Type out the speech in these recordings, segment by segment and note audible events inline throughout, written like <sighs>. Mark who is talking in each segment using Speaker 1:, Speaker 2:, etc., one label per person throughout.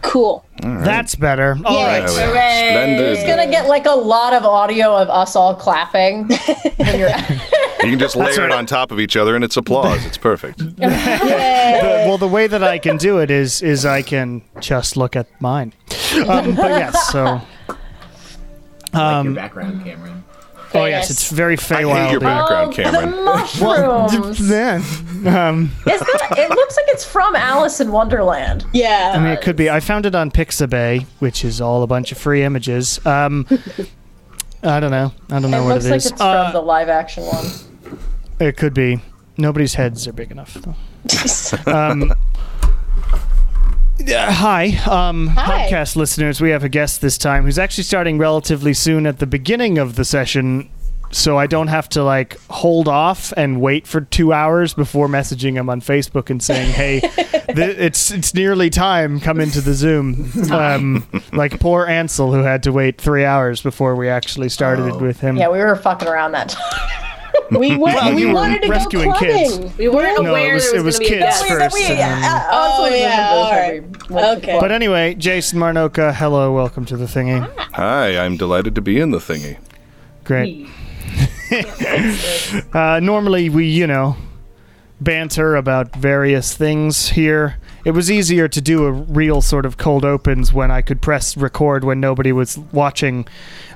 Speaker 1: Cool.
Speaker 2: That's better. All
Speaker 1: Yeah.
Speaker 2: right.
Speaker 1: Hooray.
Speaker 3: Splendid.
Speaker 1: It's gonna get like a lot of audio of us
Speaker 4: <laughs>
Speaker 1: all clapping when you're.
Speaker 3: You can just layer it on top of each other, and it's applause.
Speaker 2: <laughs>
Speaker 3: It's perfect.
Speaker 2: The- well, the way that I can do it is is I can just look at mine. Um, but yes, so
Speaker 5: like your background, Cameron.
Speaker 2: oh yes, it's very
Speaker 3: hate your
Speaker 2: Feywild. Oh,
Speaker 3: back.
Speaker 6: Oh.
Speaker 3: Background, Cameran.
Speaker 1: The
Speaker 4: <laughs>
Speaker 1: mushrooms.
Speaker 2: Then
Speaker 1: It's not- it looks like it's from Alice in Wonderland.
Speaker 4: Yeah.
Speaker 2: I mean, it could be. I found it on Pixabay, which is all a bunch of free images. Um, I don't know. I don't know
Speaker 1: It
Speaker 2: what
Speaker 1: looks
Speaker 2: it
Speaker 1: like
Speaker 2: is.
Speaker 1: it's
Speaker 2: Uh,
Speaker 1: from the live
Speaker 4: <laughs>
Speaker 1: action one.
Speaker 2: It could be. Nobody's heads are big enough. Though. Yeah, hi, um,
Speaker 4: Hi.
Speaker 2: podcast listeners. We have a guest this time who's actually starting relatively soon at the beginning of the session, so I don't have to like hold off and wait for two hours before messaging him on Facebook and saying,
Speaker 6: <laughs>
Speaker 2: "Hey, th- it's it's nearly time. Come into the Zoom." Um, like poor Ansel who had to wait three hours before we actually started
Speaker 6: Oh.
Speaker 2: it with him.
Speaker 1: Yeah, we were fucking around that time.
Speaker 4: <laughs> we went, we
Speaker 2: you were
Speaker 4: wanted to go
Speaker 2: rescuing
Speaker 4: clubbing.
Speaker 2: kids.
Speaker 6: We weren't
Speaker 2: No, it
Speaker 6: aware
Speaker 2: was-
Speaker 6: there
Speaker 2: it
Speaker 6: was,
Speaker 2: was
Speaker 6: going to be a
Speaker 2: kids
Speaker 6: guest.
Speaker 2: first. and then-
Speaker 1: oh,
Speaker 4: yeah, Okay.
Speaker 2: But anyway, Jason Marnoka, hello, welcome to the thingy.
Speaker 3: Hi, I'm delighted to be in the thingy.
Speaker 2: Great. <laughs> uh, normally, we, you know, banter about various things here. It was easier to do a real sort of cold opens when I could press record when nobody was watching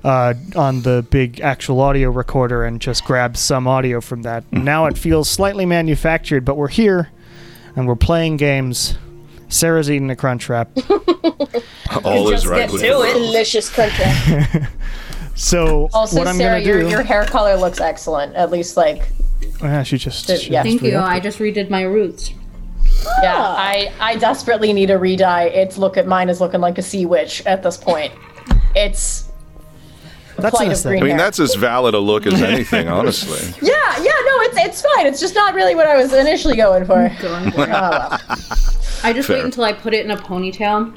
Speaker 2: uh, on the big actual audio recorder and just grab some audio from that. now it feels slightly manufactured, but we're here and we're playing games. Sarah's eating a crunch wrap.
Speaker 3: All is
Speaker 6: Just
Speaker 3: right
Speaker 6: get
Speaker 3: with
Speaker 6: to it.
Speaker 4: Delicious country.
Speaker 2: So
Speaker 1: Also,
Speaker 2: what I'm
Speaker 1: Sarah,
Speaker 2: gonna do? Oh,
Speaker 1: your, your hair color looks excellent. At least, like,
Speaker 2: Yeah, she just.
Speaker 1: Did-
Speaker 2: she
Speaker 1: yeah. Uh,
Speaker 2: just
Speaker 7: Thank you.
Speaker 2: re-upped
Speaker 7: I just redid my roots.
Speaker 1: yeah, I, I desperately need a redye. It's look at mine is looking like a sea witch at this point. It's
Speaker 2: it. That's
Speaker 1: plight
Speaker 2: an
Speaker 1: of green
Speaker 3: I mean,
Speaker 1: hair.
Speaker 3: that's as valid a look as
Speaker 2: <laughs>
Speaker 3: anything, honestly.
Speaker 1: Yeah, yeah, no, it's it's fine. It's just not really what I was initially going for.
Speaker 7: Going for it. I just
Speaker 3: Fair.
Speaker 7: wait until I put it in a ponytail.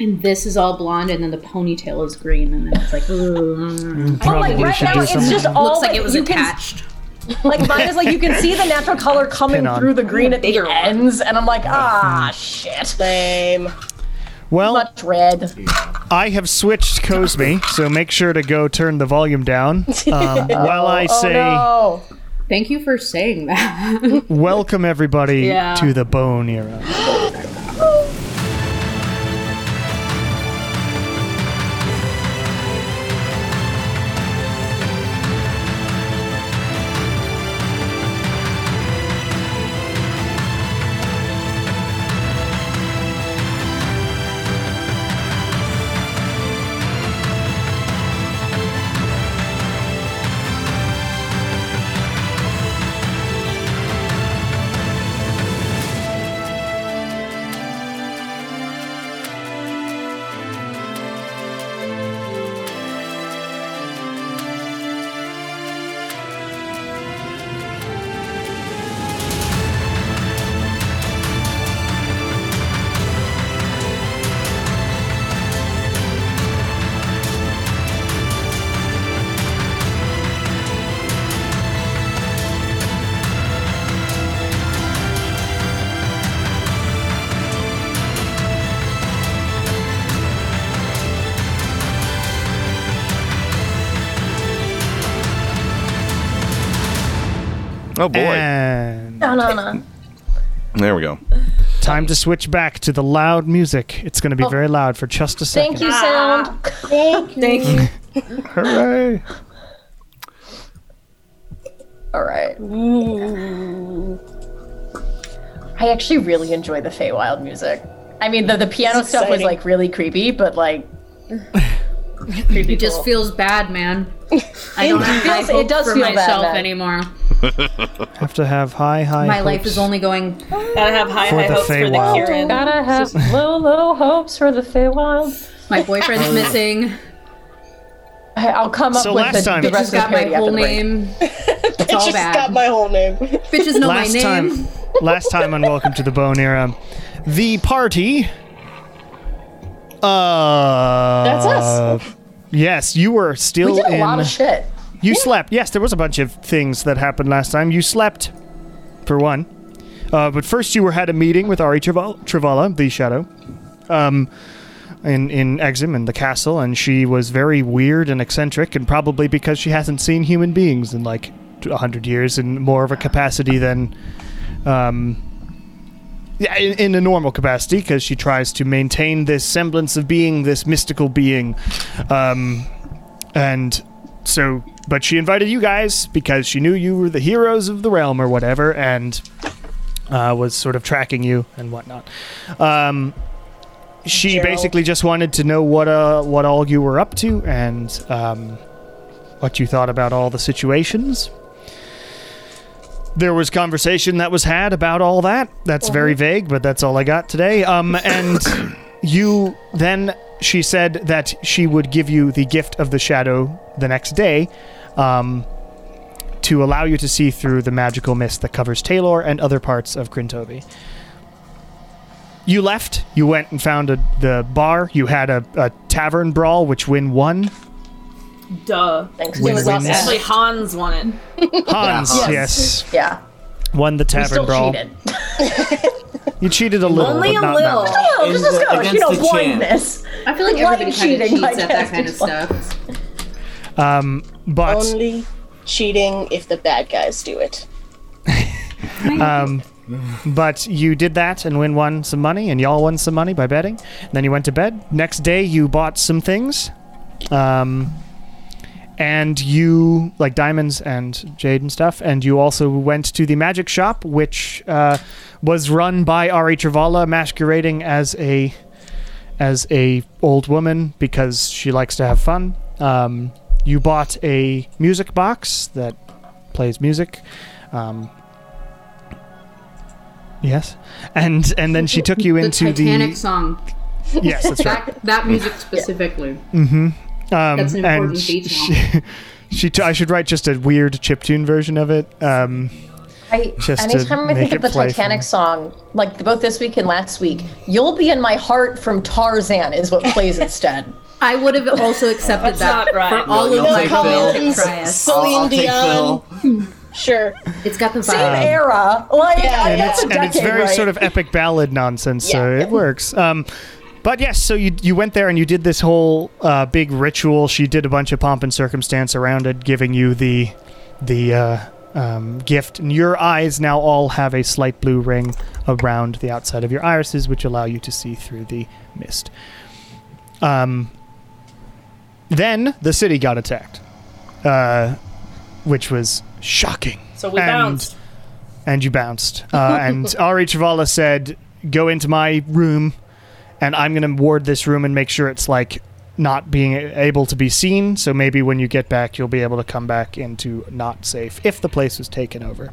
Speaker 7: And this is all blonde, and then the ponytail is green, and then it's like, ugh.
Speaker 1: But like
Speaker 2: Probably
Speaker 1: right
Speaker 2: should
Speaker 1: now,
Speaker 2: do
Speaker 1: it's
Speaker 2: something.
Speaker 1: just all
Speaker 7: looks like it was
Speaker 1: you can
Speaker 7: attached.
Speaker 1: like mine is like you can see the natural color coming
Speaker 2: Pin on.
Speaker 1: through the green at the
Speaker 6: Bigger one.
Speaker 1: ends, and I'm like, ah, shit,
Speaker 4: Same.
Speaker 2: Well,
Speaker 1: much red.
Speaker 2: I have switched Cosme, so make sure to go turn the volume down um, while I say
Speaker 1: Oh,
Speaker 7: Thank you for saying that. <laughs>
Speaker 2: welcome everybody
Speaker 7: Yeah.
Speaker 2: to the Bone Era.
Speaker 3: Oh boy,
Speaker 2: Uh, And
Speaker 1: no, no, no.
Speaker 3: there we go.
Speaker 2: time to switch back to the loud music. It's going to be very loud for just a second.
Speaker 1: Thank you, sound.
Speaker 4: Thank you.
Speaker 2: Hooray!
Speaker 1: All right. I actually really enjoy the Feywild music. I mean, the the piano stuff was
Speaker 4: exciting.
Speaker 1: like really creepy, but like.
Speaker 7: It just feels bad, man. I don't have high
Speaker 1: feels- it
Speaker 7: hope
Speaker 1: does
Speaker 7: for
Speaker 1: feel bad,
Speaker 7: myself
Speaker 1: man.
Speaker 7: anymore.
Speaker 2: Have to have high, high.
Speaker 7: My life is
Speaker 2: hopes.
Speaker 7: only going.
Speaker 6: Gotta have high,
Speaker 2: For
Speaker 6: high
Speaker 2: the
Speaker 6: hopes for the
Speaker 2: Feywild.
Speaker 6: Kieran.
Speaker 1: Gotta
Speaker 8: <laughs>
Speaker 1: have low, low hopes for the Feywild.
Speaker 7: My boyfriend's missing.
Speaker 1: I'll come up
Speaker 2: So
Speaker 1: with
Speaker 2: last
Speaker 1: the,
Speaker 2: time-
Speaker 1: the
Speaker 2: Bitches
Speaker 1: rest
Speaker 7: Just
Speaker 1: of the
Speaker 7: got my
Speaker 1: parody after
Speaker 7: whole
Speaker 1: the break.
Speaker 7: name. It's all
Speaker 4: Just got
Speaker 7: bad.
Speaker 4: my whole name.
Speaker 7: Bitches know my
Speaker 2: last
Speaker 7: name.
Speaker 2: time. Last time on Welcome to the Bone Era, the party. Uh,
Speaker 4: That's us.
Speaker 2: Yes, you were still
Speaker 1: We did a
Speaker 2: in.
Speaker 1: lot of shit.
Speaker 2: You slept. Yes, there was a bunch of things that happened last time. You slept, for one. Uh, but first, you were had a meeting with Ari Traval- Travala, the Shadow. um, in in Exim in the castle, and she was very weird and eccentric, and probably because she hasn't seen human beings in like a hundred years, in more of a capacity than. Um, yeah, in, in a normal capacity, because she tries to maintain this semblance of being, this mystical being, um, and so, but she invited you guys because she knew you were the heroes of the realm or whatever, and uh, was sort of tracking you and whatnot. Um, she
Speaker 1: Gerald.
Speaker 2: basically just wanted to know what uh, what all you were up to and um, what you thought about all the situations. There was conversation that was had about all that. That's very vague, but that's all I got today. Um, and you then she said that she would give you the gift of the shadow the next day um, to allow you to see through the magical mist that covers Talor and other parts of Krintovi. You left. You went and found a, the bar. You had a, a tavern brawl, which Win won.
Speaker 9: Duh.
Speaker 8: Thanks
Speaker 2: Win
Speaker 8: to his
Speaker 2: wins.
Speaker 9: Actually,
Speaker 8: yeah.
Speaker 9: Hans won it.
Speaker 2: Hans,
Speaker 5: Yeah, Hans.
Speaker 2: yes,
Speaker 8: yeah.
Speaker 2: won the
Speaker 8: We
Speaker 2: tavern
Speaker 8: still
Speaker 2: brawl.
Speaker 8: cheated.
Speaker 2: You cheated a little,
Speaker 9: Only
Speaker 2: but
Speaker 9: a
Speaker 2: not that
Speaker 9: little.
Speaker 2: much.
Speaker 8: Oh,
Speaker 5: In the-
Speaker 8: just go. You
Speaker 5: against
Speaker 8: know,
Speaker 5: the chin.
Speaker 8: blindness.
Speaker 7: I feel like
Speaker 8: Blind
Speaker 7: everybody kind of
Speaker 8: cheating,
Speaker 7: cheats
Speaker 8: I
Speaker 7: at that
Speaker 8: guess,
Speaker 7: kind of
Speaker 8: is like-
Speaker 7: stuff.
Speaker 2: Um, but
Speaker 1: Only cheating if the bad guys do it.
Speaker 2: But you did that and win won some money, and y'all won some money by betting. And then you went to bed. Next day, you bought some things, um, and you like diamonds and jade and stuff. And you also went to the magic shop, which uh, was run by Ari Travala, masquerading as a as a old woman because she likes to have fun. Um, you bought a music box that plays music. Um, Yes, and and then she took you
Speaker 7: <laughs> The
Speaker 2: into
Speaker 7: Titanic
Speaker 2: the
Speaker 7: song.
Speaker 2: <laughs> yes, that's right.
Speaker 7: That, that music specifically.
Speaker 2: Um,
Speaker 7: <laughs> That's an
Speaker 2: and
Speaker 7: important detail.
Speaker 2: she, she t- I should write just a weird chiptune version of it. Um,
Speaker 8: I,
Speaker 2: Just to
Speaker 8: anytime I
Speaker 2: make
Speaker 8: think
Speaker 2: it
Speaker 8: of the
Speaker 2: playful.
Speaker 8: Titanic song, like both this week and last week, "You'll Be in My Heart" from Tarzan is what
Speaker 2: <laughs>
Speaker 8: plays instead.
Speaker 7: I would have also accepted that
Speaker 9: not right.
Speaker 7: for all
Speaker 5: You'll-
Speaker 7: of
Speaker 5: you'll
Speaker 7: my
Speaker 5: take Bill.
Speaker 7: music trias.
Speaker 5: I'll, I'll take
Speaker 1: Dion.
Speaker 5: Phil.
Speaker 1: Sure.
Speaker 7: It's got the
Speaker 8: Same
Speaker 7: vibe.
Speaker 8: era, like
Speaker 1: Yeah,
Speaker 8: I-
Speaker 1: and
Speaker 8: that's
Speaker 2: it's,
Speaker 8: a
Speaker 2: and it's
Speaker 8: decade,
Speaker 2: very
Speaker 8: right?
Speaker 2: sort of epic ballad nonsense, so
Speaker 1: Yeah.
Speaker 2: it works. Um, but yes, so you you went there and you did this whole uh, big ritual. She did a bunch of pomp and circumstance around it, giving you the the uh, um, gift. And your eyes now all have a slight blue ring around the outside of your irises, which allow you to see through the mist. Um, then the city got attacked, uh, which was shocking.
Speaker 9: So we
Speaker 2: And-
Speaker 9: bounced.
Speaker 2: And you bounced. Uh, and Ari Chavala said, Go into my room, and I'm going to ward this room and make sure it's like not being able to be seen. So maybe when you get back, you'll be able to come back into not safe if the place was taken over.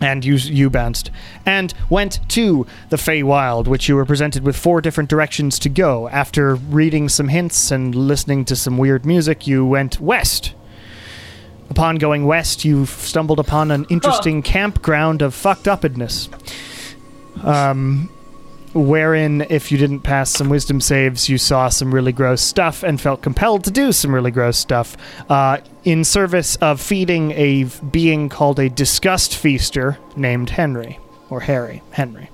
Speaker 2: And you you bounced and went to the Feywild, which you were presented with four different directions to go. After reading some hints and listening to some weird music, you went west. Upon going west, you stumbled upon an interesting campground of fucked upness. Um, wherein, if you didn't pass some wisdom saves, you saw some really gross stuff and felt compelled to do some really gross stuff uh, in service of feeding a v- being called a disgust feaster named Henry. Or Harry. Henry.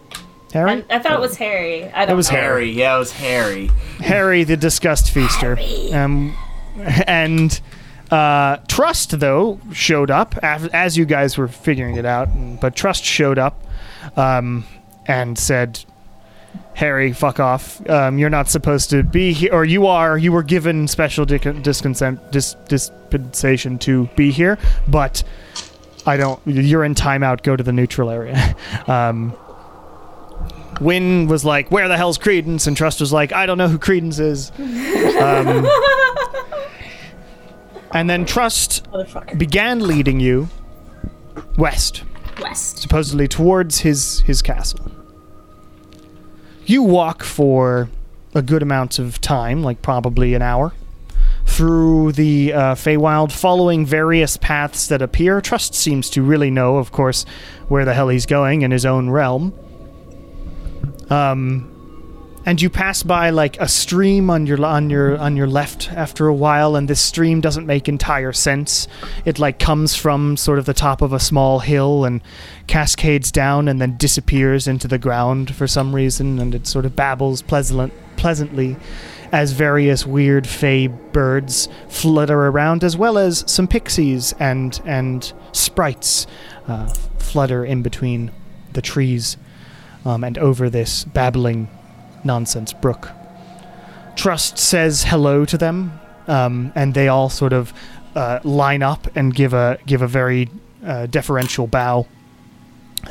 Speaker 2: Harry?
Speaker 9: I, I thought it was Harry. I don't
Speaker 2: was
Speaker 9: know.
Speaker 5: Harry. Yeah, it was Harry.
Speaker 2: Harry the Disgust Feaster. Um, and uh, Trust, though, showed up af- as you guys were figuring it out. But Trust showed up um, and said, Harry, fuck off. Um, you're not supposed to be here, or you are. You were given special dic- disconsent, dis- dispensation to be here, but I don't. You're in timeout. Go to the neutral area. <laughs> um, Wynn was like, "Where the hell's Credence?" and Trust was like, "I don't know who Credence is." Um, and then Trust
Speaker 1: Motherfucker.
Speaker 2: began leading you west
Speaker 7: West.
Speaker 2: supposedly towards his his castle. You walk for a good amount of time, like probably an hour, through the uh, Feywild, following various paths that appear. Trust seems to really know, of course, where the hell he's going in his own realm. Um, and you pass by like a stream on your on your on your left after a while and this stream doesn't make entire sense it like comes from sort of the top of a small hill and cascades down and then disappears into the ground for some reason and it sort of babbles pleasant pleasantly as various weird fey birds flutter around as well as some pixies and and sprites uh, flutter in between the trees um, and over this babbling nonsense brook. Trust says hello to them, um, and they all sort of uh, line up and give a give a very uh, deferential bow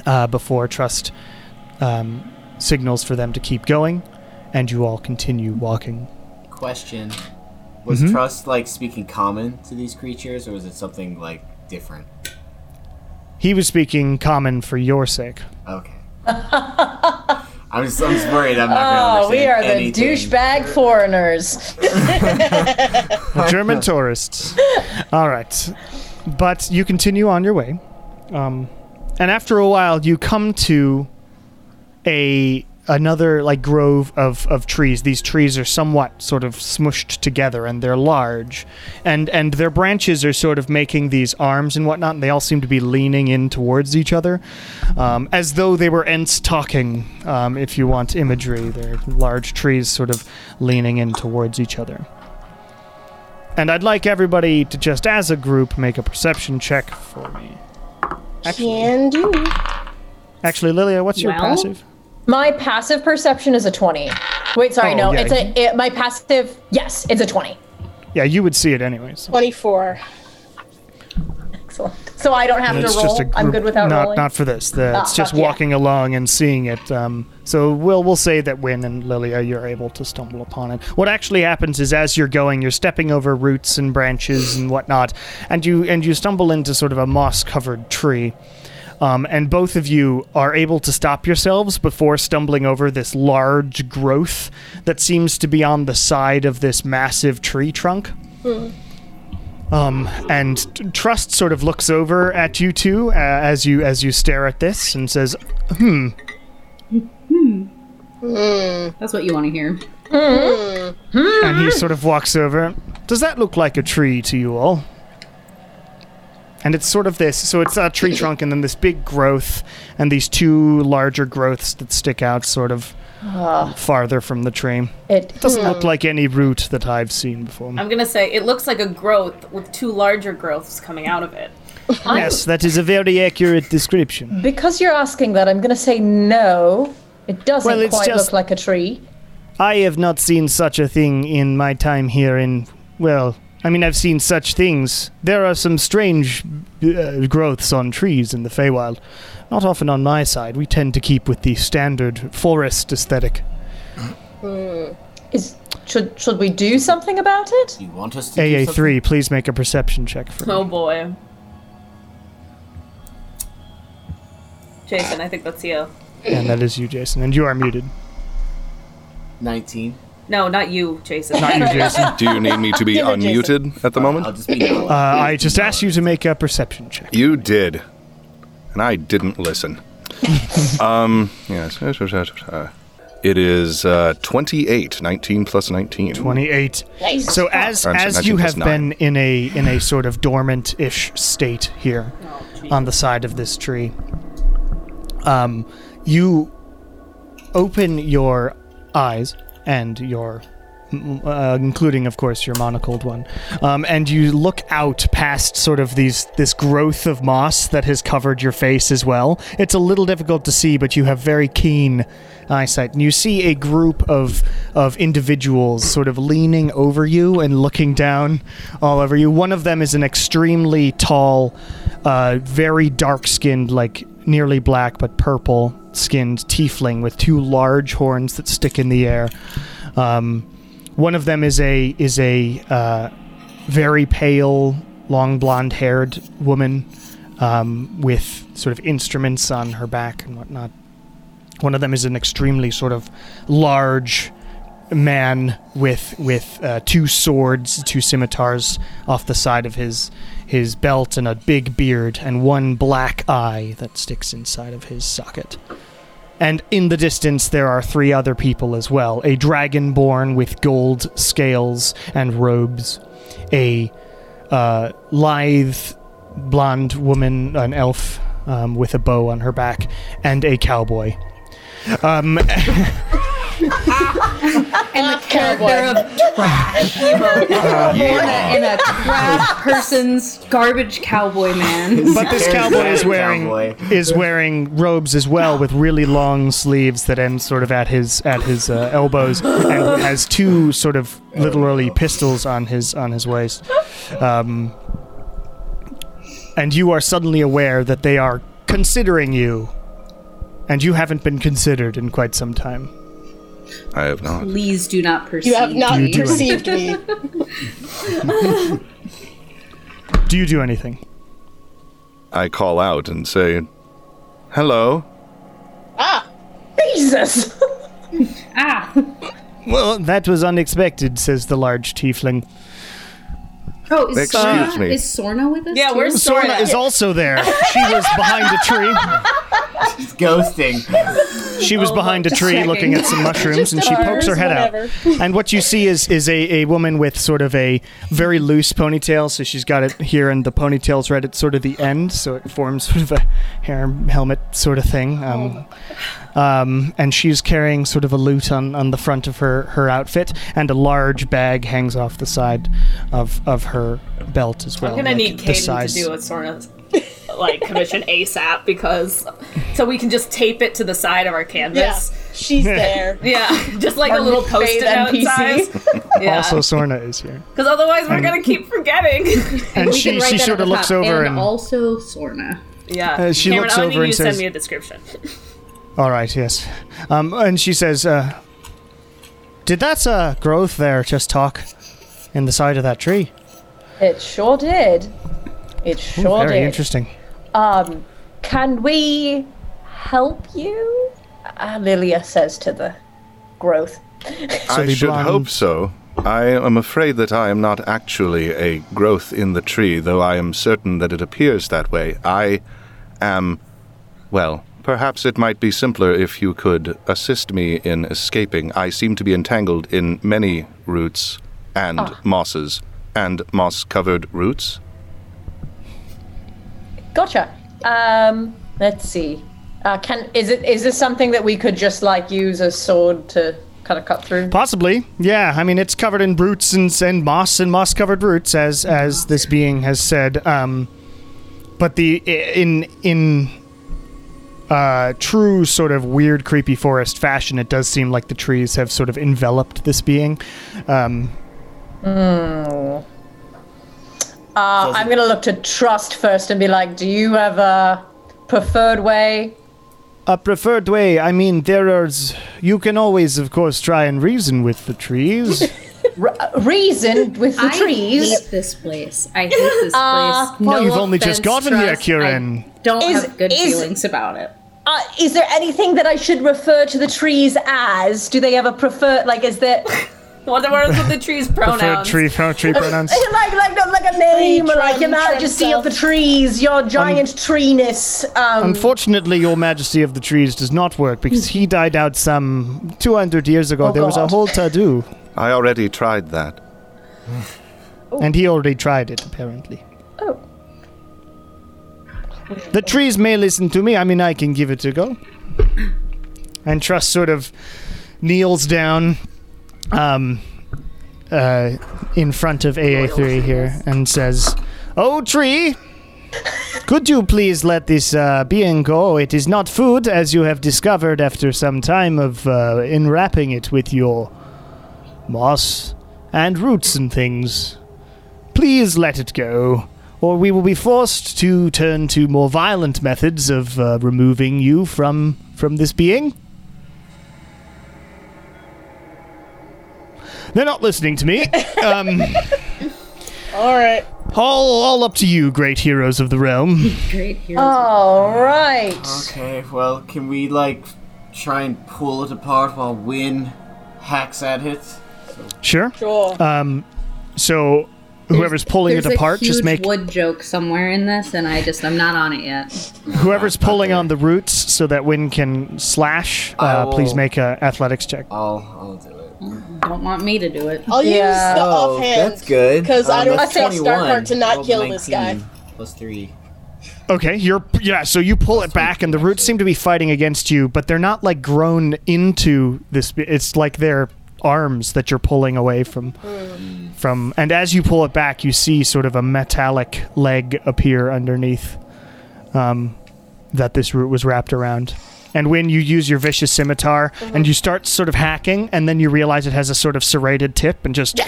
Speaker 2: uh, before Trust um, signals for them to keep going, and you all continue walking.
Speaker 5: Question: Was trust like speaking common to these creatures, or was it something like different?
Speaker 2: He was speaking common for your sake.
Speaker 8: <laughs>
Speaker 5: Okay. I'm just, I'm just worried. I'm not
Speaker 8: Oh,
Speaker 5: going to
Speaker 8: we are the
Speaker 5: anything.
Speaker 8: douchebag foreigners.
Speaker 2: The German tourists. All right. But you continue on your way. Um, and after a while, you come to a another like grove of, of trees. These trees are somewhat sort of smushed together and they're large. And and their branches are sort of making these arms and whatnot, and they all seem to be leaning in towards each other. Um, as though they were ents talking, um, if you want imagery. They're large trees sort of leaning in towards each other. And I'd like everybody to just, as a group, make a perception check for me.
Speaker 1: Can do.
Speaker 2: Actually, Lilia, what's your
Speaker 7: Well?
Speaker 2: passive?
Speaker 8: My passive perception is a 20. Wait, sorry,
Speaker 2: Oh,
Speaker 8: no.
Speaker 2: yeah,
Speaker 8: It's a it, my passive. Yes, it's a 20.
Speaker 2: Yeah, you would see it anyways.
Speaker 1: 24.
Speaker 8: Excellent. So I don't have
Speaker 2: It's
Speaker 8: to roll.
Speaker 2: just a
Speaker 8: I'm
Speaker 2: group-
Speaker 8: good without
Speaker 2: not,
Speaker 8: rolling.
Speaker 2: Not for this. The,
Speaker 8: Ah,
Speaker 2: it's just
Speaker 8: fuck yeah.
Speaker 2: walking along and seeing it. Um, so we'll we'll say that Win and Lilia, you're able to stumble upon it. What actually happens is as you're going, you're stepping over roots and branches and whatnot, and you and you stumble into sort of a moss-covered tree. Um, and both of you are able to stop yourselves before stumbling over this large growth that seems to be on the side of this massive tree trunk. Um, and t- Trust sort of looks over at you two uh, as you as you stare at this and says, "Hmm,
Speaker 7: That's what you want to hear.
Speaker 2: and he sort of walks over. Does that look like a tree to you all? And it's sort of this. So it's a tree trunk, and then this big growth, and these two larger growths that stick out sort of farther from the tree.
Speaker 8: Ah. it, Hmm.
Speaker 2: Doesn't look like any root that I've seen before.
Speaker 9: I'm gonna say it looks like a growth with two larger growths coming out of it.
Speaker 2: yes, that is a very accurate description.
Speaker 8: because you're asking that, I'm going to say no. It doesn't
Speaker 2: Well, it's
Speaker 8: quite
Speaker 2: just-
Speaker 8: look like a tree.
Speaker 2: I have not seen such a thing in my time here. In well, I mean, I've seen such things. There are some strange uh, growths on trees in the Feywild. Not often on my side. We tend to keep with the standard forest aesthetic.
Speaker 8: Is should should we do something about it?
Speaker 5: You want us to do
Speaker 2: AA
Speaker 5: something?
Speaker 2: three, please make a perception check for me.
Speaker 9: Oh boy. Jason, I think that's you.
Speaker 2: and that is you, Jason. And you are muted.
Speaker 5: 19.
Speaker 9: No, not you, Jason.
Speaker 2: Not you, Jason. Uh,
Speaker 3: Do you need me to
Speaker 6: <laughs>
Speaker 3: be unmuted at the
Speaker 5: I'll
Speaker 3: moment?
Speaker 5: just <coughs> be. Uh,
Speaker 2: I just asked you to make a perception check.
Speaker 3: You did, and I didn't
Speaker 6: <laughs>
Speaker 3: listen. um, yes. It is uh, 28, 19 plus 19.
Speaker 2: Twenty-eight.
Speaker 1: Nice.
Speaker 2: So as
Speaker 3: Alright, so
Speaker 2: as
Speaker 3: that's
Speaker 2: you
Speaker 3: just
Speaker 2: have
Speaker 3: nine.
Speaker 2: been in a in a sort of dormant ish state here on the side of this tree, um, you open your eyes and your m- uh, including of course your monocled one um, and you look out past sort of these this growth of moss that has covered your face as well it's a little difficult to see but you have very keen eyesight and you see a group of of individuals sort of leaning over you and looking down all over you one of them is an extremely tall uh, very dark skinned like nearly black but purple skinned tiefling with two large horns that stick in the air um, one of them is a is a uh, very pale, long blonde haired woman um, with sort of instruments on her back and whatnot. One of them is an extremely sort of large man with with uh, two swords, two scimitars off the side of his his belt, and a big beard, and one black eye that sticks inside of his socket. And in the distance, there are three other people as well a dragonborn with gold scales and robes, a uh, lithe blonde woman, an elf um, with a bow on her back, and a cowboy.
Speaker 7: and the character of
Speaker 3: Yeah.
Speaker 7: in a trash person's garbage cowboy man.
Speaker 2: But this cowboy is wearing
Speaker 5: Cowboy.
Speaker 2: is wearing robes as well with really long sleeves that end sort of at his at his uh, elbows and has two sort of literally pistols on his on his waist. Um, and you are suddenly aware that they are considering you, and you haven't been considered in quite some time.
Speaker 3: I have not.
Speaker 7: <laughs> Please do not perceive.
Speaker 1: You have not
Speaker 2: You do it.
Speaker 1: perceived me.
Speaker 2: Do you do anything?
Speaker 3: I call out and say, "Hello."
Speaker 8: Ah, Jesus! <laughs>
Speaker 7: Ah,
Speaker 2: Well, that was unexpected, says the large tiefling.
Speaker 7: oh, is
Speaker 3: Excuse
Speaker 7: Sorna,
Speaker 3: me.
Speaker 7: is Sorna with us?
Speaker 9: Yeah,
Speaker 7: too?
Speaker 9: where's
Speaker 2: Sorna is also there. <laughs> She was behind a tree.
Speaker 5: It's
Speaker 8: <laughs> Uh,
Speaker 5: ghosting.
Speaker 2: She was behind a
Speaker 7: just
Speaker 2: tree
Speaker 7: checking.
Speaker 2: looking at some mushrooms and she pokes her head out. And what you see is is a, a woman with sort of a very loose ponytail, so she's got it here and the ponytail's right at sort of the end, so it forms sort of a hair helmet sort of thing. Um, um, and she's carrying sort of a lute on, on the front of her, her outfit, and a large bag hangs off the side of, of her belt as well.
Speaker 9: I'm gonna
Speaker 2: like
Speaker 9: need
Speaker 2: the
Speaker 9: Caden
Speaker 2: size.
Speaker 9: to do a sort of like commission ASAP because so we can just tape it to the side of our
Speaker 1: Yeah,
Speaker 9: canvas.
Speaker 1: she's there.
Speaker 9: Yeah, <laughs> just like a little post-it
Speaker 8: fave
Speaker 9: note
Speaker 8: NPC.
Speaker 9: size. Yeah,
Speaker 2: <laughs> Also, Sorna is here.
Speaker 9: <laughs> because otherwise
Speaker 2: Um,
Speaker 9: we're gonna keep forgetting. <laughs>
Speaker 2: And
Speaker 7: We can
Speaker 2: she,
Speaker 7: write
Speaker 2: she
Speaker 7: that
Speaker 2: sort
Speaker 7: at
Speaker 2: of
Speaker 7: the
Speaker 2: looks
Speaker 7: top.
Speaker 2: over
Speaker 7: and
Speaker 2: and.
Speaker 7: also Sorna.
Speaker 9: yeah,
Speaker 2: Uh, she
Speaker 9: Cameron,
Speaker 2: looks
Speaker 9: I want you
Speaker 2: over and
Speaker 9: to send
Speaker 2: says-
Speaker 9: me a description.
Speaker 2: All right, yes. Um, and she says, uh, Did that uh, growth there just talk in the side of that tree?
Speaker 8: It sure did. It sure
Speaker 2: Very
Speaker 8: did.
Speaker 2: interesting.
Speaker 8: Um, can we help you? Uh, Lilia says to the growth.
Speaker 3: I
Speaker 2: the
Speaker 3: should
Speaker 2: blonde-
Speaker 3: hope so. I am afraid that I am not actually a growth in the tree, though I am certain that it appears that way. I am. Well, perhaps it might be simpler if you could assist me in escaping. I seem to be entangled in many roots and mosses and moss covered roots.
Speaker 8: Gotcha. Um, let's see. Uh, can is it is this something that we could just like use a sword to kind of cut through?
Speaker 2: Possibly, yeah. I mean, it's covered in roots and, and moss and moss covered roots, as as this being has said. Um, but the in in uh, true sort of weird, creepy forest fashion, it does seem like the trees have sort of enveloped this being. Um,
Speaker 8: Uh, I'm gonna look to trust first and be like, do you have a preferred way?
Speaker 2: A preferred way, I mean, there are. s- You can always, of course, try and reason with the trees.
Speaker 8: Reason with the trees.
Speaker 7: I hate this place. I hate this place.
Speaker 9: Uh,
Speaker 2: well,
Speaker 7: No
Speaker 2: you've only just
Speaker 7: offense,
Speaker 2: gotten here,
Speaker 7: trust.
Speaker 2: Kieran.
Speaker 7: I don't
Speaker 8: Is-
Speaker 7: have good
Speaker 8: is-
Speaker 7: feelings about it.
Speaker 8: Uh, is there anything that I should refer to the trees as? Do they have a preferred like? Is there <laughs>
Speaker 9: What are with the tree's
Speaker 2: Preferred
Speaker 9: pronouns?
Speaker 2: tree, pro- tree pronouns.
Speaker 8: like like not like a name or like
Speaker 1: Tree
Speaker 8: an
Speaker 1: tree
Speaker 8: majesty
Speaker 1: himself.
Speaker 8: of the trees, your giant treeness?
Speaker 2: <laughs>
Speaker 8: Um,
Speaker 2: Unfortunately, Your Majesty of the Trees does not work because he died out some 200 years ago. there was a
Speaker 8: God.
Speaker 2: whole to do,
Speaker 3: I already tried that.
Speaker 2: and he already tried it, apparently.
Speaker 8: Oh.
Speaker 2: The trees may listen to me. I mean, I can give it a go. And Trust sort of kneels down um, uh, in front of AA3 here and says, Oh, tree, could you please let this uh, being go? It is not food, as you have discovered after some time of uh, enwrapping it with your moss and roots and things. Please let it go, or we will be forced to turn to more violent methods of uh, removing you from from this being. They're not listening to
Speaker 7: <laughs>
Speaker 2: me. Um,
Speaker 1: All right.
Speaker 2: all, all up to you, great heroes of the realm.
Speaker 7: <laughs> Great here.
Speaker 8: all right.
Speaker 5: Okay, well, can we like try and pull it apart while Win hacks at it?
Speaker 2: Sure.
Speaker 1: Sure.
Speaker 2: Um, so, whoever's pulling
Speaker 7: There's
Speaker 2: it apart,
Speaker 7: a
Speaker 2: just
Speaker 7: huge
Speaker 2: make
Speaker 7: wood joke somewhere in this, and I just I'm not on it yet.
Speaker 2: whoever's pulling on the roots so that wind can slash. Uh,
Speaker 5: will-
Speaker 2: please make a athletics check.
Speaker 5: I'll, I'll do it.
Speaker 7: Don't want me to do it.
Speaker 1: I'll
Speaker 8: Yeah.
Speaker 1: use the
Speaker 5: Oh,
Speaker 1: offhand.
Speaker 5: that's good.
Speaker 1: Because I
Speaker 5: Um,
Speaker 1: don't
Speaker 5: that's
Speaker 1: trust
Speaker 5: 21.
Speaker 1: Darkheart to not
Speaker 5: Rolled
Speaker 1: kill this guy.
Speaker 5: 19 Plus three.
Speaker 2: Okay, you're yeah. So you pull it back, and the roots seem to be fighting against you, but they're not like grown into this. It's like their arms that you're pulling away from from. And as you pull it back, you see sort of a metallic leg appear underneath um, that this root was wrapped around. And when you use your vicious scimitar
Speaker 7: Mm-hmm.
Speaker 2: and you start sort of hacking, and then you realize it has a sort of serrated tip, and just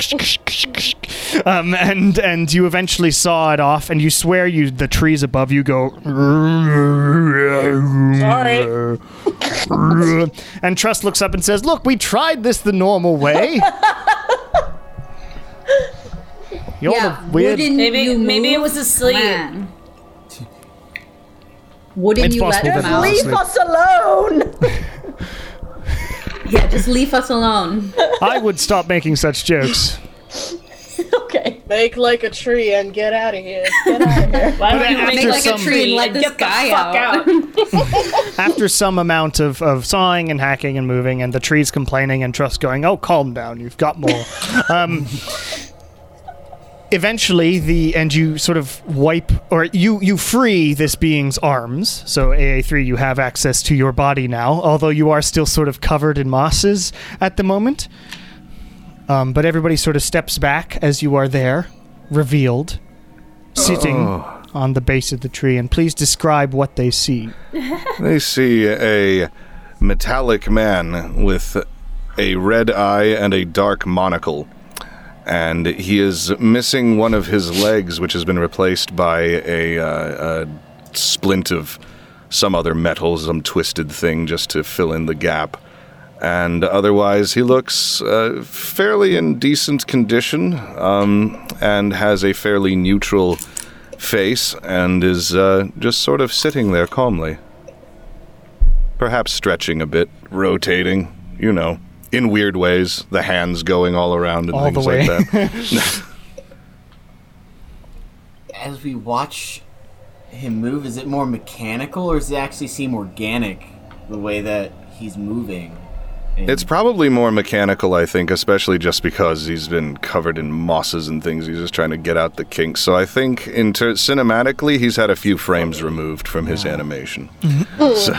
Speaker 2: um, and and you eventually saw it off, and you swear you the trees above you go.
Speaker 1: Sorry.
Speaker 2: and Trust looks up and says, "Look, we tried this the normal
Speaker 7: <laughs>
Speaker 2: way." You're
Speaker 7: Yeah,
Speaker 2: the weird.
Speaker 7: wouldn't
Speaker 9: Maybe-
Speaker 7: you
Speaker 9: maybe
Speaker 7: move?
Speaker 9: it was a sleep.
Speaker 7: Man. Wouldn't
Speaker 2: It's
Speaker 7: you let
Speaker 2: possible
Speaker 7: them
Speaker 2: that it was
Speaker 7: out?
Speaker 2: a Sleep.
Speaker 8: Leave us alone!
Speaker 7: Yeah, just leave us alone.
Speaker 2: I would stop making such jokes.
Speaker 8: okay.
Speaker 1: Make like a tree and get out of here. Get
Speaker 9: Why don't you
Speaker 2: after
Speaker 9: make like a tree and let this guy out?
Speaker 2: After some amount of, of sawing and hacking and moving, and the trees complaining, and Trust going, "Oh, calm down, you've got more." um, eventually, the and you sort of wipe or you you free this being's arms. So AA three, you have access to your body now, although you are still sort of covered in mosses at the moment. Um, but everybody sort of steps back as you are there, revealed, sitting on the base of the tree. And please describe what they see.
Speaker 3: They see a metallic man with a red eye and a dark monocle. And he is missing one of his legs, which has been replaced by a, uh, a splint of some other metal, some twisted thing just to fill in the gap. And otherwise, he looks uh, fairly in decent condition um, and has a fairly neutral face and is uh, just sort of sitting there calmly perhaps stretching a bit, rotating, you know, in weird ways, the hands going all around and
Speaker 2: All the
Speaker 3: things
Speaker 2: way. <laughs>
Speaker 3: like that.
Speaker 5: As we watch him move, is it more mechanical or does it actually seem organic the way that he's moving? And-
Speaker 3: It's probably more mechanical, I think, especially just because he's been covered in mosses and things. He's just trying to get out the kinks. So I think, in ter- cinematically, he's had a few frames removed from his animation. so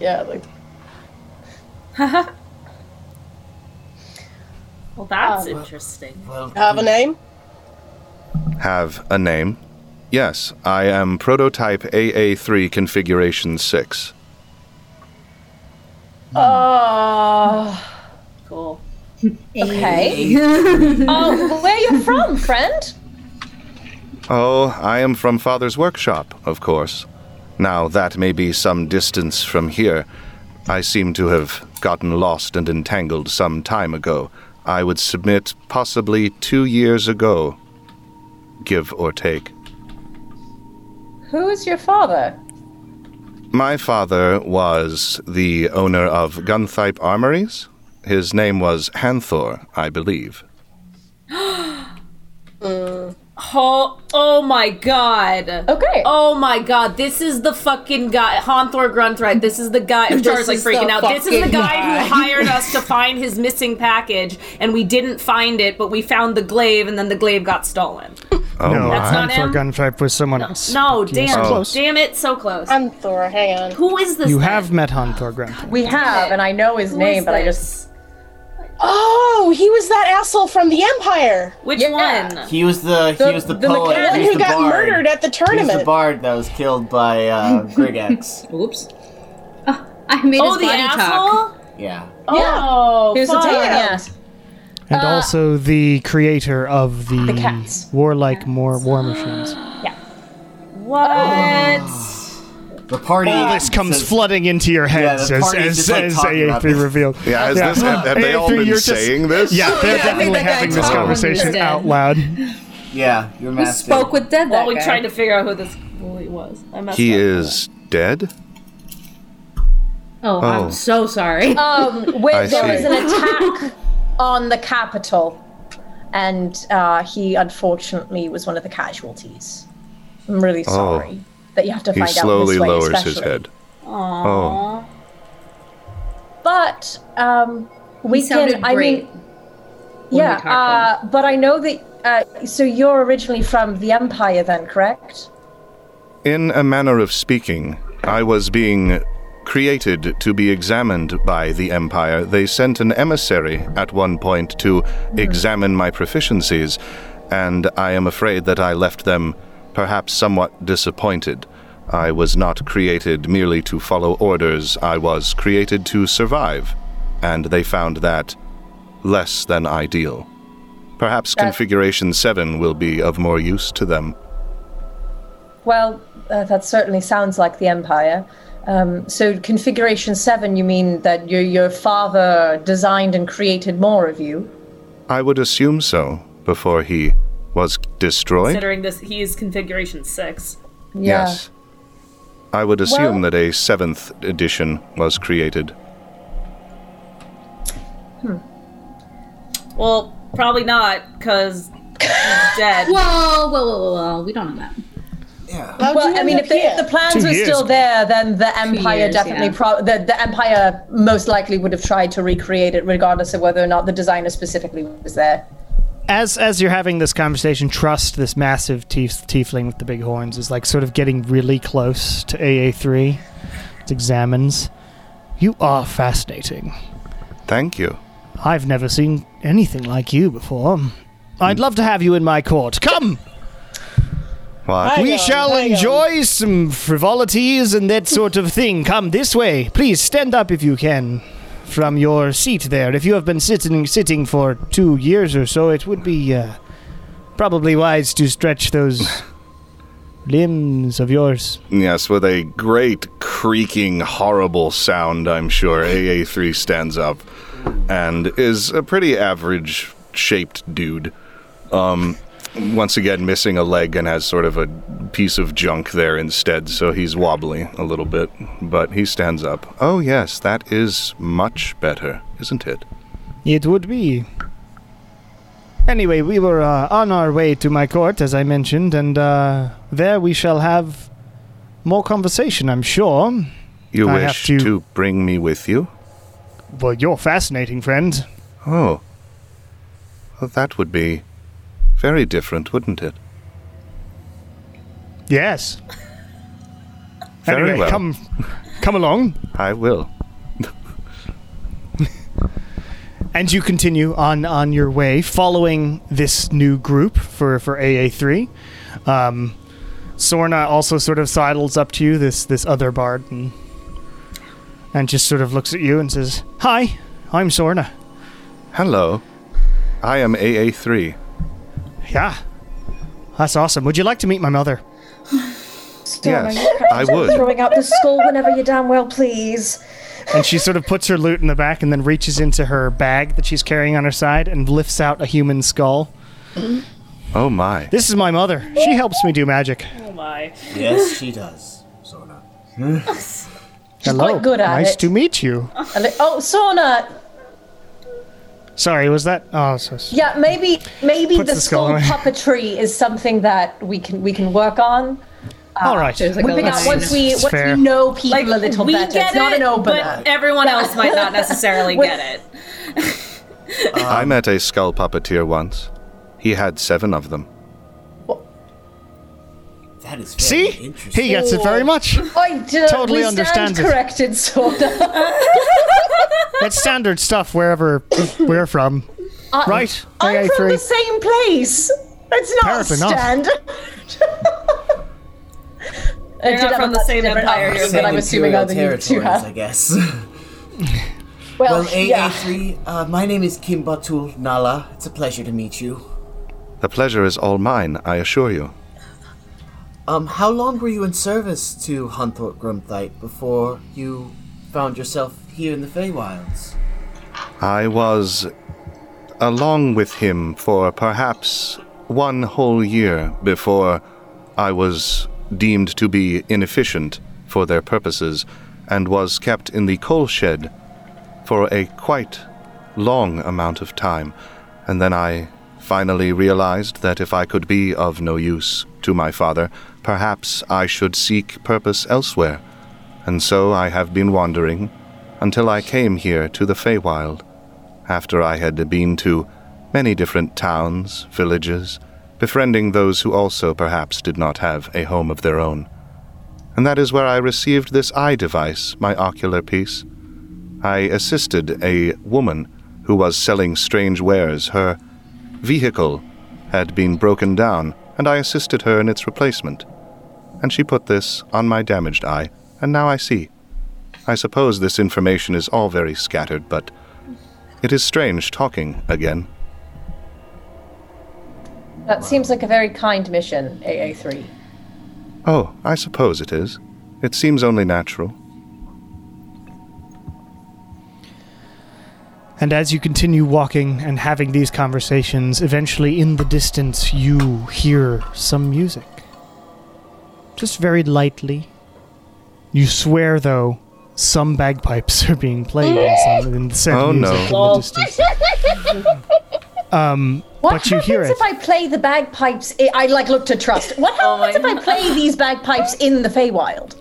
Speaker 1: yeah, like,
Speaker 9: Well, that's interesting.
Speaker 5: Well,
Speaker 1: have a name?
Speaker 3: have a name. Yes, I am prototype AA3 configuration 6.
Speaker 8: Oh.
Speaker 9: Cool.
Speaker 8: Okay. oh, where you from, <laughs> friend?
Speaker 3: Oh, I am from Father's workshop, of course. Now, that may be some distance from here. I seem to have gotten lost and entangled some time ago. I would submit possibly two years ago. Give or take.
Speaker 8: Who is your father?
Speaker 3: My father was the owner of Guntype Armories. His name was Hanthor, I believe.
Speaker 9: Oh, oh my god.
Speaker 8: Okay.
Speaker 9: Oh my god, this is the fucking guy, Honthor Grunthright. This is the guy. Jar's like
Speaker 7: is the
Speaker 9: freaking out. This is the
Speaker 7: fucking
Speaker 9: guy who hired us to find his missing package, and we didn't find it, but we found the glaive, and then the glaive got stolen.
Speaker 3: Oh,
Speaker 2: No,
Speaker 3: my.
Speaker 9: That's not
Speaker 2: Hunter
Speaker 9: him?
Speaker 2: Gunfight was someone else.
Speaker 9: No,
Speaker 2: Yes.
Speaker 9: damn,
Speaker 2: Close.
Speaker 9: damn it, so close.
Speaker 1: I'm Thor, hang on.
Speaker 9: who is this?
Speaker 2: You
Speaker 9: then?
Speaker 2: have met Hunter Gunfight.
Speaker 8: We have, and I know his
Speaker 9: Who
Speaker 8: name,
Speaker 9: is
Speaker 8: but I
Speaker 9: this?
Speaker 8: just.
Speaker 1: Oh, he was that asshole from the Empire.
Speaker 9: which
Speaker 8: Yeah.
Speaker 9: one?
Speaker 5: he was the,
Speaker 8: The-
Speaker 5: he was the,
Speaker 8: the
Speaker 5: poet.
Speaker 1: The
Speaker 8: mechanic
Speaker 1: one
Speaker 5: he
Speaker 1: who
Speaker 5: was the
Speaker 1: got
Speaker 5: bard.
Speaker 1: murdered at the
Speaker 5: He was
Speaker 1: tournament.
Speaker 5: the bard that was killed
Speaker 1: <laughs>
Speaker 5: by uh, Grigex.
Speaker 7: Oops. Ah, I made
Speaker 9: Oh,
Speaker 7: his
Speaker 9: the
Speaker 7: body
Speaker 9: asshole.
Speaker 7: talk.
Speaker 5: Yeah.
Speaker 9: Oh,
Speaker 8: Here's the
Speaker 9: fuck.
Speaker 8: thing, yeah.
Speaker 2: And also the creator of the,
Speaker 8: cats.
Speaker 2: warlike more war machines.
Speaker 9: What?
Speaker 5: The party.
Speaker 2: All this comes
Speaker 5: says-
Speaker 2: flooding into your heads
Speaker 5: the
Speaker 2: as,
Speaker 5: party's
Speaker 2: as,
Speaker 5: just, like,
Speaker 2: as
Speaker 5: talking about
Speaker 2: AA3
Speaker 5: this.
Speaker 2: revealed.
Speaker 3: Yeah, has This, have, have they all
Speaker 2: AA3,
Speaker 3: been
Speaker 2: you're just-
Speaker 3: saying this?
Speaker 2: Yeah,
Speaker 3: <laughs>
Speaker 2: they're
Speaker 7: I think
Speaker 2: definitely
Speaker 7: that guy
Speaker 2: having this
Speaker 7: totally
Speaker 2: conversation
Speaker 7: understood.
Speaker 2: out loud.
Speaker 5: Yeah, you're
Speaker 7: We spoke with dead that
Speaker 9: While we
Speaker 7: guy.
Speaker 9: tried to figure out who this bully was, I messed
Speaker 3: He
Speaker 9: up.
Speaker 3: is dead?
Speaker 7: oh,
Speaker 3: Oh.
Speaker 7: I'm so sorry. <laughs>
Speaker 8: Um, where
Speaker 3: I
Speaker 8: there
Speaker 3: see.
Speaker 8: was an attack on the capital, and uh, he unfortunately was one of the casualties. I'm really
Speaker 5: Oh.
Speaker 8: sorry that you have to
Speaker 3: Oh, He
Speaker 8: find
Speaker 3: slowly
Speaker 8: out this way,
Speaker 3: lowers his
Speaker 8: especially.
Speaker 3: head. Oh,
Speaker 8: But um, we
Speaker 7: sounded
Speaker 8: can. I
Speaker 7: great
Speaker 8: mean,
Speaker 7: we
Speaker 8: yeah.
Speaker 7: talked to
Speaker 8: Uh, but I know that. Uh, so you're originally from the Empire, then, correct?
Speaker 3: in a manner of speaking, I was being created to be examined by the Empire. They sent an emissary at one point to examine my proficiencies, and I am afraid that I left them perhaps somewhat disappointed. I was not created merely to follow orders, I was created to survive, and they found that less than ideal. Perhaps Configuration 7 will be of more use to them.
Speaker 8: Well, uh, that certainly sounds like the Empire. Um, so, Configuration 7, you mean that your, your father designed and created more of you?
Speaker 3: I would assume so, before he was destroyed?
Speaker 9: Considering this, he is configuration six.
Speaker 3: Yes. I would assume
Speaker 8: Well-
Speaker 3: that a seventh edition was created.
Speaker 9: Well, probably not, because he's dead.
Speaker 7: Oh, Whoa, whoa, whoa, whoa, whoa. We don't know that.
Speaker 5: Yeah.
Speaker 1: How'd
Speaker 8: Well,
Speaker 1: you
Speaker 8: I mean,
Speaker 1: end
Speaker 8: if
Speaker 1: up
Speaker 8: the, if
Speaker 1: here?
Speaker 8: the plans
Speaker 2: Two
Speaker 8: were
Speaker 2: years.
Speaker 8: still there, then the Empire
Speaker 7: years,
Speaker 8: definitely,
Speaker 7: yeah.
Speaker 8: pro- the, the Empire most likely would have tried to recreate it, regardless of whether or not the designer specifically was there.
Speaker 2: as as you're having this conversation, trust this massive tief- tiefling with the big horns is like sort of getting really close to AA three. It examines. You are fascinating.
Speaker 3: Thank you.
Speaker 2: I've never seen anything like you before. I'd love to have you in my court. Come,
Speaker 3: Why?
Speaker 2: we
Speaker 1: on,
Speaker 2: shall
Speaker 1: hang on.
Speaker 2: enjoy some frivolities and that sort of thing. Come this way, please. Stand up if you can from your seat there. If you have been sitting sitting for two years or so, it would be uh, probably wise to stretch those limbs of yours.
Speaker 3: Yes, with a great creaking, horrible sound, I'm sure, AA3 stands up and is a pretty average shaped dude. Um, once again, missing a leg and has sort of a piece of junk there instead, so he's wobbly a little bit, but he stands up. Oh, yes, that is much better, isn't it?
Speaker 2: It would be. Anyway, we were uh, on our way to my court, as I mentioned, and uh, there we shall have more conversation, I'm sure.
Speaker 3: You
Speaker 2: I
Speaker 3: wish
Speaker 2: have to-
Speaker 3: to bring me with you?
Speaker 2: Well, you're fascinating, friend.
Speaker 3: Oh. Well, that would be very different, wouldn't it?
Speaker 2: Yes.
Speaker 3: Very
Speaker 2: anyway,
Speaker 3: well.
Speaker 2: come come along.
Speaker 3: I will.
Speaker 2: And you continue on on your way, following this new group for for AA three. Um, Sorna also sort of sidles up to you, this this other bard, and and just sort of looks at you and says, "Hi, I'm Sorna.
Speaker 3: Hello. I am AA3.
Speaker 2: Yeah, that's awesome. Would you like to meet my mother?"
Speaker 3: Yes, I would.
Speaker 8: Throwing out the skull whenever you damn well please.
Speaker 2: And she sort of puts her loot in the back and then reaches into her bag that she's carrying on her side and lifts out a human skull.
Speaker 3: Oh my.
Speaker 2: This is my mother. She helps me do magic.
Speaker 9: Oh my.
Speaker 5: Yes, she does. Sona.
Speaker 2: Hello.
Speaker 8: quite good at
Speaker 2: nice
Speaker 8: it.
Speaker 2: to meet you.
Speaker 8: And it- oh, Sauna,
Speaker 2: Sorry, was that? Oh, so s-
Speaker 8: yeah, maybe maybe
Speaker 2: Puts
Speaker 8: the
Speaker 2: the skull
Speaker 8: skull
Speaker 2: away.
Speaker 8: puppetry is something that we can we can work on.
Speaker 2: all right.
Speaker 7: There's like
Speaker 8: Whipping
Speaker 7: a
Speaker 8: out
Speaker 7: line.
Speaker 8: once we
Speaker 2: It's
Speaker 8: once
Speaker 2: fair.
Speaker 8: we know people
Speaker 9: Like,
Speaker 8: a little
Speaker 9: we
Speaker 8: better.
Speaker 9: get
Speaker 8: it's not
Speaker 9: it,
Speaker 8: an opener.
Speaker 9: but everyone else might <laughs> not necessarily get it.
Speaker 3: I met a skull puppeteer once. He had seven of them.
Speaker 5: That is very
Speaker 2: See,
Speaker 5: interesting.
Speaker 2: he gets it very much.
Speaker 8: I do,
Speaker 2: Totally
Speaker 8: we
Speaker 2: understands
Speaker 8: stand
Speaker 2: it.
Speaker 8: corrected, Sauna.
Speaker 2: That's standard stuff wherever we're from, right?
Speaker 8: Uh, I'm from
Speaker 2: AA3.
Speaker 8: the same place. It's not
Speaker 2: Apparently not.
Speaker 8: stand. I
Speaker 9: You're not
Speaker 8: did have
Speaker 9: from
Speaker 8: a
Speaker 9: the
Speaker 8: much
Speaker 9: same
Speaker 8: different
Speaker 9: empire,
Speaker 8: accent,
Speaker 9: you're
Speaker 8: but
Speaker 5: Same
Speaker 8: I'm assuming
Speaker 5: Imperial
Speaker 8: other you two
Speaker 5: territories,
Speaker 8: have.
Speaker 5: I guess. <laughs>
Speaker 8: Well,
Speaker 5: well,
Speaker 8: yeah.
Speaker 5: AA3, uh, my name is Kimbatul Nala. It's a pleasure to meet you.
Speaker 3: The pleasure is all mine, I assure you.
Speaker 5: Um, how long were you in service to Hunthorpe Grimthite before you found yourself here in the Feywilds?
Speaker 3: I was along with him for perhaps one whole year before I was deemed to be inefficient for their purposes and was kept in the coal shed for a quite long amount of time. And then I finally realized that if I could be of no use to my father, perhaps I should seek purpose elsewhere. And so I have been wandering until I came here to the Feywild. After I had been to many different towns, villages, befriending those who also perhaps did not have a home of their own. And that is where I received this eye device, my ocular piece. I assisted a woman who was selling strange wares. Her vehicle had been broken down, and I assisted her in its replacement. And she put this on my damaged eye, and now I see. I suppose this information is all very scattered, but it is strange talking again.
Speaker 8: That seems like a very kind mission, AA3.
Speaker 3: Oh, I suppose it is. It seems only natural.
Speaker 2: And as you continue walking and having these conversations, eventually in the distance you hear some music. Just very lightly. You swear, though, some bagpipes <laughs> are being played in, some, in the said
Speaker 3: Oh, no.
Speaker 2: music in the
Speaker 3: Lol.
Speaker 2: distance.
Speaker 8: <laughs>
Speaker 2: Um,
Speaker 8: What
Speaker 2: But you
Speaker 8: happens
Speaker 2: hear
Speaker 8: if
Speaker 2: it.
Speaker 8: I play the bagpipes? I I, like look to trust. What happens if I play these bagpipes in the Feywild?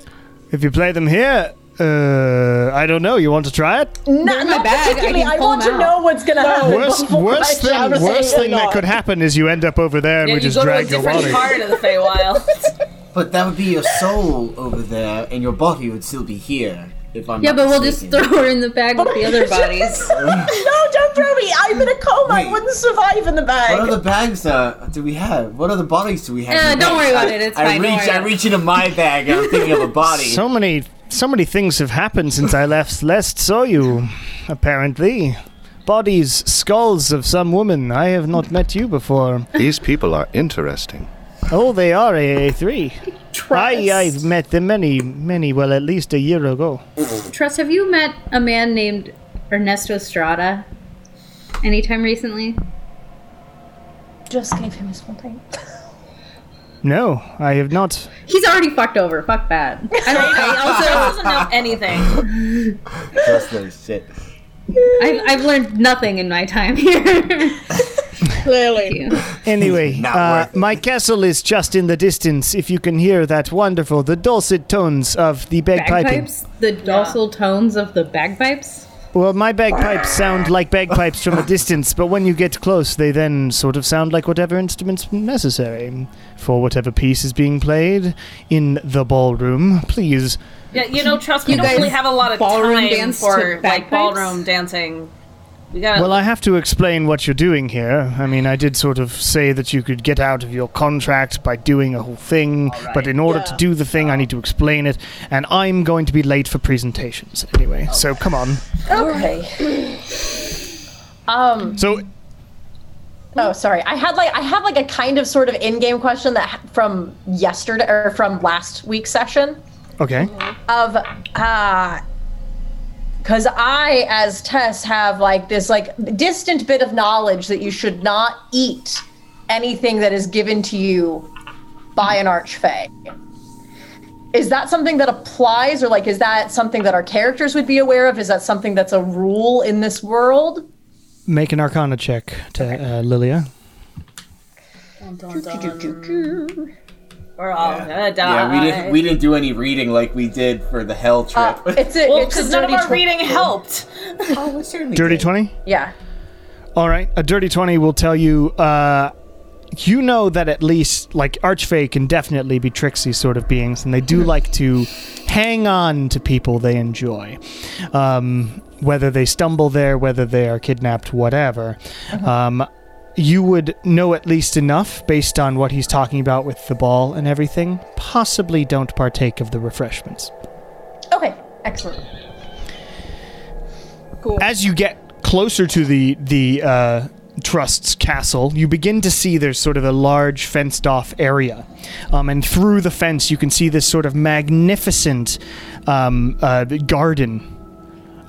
Speaker 2: If you play them here, uh, I don't know. You want to try
Speaker 9: <laughs>
Speaker 2: it?
Speaker 8: No,
Speaker 7: my
Speaker 8: not
Speaker 7: bag, I
Speaker 8: particularly.
Speaker 7: can
Speaker 8: I,
Speaker 7: pull
Speaker 8: want to
Speaker 7: them
Speaker 8: know what's gonna <laughs> happen.
Speaker 2: Worst,
Speaker 8: before
Speaker 2: worst
Speaker 8: I
Speaker 2: thing,
Speaker 8: shout
Speaker 2: worst
Speaker 8: it
Speaker 2: thing that
Speaker 8: out.
Speaker 2: could happen is you end up over there and
Speaker 9: Yeah,
Speaker 2: we
Speaker 9: you
Speaker 2: just
Speaker 9: go to a
Speaker 2: drag your wallet.
Speaker 9: different part of the Feywild.
Speaker 5: But that would be your soul over there, and your body would still be here. If I'm
Speaker 7: Yeah,
Speaker 5: not
Speaker 7: but we'll just
Speaker 5: mistaken.
Speaker 7: <laughs> throw her in the bag with <laughs> the
Speaker 8: <laughs>
Speaker 7: other bodies.
Speaker 8: No, don't throw me. I'm in a coma. I
Speaker 5: Wait.
Speaker 8: wouldn't survive in the bag.
Speaker 5: What other bags uh, do we have? What other bodies do we have?
Speaker 7: Uh,
Speaker 5: in the bag?
Speaker 7: don't worry about it,
Speaker 5: I-
Speaker 7: it's
Speaker 5: I
Speaker 7: fine, don't
Speaker 5: reach.
Speaker 7: worry
Speaker 5: I
Speaker 7: about it.
Speaker 5: reach into my bag. and I'm thinking of a body.
Speaker 2: <laughs> So many, so many things have happened since I last last saw you. Apparently, bodies, skulls of some woman. I have not met you
Speaker 9: <laughs>
Speaker 2: before.
Speaker 3: These people are interesting.
Speaker 2: Oh, they are AA three. I I've met them many, many. Well, at least a year ago.
Speaker 7: Trust, have you met a man named Ernesto Estrada anytime recently?
Speaker 8: Just gave him his full name.
Speaker 2: No, I have not.
Speaker 7: He's already fucked over. Fuck that. I, don't, I also,
Speaker 9: doesn't know anything.
Speaker 5: Just those shit.
Speaker 7: I've, I've learned nothing in my time here.
Speaker 1: Clearly.
Speaker 2: Anyway,
Speaker 5: Not
Speaker 2: uh,
Speaker 5: worth it.
Speaker 2: my castle is just in the distance. If you can hear that wonderful, the dulcet tones of the bagpiping.
Speaker 7: Bagpipes? The docile tones of the bagpipes?
Speaker 2: Well, my bagpipes sound
Speaker 5: <laughs>
Speaker 2: like bagpipes from a distance, but when you get close, they then sort of sound like whatever instruments necessary for whatever piece is being played in the ballroom. Please,
Speaker 9: <laughs> Yeah, you know, trust me, you don't
Speaker 7: guys
Speaker 9: really have a lot of
Speaker 7: ballroom
Speaker 9: time
Speaker 7: dance to
Speaker 9: for like
Speaker 7: bagpipes?
Speaker 9: ballroom dancing. We got
Speaker 2: well, I have to explain what you're doing here. I mean, I did sort of say that you could get out of your contract by doing a whole thing, but in order to do the thing, I need to explain it, and I'm going to be late for presentations anyway. So come on.
Speaker 8: Okay. um.
Speaker 2: So
Speaker 8: Oh, sorry. I had like I have like a kind of sort of in-game question that from yesterday or from last week's session
Speaker 2: okay,
Speaker 8: of uh because I, as Tess, have like this like distant bit of knowledge that you should not eat anything that is given to you by an archfey. Is that something that applies, or like is that something that our characters would be aware of? Is that something that's a rule in this world?
Speaker 2: make an Arcana check to uh, Lilia.
Speaker 9: we're all gonna
Speaker 5: Yeah,
Speaker 9: die.
Speaker 5: we didn't. We didn't do any reading like we did for the hell trip.
Speaker 8: It's a,
Speaker 9: well,
Speaker 8: it's a
Speaker 9: because none of
Speaker 8: dirty
Speaker 9: our
Speaker 8: tw-
Speaker 9: reading helped.
Speaker 5: oh, we certainly
Speaker 2: Dirty
Speaker 5: did.
Speaker 2: twenty.
Speaker 8: Yeah.
Speaker 2: All right, a dirty twenty will tell you. Uh, you know that at least like Archfey can definitely be tricksy sort of beings, and they do
Speaker 5: Mm-hmm.
Speaker 2: like to hang on to people they enjoy, um, whether they stumble there, whether they are kidnapped, whatever.
Speaker 5: Mm-hmm.
Speaker 2: Um, you would know at least enough based on what he's talking about with the ball and everything. Possibly don't partake of the refreshments.
Speaker 8: Okay, excellent.
Speaker 2: as you get closer to the the uh, trust's castle, you begin to see there's sort of a large fenced off area, um, and through the fence you can see this sort of magnificent um, uh, garden.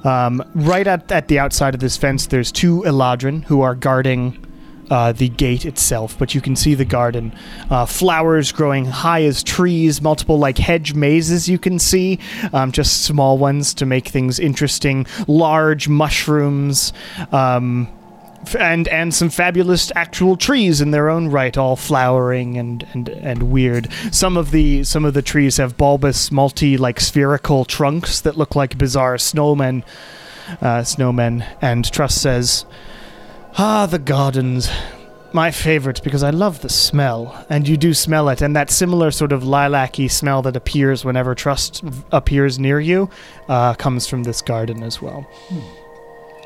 Speaker 2: Um, right at, at the outside of this fence, there's two Eladrin who are guarding uh, the gate itself, but you can see the garden. Uh, flowers growing high as trees, multiple like hedge mazes you can see, um, just small ones to make things interesting, large mushrooms. Um, f- and and some fabulous actual trees in their own right, all flowering and and and weird. Some of the some of the trees have bulbous, multi like spherical trunks that look like bizarre snowmen. Uh, snowmen and Truss says, "Ah, the gardens." My favorite because I love the smell, and you do smell it, and that similar sort of lilac-y smell that appears whenever Trust appears near you uh, comes from this garden as well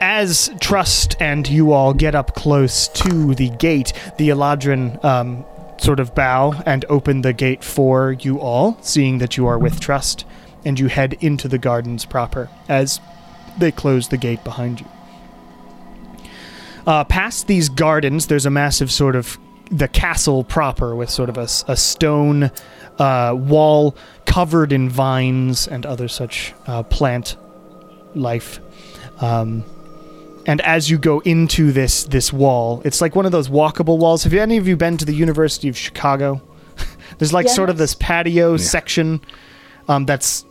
Speaker 2: as Trust and you all get up close to the gate, the Eladrin um, sort of bow and open the gate for you all, seeing that you are with Trust, and you head into the gardens proper as they close the gate behind you. Uh, past these gardens, there's a massive sort of the castle proper with sort of a, s- a stone uh, wall covered in vines and other such uh, plant life Um, and as you go into this this wall, it's like one of those walkable walls. Have you, any of you been to the University of Chicago? <laughs> There's like sort of this patio section um, that's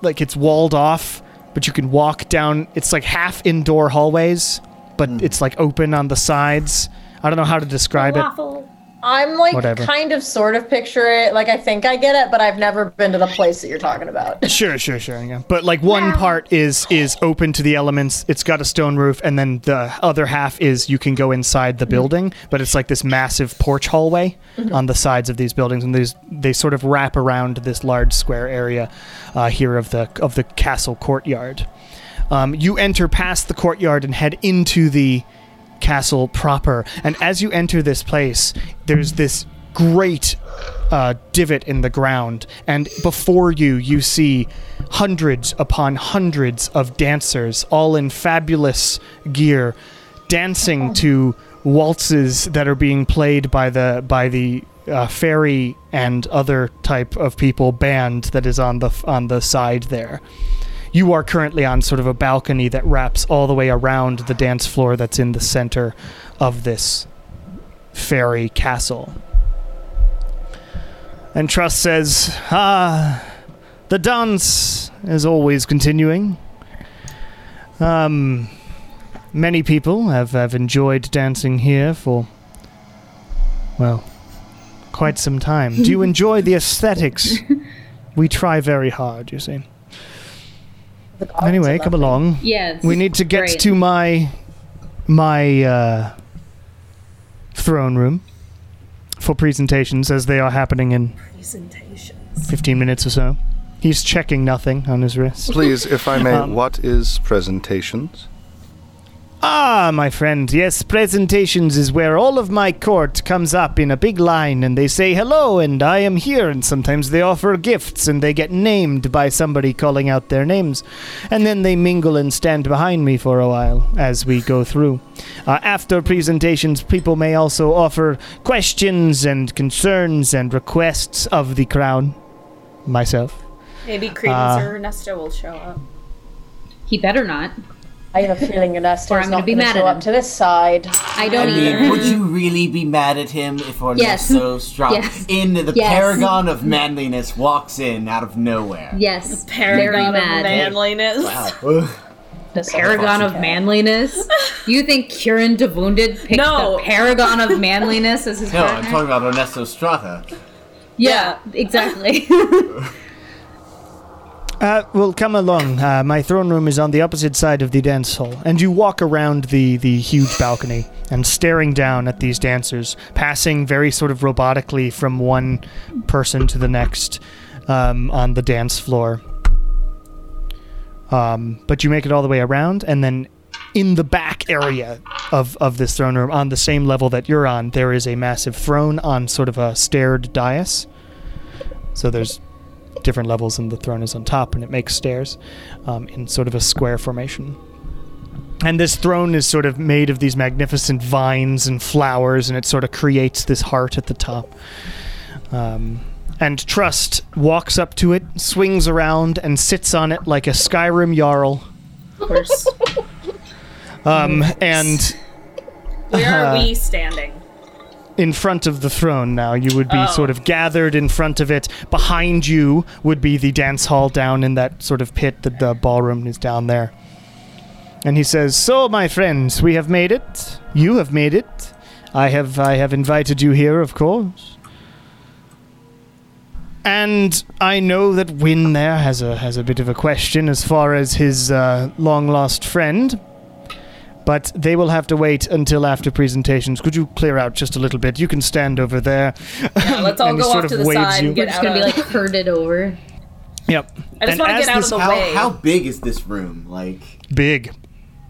Speaker 2: like it's walled off, but you can walk down. It's like half indoor hallways, but it's like open on the sides. I don't know how to describe it.
Speaker 8: I'm like
Speaker 2: Whatever.
Speaker 8: kind of sort of picture it. Like I think I get it, but I've never been to the place that you're talking about.
Speaker 2: Sure, sure, sure. Yeah. But like one part is is open to the elements. It's got a stone roof, and then the other half is you can go inside the building. But it's like this massive porch hallway on the sides of these buildings, and these they sort of wrap around this large square area uh, here of the of the castle courtyard. Um, you enter past the courtyard and head into the castle proper. And as you enter this place, there's this great uh, divot in the ground. And before you, you see hundreds upon hundreds of dancers, all in fabulous gear, dancing to waltzes that are being played by the by the uh, fairy and other type of people band that is on the on the side there you are currently on sort of a balcony that wraps all the way around the dance floor that's in the center of this fairy castle. And Truss says, Ah, the dance is always continuing. Um, many people have, have enjoyed dancing here for, well, quite some time. Do you enjoy the aesthetics? We try very hard, you see.
Speaker 8: The gardens
Speaker 2: Anyway,
Speaker 8: are
Speaker 2: come
Speaker 8: lovely.
Speaker 2: along.
Speaker 7: Yeah. this
Speaker 2: We
Speaker 7: is
Speaker 2: need to get
Speaker 7: great.
Speaker 2: to my my uh, throne room for presentations as they are happening in
Speaker 9: Presentations.
Speaker 2: 15 minutes or so. He's checking nothing on his wrist.
Speaker 3: Please, if I may, what is presentations?
Speaker 2: Ah, my friend, yes, presentations is where all of my court comes up in a big line and they say hello and I am here and sometimes they offer gifts and they get named by somebody calling out their names and then they mingle and stand behind me for a while as we go through. Uh, after presentations, people may also offer questions and concerns and requests of the crown. Myself.
Speaker 9: Maybe
Speaker 2: uh,
Speaker 9: Credence or Ernesto will show up.
Speaker 7: He better not.
Speaker 8: I have a feeling your nest is
Speaker 7: Or
Speaker 8: not
Speaker 7: I'm gonna
Speaker 8: going
Speaker 7: be
Speaker 8: to
Speaker 7: mad at
Speaker 8: show up
Speaker 7: him.
Speaker 8: to this side.
Speaker 7: I don't
Speaker 5: I mean,
Speaker 7: either.
Speaker 5: would you really be mad at him if
Speaker 7: Yes.
Speaker 5: Ernesto dropped
Speaker 7: Yes.
Speaker 5: into the
Speaker 7: Yes.
Speaker 5: paragon of manliness walks in out of nowhere? Oh.
Speaker 7: Yes.
Speaker 9: Paragon
Speaker 7: very
Speaker 9: of
Speaker 7: mad.
Speaker 9: manliness.
Speaker 5: Ugh.
Speaker 7: Paragon of manliness. You think Kieran de Wounded picked
Speaker 9: No.
Speaker 7: the paragon of manliness as his
Speaker 5: No, I'm
Speaker 7: partner?
Speaker 5: talking about Ernesto Strata.
Speaker 7: yeah,
Speaker 8: <laughs>
Speaker 7: exactly.
Speaker 2: Uh, well, come along. Uh, my throne room is on the opposite side of the dance hall, and you walk around the, the huge balcony and staring down at these dancers, passing very sort of robotically from one person to the next um, on the dance floor. Um, but you make it all the way around, and then in the back area of, of this throne room, on the same level that you're on, there is a massive throne on sort of a staired dais. So there's different levels, and the throne is on top, and it makes stairs um, in sort of a square formation. And this throne is sort of made of these magnificent vines and flowers, and it sort of creates this heart at the top. Um, and Trust walks up to it, swings around, and sits on it like a Skyrim Jarl.
Speaker 9: Of course.
Speaker 2: Um, and
Speaker 9: Where are we standing?
Speaker 2: in front of the throne now. You would be sort of gathered in front of it. Behind you would be the dance hall down in that sort of pit that the ballroom is down there. And he says, "So, my friends, we have made it. You have made it. I have I have invited you here, of course. And I know that Win there has a has a bit of a question as far as his uh, long lost friend, but they will have to wait until after presentations. Could you clear out just a little bit? You can stand over there. <laughs>
Speaker 9: Yeah, let's all
Speaker 2: And he
Speaker 9: go
Speaker 2: sort
Speaker 9: off
Speaker 2: of
Speaker 9: to the
Speaker 2: waves
Speaker 9: side
Speaker 2: you.
Speaker 9: and get
Speaker 7: It's
Speaker 9: out
Speaker 7: gonna
Speaker 9: of
Speaker 7: be like herded over.
Speaker 2: Yep.
Speaker 9: I just
Speaker 2: And
Speaker 9: wanna
Speaker 2: as
Speaker 9: get out of
Speaker 2: this-
Speaker 9: the
Speaker 5: How,
Speaker 9: way.
Speaker 5: how big is this room? Like,
Speaker 2: big.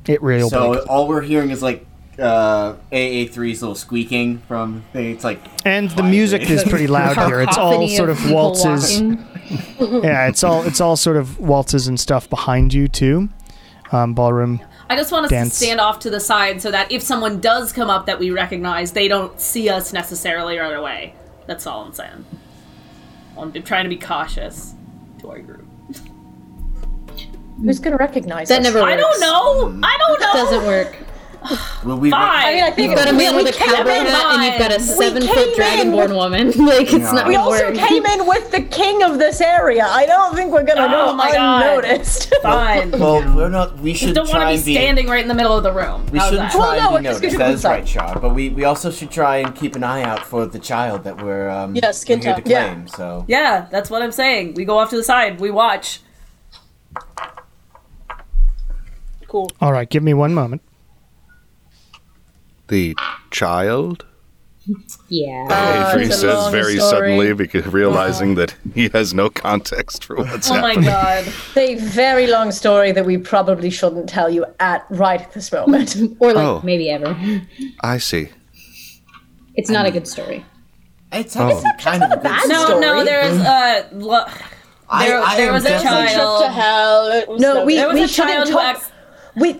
Speaker 2: It real
Speaker 5: so
Speaker 2: big.
Speaker 5: all we're hearing is like uh, AA3's little squeaking from thing. It's like,
Speaker 2: And the music is pretty loud here. It's all
Speaker 7: Cacophony
Speaker 2: sort
Speaker 7: of
Speaker 2: of
Speaker 7: people
Speaker 2: waltzes.
Speaker 7: walking.
Speaker 2: Yeah, it's all it's all sort of waltzes and stuff behind you too. Um, ballroom.
Speaker 9: I just want us
Speaker 2: Dance.
Speaker 9: to stand off to the side so that if someone does come up that we recognize, they don't see us necessarily right away. That's all I'm saying. I'm trying to be cautious to our group.
Speaker 8: Who's gonna recognize
Speaker 7: That
Speaker 8: us?
Speaker 7: never
Speaker 9: I don't know. I don't know.
Speaker 7: Doesn't work.
Speaker 5: will we?
Speaker 9: Fine.
Speaker 8: I mean, I think
Speaker 7: You've got a
Speaker 8: we-
Speaker 7: man
Speaker 8: we
Speaker 7: with a
Speaker 8: came
Speaker 7: cowboy
Speaker 8: in-
Speaker 7: hat, and you've got a seven-foot
Speaker 8: came in
Speaker 7: dragonborn woman. <laughs> Like it's
Speaker 5: Yeah.
Speaker 7: not
Speaker 8: We
Speaker 7: gonna
Speaker 8: also
Speaker 7: work.
Speaker 8: came in with the king of this area. I don't think we're gonna
Speaker 9: Oh
Speaker 8: go
Speaker 9: my God.
Speaker 8: unnoticed.
Speaker 9: Fine.
Speaker 5: Well, we're not. We should
Speaker 9: don't want
Speaker 5: try
Speaker 9: to be
Speaker 5: and be.
Speaker 9: standing right in the middle of the room.
Speaker 5: we
Speaker 9: How's
Speaker 5: shouldn't
Speaker 9: that?
Speaker 5: try
Speaker 8: Well, no,
Speaker 5: and be
Speaker 8: it's 'cause
Speaker 5: noticed.
Speaker 8: you're
Speaker 5: That is
Speaker 8: inside.
Speaker 5: right, Shaw. But we, we also should try and keep an eye out for the child that we're um
Speaker 1: Yes,
Speaker 5: we're here to
Speaker 1: Kinta.
Speaker 8: Yeah.
Speaker 5: claim. So
Speaker 9: Yeah, that's what I'm saying. We go off to the side. We watch.
Speaker 2: All right, give me one moment.
Speaker 3: The child?
Speaker 7: Yeah.
Speaker 8: Uh, it's
Speaker 3: Avery
Speaker 8: a
Speaker 3: says
Speaker 8: long
Speaker 3: very
Speaker 8: story. Uh-huh.
Speaker 3: suddenly, because realizing that he has no context for what's
Speaker 9: Oh my
Speaker 3: happening.
Speaker 9: god.
Speaker 8: It's a very long story that we probably shouldn't tell you at right at this moment.
Speaker 9: <laughs>
Speaker 7: Or like
Speaker 3: Oh.
Speaker 7: maybe ever. <laughs>
Speaker 3: I see.
Speaker 7: It's not a good story.
Speaker 5: it's
Speaker 2: Oh.
Speaker 5: actually kind of a good
Speaker 9: Oh, No,
Speaker 5: story.
Speaker 9: no, there is uh lo-
Speaker 5: I-
Speaker 9: there-
Speaker 5: I
Speaker 9: there
Speaker 5: am
Speaker 9: was a
Speaker 5: definitely-
Speaker 9: child.
Speaker 1: Trip to hell. It was
Speaker 8: No, we-
Speaker 9: there was
Speaker 8: we
Speaker 9: a
Speaker 8: shouldn't
Speaker 9: child who
Speaker 8: talk-
Speaker 9: ac-
Speaker 8: We,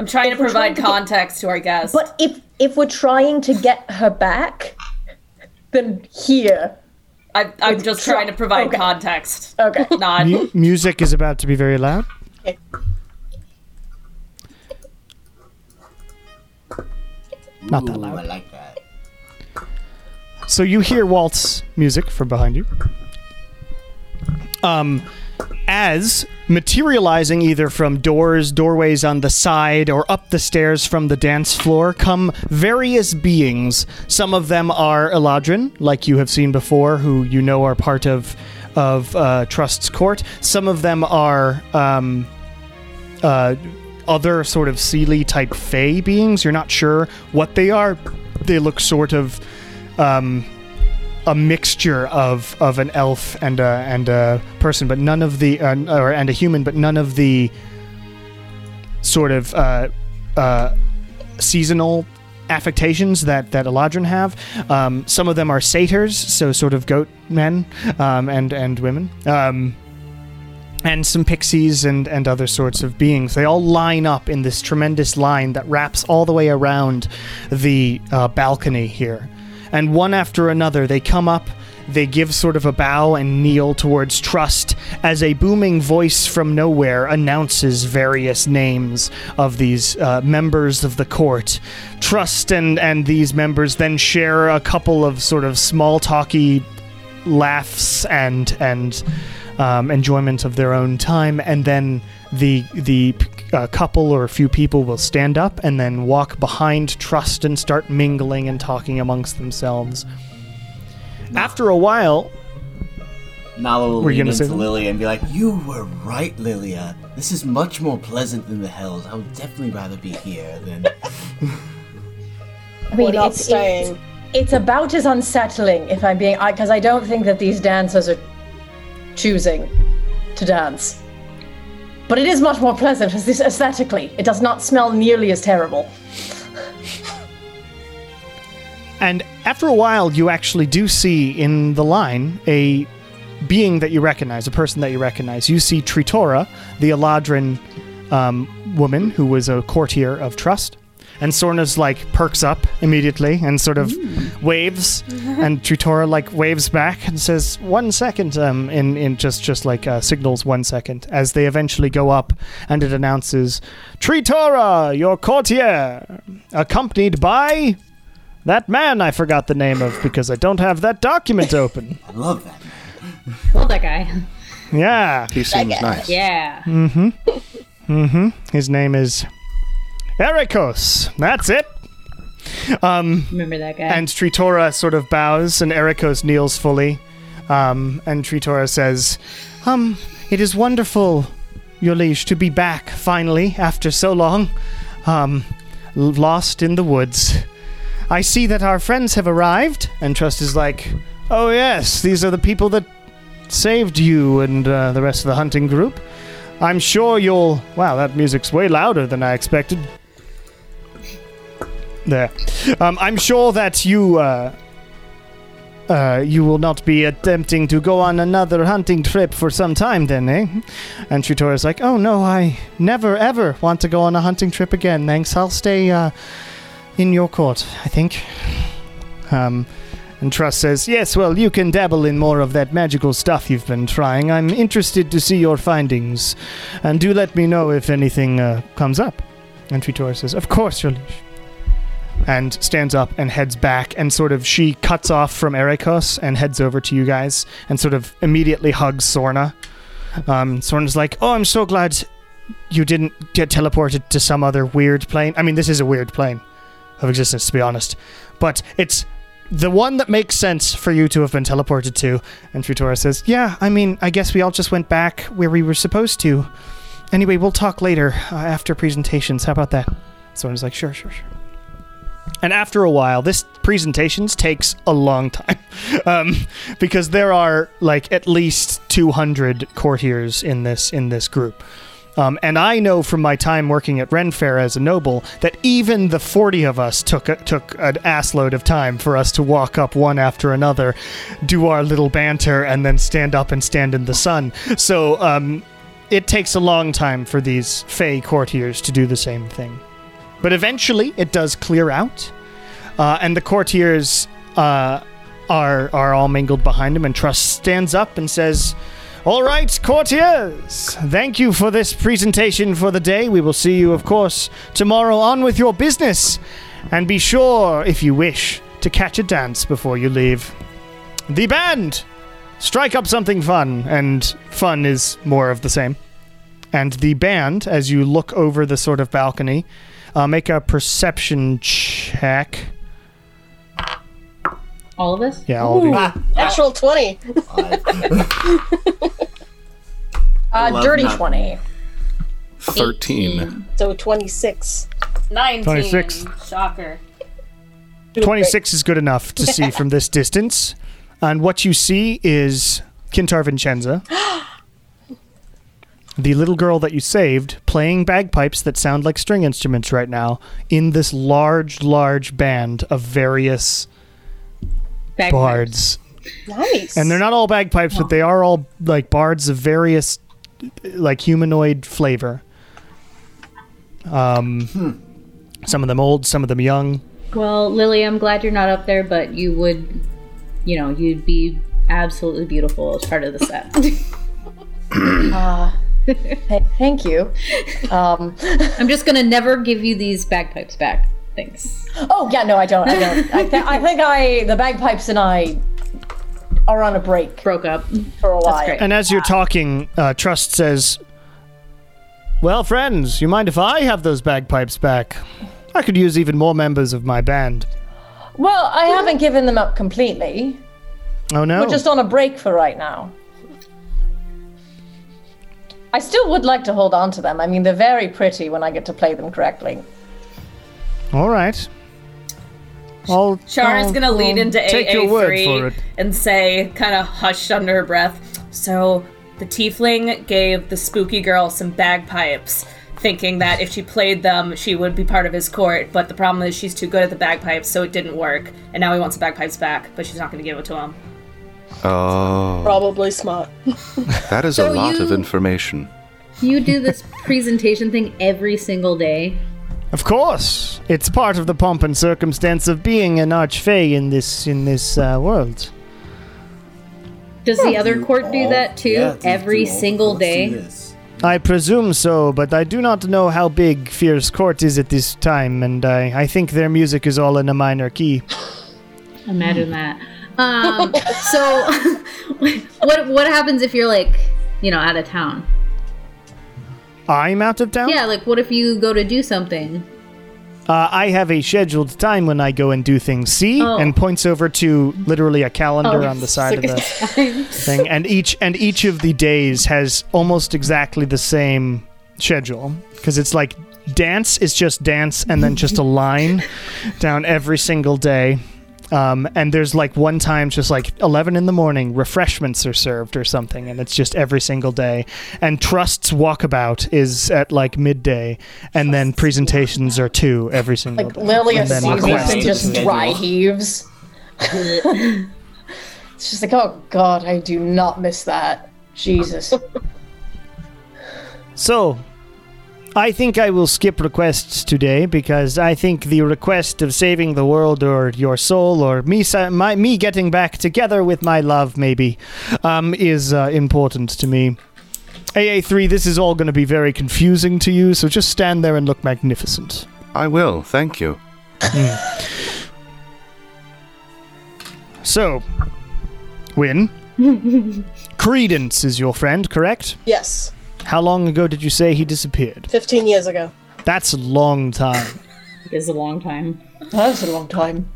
Speaker 9: I'm trying to
Speaker 8: we're trying
Speaker 9: provide
Speaker 8: to get-
Speaker 9: context to our guest.
Speaker 8: but if if we're trying to get her back, then here,
Speaker 9: I, I'm just
Speaker 8: try-
Speaker 9: trying to provide
Speaker 8: okay.
Speaker 9: context.
Speaker 8: okay.
Speaker 9: Not
Speaker 2: Mu- music is about to be very loud. Not that
Speaker 5: Ooh, I
Speaker 2: loud.
Speaker 5: like that.
Speaker 2: So you hear waltz music from behind you. Um, as materializing either from doors, doorways on the side, or up the stairs from the dance floor come various beings. Some of them are Eladrin, like you have seen before, who you know are part of of uh, Trust's court. Some of them are um, uh, other sort of Sealy type Fey beings. You're not sure what they are. They look sort of um, a mixture of, of an elf and a and a person, but none of the uh, or and a human, but none of the sort of uh, uh, seasonal affectations that that Eladrin have. Um, some of them are satyrs, so sort of goat men um, and and women. Um, and some pixies and, and other sorts of beings. They all line up in this tremendous line that wraps all the way around the uh, balcony here. And one after another, they come up, they give sort of a bow and kneel towards Trust as a booming voice from nowhere announces various names of these uh, members of the court. Trust and, and these members then share a couple of sort of small talky laughs and and um, enjoyment of their own time, and then the the uh, couple or a few people will stand up and then walk behind Trust and start mingling and talking amongst themselves. After a while,
Speaker 5: Nala will
Speaker 2: Were you
Speaker 5: lean
Speaker 2: gonna say
Speaker 5: into
Speaker 2: something?
Speaker 5: Lilia and be like, "You were right, Lilia. This is much more pleasant than the Hells. I would definitely rather be here than." <laughs>
Speaker 8: I mean,
Speaker 1: not
Speaker 8: it's,
Speaker 1: staying.
Speaker 8: <laughs> it's it's about as unsettling if I'm being, because I, don't think that these dancers are choosing to dance. But it is much more pleasant as this aesthetically. It does not smell nearly as terrible.
Speaker 2: And after a while, you actually do see in the line a being that you recognize, a person that you recognize. You see Tritora, the Eladrin um, woman who was a courtier of trust. And Sorna's like perks up immediately and sort of waves, and Tritora like waves back and says, "One second," um, in in just just like uh, signals one second as they eventually go up, and it announces, "Tritora, your courtier, accompanied by that man I forgot the name of because I don't have that document open.
Speaker 5: I love that.
Speaker 7: Love that guy. <laughs>
Speaker 2: Yeah. Hmm.
Speaker 3: He seems nice.
Speaker 7: Yeah.
Speaker 2: His name is Erikos. That's it.
Speaker 7: Remember that guy?
Speaker 2: And Tritora sort of bows, and Erikos kneels fully. Um, and Tritora says, Um, it is wonderful, your liege, to be back finally after so long. Um, l- lost in the woods. I see that our friends have arrived. And Trust is like, Oh, yes, these are the people that saved you and uh, the rest of the hunting group. I'm sure you'll. Wow, that music's way louder than I expected. There. Um, I'm sure that you. Uh, uh, you will not be attempting to go on another hunting trip for some time, then, eh? And Tritora's like, "Oh no, I never ever want to go on a hunting trip again. Thanks, I'll stay uh, in your court. I think." Um, and Truss says, Yes, well, you can dabble in more of that magical stuff you've been trying. I'm interested to see your findings. And do let me know if anything uh, comes up. And Tritor says, Of course, your liege. And stands up and heads back, and sort of she cuts off from Erikos and heads over to you guys and sort of immediately hugs Sorna. Um, Sorna's like, Oh, I'm so glad you didn't get teleported to some other weird plane. I mean, this is a weird plane of existence, to be honest. But it's the one that makes sense for you to have been teleported to. And Futura says, Yeah, I mean, I guess we all just went back where we were supposed to. Anyway, we'll talk later uh, after presentations. How about that? Someone's like, Sure, sure, sure. And after a while, this presentations takes a long time <laughs> um, because there are like at least 200 courtiers in this in this group. Um, and I know from my time working at Ren Fair as a noble that even the 40 of us took a, took an assload of time for us to walk up one after another, do our little banter, and then stand up and stand in the sun. So um, it takes a long time for these Fey courtiers to do the same thing. But eventually, it does clear out, uh, and the courtiers uh, are are all mingled behind him. And Trust stands up and says. All right, courtiers, thank you for this presentation for the day. We will see you, of course, tomorrow on with your business. And be sure, if you wish, to catch a dance before you leave. The band! Strike up something fun, and fun is more of the same. And the band, as you look over the sort of balcony, uh, make a perception check.
Speaker 7: all of us?
Speaker 2: Yeah, all of you.
Speaker 1: Natural 20.
Speaker 8: Uh,
Speaker 5: Love
Speaker 8: dirty
Speaker 5: not-
Speaker 8: 20.
Speaker 3: 13.
Speaker 1: So 26.
Speaker 9: 19.
Speaker 2: 26.
Speaker 9: Shocker.
Speaker 2: 26 is good enough to see from this distance. And what you see is Kintar Vincenza, the little girl that you saved, playing bagpipes that sound like string instruments right now in this large, large band of various
Speaker 7: Bagpipes.
Speaker 2: bards.
Speaker 1: Nice.
Speaker 2: And they're not all bagpipes, but they are all like bards of various, like humanoid flavor. Um, some of them old, some of them young.
Speaker 7: Well, Lily, I'm glad you're not up there, but you would, you know, you'd be absolutely beautiful as part of the set.
Speaker 8: <laughs> Hey, thank you. Um,
Speaker 7: I'm just gonna never give you these bagpipes back. Thanks.
Speaker 8: oh, yeah, no, I don't. I don't. I, th- I think I, the bagpipes and I are on a break
Speaker 7: Broke up.
Speaker 8: for a while.
Speaker 7: great.
Speaker 2: And as you're talking, uh, Trust says, Well, friends, you mind if I have those bagpipes back? I could use even more members of my band.
Speaker 8: Well, I haven't given them up completely.
Speaker 2: Oh no.
Speaker 8: We're just on a break for right now. I still would like to hold on to them. I mean, they're very pretty when I get to play them correctly.
Speaker 2: All right. I'll,
Speaker 9: Char is
Speaker 2: I'll-
Speaker 9: gonna lead
Speaker 2: I'll
Speaker 9: into
Speaker 2: Oh, take
Speaker 9: AA3
Speaker 2: your word for it.
Speaker 9: and say, kind of hushed under her breath, so the tiefling gave the spooky girl some bagpipes, thinking that if she played them, she would be part of his court. But the problem is she's too good at the bagpipes, so it didn't work. And now he wants the bagpipes back, but she's not gonna give it to him.
Speaker 3: Oh,
Speaker 1: probably smart.
Speaker 3: <laughs> that is a lot of
Speaker 7: you-
Speaker 3: information.
Speaker 7: You do
Speaker 5: <laughs>
Speaker 7: this presentation thing every single day.
Speaker 2: Of course, it's part of the pomp and circumstance of being an archfey in this in this uh, world.
Speaker 7: Does the other court do that too
Speaker 5: Yeah, it's
Speaker 7: every
Speaker 5: too old.
Speaker 7: single
Speaker 5: Let's do
Speaker 7: day?
Speaker 5: this.
Speaker 2: I presume so, but I do not know how big Fierce Court is at this time, and I, I think their music is all in a minor key.
Speaker 5: Mm. <laughs>
Speaker 7: Imagine that. Um, <laughs> so, what what happens if you're like, you know, out of town?
Speaker 2: I'm out of town?
Speaker 7: Yeah, like what if you go to do something?
Speaker 2: Uh, I have a scheduled time when I go and do things. See,
Speaker 7: Oh.
Speaker 2: and points over to literally a calendar
Speaker 7: Oh,
Speaker 2: on
Speaker 7: <laughs>
Speaker 2: the side of
Speaker 7: sick
Speaker 2: the thing, and each and each of the days has almost exactly the same schedule because it's like dance is just dance, and then just a line down every single day. Um, and there's like one time, just like 11 in the morning, refreshments are served or something, and it's just every single day. And trusts walkabout is at like midday, and then presentations are two every single
Speaker 8: Like
Speaker 2: day.
Speaker 8: Lilia
Speaker 2: And then
Speaker 8: sees this
Speaker 2: request
Speaker 8: and
Speaker 2: is
Speaker 8: just
Speaker 5: schedule.
Speaker 8: dry heaves. <laughs> it's just like, oh god, I do not miss that. Jesus.
Speaker 2: So, I think I will skip requests today because I think the request of saving the world or your soul or me sa- my, me getting back together with my love maybe um, is uh, important to me. AA3, this is all going to be very confusing to you, so just stand there and look magnificent.
Speaker 3: I will, thank you.
Speaker 2: So,
Speaker 1: <laughs>
Speaker 2: Win, Credence is your friend, correct?
Speaker 1: Yes,
Speaker 2: How long ago did you say he disappeared?
Speaker 1: 15 years ago.
Speaker 2: That's a long time.
Speaker 7: is a long time.
Speaker 8: That was a long time.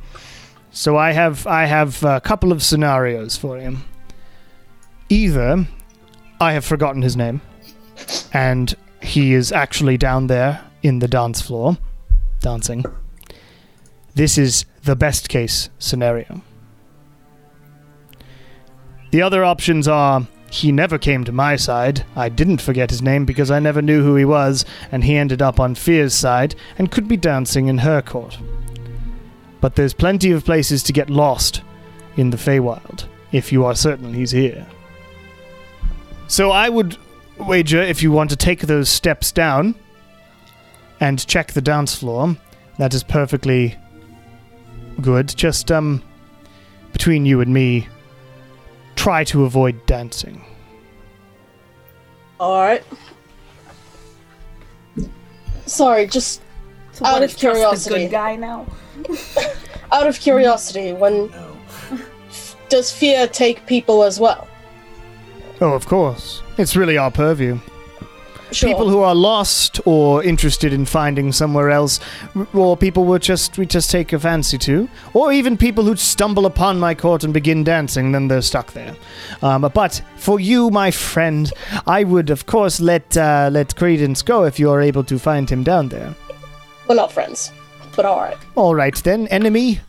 Speaker 2: So I have I have a couple of scenarios for him. Either I have forgotten his name, and he is actually down there in the dance floor, dancing. This is the best case scenario. The other options are he never came to my side, I didn't forget his name because I never knew who he was, and he ended up on Fear's side and could be dancing in her court but there's plenty of places to get lost in the Feywild if you are certain he's here. So I would wager if you want to take those steps down and check the dance floor, that is perfectly good. Just um between you and me, try to avoid dancing.
Speaker 1: All right. Sorry, just
Speaker 9: So
Speaker 1: Out
Speaker 9: what
Speaker 1: of
Speaker 9: if Trump's The
Speaker 1: curiosity.
Speaker 9: good guy now.
Speaker 1: <laughs> out of curiosity, when
Speaker 5: No.
Speaker 1: does fear take people as well?
Speaker 2: Oh, of course. It's really our purview.
Speaker 1: Sure.
Speaker 2: people who are lost or interested in finding somewhere else, r- or people we just we just take a fancy to, or even people who stumble upon my court and begin dancing, then they're stuck there. Um, but for you, my friend, I would of course let uh, let Credence go if you are able to find him down there.
Speaker 1: We're not friends, but all right.
Speaker 2: All right then, enemy.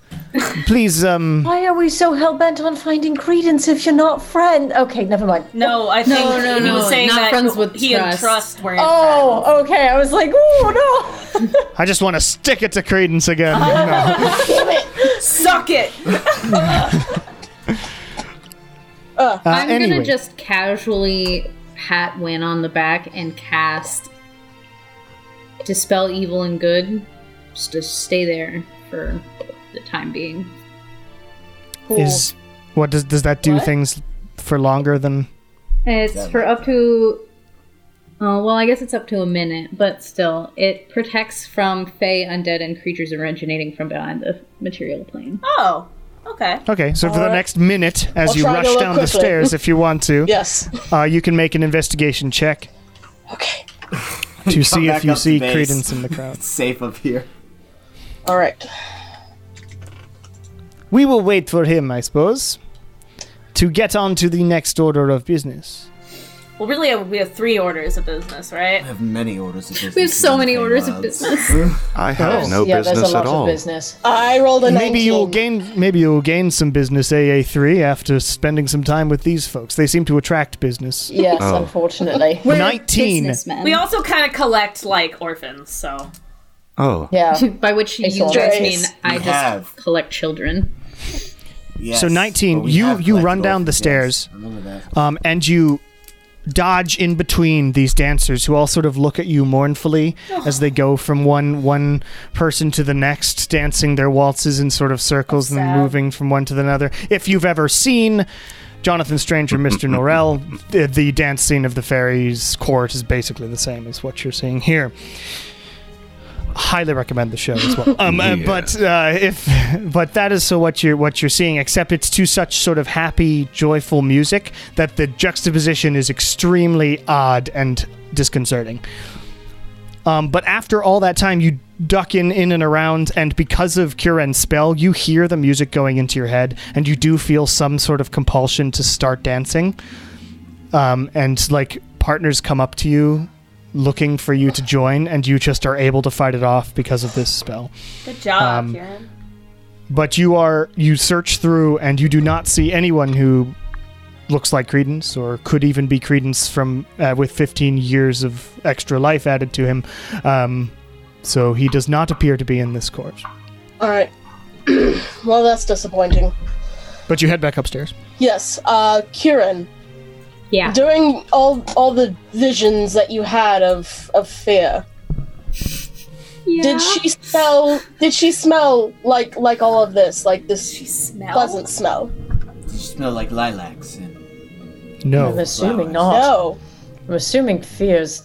Speaker 2: Please, um,
Speaker 8: Why are we so hell bent on finding credence if you're not friend? Okay, never mind.
Speaker 9: No, Oh, I think
Speaker 7: no,
Speaker 9: he was
Speaker 7: no,
Speaker 9: saying
Speaker 7: not
Speaker 9: that
Speaker 7: friends with
Speaker 9: he and
Speaker 7: trust.
Speaker 9: trust were in
Speaker 8: Oh, okay. I was like, oh no.
Speaker 3: <laughs>
Speaker 2: I just want to stick it to Credence again. No.
Speaker 9: Suck it!
Speaker 2: Uh,
Speaker 7: I'm
Speaker 2: anyway.
Speaker 7: gonna just casually pat Win on the back and cast Dispel Evil and Good. Just to stay there for the time being.
Speaker 2: is what does does that do things for longer than?
Speaker 7: It's for up to. Oh, well, I guess it's up to a minute, but still, it protects from fey, undead, and creatures originating from behind the material plane.
Speaker 9: Oh, okay.
Speaker 2: Okay, so for the next minute, as
Speaker 1: I'll
Speaker 2: you
Speaker 1: try to
Speaker 2: rush
Speaker 1: look
Speaker 2: down the
Speaker 1: quickly.
Speaker 2: stairs, if you want to,
Speaker 1: Yes.
Speaker 2: uh, you can make an investigation check
Speaker 1: Okay.
Speaker 2: to see if
Speaker 5: back
Speaker 2: you
Speaker 5: up to
Speaker 2: see
Speaker 5: base.
Speaker 2: credence in the crowd.
Speaker 5: It's safe up <laughs> here.
Speaker 1: All right.
Speaker 2: we will wait for him, I suppose, to get on to the next order of business.
Speaker 9: Well, really, uh, we have three orders of business, right?
Speaker 5: I have many orders of business.
Speaker 7: We have so
Speaker 5: in
Speaker 7: many
Speaker 5: the
Speaker 7: orders of
Speaker 5: Feywild.
Speaker 7: business.
Speaker 5: <laughs>
Speaker 3: I have no
Speaker 8: yeah,
Speaker 3: business
Speaker 8: there's a lot
Speaker 3: at all.
Speaker 8: of business.
Speaker 1: I rolled a 19.
Speaker 2: Maybe you will gain. Maybe you will gain some business AA three after spending some time with these folks. They seem to attract business.
Speaker 8: Yes,
Speaker 3: Oh. <laughs>
Speaker 8: unfortunately.
Speaker 2: Nineteen.
Speaker 7: Businessmen.
Speaker 9: We also kind of collect, like, orphans, so.
Speaker 3: Oh,
Speaker 8: Yeah.
Speaker 7: By which you
Speaker 8: all
Speaker 7: guys
Speaker 1: right.
Speaker 7: mean I
Speaker 5: We
Speaker 7: just
Speaker 5: have.
Speaker 7: collect children.
Speaker 5: Yes.
Speaker 2: So 19,
Speaker 5: But we
Speaker 2: you-
Speaker 5: have
Speaker 2: you run
Speaker 5: collected
Speaker 2: down the
Speaker 5: orphans, yes.
Speaker 2: stairs.
Speaker 5: I remember that.
Speaker 2: um, and you dodge in between these dancers who all sort of look at you mournfully as they go from one one person to the next dancing their waltzes in sort of circles and then moving from one to the other if you've ever seen jonathan strange or mr norrell the, the dance scene of the fairies court is basically the same as what you're seeing here highly recommend the show as well. Um, uh, but uh, if <laughs> but that is so what you're what you're seeing, except it's to such sort of happy, joyful music that the juxtaposition is extremely odd and disconcerting. Um, but after all that time, you duck in, in and around, and because of Curen's spell, you hear the music going into your head, and you do feel some sort of compulsion to start dancing. Um, and like partners come up to you looking for you to join, and you just are able to fight it off because of this spell
Speaker 9: Good job, Kieran.
Speaker 2: but you are you search through and you do not see anyone who looks like credence or could even be credence from uh, with 15 years of extra life added to him um, so he does not appear to be in this court
Speaker 1: All right. <clears throat> well, that's disappointing.
Speaker 2: but you head back upstairs
Speaker 1: Yes, uh, Kieran,
Speaker 7: Yeah.
Speaker 1: during all all the visions that you had of of fear, did she smell? Did she smell like like all of this? Like this
Speaker 9: She smells.
Speaker 1: pleasant smell?
Speaker 5: Does she smell like lilacs? And
Speaker 2: no
Speaker 8: I'm assuming
Speaker 5: Flowers.
Speaker 8: not.
Speaker 1: No.
Speaker 8: I'm assuming fears.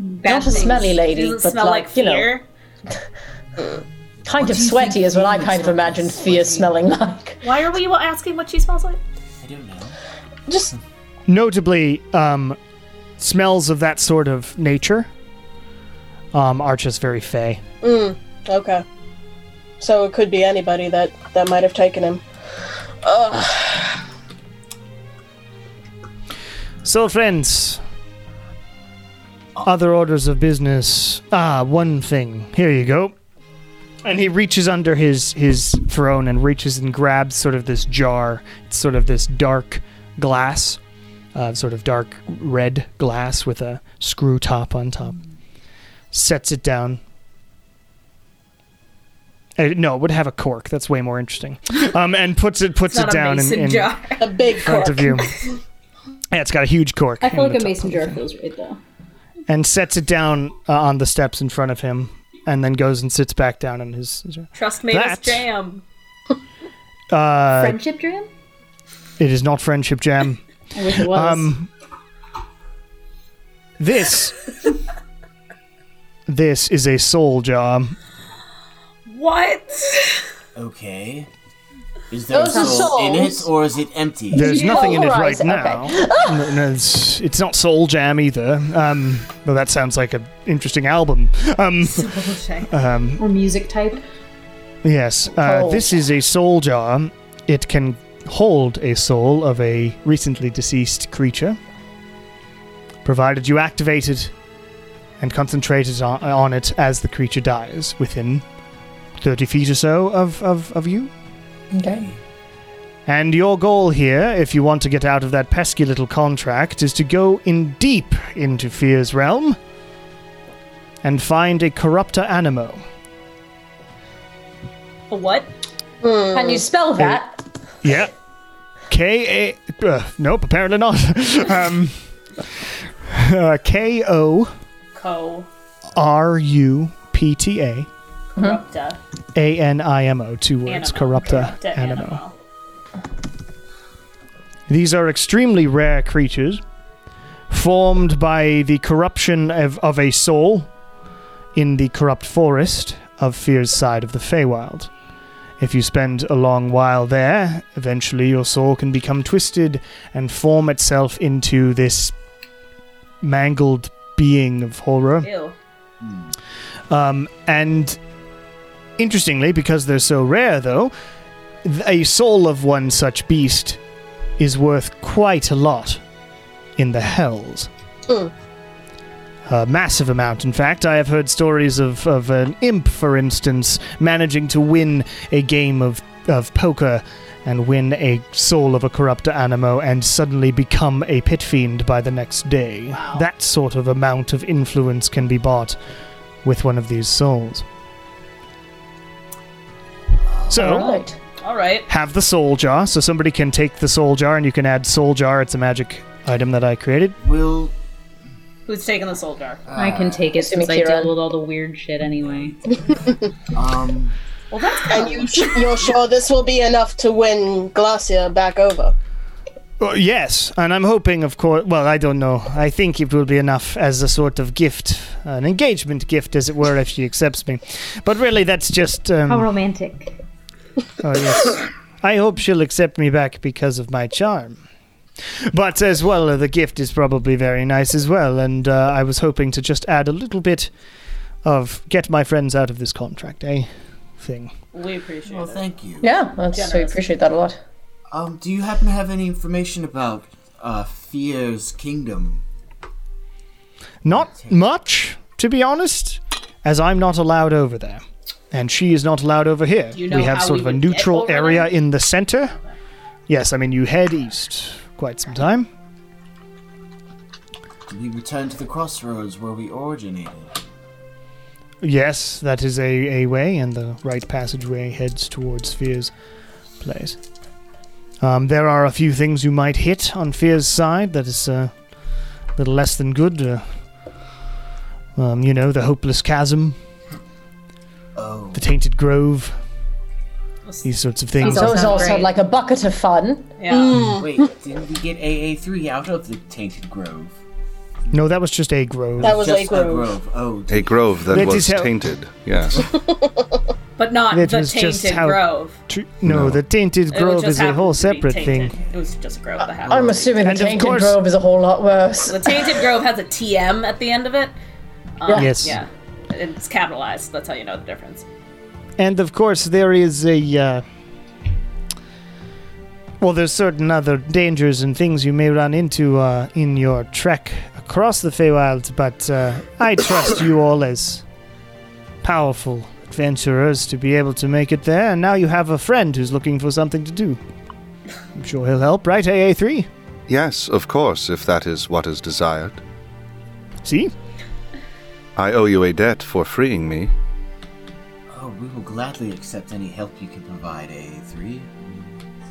Speaker 7: Bad
Speaker 8: Not a
Speaker 7: things.
Speaker 8: smelly lady,
Speaker 9: Doesn't
Speaker 8: but
Speaker 9: smell
Speaker 8: like,
Speaker 9: like
Speaker 8: you know,
Speaker 9: fear.
Speaker 8: Kind of
Speaker 5: do you
Speaker 8: sweaty
Speaker 5: think
Speaker 8: is what I
Speaker 5: fear
Speaker 8: kind of
Speaker 5: smells?
Speaker 8: imagined fear
Speaker 5: Sweaty.
Speaker 8: smelling like.
Speaker 9: Why are we asking what she smells like?
Speaker 5: I don't know.
Speaker 1: Just
Speaker 2: notably um, smells of that sort of nature um, are just very fey
Speaker 1: okay. So it could be anybody that that might have taken him.
Speaker 2: So, friends,
Speaker 9: Ah.
Speaker 2: other orders of business. Ah, one thing. Here you go. And he reaches under his his throne and reaches and grabs sort of this jar. It's sort of this dark glass, uh, sort of dark red glass with a screw top on top. Sets it down. Uh, no, it would have a cork. That's way more
Speaker 9: <laughs>
Speaker 2: interesting. Um, and puts it puts
Speaker 9: It's not
Speaker 2: it down
Speaker 9: a mason
Speaker 2: in, in
Speaker 9: jar. <laughs>
Speaker 1: A big
Speaker 2: front
Speaker 1: cork.
Speaker 2: of you.
Speaker 7: <laughs>
Speaker 2: Yeah, it's got a huge cork.
Speaker 7: I feel
Speaker 2: in
Speaker 7: like
Speaker 2: the
Speaker 7: a
Speaker 2: top.
Speaker 7: mason jar feels right though.
Speaker 2: and sets it down uh, on the steps in front of him, and then goes and sits back down in his.
Speaker 9: Trust me, this
Speaker 2: That-
Speaker 9: jam.
Speaker 2: Uh,
Speaker 7: Friendship jam?
Speaker 2: it is not friendship jam.
Speaker 7: I wish it was.
Speaker 2: Um,
Speaker 7: <laughs>
Speaker 2: this, this is a soul job.
Speaker 9: What?
Speaker 5: Okay. Is there
Speaker 8: Those
Speaker 5: a
Speaker 8: are
Speaker 5: soul in it
Speaker 8: souls.
Speaker 5: or is it empty?
Speaker 2: There's nothing in it right
Speaker 8: polarized,
Speaker 2: now. No, no, it's, it's not soul jam either. Um, though that sounds like an interesting album.
Speaker 7: <laughs>
Speaker 2: Um,
Speaker 7: or music type.
Speaker 2: Yes, uh,
Speaker 8: Cold.
Speaker 2: this is a soul jar. It can hold a soul of a recently deceased creature, provided you activate it and concentrate it on, on it as the creature dies within 30 feet or so of, of, of you.
Speaker 8: Okay.
Speaker 2: And your goal here, if you want to get out of that pesky little contract, is to go in deep into Fear's realm and find a corrupta animo.
Speaker 9: A what?
Speaker 8: Can you spell that?
Speaker 2: Yeah. K A. Uh, nope, apparently not. <laughs> um, uh, K O
Speaker 9: Co
Speaker 2: R U P T A
Speaker 9: corrupta
Speaker 2: A N I M O. Two words.
Speaker 9: animal.
Speaker 2: Corrupta,
Speaker 9: Corrupta
Speaker 2: animo.
Speaker 9: animal.
Speaker 2: These are extremely rare creatures, formed by the corruption of, of a soul in the corrupt forest of Fear's side of the Feywild. If you spend a long while there, eventually your soul can become twisted and form itself into this mangled being of horror.
Speaker 9: Ew.
Speaker 2: Um, and interestingly, because they're so rare, though, th- a soul of one such beast is worth quite a lot in the hells.
Speaker 1: Mm.
Speaker 2: A massive amount, in fact. I have heard stories of, of an imp, for instance, managing to win a game of, of poker and win a soul of a corrupta animo and suddenly become a pit fiend by the next day. That sort of amount of influence can be bought with one of these souls. So,
Speaker 8: All right.
Speaker 9: All right.
Speaker 2: have the soul jar, so somebody can take the soul jar and you can add soul jar. It's a magic item that I created.
Speaker 5: Will
Speaker 9: Who's taking the soul jar?
Speaker 7: I can take it since I
Speaker 8: Kieran.
Speaker 7: deal with all the weird shit anyway.
Speaker 5: um
Speaker 9: Well, that's kind
Speaker 1: And you you're sure this will be enough to win Glacia back over?
Speaker 2: Uh, yes, and I'm hoping, of course. Well, I don't know. I think it will be enough as a sort of gift, an engagement gift, as it were, if she accepts me. But really, that's just. Um,
Speaker 7: How romantic.
Speaker 2: oh, yes. I hope she'll accept me back because of my charm. But as well, uh, the gift is probably very nice as well, and uh, I was hoping to just add a little bit of get my friends out of this contract, eh? Thing.
Speaker 9: We appreciate
Speaker 5: Well,
Speaker 9: it.
Speaker 5: thank you.
Speaker 8: Yeah, that's, we appreciate that a lot.
Speaker 5: Um, do you happen to have any information about uh, Fear's kingdom?
Speaker 2: Not much, to be honest, as I'm not allowed over there. And she is not allowed over here.
Speaker 9: you know
Speaker 2: we have
Speaker 9: how
Speaker 2: sort
Speaker 9: we
Speaker 2: of a
Speaker 9: would get
Speaker 2: neutral
Speaker 9: over
Speaker 2: area
Speaker 9: there?
Speaker 2: in the center. Yes, I mean, you head east quite some time.
Speaker 5: We return to the crossroads where we originated.
Speaker 2: Yes, that is a, a way, and the right passageway heads towards Fear's place. Um, there are a few things you might hit on Fear's side that is uh, a little less than good. Uh, um, you know, the Hopeless Chasm,
Speaker 5: Oh,
Speaker 2: the Tainted Grove, these sorts of things.
Speaker 8: So it was
Speaker 7: sound
Speaker 8: also
Speaker 7: great.
Speaker 8: like a bucket of fun.
Speaker 9: Yeah.
Speaker 5: wait, didn't we get AA3 out of the Tainted Grove?
Speaker 2: No, that was just a grove.
Speaker 1: That was
Speaker 5: Just
Speaker 1: a grove.
Speaker 5: Oh,
Speaker 3: A grove that
Speaker 2: That
Speaker 3: was
Speaker 2: is how-
Speaker 3: tainted. Yes.
Speaker 9: But not
Speaker 2: That
Speaker 9: the
Speaker 2: was just
Speaker 9: tainted
Speaker 2: how-
Speaker 9: grove.
Speaker 2: Tr- no, the Tainted
Speaker 9: It would
Speaker 2: Grove
Speaker 9: just
Speaker 2: is a
Speaker 9: happen
Speaker 2: whole
Speaker 9: to be
Speaker 2: separate
Speaker 9: tainted.
Speaker 2: thing.
Speaker 9: It was just a grove that happened.
Speaker 8: I'm assuming the
Speaker 2: And of
Speaker 8: Tainted
Speaker 2: course-
Speaker 8: Grove is a whole lot worse.
Speaker 9: the tainted grove has a TM at the end of it.
Speaker 2: yes.
Speaker 9: Yeah. It's capitalized. That's how you know the difference.
Speaker 2: And of course, there is a. Uh, well, there's certain other dangers and things you may run into uh, in your trek across the Feywild, but uh, I trust you all as powerful adventurers to be able to make it there. And now you have a friend who's looking for something to do. I'm sure he'll help, right, AA3?
Speaker 3: yes, of course, if that is what is desired.
Speaker 2: See?
Speaker 3: I owe you a debt for freeing me.
Speaker 5: Oh, we will gladly accept any help you can provide, AA3.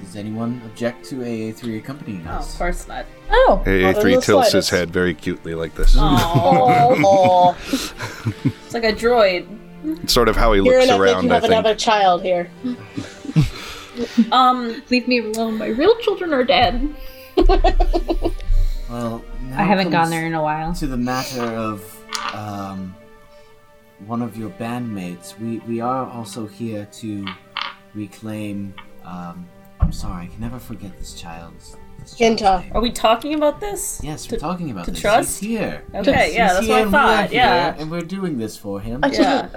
Speaker 5: Does anyone object to AA3 accompanying
Speaker 9: Oh, of
Speaker 5: us?
Speaker 9: course not.
Speaker 8: Oh,
Speaker 1: Not in
Speaker 3: AA3
Speaker 1: the
Speaker 3: tilts his
Speaker 1: slightest.
Speaker 3: head very cutely like this.
Speaker 8: oh,
Speaker 9: It's like a droid.
Speaker 3: It's <laughs> sort of how he
Speaker 1: You're
Speaker 3: looks
Speaker 1: another,
Speaker 3: around,
Speaker 1: you
Speaker 3: I
Speaker 1: have
Speaker 3: think.
Speaker 1: another child here.
Speaker 9: Um,
Speaker 7: Leave me alone. My real children are dead.
Speaker 5: Well, now
Speaker 7: I haven't gone
Speaker 5: comes
Speaker 7: there in a while.
Speaker 5: To the matter of um, one of your bandmates, we, we are also here to reclaim. Um, I'm sorry, I can never forget this child's. This child's
Speaker 1: Ginta.
Speaker 5: name.
Speaker 9: are we talking about this?
Speaker 5: Yes, we're talking about
Speaker 9: to
Speaker 5: this.
Speaker 9: trust?
Speaker 5: He's here.
Speaker 9: Okay, yeah,
Speaker 5: He's
Speaker 9: that's
Speaker 5: here
Speaker 9: what I
Speaker 5: and we are
Speaker 9: thought.
Speaker 5: here,
Speaker 9: Yeah.
Speaker 5: and we're doing this for him.
Speaker 8: I don't-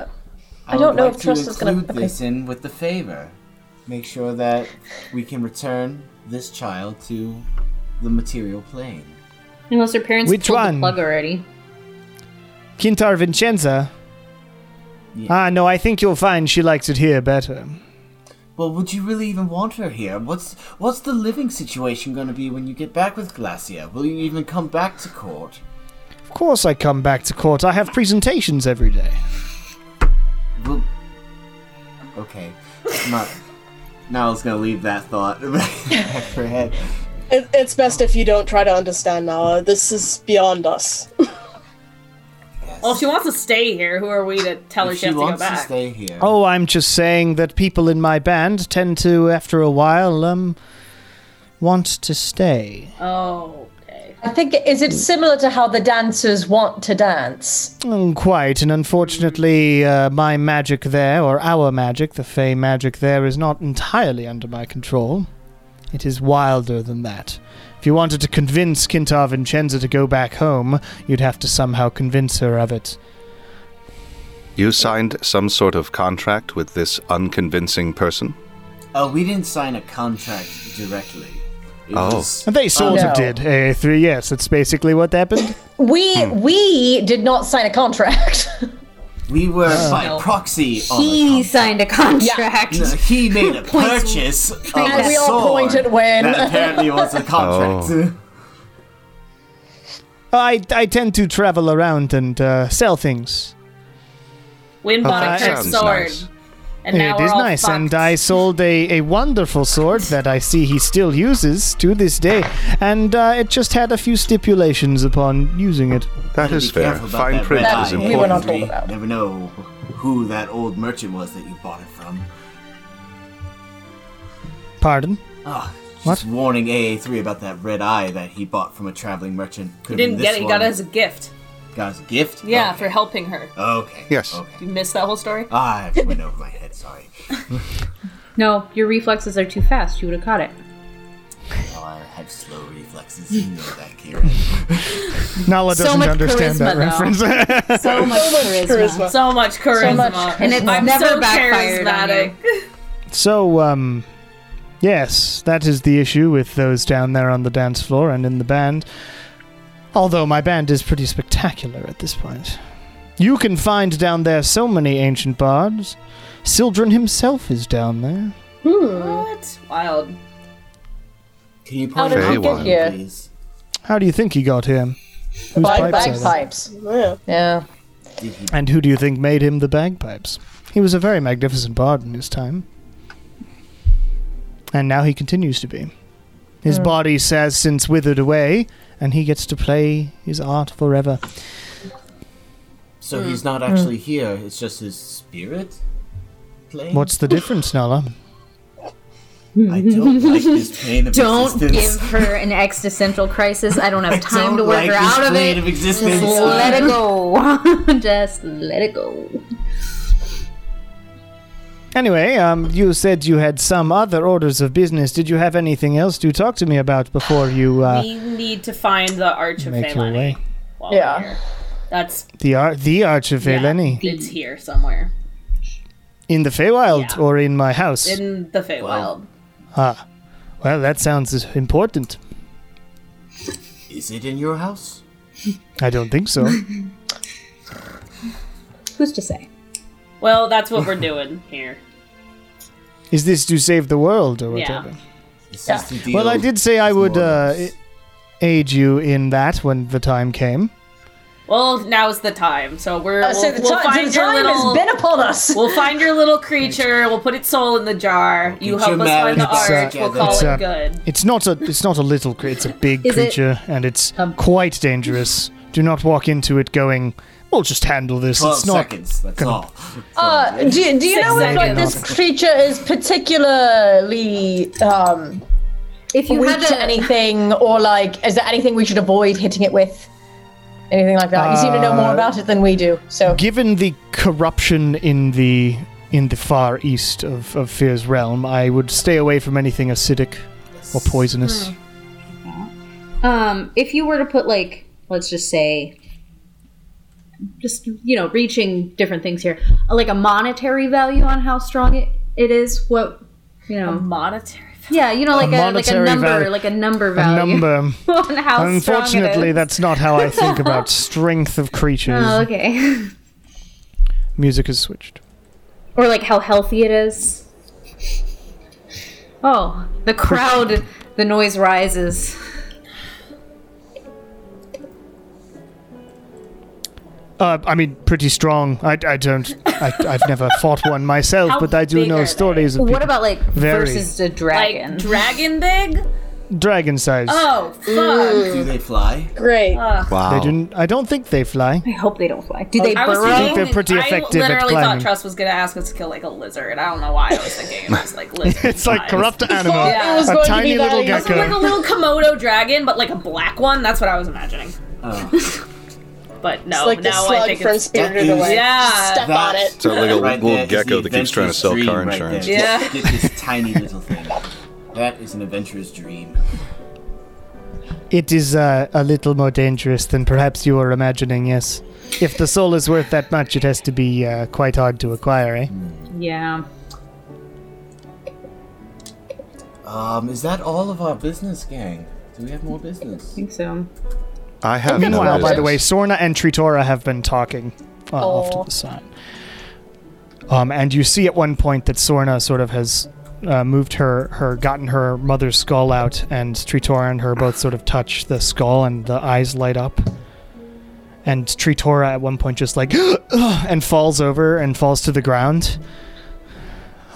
Speaker 5: I
Speaker 8: don't
Speaker 5: would
Speaker 8: know
Speaker 5: like
Speaker 8: if
Speaker 5: to
Speaker 8: trust is gonna-
Speaker 5: include
Speaker 8: okay.
Speaker 5: this in with the favor. Make sure that we can return this child to the material plane.
Speaker 7: Unless their parents
Speaker 2: Which
Speaker 7: pulled
Speaker 2: one?
Speaker 7: the plug already.
Speaker 2: Kintar Vincenza?
Speaker 5: Yeah.
Speaker 2: Ah, no, I think you'll find she likes it here better.
Speaker 5: Well, would you really even want her here? What's what's the living situation going to be when you get back with Glacier? Will you even come back to court?
Speaker 2: Of course, I come back to court. I have presentations every day.
Speaker 5: Will... Okay, <laughs> not. Now I was going to leave that thought <laughs> in her head.
Speaker 1: It, it's best if you don't try to understand Nala. This is beyond us.
Speaker 9: Well, if she wants to stay here, who are we to tell her
Speaker 5: If
Speaker 9: she,
Speaker 5: she
Speaker 9: has to go
Speaker 5: wants to
Speaker 9: back?
Speaker 5: stay here.
Speaker 2: Oh, I'm just saying that people in my band tend to, after a while, um, want to stay.
Speaker 9: Oh, okay.
Speaker 8: I think is it similar to how the dancers want to dance?
Speaker 2: Mm, quite, and unfortunately, uh, my magic there, or our magic, the Fey magic there, is not entirely under my control. It is wilder than that. If you wanted to convince Kintar Vincenza to go back home, you'd have to somehow convince her of it.
Speaker 3: You signed some sort of contract with this unconvincing person?
Speaker 5: Oh, we didn't sign a contract directly. It
Speaker 3: Oh.
Speaker 5: was-
Speaker 2: And they sort
Speaker 8: no.
Speaker 2: of did. A three, yes, that's basically what happened.
Speaker 8: We we did not sign a contract. <laughs>
Speaker 5: we were
Speaker 2: Oh.
Speaker 5: by proxy. On
Speaker 7: He
Speaker 5: a con-
Speaker 7: signed a contract. <laughs>
Speaker 5: No, he made
Speaker 9: <laughs>
Speaker 5: a purchase of a
Speaker 8: And we all
Speaker 5: sword
Speaker 8: point at when.
Speaker 5: That apparently was
Speaker 9: <laughs>
Speaker 5: a contract.
Speaker 3: Oh.
Speaker 5: <laughs>
Speaker 2: I, I tend to travel around and uh, sell things.
Speaker 9: Win
Speaker 2: Oh, that
Speaker 9: bought a cursed
Speaker 3: sounds
Speaker 9: sword.
Speaker 3: nice.
Speaker 9: And now
Speaker 2: it
Speaker 9: we're
Speaker 2: is
Speaker 9: all
Speaker 2: nice,
Speaker 9: fucked.
Speaker 2: and I sold a, a wonderful sword that I see he still uses to this day, and uh, it just had a few stipulations upon using it.
Speaker 3: That is
Speaker 5: Be
Speaker 3: fair.
Speaker 5: careful about
Speaker 3: Fine
Speaker 5: that
Speaker 3: print
Speaker 5: red
Speaker 3: is
Speaker 5: eye.
Speaker 8: We were not
Speaker 3: important.
Speaker 8: told about.
Speaker 5: Never know who that old merchant was that you bought it from.
Speaker 2: Pardon?
Speaker 5: Ah, just
Speaker 2: What?
Speaker 5: warning AA3 about that red eye that he bought from a traveling merchant.
Speaker 9: He
Speaker 5: Could
Speaker 9: didn't get it. He got
Speaker 5: one.
Speaker 9: it
Speaker 5: Oh.
Speaker 9: as a gift.
Speaker 5: Got it as a gift.
Speaker 9: Yeah,
Speaker 5: Okay.
Speaker 9: for helping her.
Speaker 5: Okay.
Speaker 3: Yes.
Speaker 5: Okay.
Speaker 9: You missed that whole story?
Speaker 5: Ah, it went over my head. Sorry.
Speaker 7: No, your reflexes are too fast. You would have caught it.
Speaker 5: Well, I have slow reflexes. You know that, Karen.
Speaker 2: Nala
Speaker 9: So
Speaker 2: doesn't
Speaker 9: much
Speaker 2: understand that
Speaker 9: charisma,
Speaker 2: reference.
Speaker 7: <laughs> So much charisma.
Speaker 9: So much charisma.
Speaker 8: much
Speaker 7: And it's
Speaker 9: I'm
Speaker 7: never
Speaker 9: so
Speaker 7: backfired on
Speaker 9: charismatic.
Speaker 2: so, um, yes, that is the issue with those down there on the dance floor and in the band. Although my band is pretty spectacular at this point. You can find down there so many ancient bards. Sildren himself is down there.
Speaker 9: What? Wild.
Speaker 5: Can you point
Speaker 3: did
Speaker 5: out
Speaker 3: he
Speaker 5: for
Speaker 3: get
Speaker 5: me,
Speaker 8: here?
Speaker 5: please?
Speaker 2: How do you think he got him? Whose
Speaker 8: Bag,
Speaker 2: pipes are they?
Speaker 8: bagpipes.
Speaker 1: Yeah.
Speaker 8: Yeah.
Speaker 5: Did he?
Speaker 2: And who do you think made him the bagpipes? He was a very magnificent bard in his time. And now he continues to be. His body has since withered away, and he gets to play his art forever.
Speaker 7: Hmm.
Speaker 5: So he's
Speaker 3: Hmm.
Speaker 5: not actually here. It's just his spirit. Playing?
Speaker 2: What's the difference, <laughs> Nala?
Speaker 3: <laughs>
Speaker 5: I don't like this pain of
Speaker 7: Don't
Speaker 5: existence.
Speaker 7: give her an existential crisis. I don't have time
Speaker 5: don't
Speaker 7: to work
Speaker 5: like
Speaker 7: her
Speaker 5: this
Speaker 7: out of
Speaker 5: plane
Speaker 7: it.
Speaker 5: of
Speaker 7: Just
Speaker 5: existence.
Speaker 7: let it go. <laughs> Just let it go.
Speaker 2: Anyway, um, you said you had some other orders of business. Did you have anything else to talk to me about before you uh,
Speaker 9: We need to find the Arch of
Speaker 2: make your way?
Speaker 9: Phalanx. while
Speaker 8: Yeah.
Speaker 9: we're here. That's
Speaker 2: The ar- the Arch of
Speaker 9: yeah,
Speaker 2: Eleni
Speaker 9: It's here somewhere
Speaker 2: in the Feywild
Speaker 9: Yeah.
Speaker 2: or in my house?
Speaker 9: in the Feywild.
Speaker 5: Well,
Speaker 2: well, that sounds important.
Speaker 5: Is it in your house?
Speaker 2: I don't think
Speaker 9: <laughs>
Speaker 2: so.
Speaker 7: Who's to say?
Speaker 9: well, that's what we're doing here.
Speaker 2: Is this to save the world or
Speaker 9: Yeah.
Speaker 2: whatever?
Speaker 5: This
Speaker 8: Yeah.
Speaker 5: is to deal
Speaker 2: Well, I did say I would uh,
Speaker 5: Morals.
Speaker 2: aid you in that when the time came.
Speaker 9: Well, now's the time. So we're
Speaker 8: Uh,
Speaker 9: we'll,
Speaker 8: so the,
Speaker 9: we'll
Speaker 8: ti-
Speaker 9: find
Speaker 8: the
Speaker 9: your
Speaker 8: time
Speaker 9: little
Speaker 8: has been upon us.
Speaker 9: <laughs> we'll find your little creature. We'll put its soul in the jar. You
Speaker 5: get
Speaker 9: help
Speaker 5: your
Speaker 9: us
Speaker 5: marriage
Speaker 9: find the arch.
Speaker 5: back
Speaker 9: We'll
Speaker 5: together.
Speaker 9: call
Speaker 5: It's
Speaker 9: it
Speaker 2: a-
Speaker 9: good.
Speaker 2: uh, It's not a it's not a little cre- it's a big
Speaker 7: Is it-
Speaker 2: creature and it's quite dangerous. Do not walk into it going, "We'll just handle this."
Speaker 5: Twelve
Speaker 2: it's not
Speaker 5: seconds. That's all.
Speaker 8: Uh, do, do you
Speaker 9: Six
Speaker 8: know if like,
Speaker 9: seconds.
Speaker 8: this creature is particularly um,
Speaker 7: If you
Speaker 8: weak
Speaker 7: had
Speaker 8: to
Speaker 7: to,
Speaker 8: anything, or like, is there anything we should avoid hitting it with? Anything like that? You seem to know more
Speaker 2: Uh,
Speaker 8: about it than we do. So,
Speaker 2: given the corruption in the in the far east of of Fear's realm, I would stay away from anything acidic or poisonous.
Speaker 7: um, if you were to put like, let's just say, just you know, reaching different things here, uh, like a monetary value on how strong it, it is. What you know?
Speaker 9: Monetary.
Speaker 7: Yeah, you know, like a, like a
Speaker 2: monetary
Speaker 7: number,
Speaker 2: value-
Speaker 7: like a number
Speaker 2: A
Speaker 7: value.
Speaker 2: number.
Speaker 7: <laughs> on how strong it
Speaker 2: Unfortunately,
Speaker 7: is.
Speaker 2: that's not how I think
Speaker 7: <laughs>
Speaker 2: about strength of creatures.
Speaker 7: Oh, okay. <laughs>
Speaker 2: Music has switched.
Speaker 7: or like how healthy it is. Oh, the crowd, the noise rises.
Speaker 2: Uh, I mean, pretty strong. I, I don't. I, I've
Speaker 7: <laughs>
Speaker 2: never fought one myself,
Speaker 9: How
Speaker 2: but I do
Speaker 9: big are
Speaker 2: know
Speaker 9: they?
Speaker 2: stories of
Speaker 7: What
Speaker 2: people-
Speaker 7: about like
Speaker 2: Very.
Speaker 7: versus a
Speaker 9: Like
Speaker 7: dragon?
Speaker 9: dragon big?
Speaker 2: dragon size.
Speaker 9: Oh fuck!
Speaker 5: Do they fly?
Speaker 1: Great.
Speaker 9: Uh,
Speaker 3: Wow.
Speaker 2: They didn't. I don't think they
Speaker 7: <laughs>
Speaker 2: fly.
Speaker 7: Oh, I hope they don't fly. Do they
Speaker 9: I was
Speaker 7: burrow?
Speaker 9: thinking,
Speaker 2: they're pretty effective
Speaker 9: I
Speaker 2: at
Speaker 9: literally
Speaker 2: climbing.
Speaker 9: thought Trust was gonna ask us to kill like a lizard. I don't know why I was thinking it was like lizard.
Speaker 2: It's like
Speaker 9: size.
Speaker 2: corrupt animal,
Speaker 7: <laughs>
Speaker 9: Yeah.
Speaker 1: It was
Speaker 2: a
Speaker 1: going to
Speaker 2: tiny
Speaker 1: be
Speaker 2: little
Speaker 1: that
Speaker 9: So like a
Speaker 2: gecko.
Speaker 9: little Komodo dragon, but like a black one. That's what I was imagining.
Speaker 5: Oh,
Speaker 9: <laughs> But no,
Speaker 1: It's like the
Speaker 9: now I
Speaker 1: slug
Speaker 9: think
Speaker 1: from
Speaker 9: it's
Speaker 1: Spirited Away.
Speaker 9: yeah.
Speaker 1: Step on it.
Speaker 3: Sounds like a
Speaker 5: Right
Speaker 3: little
Speaker 5: there is the
Speaker 3: gecko that keeps trying to
Speaker 5: adventurous
Speaker 3: sell
Speaker 5: dream
Speaker 3: car
Speaker 5: right
Speaker 3: insurance.
Speaker 5: there.
Speaker 9: Yeah.
Speaker 5: Get this tiny little thing. That is an adventurous dream.
Speaker 2: It is uh, a little more dangerous than perhaps you were imagining. Yes, if the soul is worth that much, it has to be uh, quite hard to acquire. Eh?
Speaker 7: Yeah.
Speaker 5: Um, is that all of our business, gang? Do we have more business?
Speaker 7: I think so.
Speaker 3: I have no
Speaker 2: Meanwhile, by the
Speaker 3: business.
Speaker 2: way, Sorna and Tritora have been talking uh, off to the side. Um, and you see at one point that Sorna sort of has uh, moved her, her, gotten her mother's skull out, and Tritora and her both sort of touch the skull, and the eyes light up. And Tritora at one point just like, <gasps> and falls over and falls to the ground.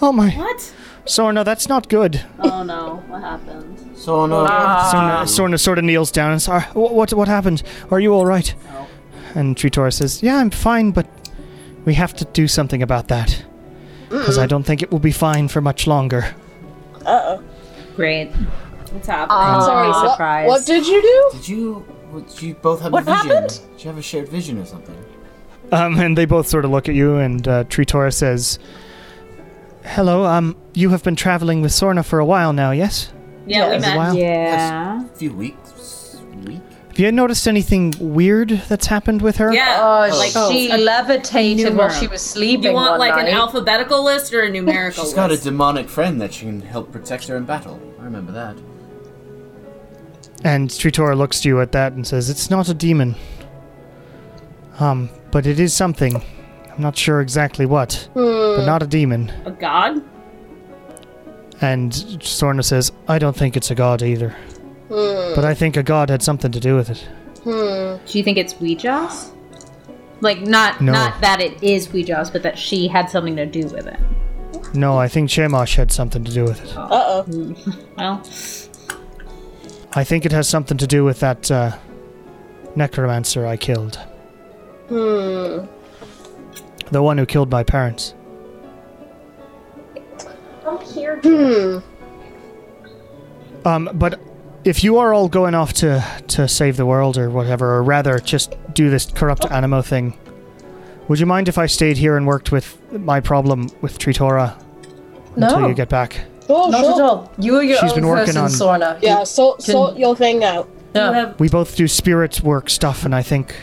Speaker 2: Oh my,
Speaker 9: What?
Speaker 2: Sorna, that's not good.
Speaker 9: Oh no! What happened?
Speaker 5: So no.
Speaker 2: Sorna, Sorna sort of kneels down and says, "Ah, what, what, what happened? Are you all right? And Tritora says, Yeah, I'm fine, but we have to do something about that. Because I don't think it will be fine for much longer. <laughs>
Speaker 7: Great.
Speaker 9: What's happening?
Speaker 1: Sorry,
Speaker 7: Aw,
Speaker 1: what,
Speaker 7: surprise.
Speaker 1: what did you do?
Speaker 5: Did you? what- Did you both have
Speaker 8: What
Speaker 5: a vision?
Speaker 8: happened?
Speaker 5: Did you have a shared vision or something?
Speaker 2: Um, and they both sort of look at you, and uh, Tritora says, Hello, um, you have been traveling with Sorna for a while now, yes?
Speaker 9: Uh, Yeah, we
Speaker 8: Yes.
Speaker 9: met.
Speaker 2: Wow.
Speaker 7: Yeah.
Speaker 5: few weeks. Week?
Speaker 2: Have you noticed anything weird that's happened with her?
Speaker 9: Yeah.
Speaker 8: Uh,
Speaker 9: like
Speaker 8: she
Speaker 9: a-
Speaker 8: levitated while
Speaker 9: numero.
Speaker 8: she was sleeping.
Speaker 9: you want
Speaker 8: one
Speaker 9: like
Speaker 8: night.
Speaker 9: an alphabetical list or a numerical
Speaker 5: She's
Speaker 9: list?
Speaker 5: got a demonic friend that she can help protect her in battle. I remember that.
Speaker 2: And Tritora looks to you at that and says, It's not a demon. Um, but it is something. I'm not sure exactly what, but not a demon.
Speaker 9: A god?
Speaker 2: And Sorna says, I don't think it's a god either. But I think a god had something to do with it.
Speaker 7: Do you think it's Ouija's? Like not
Speaker 2: No.
Speaker 7: not that it is Ouija's, but that she had something to do with it.
Speaker 2: No, I think Chemosh had something to do with it.
Speaker 1: Uh oh.
Speaker 7: Well,
Speaker 2: I think it has something to do with that uh, necromancer I killed. The one who killed my parents. Hmm. Um, but if you are all going off to to save the world or whatever, or rather just do this corrupt animo thing, would you mind if I stayed here and worked with my problem with Tritora until
Speaker 8: No.
Speaker 2: you get back?
Speaker 1: Oh,
Speaker 8: Not
Speaker 1: sure.
Speaker 8: at all. You are your
Speaker 2: She's
Speaker 8: own
Speaker 2: been working
Speaker 8: person,
Speaker 2: on-
Speaker 8: Sorna.
Speaker 1: Yeah, sort sort your thing out.
Speaker 8: Yeah.
Speaker 9: You have
Speaker 2: We both do spirit work stuff, and I think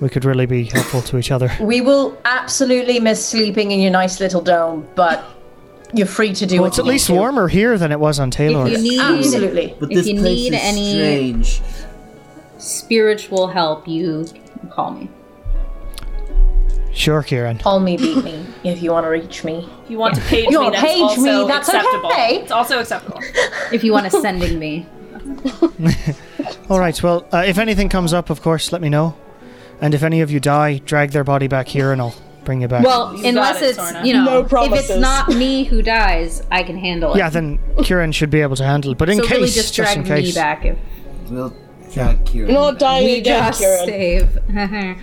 Speaker 2: we could really be helpful to each other.
Speaker 8: We will absolutely miss sleeping in your nice little dome, but you're free to do what
Speaker 2: It's at
Speaker 8: you
Speaker 2: least
Speaker 8: need to.
Speaker 2: warmer here than it was on Taylor.
Speaker 7: if you need
Speaker 8: Absolutely.
Speaker 5: But
Speaker 7: If
Speaker 5: this
Speaker 7: you
Speaker 5: place
Speaker 7: need
Speaker 5: is
Speaker 7: any-
Speaker 5: strange.
Speaker 7: spiritual help, you call me.
Speaker 2: Sure, Kieran.
Speaker 8: Call me, beat me, if you want to reach me.
Speaker 9: you want
Speaker 7: <laughs>
Speaker 9: to page
Speaker 8: You
Speaker 9: me?
Speaker 8: wanna
Speaker 9: That's
Speaker 8: page
Speaker 9: also
Speaker 8: me, that's
Speaker 9: acceptable.
Speaker 8: okay.
Speaker 9: It's also acceptable.
Speaker 7: If you want <laughs> to sending me.
Speaker 2: All right. Well, uh, if anything comes up, of course, let me know. And if any of you die, drag their body back here, and I'll bring you back.
Speaker 7: Well,
Speaker 9: You
Speaker 7: unless
Speaker 9: got it,
Speaker 7: it's
Speaker 9: Sorna.
Speaker 7: you know,
Speaker 1: No
Speaker 7: if it's
Speaker 1: promises.
Speaker 7: not me who dies, I can handle it.
Speaker 2: yeah, then Kieran should be able to handle it. But in
Speaker 7: so
Speaker 2: case,
Speaker 7: really, just drag
Speaker 2: in
Speaker 7: me
Speaker 2: case.
Speaker 7: back if
Speaker 5: We'll drag Kieran.
Speaker 1: You're not dying
Speaker 7: we
Speaker 1: again,
Speaker 7: just
Speaker 1: Kieran.
Speaker 7: save. <laughs>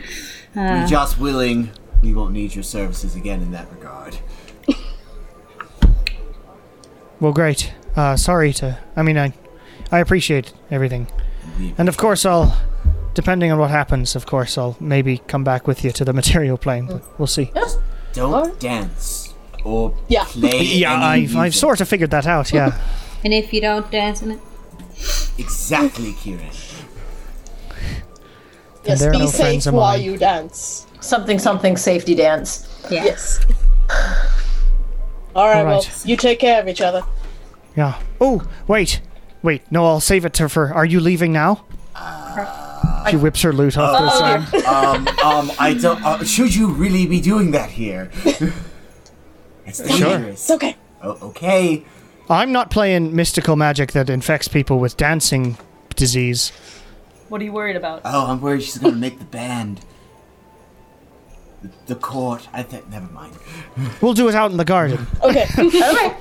Speaker 5: We're just willing. We won't need your services again in that regard.
Speaker 2: Well, great. Uh, sorry to. I mean, I, I appreciate everything,
Speaker 5: We-
Speaker 2: and of course I'll, depending on what happens, of course I'll maybe come back with you to the <laughs> material plane. But we'll see.
Speaker 5: Don't dance or
Speaker 1: Yeah.
Speaker 5: play.
Speaker 2: Yeah,
Speaker 5: any
Speaker 2: I've, I've
Speaker 5: music.
Speaker 2: sort of figured that out. Yeah.
Speaker 7: and if you don't dance in it,
Speaker 5: exactly, Kieran.
Speaker 1: Yes,
Speaker 2: there are
Speaker 1: be
Speaker 2: no
Speaker 1: safe
Speaker 2: friends of
Speaker 1: while
Speaker 2: mine.
Speaker 1: you dance.
Speaker 8: Something, something, safety dance.
Speaker 7: yeah.
Speaker 1: Yes. All right,
Speaker 2: All
Speaker 1: well,
Speaker 2: right.
Speaker 1: you take care of each other.
Speaker 2: yeah. Oh, wait, wait. No, I'll save it to for. Are you leaving now? she whips her loot off to the side.
Speaker 5: Um, um, I don't. Uh, should you really be doing that here? it's dangerous.
Speaker 1: It's okay.
Speaker 5: O- okay.
Speaker 2: I'm not playing mystical magic that infects people with dancing disease.
Speaker 9: What are you worried about?
Speaker 5: Oh, I'm worried she's gonna make the band. The, the court. I think. Never mind.
Speaker 2: We'll do it out in the garden. <laughs>
Speaker 1: Okay.
Speaker 8: Okay.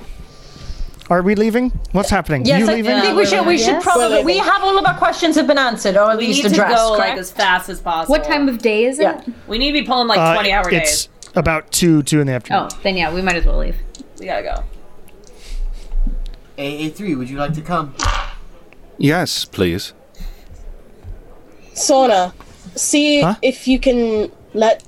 Speaker 2: Are we leaving? What's happening?
Speaker 8: Yes,
Speaker 2: you
Speaker 8: I
Speaker 2: leaving?
Speaker 8: think we should. We should
Speaker 7: Yes.
Speaker 8: probably.
Speaker 1: We're
Speaker 8: We
Speaker 1: leaving.
Speaker 8: have all of our questions have been answered, or at
Speaker 9: We
Speaker 8: least
Speaker 9: need to
Speaker 8: addressed.
Speaker 9: go like
Speaker 8: correct?
Speaker 9: as fast as possible.
Speaker 1: Uh,
Speaker 7: What time of day is it?
Speaker 8: Yeah.
Speaker 9: We need to be pulling like
Speaker 2: Uh,
Speaker 9: 20 hour
Speaker 2: it's
Speaker 9: days.
Speaker 2: about two, two in the afternoon.
Speaker 7: Oh, then yeah, we might as well leave.
Speaker 9: We gotta go.
Speaker 5: AA three. Would you like to come?
Speaker 3: Yes, please.
Speaker 1: Sona, see
Speaker 2: Huh?
Speaker 1: if you can let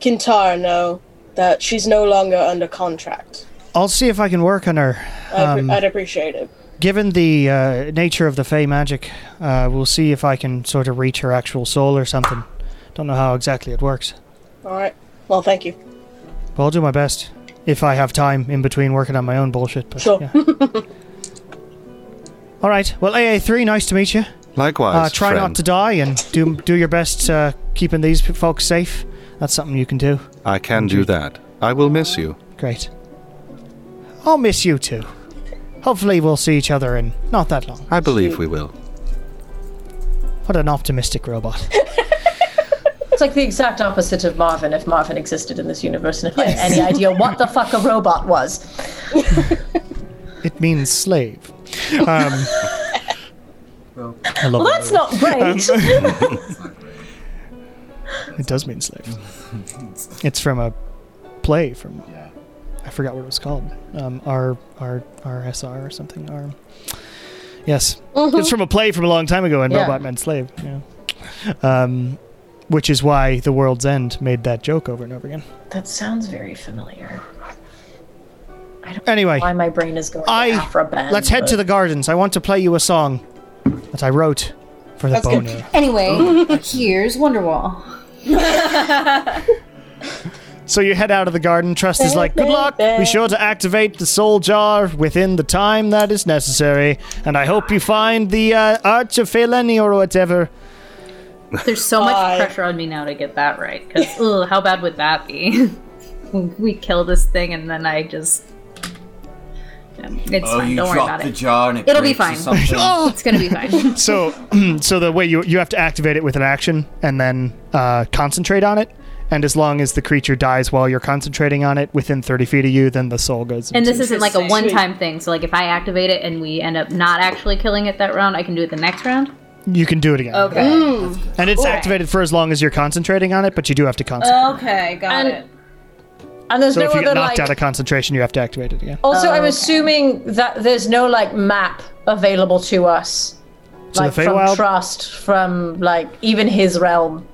Speaker 1: Kintara know that she's no longer under contract.
Speaker 2: I'll see if I can work on her.
Speaker 1: I'd,
Speaker 2: Um,
Speaker 1: appre- I'd appreciate it.
Speaker 2: Given the uh, nature of the Fey magic, uh, we'll see if I can sort of reach her actual soul or something. Don't know how exactly it works,
Speaker 1: All right. Well, thank you.
Speaker 2: but I'll do my best if I have time in between working on my own bullshit. But,
Speaker 1: Sure.
Speaker 2: yeah. All right. Well, AA3, nice to meet you.
Speaker 3: Likewise.
Speaker 2: Uh, try not
Speaker 3: friend.
Speaker 2: to die and do do your best uh, keeping these p- folks safe. That's something you can do.
Speaker 3: I can do that. I will miss you.
Speaker 2: Great. I'll miss you too. Hopefully, we'll see each other in not that long.
Speaker 3: I believe we will.
Speaker 2: What an optimistic robot.
Speaker 8: It's like the exact opposite of Marvin. If Marvin existed in this universe, and if I had any idea what the fuck a robot was.
Speaker 2: It means slave. Um, I love
Speaker 8: Well,
Speaker 2: that.
Speaker 8: that's
Speaker 2: <laughs>
Speaker 8: not great.
Speaker 2: It does mean slave. It's from a play from
Speaker 5: Yeah.
Speaker 2: I forgot what it was called. Um, R R R S R or something. R. Yes,
Speaker 1: Mm-hmm.
Speaker 2: it's from a play from a long time ago, and
Speaker 8: Yeah.
Speaker 2: Robot Man Slave. Yeah. Um, which is why The World's End made that joke over and over again.
Speaker 8: that sounds very familiar.
Speaker 2: Anyway,
Speaker 8: Why my brain is going
Speaker 2: I-
Speaker 8: to Afro Band.
Speaker 2: let's head to the gardens. I want to play you a song that I wrote for the
Speaker 1: That's good.
Speaker 2: boner.
Speaker 7: Anyway, here's Wonderwall.
Speaker 2: So you head out of the garden. Trust is like, good luck.
Speaker 1: Ba-ba-ba.
Speaker 2: Be sure to activate the soul jar within the time that is necessary. And I hope you find the uh, Arch of Feleni or whatever.
Speaker 7: There's so much
Speaker 1: Bye.
Speaker 7: pressure on me now to get that right. <laughs> Because, how bad would that be? <laughs> we kill this thing and then I just. Yeah, It's
Speaker 5: Oh,
Speaker 7: fine.
Speaker 5: you
Speaker 7: Don't worry
Speaker 5: drop
Speaker 7: about
Speaker 5: the
Speaker 7: it.
Speaker 5: jar and it
Speaker 7: It'll be
Speaker 5: breaks or
Speaker 7: fine. <laughs> Oh.
Speaker 5: something.
Speaker 7: It's
Speaker 5: <laughs>
Speaker 7: gonna be fine.
Speaker 2: So, <clears throat> so the way you you have to activate it with an action and then uh, concentrate on it. And as long as the creature dies while you're concentrating on it within 30 feet of you, then the soul goes.
Speaker 7: And
Speaker 2: into-
Speaker 7: this isn't like a
Speaker 9: Interesting.
Speaker 7: one-time thing. So, like, if I activate it and we end up not actually killing it that round, I can do it the next round.
Speaker 2: you can do it again.
Speaker 9: Okay.
Speaker 2: And it's activated for as long as you're concentrating on it, but you do have to concentrate.
Speaker 9: Okay, got
Speaker 8: And-
Speaker 9: it.
Speaker 8: and there's
Speaker 2: so
Speaker 8: Uh, no
Speaker 2: if you get
Speaker 8: other
Speaker 2: knocked
Speaker 8: like. Oh,
Speaker 2: out of concentration, you have to activate it again.
Speaker 8: also, I'm assuming that there's no like map available to us,
Speaker 2: To
Speaker 8: like
Speaker 2: the
Speaker 8: from
Speaker 2: Feywild?
Speaker 8: Trust, from like even his realm.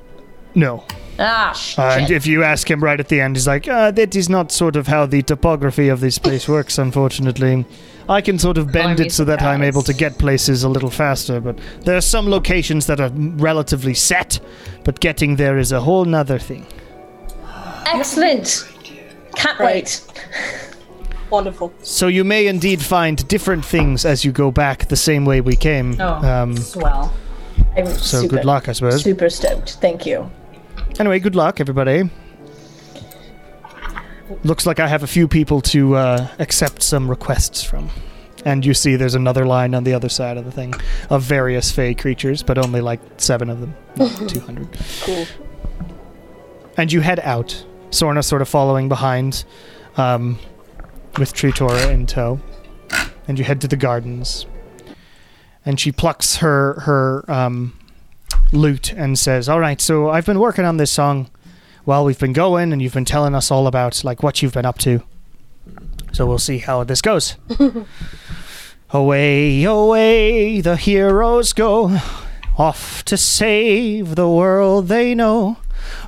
Speaker 2: no.
Speaker 8: Ah, shit.
Speaker 2: Uh, and if you ask him right at the end, he's like, uh, that is not sort of how the topography of this
Speaker 8: <laughs>
Speaker 2: place works, unfortunately. I can sort of bend
Speaker 7: I'm
Speaker 2: it so that I'm
Speaker 7: surprised.
Speaker 2: able to get places a little faster, but there are some locations that are relatively set, but getting there is a whole nother thing.
Speaker 8: Excellent. Can't
Speaker 1: Right.
Speaker 8: wait.
Speaker 1: Wonderful.
Speaker 2: So you may indeed find different things as you go back the same way we came.
Speaker 7: Oh,
Speaker 2: Um,
Speaker 7: swell.
Speaker 8: I'm
Speaker 2: so
Speaker 8: super,
Speaker 2: good luck, I suppose.
Speaker 8: Super stoked. Thank you.
Speaker 2: Anyway, good luck, everybody. Looks like I have a few people to uh, accept some requests from. And you see there's another line on the other side of the thing of various fey creatures, but only like seven of them, not 200.
Speaker 1: Cool.
Speaker 2: And you head out, Sorna sort of following behind um, with Tritora in tow. And you head to the gardens. And she plucks her, her um, lute and says, All right, so I've been working on this song while we've been going, and you've been telling us all about like what you've been up to. So we'll see how this goes. away, away, the heroes go, off to save the world they know.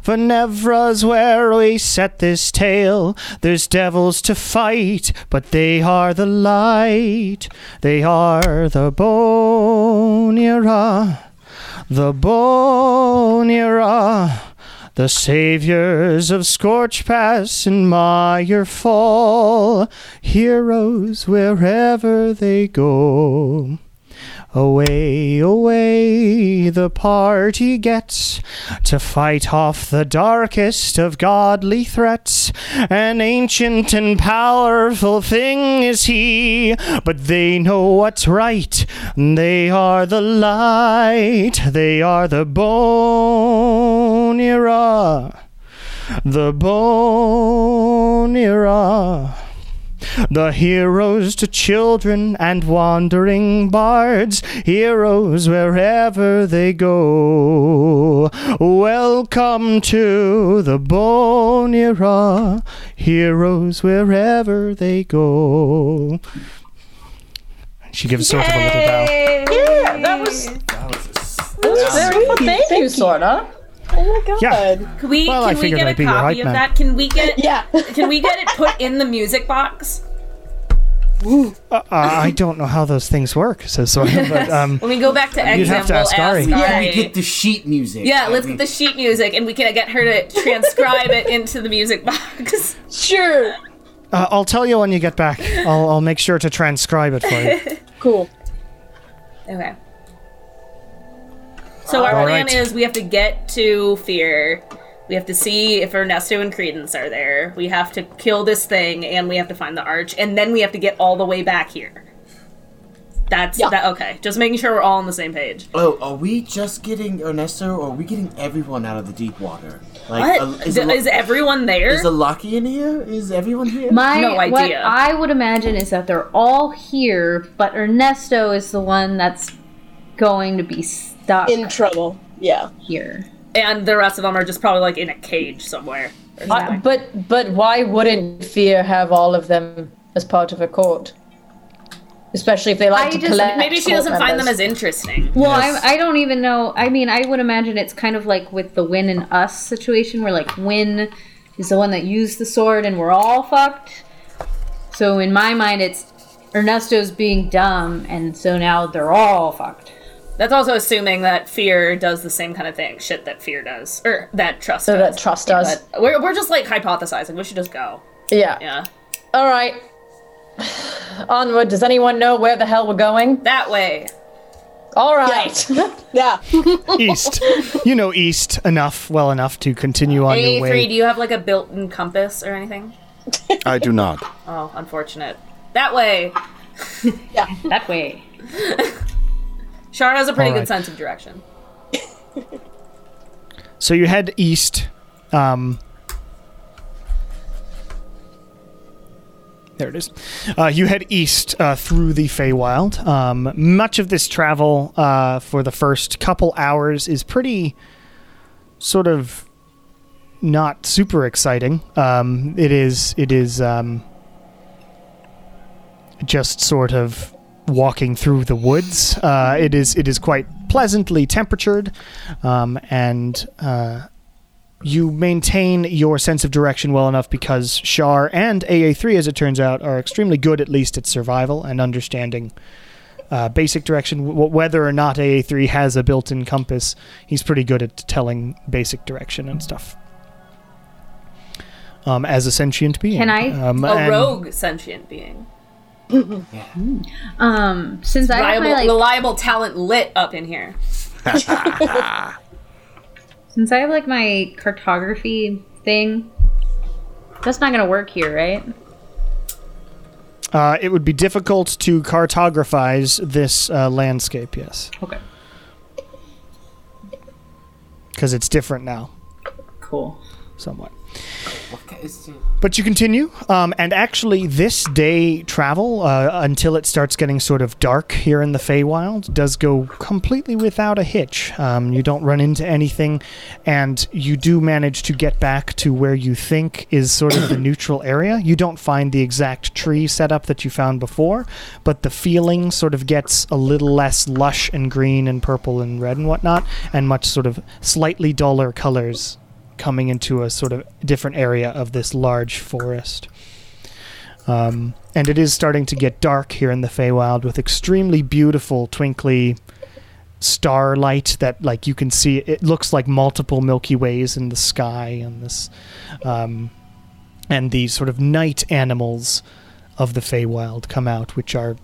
Speaker 2: For Nevra's where we set this tale. There's devils to fight, but they are the light. They are the Bonira, the Bonira, the saviors of Scorch Pass and Mire Fall. Heroes wherever they go. Away, away, the party gets to fight off the darkest of godly threats. An ancient and powerful thing is he, but they know what's right. They are the light, they are the bone era, the bone era. The heroes to children and wandering bards, heroes wherever they go. Welcome to the Bone Era, heroes wherever they go. And She gives sort of a little bow.
Speaker 8: Yeah, that was
Speaker 5: That was a s-
Speaker 8: very well, thank, you, Sorna.
Speaker 1: Oh my
Speaker 2: Yeah.
Speaker 1: god.
Speaker 9: Can we
Speaker 2: Well, I
Speaker 9: can we
Speaker 2: figured
Speaker 9: get a
Speaker 2: I'd be your hype
Speaker 9: copy of
Speaker 2: man.
Speaker 9: that? Can we
Speaker 7: <laughs>
Speaker 9: get
Speaker 1: Yeah.
Speaker 9: can we get it put in the music box?
Speaker 2: Uh, I don't know how those things work, says Sonia, <laughs> but um,
Speaker 9: When we go back to
Speaker 2: You'd
Speaker 9: exam,
Speaker 2: have to
Speaker 9: we'll
Speaker 2: ask Ari.
Speaker 9: Ari.
Speaker 5: Can we get the sheet music?
Speaker 9: yeah, let's
Speaker 5: Like,
Speaker 9: get the sheet music, and we can get her to
Speaker 7: <laughs>
Speaker 9: transcribe it into the music box.
Speaker 1: Sure.
Speaker 2: uh, I'll tell you when you get back. I'll, I'll make sure to transcribe it for you.
Speaker 1: Cool.
Speaker 9: Okay. So our
Speaker 2: All
Speaker 9: plan
Speaker 2: right.
Speaker 9: is we have to get to Fear. We have to see if Ernesto and Credence are there. We have to kill this thing, and we have to find the arch, and then we have to get all the way back here. That's
Speaker 1: Yeah.
Speaker 9: that. Okay, just making sure we're all on the same page.
Speaker 5: Oh, are we just getting Ernesto, or are we getting everyone out of the deep water? Like,
Speaker 9: What?
Speaker 5: uh,
Speaker 9: is,
Speaker 5: is, a, is,
Speaker 9: everyone there?
Speaker 5: is a Lucky in here? Is everyone here?
Speaker 7: My
Speaker 9: No
Speaker 7: what
Speaker 9: idea.
Speaker 7: I would imagine is that they're all here, but Ernesto is the one that's going to be stuck
Speaker 1: In trouble. Yeah.
Speaker 7: here.
Speaker 9: and the rest of them are just probably like in a cage somewhere. or
Speaker 8: Uh,
Speaker 9: something.
Speaker 8: but but why wouldn't Fear have all of them as part of a court? Especially if they like
Speaker 7: I
Speaker 8: to
Speaker 7: just-
Speaker 8: collect.
Speaker 9: Maybe she
Speaker 8: court
Speaker 9: doesn't find them
Speaker 8: members.
Speaker 9: as interesting.
Speaker 7: Well, I, I don't even know. I mean, I would imagine it's kind of like with the Win and Us situation, where like Win is the one that used the sword, and we're all fucked. So in my mind, it's Ernesto's being dumb, and so now they're all fucked.
Speaker 9: That's also assuming that fear does the same kind of thing, shit that fear does, or that trust
Speaker 8: So
Speaker 9: does.
Speaker 8: that trust us.
Speaker 9: But we're, we're just like hypothesizing. We should just go.
Speaker 8: Yeah.
Speaker 9: Yeah.
Speaker 8: All right. <sighs> Onward. Does anyone know where the hell we're going?
Speaker 9: That way.
Speaker 8: All right.
Speaker 1: Yeah.
Speaker 2: East. You know east enough, well enough to continue on your
Speaker 9: A3, do
Speaker 2: way.
Speaker 9: you have like a built in compass or anything?
Speaker 3: I do not.
Speaker 9: Oh, unfortunate. That way.
Speaker 7: That way.
Speaker 9: Shard has a pretty
Speaker 2: Alright.
Speaker 9: good sense of direction.
Speaker 2: So you head east. Um, there it is. Uh, you head east uh, through the Feywild. Um, much of this travel uh, for the first couple hours is pretty sort of not super exciting. Um, it is. It is um, just sort of walking through the woods. Uh, it is. It is quite pleasantly temperatured, um, and uh, you maintain your sense of direction well enough because Shar and AA3, as it turns out, are extremely good at least at survival and understanding. Uh, basic direction, w- whether or not AA3 has a built in compass, he's pretty good at telling basic direction and stuff. Um, as a sentient being.
Speaker 7: Can I-
Speaker 2: Um,
Speaker 9: A
Speaker 2: and-
Speaker 9: rogue sentient being.
Speaker 7: Um, since I have
Speaker 9: Reliable,
Speaker 7: my, like,
Speaker 9: reliable talent lit up in here.
Speaker 7: since I have like my cartography thing, that's not gonna work here, right?
Speaker 2: Uh, it would be difficult to cartographize this uh, landscape, yes,
Speaker 7: Okay.
Speaker 2: because it's different now,
Speaker 7: Cool.
Speaker 2: somewhat.
Speaker 5: What ca- is it?
Speaker 2: But you continue, um, and actually, this day travel uh, until it starts getting sort of dark here in the Feywild does go completely without a hitch. Um, you don't run into anything, and you do manage to get back to where you think is sort of the neutral area. You don't find the exact tree setup that you found before, but the feeling sort of gets a little less lush and green and purple and red and whatnot, and much sort of slightly duller colors coming into a sort of different area of this large forest. Um, and it is starting to get dark here in the Feywild with extremely beautiful, twinkly starlight that, like, you can see. It looks like multiple Milky Ways in the sky, and this, um, and these sort of night animals of the Feywild come out, which are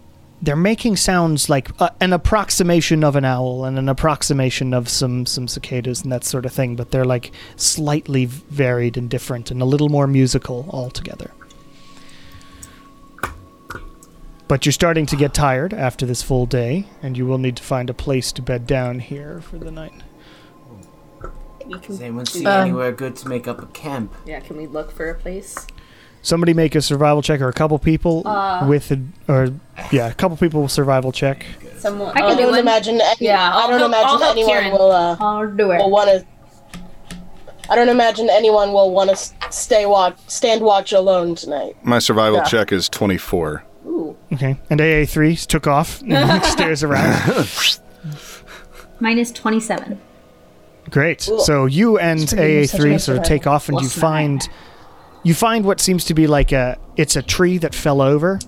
Speaker 2: they're making sounds like uh, an approximation of an owl and an approximation of some some cicadas and that sort of thing, but they're like slightly varied and different and a little more musical altogether. But you're starting to get tired after this full day, and you will need to find a place to bed down here for the night.
Speaker 5: Does anyone see
Speaker 8: Um,
Speaker 5: anywhere good to make up a camp?
Speaker 9: Yeah, can we look for a place?
Speaker 2: Somebody make a survival check, or a couple people with, a, or yeah, a couple people with survival check.
Speaker 9: Someone.
Speaker 7: I can
Speaker 9: oh,
Speaker 1: I don't
Speaker 9: anyone?
Speaker 1: imagine. Any,
Speaker 9: Yeah,
Speaker 1: I
Speaker 9: I'll
Speaker 1: don't
Speaker 9: help- I'll
Speaker 1: imagine
Speaker 9: help
Speaker 1: anyone
Speaker 9: Kieran.
Speaker 1: will. Uh,
Speaker 7: I'll do it.
Speaker 1: will want to. I don't imagine anyone will want to stay watch, stand watch alone tonight.
Speaker 3: My survival check is 24.
Speaker 2: Okay, and AA3 took off and <laughs> like, stares around.
Speaker 7: Minus twenty-seven.
Speaker 2: Great. So you and AA3 sort of take off and you find you find what seems to be like a it's a tree that fell over.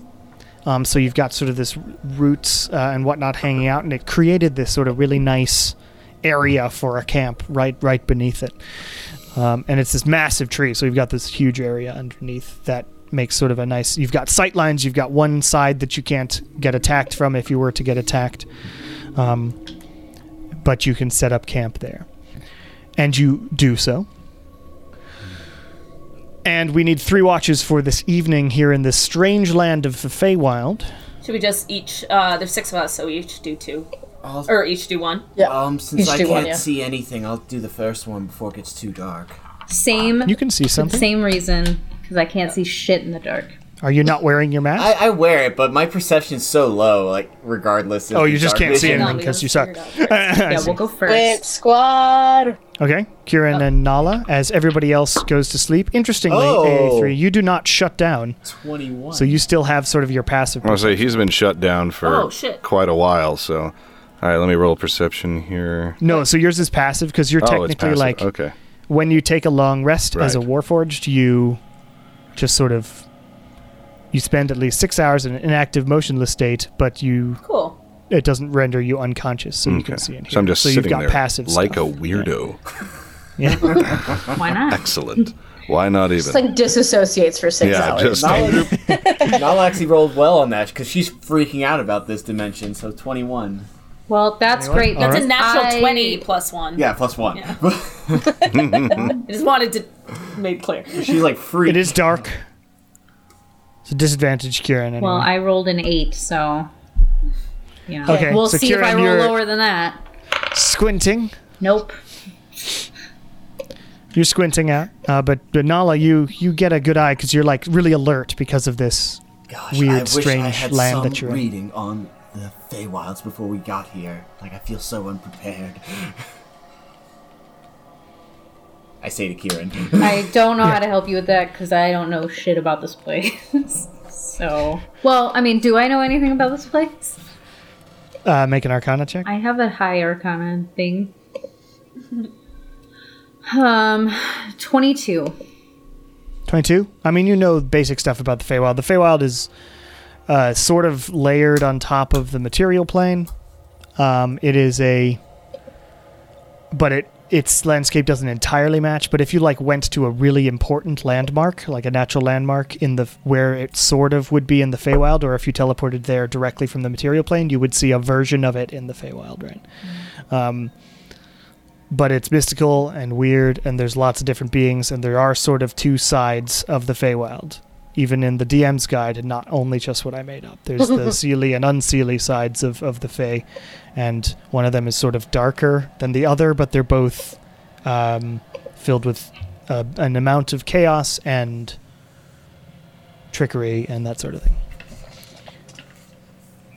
Speaker 2: Um, so you've got sort of this r- roots uh, and whatnot hanging out, and it created this sort of really nice area for a camp right right beneath it. Um, and it's this massive tree, so you've got this huge area underneath that makes sort of a nice. You've got sight lines. You've got one side that you can't get attacked from if you were to get attacked, um, but you can set up camp there and you do so. And we need three watches for this evening here in this strange land of the Feywild.
Speaker 9: Should we just each? Uh, there's six of us, so we each do two,
Speaker 5: I'll,
Speaker 9: or each do one.
Speaker 5: um, since
Speaker 8: should
Speaker 5: I
Speaker 8: do
Speaker 5: can't
Speaker 8: one, yeah.
Speaker 5: see anything, I'll do the first one before it gets too dark.
Speaker 7: Same.
Speaker 2: You can see something.
Speaker 7: Same reason, because I can't see shit in the dark.
Speaker 2: Are you not wearing your mask?
Speaker 10: I, I wear it, but my perception's so low, like regardless. Of
Speaker 2: oh,
Speaker 10: the
Speaker 2: you just
Speaker 10: dark
Speaker 2: can't see
Speaker 10: vision.
Speaker 2: anything
Speaker 9: we
Speaker 2: because you suck.
Speaker 9: gotta
Speaker 2: <laughs> I
Speaker 7: Yeah,
Speaker 2: see.
Speaker 7: we'll go first.
Speaker 1: Wimp squad.
Speaker 2: <laughs> Okay, Kieran and Nala, as everybody else goes to sleep. Interestingly,
Speaker 10: Oh.
Speaker 2: AA3, you do not shut down,
Speaker 5: Twenty-one.
Speaker 2: so you still have sort of your passive.
Speaker 3: I'll say he's been shut down for
Speaker 9: Oh, shit.
Speaker 3: quite a while, so. All right, let me roll perception here.
Speaker 2: No, so yours is passive because you're
Speaker 3: oh, it's
Speaker 2: technically
Speaker 3: passive.
Speaker 2: like
Speaker 3: okay.
Speaker 2: when you take a long rest as a
Speaker 3: Right.
Speaker 2: warforged, you just sort of You spend at least six hours in an inactive, motionless state, but you
Speaker 9: Cool.
Speaker 2: it doesn't render you unconscious, so you
Speaker 3: Okay.
Speaker 2: can see in here.
Speaker 3: So I'm just
Speaker 2: so
Speaker 3: sitting
Speaker 2: you've got
Speaker 3: there
Speaker 2: passive
Speaker 3: like
Speaker 2: stuff.
Speaker 3: a weirdo.
Speaker 2: Yeah.
Speaker 3: <laughs>
Speaker 2: <laughs>
Speaker 7: Why not?
Speaker 3: Excellent. Why not even?
Speaker 8: Just like disassociates for six
Speaker 3: yeah,
Speaker 8: hours.
Speaker 3: just
Speaker 10: Nala, <laughs> Nala actually rolled well on that because she's freaking out about this dimension. So 21.
Speaker 7: Well, that's great.
Speaker 2: All
Speaker 7: That's
Speaker 9: It's a
Speaker 2: right.
Speaker 9: natural
Speaker 7: I-
Speaker 9: 20 plus one.
Speaker 10: Yeah, plus one.
Speaker 9: I just wanted to
Speaker 2: <laughs>
Speaker 9: make clear.
Speaker 10: <laughs> she's like freaked.
Speaker 2: it is dark. It's a disadvantage, Kieran. Anyway.
Speaker 7: Well, I rolled an eight, so yeah.
Speaker 2: Okay,
Speaker 7: we'll
Speaker 2: so
Speaker 7: see
Speaker 2: Kieran,
Speaker 7: if I roll
Speaker 2: you're-
Speaker 7: lower than that.
Speaker 2: Squinting.
Speaker 7: Nope.
Speaker 2: You're squinting out, uh, but, but Nala, you you get a good eye because you're like really alert because of this.
Speaker 5: Gosh,
Speaker 2: weird,
Speaker 5: I wish I
Speaker 2: strange
Speaker 5: had
Speaker 2: land
Speaker 5: some
Speaker 2: that you're in.
Speaker 5: reading on the Feywilds before we got here. Like I feel so unprepared. <laughs>
Speaker 10: I say to Kieran.
Speaker 2: <laughs>
Speaker 7: I don't know how to help you with that because I don't know shit about this place. <laughs> so, well, I mean, do I know anything about this place?
Speaker 2: Uh, make an Arcana check.
Speaker 7: I have a high Arcana thing. um, twenty-two.
Speaker 2: Twenty-two. I mean, you know basic stuff about the Feywild. The Feywild is uh, sort of layered on top of the material plane. Um, it is a, but it its landscape doesn't entirely match. But if you like went to a really important landmark, like a natural landmark in the where it sort of would be in the Feywild, or if you teleported there directly from the material plane, you would see a version of it in the Feywild, right? but it's mystical and weird, and there's lots of different beings, and there are sort of two sides of the Feywild. Even in the DM's guide, and not only just what I made up. There's the Seelie and Unseelie sides of, of the Fey, and one of them is sort of darker than the other, but they're both um, filled with uh, an amount of chaos and trickery and that sort of thing.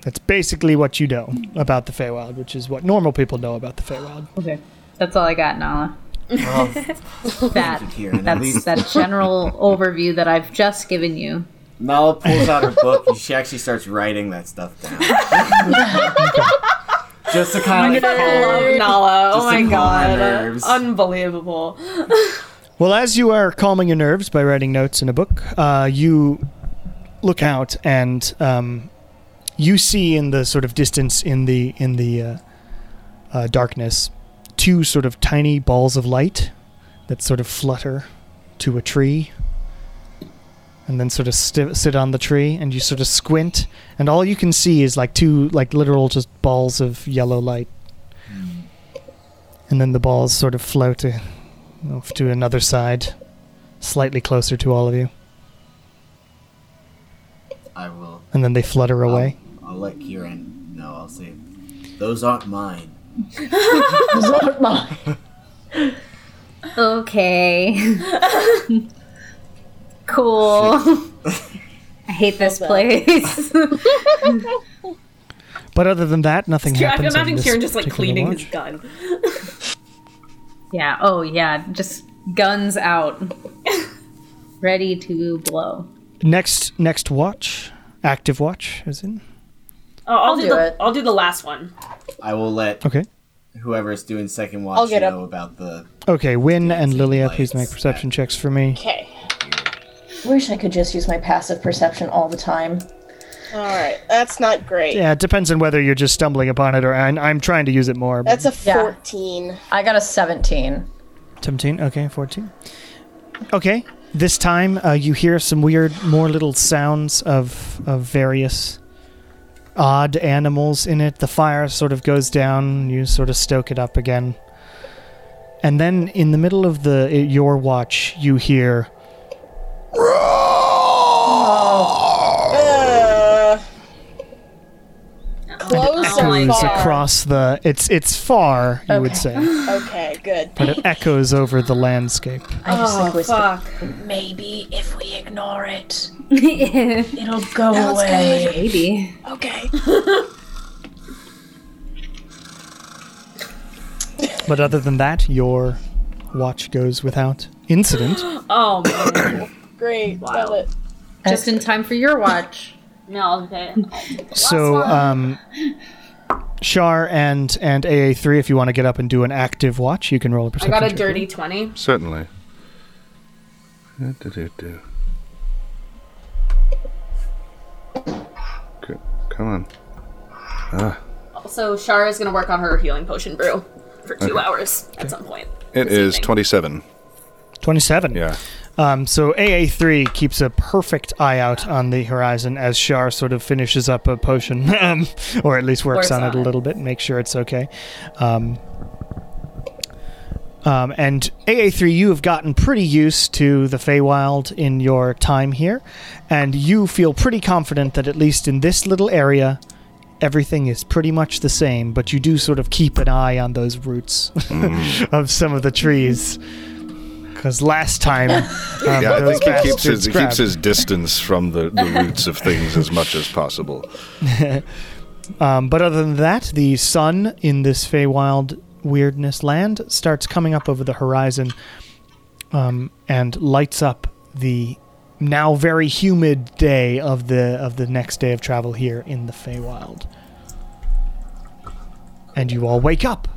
Speaker 2: That's basically what you know about the Feywild, which is what normal people know about the Feywild.
Speaker 7: Okay, that's all I got, Nala.
Speaker 5: Well,
Speaker 7: That
Speaker 5: thank you, Kieran. At
Speaker 7: that's
Speaker 5: least
Speaker 7: that general overview that I've just given you.
Speaker 10: Nala pulls out her book and she actually starts writing that stuff
Speaker 2: <laughs>
Speaker 10: down. Just to kind of like,
Speaker 9: I love Nala.
Speaker 10: Just
Speaker 9: Oh my
Speaker 10: to calm my
Speaker 9: god.
Speaker 10: nerves.
Speaker 9: Unbelievable.
Speaker 2: Well, as you are calming your nerves by writing notes in a book, uh, you look out and um, you see in the sort of distance in the in the uh, uh, darkness two sort of tiny balls of light that sort of flutter to a tree and then sort of sti sit on the tree and you sort of squint and all you can see is like two like literal just balls of yellow light and then the balls sort of float uh, off to another side, slightly closer to all of you,
Speaker 5: I will.
Speaker 2: and then they flutter away.
Speaker 5: I'll let Kieran know. I'll say those aren't mine.
Speaker 7: Okay. cool. I hate this place. <laughs>
Speaker 2: But other than that, nothing
Speaker 9: I can
Speaker 2: happens. in
Speaker 9: imagine
Speaker 2: this
Speaker 9: Kieran just like
Speaker 2: particular
Speaker 9: cleaning his
Speaker 2: watch.
Speaker 9: gun.
Speaker 7: yeah. Oh yeah. Just guns out, ready to blow.
Speaker 2: Next, next watch, active watch is in.
Speaker 9: Oh, I'll, do,
Speaker 8: do
Speaker 9: the,
Speaker 8: it.
Speaker 9: I'll do the last one.
Speaker 10: I will let
Speaker 2: Okay,
Speaker 10: whoever's doing second watch
Speaker 1: I'll get
Speaker 10: know
Speaker 1: up.
Speaker 10: about the.
Speaker 2: okay. Win and Lilia, please make
Speaker 10: lights.
Speaker 2: perception checks for me.
Speaker 1: Okay.
Speaker 8: Wish I could just use my passive perception all the time.
Speaker 1: All right. That's not great.
Speaker 2: Yeah, it depends on whether you're just stumbling upon it or and I'm trying to use it more.
Speaker 1: That's a
Speaker 8: Yeah.
Speaker 1: 14.
Speaker 8: I got a 17.
Speaker 2: 17 okay 14 okay this time uh, you hear some weird more little sounds of of various odd animals in it the fire sort of goes down you sort of stoke it up again and then in the middle of the your watch you hear
Speaker 1: Uh, close or
Speaker 2: echoes
Speaker 1: far?
Speaker 2: across the it's it's far you would say
Speaker 1: Okay, good.
Speaker 2: but it echoes over the landscape
Speaker 8: I just like whispered,
Speaker 9: Fuck.
Speaker 8: maybe if we ignore it,
Speaker 7: Maybe.
Speaker 8: it'll go away.
Speaker 1: Okay.
Speaker 2: but other than that your watch goes without incident
Speaker 9: Oh man. <coughs>
Speaker 1: Great. Love it.
Speaker 7: Just in time for your watch.
Speaker 9: No, okay.
Speaker 2: So, um, Shar and and AA3, if you want to get up and do an active watch, you can roll a
Speaker 9: I
Speaker 2: perception.
Speaker 9: got a
Speaker 2: check.
Speaker 9: dirty 20.
Speaker 3: Certainly. Du-du-du-du. Come on.
Speaker 9: Also, Shara is going to work on her healing potion brew for two hours at some point.
Speaker 3: It
Speaker 9: This
Speaker 3: is
Speaker 9: evening.
Speaker 3: 27.
Speaker 2: 27.
Speaker 3: Yeah.
Speaker 2: Um, so AA3 keeps a perfect eye out on the horizon as Shar sort of finishes up a potion, <laughs> um, or at least works
Speaker 9: Works
Speaker 2: on,
Speaker 9: on
Speaker 2: it a
Speaker 9: it.
Speaker 2: little bit and makes sure it's okay. Um, um, and AA3, you have gotten pretty used to the Feywild in your time here, and you feel pretty confident that at least in this little area, everything is pretty much the same, but you do sort of keep an eye on those roots <laughs> of some of the trees. Because
Speaker 1: <laughs>
Speaker 2: last time, um,
Speaker 3: Yeah, I
Speaker 2: those
Speaker 3: think he keeps
Speaker 2: bastards
Speaker 3: his, he keeps
Speaker 2: grabbed-
Speaker 3: his distance from the, the roots of things as much as possible.
Speaker 2: Um, but other than that, the sun in this Feywild weirdness land starts coming up over the horizon um, and lights up the now very humid day of the of the next day of travel here in the Feywild. And you all wake up.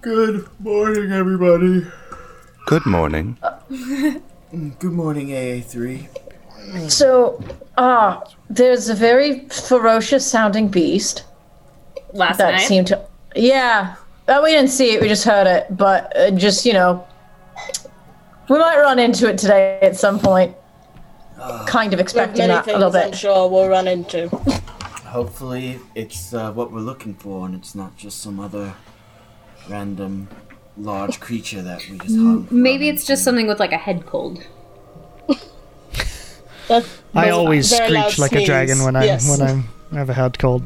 Speaker 10: Good morning, everybody.
Speaker 3: Good morning.
Speaker 9: Uh,
Speaker 10: Good morning, AA3.
Speaker 8: So, ah, there's a very ferocious sounding beast
Speaker 9: Last
Speaker 8: that
Speaker 9: night,
Speaker 8: seemed to. Yeah. Uh, we didn't see it, we just heard it, but uh, just, you know, we might run into it today at some point. Kind of
Speaker 1: Like
Speaker 8: expecting
Speaker 1: many
Speaker 8: that a
Speaker 1: things
Speaker 8: little
Speaker 1: I'm
Speaker 8: bit.
Speaker 1: sure we'll run into.
Speaker 5: Hopefully, it's uh, what we're looking for, and it's not just some other random large creature that we just hung.
Speaker 7: Maybe it's just something with like a head cold.
Speaker 1: That-
Speaker 2: I
Speaker 1: that's
Speaker 2: always
Speaker 1: very loud
Speaker 2: screech like a dragon
Speaker 1: sneeze.
Speaker 2: when I'm
Speaker 1: Yes.
Speaker 2: when I'm I have a head cold.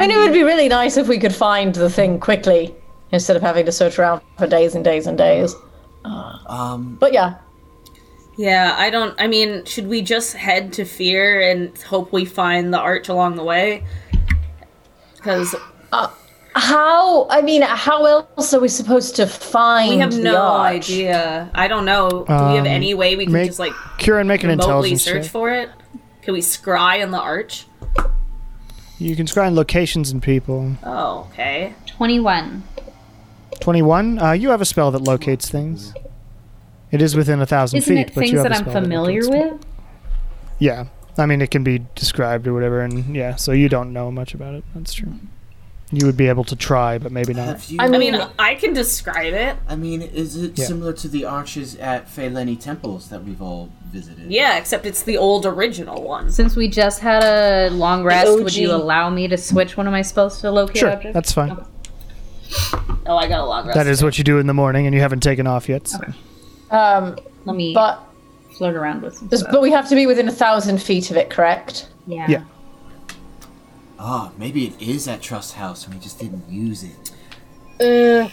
Speaker 8: And it would be really nice if we could find the thing quickly instead of having to search around for days and days and days.
Speaker 5: Um,
Speaker 8: But yeah,
Speaker 9: yeah, I don't. I mean, should we just head to Fear and hope we find the arch along the way? Because
Speaker 8: how? I mean, how else are we supposed to find?
Speaker 9: we have
Speaker 8: the
Speaker 9: no
Speaker 8: arch?
Speaker 9: idea. I don't know. Do we have
Speaker 2: Um,
Speaker 9: any way we can
Speaker 2: make-
Speaker 9: just like
Speaker 2: Kieran, make an
Speaker 9: remotely
Speaker 2: intelligence
Speaker 9: search
Speaker 2: check.
Speaker 9: for it? Can we scry on the arch?
Speaker 2: You can scry on locations and people.
Speaker 9: Oh, okay.
Speaker 7: 21.
Speaker 2: Twenty-one. Uh, you have a spell that locates things. It is within a thousand
Speaker 7: Isn't
Speaker 2: feet,
Speaker 7: it
Speaker 2: but you
Speaker 7: things
Speaker 2: have
Speaker 7: that
Speaker 2: a
Speaker 7: I'm
Speaker 2: spell
Speaker 7: familiar
Speaker 2: locates-
Speaker 7: with?
Speaker 2: Yeah, I mean it can be described or whatever, and yeah, so you don't know much about it. That's true. You would be able to try, but maybe not.
Speaker 5: have you?
Speaker 8: I
Speaker 9: I
Speaker 8: mean-
Speaker 9: mean, I can describe it.
Speaker 5: I mean, is it
Speaker 2: Yeah.
Speaker 5: similar to the arches at Feyleni temples that we've all visited?
Speaker 9: Yeah, except it's the old original one.
Speaker 7: Since we just had a long rest, would you
Speaker 1: OG.
Speaker 7: allow me to switch one of my spells to locate
Speaker 2: Sure,
Speaker 7: objects?
Speaker 2: that's fine.
Speaker 9: Oh, I got a long rest.
Speaker 2: That is what you do in the morning, and you haven't taken off yet. So.
Speaker 8: Um,
Speaker 7: Let me
Speaker 8: but
Speaker 7: flirt around with some stuff.
Speaker 8: but we have to be within a thousand feet of it, correct?
Speaker 7: Yeah.
Speaker 2: Yeah.
Speaker 5: Ah, maybe it is at Trust House, and we just didn't use it.
Speaker 1: Uh,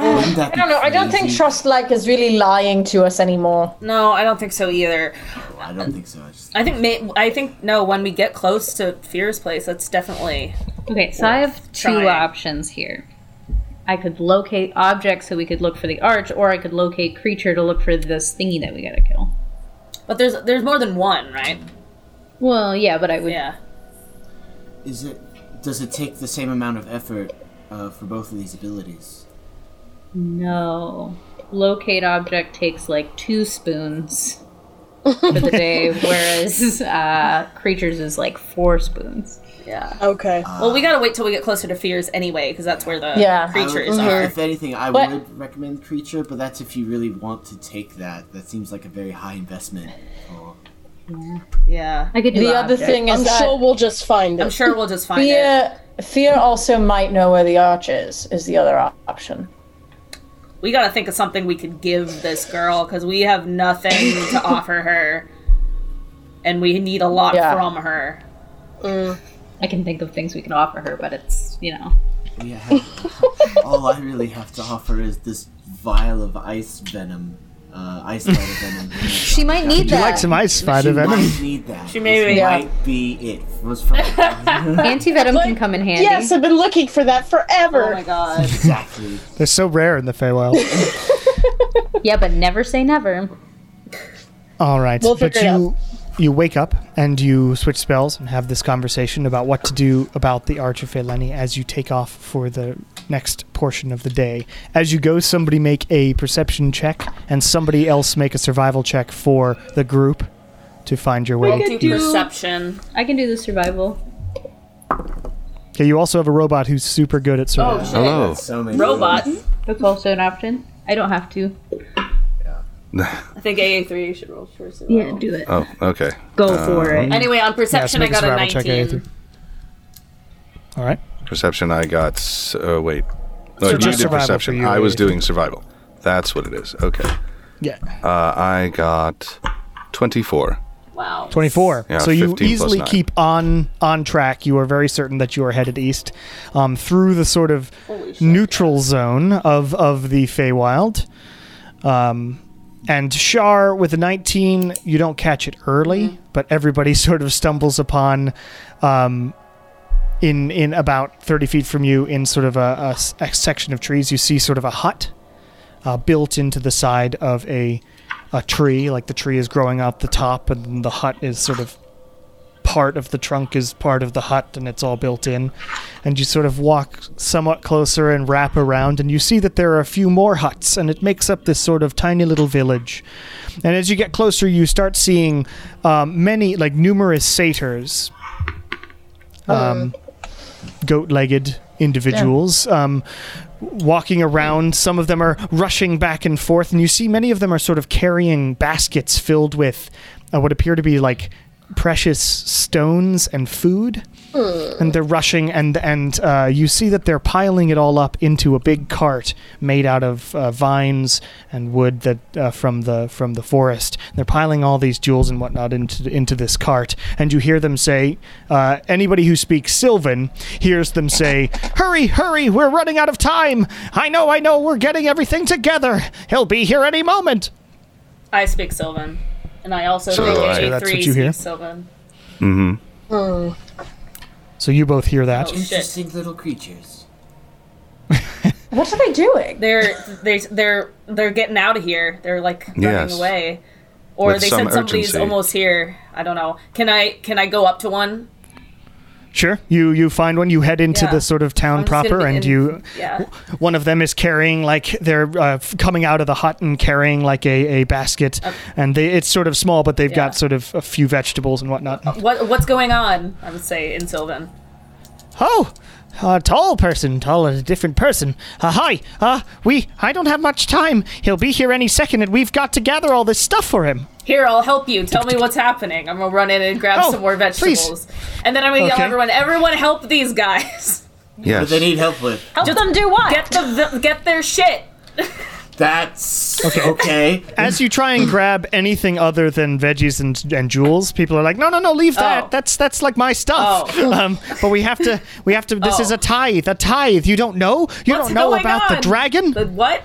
Speaker 5: Wouldn't that
Speaker 8: I don't know. I don't think Trust like is really lying to us anymore.
Speaker 9: No, I don't think so either.
Speaker 5: I don't think so. I just-
Speaker 9: I think may- I think no. When we get close to Fear's place, that's definitely
Speaker 7: Okay, so I have two
Speaker 9: trying.
Speaker 7: options here. I could locate objects so we could look for the arch, or I could locate creature to look for this thingy that we gotta kill.
Speaker 9: But there's there's more than one, right?
Speaker 7: Well, yeah, but I would.
Speaker 9: Yeah.
Speaker 5: Is it? Does it take the same amount of effort uh, for both of these abilities?
Speaker 7: No. Locate object takes like two
Speaker 8: <laughs>
Speaker 7: spoons for the day, whereas uh, creatures is like four spoons.
Speaker 9: Yeah.
Speaker 1: okay.
Speaker 9: Well, we gotta wait till we get closer to Fear's anyway, because that's where the
Speaker 8: Yeah.
Speaker 5: I would-
Speaker 9: creatures
Speaker 7: Uh-huh.
Speaker 5: if-
Speaker 9: are.
Speaker 5: If anything, I
Speaker 8: But-
Speaker 5: would recommend creature, but that's if you really want to take that. That seems like a very high investment. For...
Speaker 9: Yeah.
Speaker 7: I could do uh,
Speaker 8: The other
Speaker 7: object.
Speaker 8: thing is
Speaker 1: I'm
Speaker 8: that
Speaker 1: sure we'll just find it.
Speaker 9: I'm sure we'll just find it.
Speaker 8: fear fear also might know where the arch is. Is the other op- option?
Speaker 9: We gotta think of something we could give this girl, because we have nothing to offer her, and we need a lot
Speaker 8: Yeah.
Speaker 9: from her.
Speaker 7: I can think of things we can offer her, but it's you <laughs> know.
Speaker 5: We have, all I really have to offer is this vial of ice venom. Uh, ice spider
Speaker 7: <laughs>
Speaker 5: venom.
Speaker 7: She might need
Speaker 2: Would you like
Speaker 7: that.
Speaker 2: some ice spider
Speaker 5: she
Speaker 2: venom?
Speaker 5: might need that. She
Speaker 9: may
Speaker 5: this
Speaker 9: be-
Speaker 5: might be it. Was
Speaker 7: <laughs>
Speaker 5: from
Speaker 7: Anti venom can come in handy.
Speaker 1: Yes, I've been looking for that
Speaker 9: Oh
Speaker 1: forever.
Speaker 9: god.
Speaker 5: exactly.
Speaker 2: They're so rare in the Feywild.
Speaker 7: Yeah, but never say never.
Speaker 2: All right,
Speaker 1: We'll
Speaker 2: but
Speaker 1: figure it
Speaker 2: you you wake up and you switch spells and have this conversation about what to do about the Arch of Feleni as you take off for the next portion of the day. As you go, somebody make a perception check and somebody else make a survival check for the group to find your way.
Speaker 7: Okay.
Speaker 9: Do
Speaker 7: Do-
Speaker 9: perception.
Speaker 7: I can do the survival.
Speaker 2: Okay, you also have a robot who's super good
Speaker 1: Oh,
Speaker 2: at survival.
Speaker 3: Hello.
Speaker 10: So many
Speaker 9: Robot.
Speaker 7: That's also an option. I don't have to.
Speaker 9: I think AA3 should roll first. as
Speaker 7: Yeah,
Speaker 9: well.
Speaker 7: do it.
Speaker 3: Oh, um, okay.
Speaker 7: Go for it.
Speaker 9: Anyway,
Speaker 2: Yeah,
Speaker 9: on
Speaker 2: so
Speaker 9: perception, I
Speaker 2: make a
Speaker 9: got a
Speaker 2: survival check,
Speaker 9: 19.
Speaker 2: Aether. All right.
Speaker 3: Perception. I got. s- Uh, wait. No, you
Speaker 2: Survival.
Speaker 3: did
Speaker 2: Survival
Speaker 3: perception.
Speaker 2: for you,
Speaker 3: I was
Speaker 2: yeah.
Speaker 3: doing survival. That's what it is. Okay.
Speaker 2: Yeah.
Speaker 3: Uh, I got twenty-four.
Speaker 9: Wow.
Speaker 2: 24.
Speaker 3: Yeah,
Speaker 2: so you
Speaker 3: 15 plus
Speaker 2: easily
Speaker 3: nine.
Speaker 2: keep on on track. You are very certain that you are headed east um, through the sort of neutral zone of of the Feywild. Um, and Shar with a 19, you don't catch it early, but everybody <laughs> sort of stumbles upon um, in in about 30 feet from you in sort of a- a s- a section of trees. You see sort of a hut uh, built into the side of a a tree. Like the tree is growing out the top, and the hut is sort of part of the trunk is part of the hut, and it's all built in. And you sort of walk somewhat closer and wrap around, and you see that there are a few more huts, and it makes up this sort of tiny little village. And as you get closer, you start seeing um, many, like numerous satyrs, um, goat-legged individuals. Um, walking around. Some of them are rushing back and forth, and you see many of them are sort of carrying baskets filled with uh, what appear to be like precious stones and food. And they're rushing, and and uh, you see that they're piling it all up into a big cart made out of uh, vines and wood that uh, from the from the forest. They're piling all these jewels and whatnot into into this cart, and you hear them say, uh, anybody who speaks Sylvan hears them say, "Hurry, hurry! We're running out of time. I know, I know. We're getting everything together. He'll be here any moment."
Speaker 9: I speak Sylvan. And I also
Speaker 3: So
Speaker 9: think
Speaker 3: do I.
Speaker 9: AA3
Speaker 3: So
Speaker 2: that's what you hear?
Speaker 9: speaks Sylvan.
Speaker 2: So you both hear that.
Speaker 9: Shit.
Speaker 5: Interesting little creatures.
Speaker 8: What are they doing?
Speaker 9: They're, they, they're, they're getting out of here. They're like running
Speaker 3: Yes.
Speaker 9: away. Or
Speaker 3: With
Speaker 9: they
Speaker 3: some
Speaker 9: said somebody's
Speaker 3: urgency.
Speaker 9: almost here. I don't know. Can I can I go up to one?
Speaker 2: Sure. You you find one. You head into
Speaker 9: Yeah.
Speaker 2: the sort of town
Speaker 9: I'm just gonna
Speaker 2: proper,
Speaker 9: be
Speaker 2: and
Speaker 9: in-
Speaker 2: you
Speaker 9: Yeah.
Speaker 2: one of them is carrying like they're uh, f- coming out of the hut and carrying like a, a basket, and they it's sort of small, but they've
Speaker 9: Uh, Yeah. Uh,
Speaker 2: got sort of a few vegetables and whatnot.
Speaker 9: What what's going on? I would say in Sylvan.
Speaker 2: Oh, a tall person, tall a different person. Uh, hi, uh, we I don't have much time. He'll be here any second, and we've got to gather all this stuff for him.
Speaker 9: Here, I'll help you. Tell me what's happening. I'm gonna run in and grab
Speaker 2: Oh,
Speaker 9: some more
Speaker 2: please.
Speaker 9: vegetables, and then I'm gonna yell
Speaker 2: Okay.
Speaker 9: everyone. Everyone, help these guys. <laughs>
Speaker 3: Yes.
Speaker 5: But they need help with.
Speaker 8: Help them do what?
Speaker 9: Get the, the get their shit.
Speaker 5: That's okay. okay.
Speaker 2: As you try and grab anything other than veggies and, and jewels, people are like, "No, no, no, leave that.
Speaker 9: Oh.
Speaker 2: That's that's like my stuff." <laughs> Um, but we have to, we have to. This is
Speaker 9: Oh.
Speaker 2: a tithe, a tithe. You don't know, you
Speaker 9: What's
Speaker 2: don't know
Speaker 9: going
Speaker 2: about the
Speaker 9: on?
Speaker 2: dragon.
Speaker 9: The what?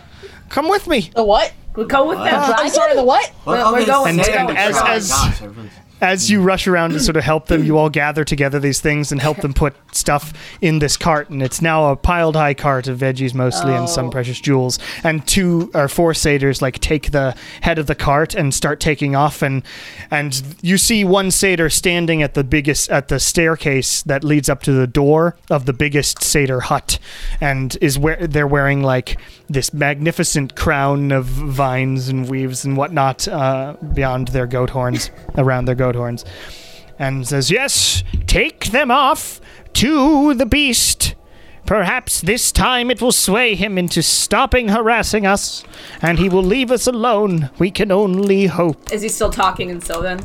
Speaker 2: Come with me.
Speaker 1: The what?
Speaker 9: We go with them.
Speaker 1: I'm sorry, the what?
Speaker 5: What
Speaker 9: We're-
Speaker 5: are
Speaker 9: we're
Speaker 5: they
Speaker 9: going
Speaker 5: saying?
Speaker 9: down.
Speaker 2: As-
Speaker 5: Oh my
Speaker 2: as-
Speaker 5: gosh, I really-
Speaker 2: As you rush around to sort of help them, you all gather together these things and help them put stuff in this cart. And it's now a piled high cart of veggies mostly and some precious jewels. And two or four satyrs like take the head of the cart and start taking off. And and you see one satyr standing at the biggest at the staircase that leads up to the door of the biggest satyr hut, and is where they're wearing like this magnificent crown of vines and weaves and whatnot uh, beyond their goat horns, <laughs> around their goat horns, and says, Yes, take them off to the beast. Perhaps this time it will sway him into stopping harassing us, and he will leave us alone. We can only hope.
Speaker 9: Is he still talking in Sylvan?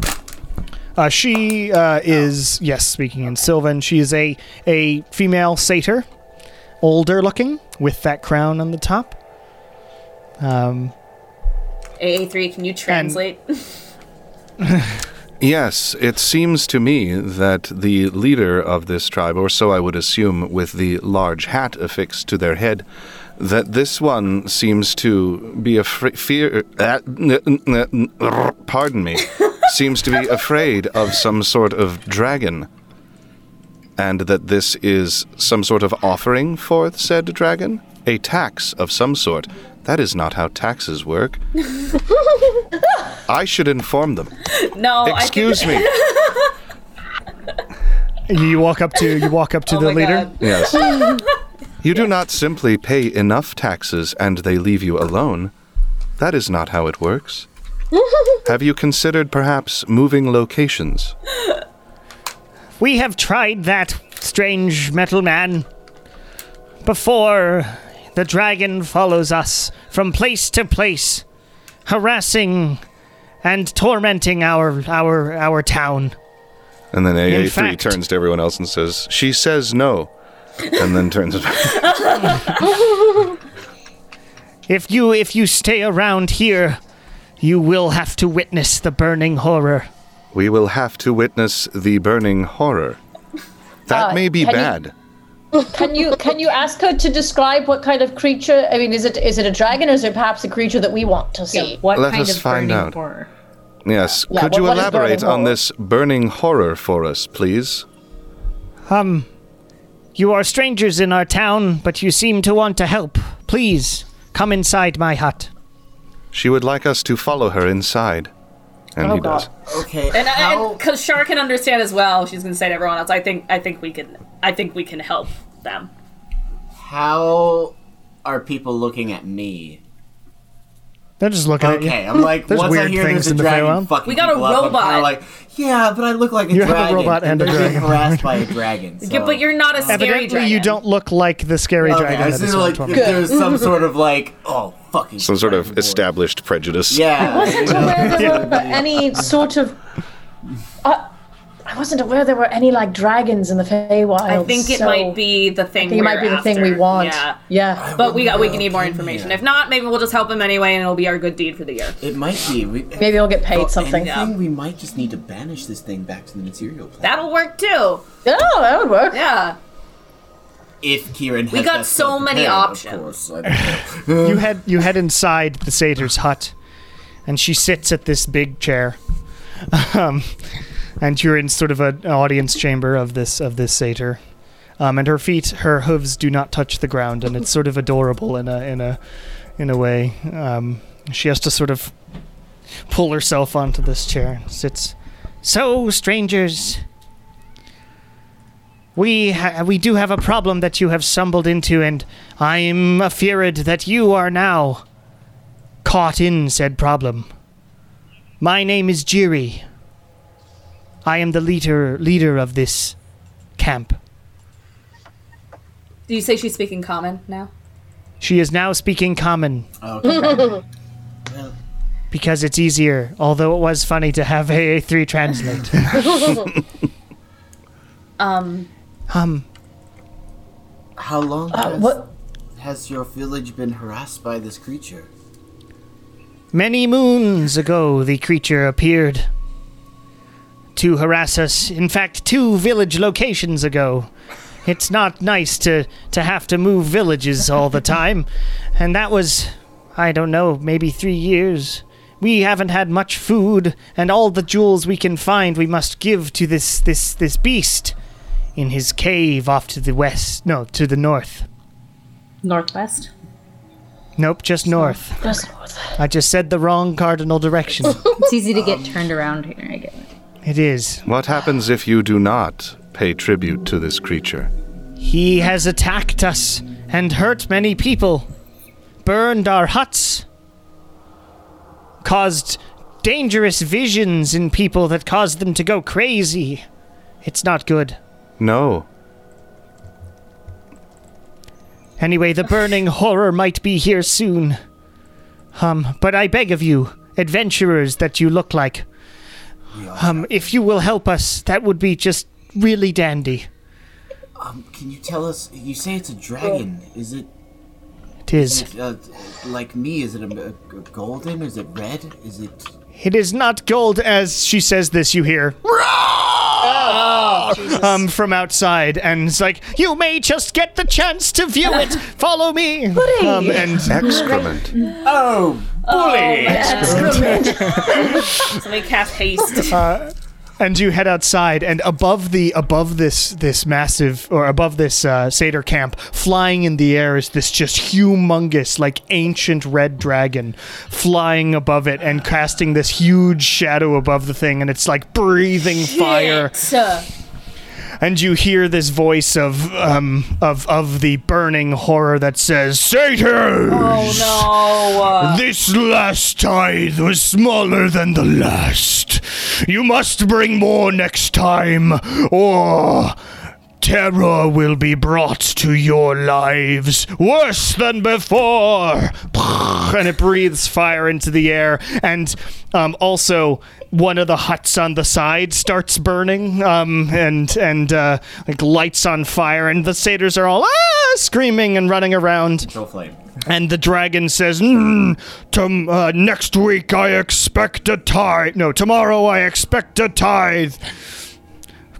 Speaker 2: Uh, she uh, is, yes, speaking in Sylvan, she is a, a female satyr, older looking, with that crown on the top. Um,
Speaker 9: AA3, can you translate? <laughs>
Speaker 3: Yes, it seems to me that the leader of this tribe, or so I would assume, with the large hat affixed to their head, that this one seems to be a fear. Uh, n- n- n- n- pardon me, seems to be afraid of some sort of dragon, and that this is some sort of offering for said dragon, a tax of some sort. That is not how taxes work. I should inform them.
Speaker 9: no.
Speaker 3: Excuse
Speaker 9: Oh, I
Speaker 3: me.
Speaker 2: you walk up to you walk up to
Speaker 9: think,
Speaker 2: the
Speaker 9: <laughs> oh my
Speaker 2: leader.
Speaker 9: God.
Speaker 8: <laughs>
Speaker 3: Yes. you do not simply
Speaker 8: <laughs>
Speaker 3: pay enough taxes and they leave you alone. That is not how it works. Have you considered perhaps moving locations?
Speaker 2: We have tried that, strange metal man. Before, the dragon follows us from place to place, harassing and tormenting our our our town.
Speaker 3: And then
Speaker 2: In
Speaker 3: AA3
Speaker 2: fact-
Speaker 3: turns to everyone else and says, She says no. And then turns
Speaker 2: <laughs>
Speaker 3: back.
Speaker 2: If you if you stay around here, you will have to witness the burning horror.
Speaker 3: We will have to witness the burning horror. That
Speaker 8: Uh,
Speaker 3: may be
Speaker 8: can you-
Speaker 3: bad.
Speaker 8: Can you can you ask her to describe what kind of creature? I mean, is it is it a dragon or is it perhaps a creature that we want to see?
Speaker 7: What
Speaker 3: Let
Speaker 7: kind
Speaker 3: us
Speaker 7: of
Speaker 3: find
Speaker 7: burning
Speaker 3: out.
Speaker 7: horror?
Speaker 3: Yes.
Speaker 8: Yeah,
Speaker 3: Could
Speaker 8: what-
Speaker 3: you
Speaker 8: what is burning
Speaker 3: elaborate on
Speaker 8: horror?
Speaker 3: this burning horror for us, please?
Speaker 2: You are strangers in our town, but you seem to want to help. Please come inside my hut.
Speaker 3: She would like us to follow her inside.
Speaker 8: Oh,
Speaker 3: And he does.
Speaker 9: <laughs>
Speaker 5: Okay,
Speaker 9: And
Speaker 5: how,
Speaker 9: because Shar can understand as well, she's gonna say to everyone else, "I think, I think we can, I think we can help them."
Speaker 5: how are people looking at me?
Speaker 2: They're just looking
Speaker 5: Okay, I'm
Speaker 2: <laughs>
Speaker 5: like,
Speaker 2: There's
Speaker 5: once
Speaker 2: weird
Speaker 5: I hear
Speaker 2: things
Speaker 5: there's a
Speaker 2: in the
Speaker 5: dragon
Speaker 2: Feywild.
Speaker 5: fucking
Speaker 9: We got a
Speaker 5: people up, I'm kinda
Speaker 9: robot.
Speaker 5: like, yeah, but I look like a
Speaker 2: You have a
Speaker 5: dragon.
Speaker 2: robot and a
Speaker 5: they're being
Speaker 2: dragon.
Speaker 5: harassed by a
Speaker 9: <laughs>
Speaker 5: dragon. So.
Speaker 9: Yeah, but you're not a scary
Speaker 2: Evidently,
Speaker 9: dragon.
Speaker 2: you don't look like the scary
Speaker 5: okay,
Speaker 2: dragon
Speaker 5: I
Speaker 2: that
Speaker 5: was
Speaker 2: is
Speaker 5: just like,
Speaker 2: on
Speaker 5: if
Speaker 2: Twitter.
Speaker 5: there's
Speaker 9: <laughs>
Speaker 5: some sort of like, oh fucking.
Speaker 3: Some sort of
Speaker 5: dragon lord.
Speaker 3: established prejudice.
Speaker 9: <laughs>
Speaker 5: Yeah.
Speaker 8: I wasn't
Speaker 5: you know?
Speaker 8: aware there were any sort of. Uh, I wasn't aware there were any like dragons in the Feywild.
Speaker 9: I think it
Speaker 8: so
Speaker 9: might be the thing.
Speaker 8: I think it might
Speaker 9: we're
Speaker 8: be the thing
Speaker 9: after.
Speaker 8: we want.
Speaker 9: Yeah.
Speaker 8: yeah.
Speaker 9: But we got we need more information. If not, maybe we'll just help him anyway, and it'll be our good deed for the year.
Speaker 5: It might be. We,
Speaker 8: Maybe we'll get paid
Speaker 5: for
Speaker 8: something.
Speaker 5: Anything, we might just need to banish this thing back to the material plane.
Speaker 9: That'll work too.
Speaker 8: Oh, that would work.
Speaker 9: Yeah.
Speaker 5: if Kieran has
Speaker 9: We got
Speaker 5: that
Speaker 9: so
Speaker 5: stuff
Speaker 9: many
Speaker 5: prepared, of
Speaker 9: options.
Speaker 5: course. I don't know.
Speaker 2: you head you head inside the satyr's hut, and she sits at this big chair, <laughs> um, and you're in sort of an audience chamber of this of this satyr, um, and her feet her hooves do not touch the ground, and it's sort of adorable in a in a in a way. Um, she has to sort of pull herself onto this chair and sits. So strangers. We ha- we do have a problem that you have stumbled into, and I'm afeared that you are now caught in said problem. My name is Jiri. I am the leader leader of this camp.
Speaker 9: Do you say she's speaking common now?
Speaker 2: She is now speaking common
Speaker 5: okay. well,
Speaker 2: <laughs> because it's easier, although it was funny to have AA3 translate.
Speaker 9: Um.
Speaker 2: um,
Speaker 5: how long
Speaker 9: Uh,
Speaker 5: has,
Speaker 8: what-
Speaker 5: has your village been harassed by this creature?
Speaker 2: Many moons ago, the creature appeared to harass us. In fact, two village locations ago. It's not nice to, to have to move villages all the time. And that was, I don't know, maybe three years. We haven't had much food, and all the jewels we can find we must give to this, this, this beast in his cave off to the west. No, to the north.
Speaker 7: Northwest.
Speaker 2: Nope, just north.
Speaker 8: Just north.
Speaker 2: I just said the wrong cardinal direction.
Speaker 7: It's easy to get turned around here. I get it.
Speaker 2: it is.
Speaker 3: What happens if you do not pay tribute to this creature?
Speaker 2: He has attacked us and hurt many people, burned our huts, caused dangerous visions in people that caused them to go crazy. It's not good.
Speaker 3: No.
Speaker 2: Anyway, the burning horror might be here soon. Um, but I beg of you, adventurers that you look like, um, if you will help us, that would be just really dandy.
Speaker 5: Um, can you tell us? You say it's a dragon. Is it,
Speaker 2: It is.
Speaker 5: it uh, like me? Is it a, a golden? Is it red? Is it?
Speaker 2: It is not gold. As she says this, you hear um, from outside, and it's like, "You may just get the chance to view it. Follow me." Um, and
Speaker 3: Excrement.
Speaker 5: Oh,
Speaker 9: Somebody cast
Speaker 8: <laughs>
Speaker 9: haste.
Speaker 2: and you head outside, and above the above this this massive or above this uh, satyr camp, flying in the air is this just humongous, like ancient red dragon, flying above it and casting this huge shadow above the thing, and it's like breathing fire.
Speaker 9: Sir.
Speaker 2: and you hear this voice of um of of the burning horror that says Satan.
Speaker 9: Oh
Speaker 2: This last tithe was smaller than the last. You must bring more next time, or terror will be brought to your lives worse than before. <laughs> And it breathes fire into the air, and um, also one of the huts on the side starts burning, um, and and uh, like lights on fire, and the satyrs are all ah, screaming and running around.
Speaker 5: Control flame.
Speaker 2: And the dragon says, mm, tom- uh, Next week I expect a tithe. No, tomorrow I expect a tithe.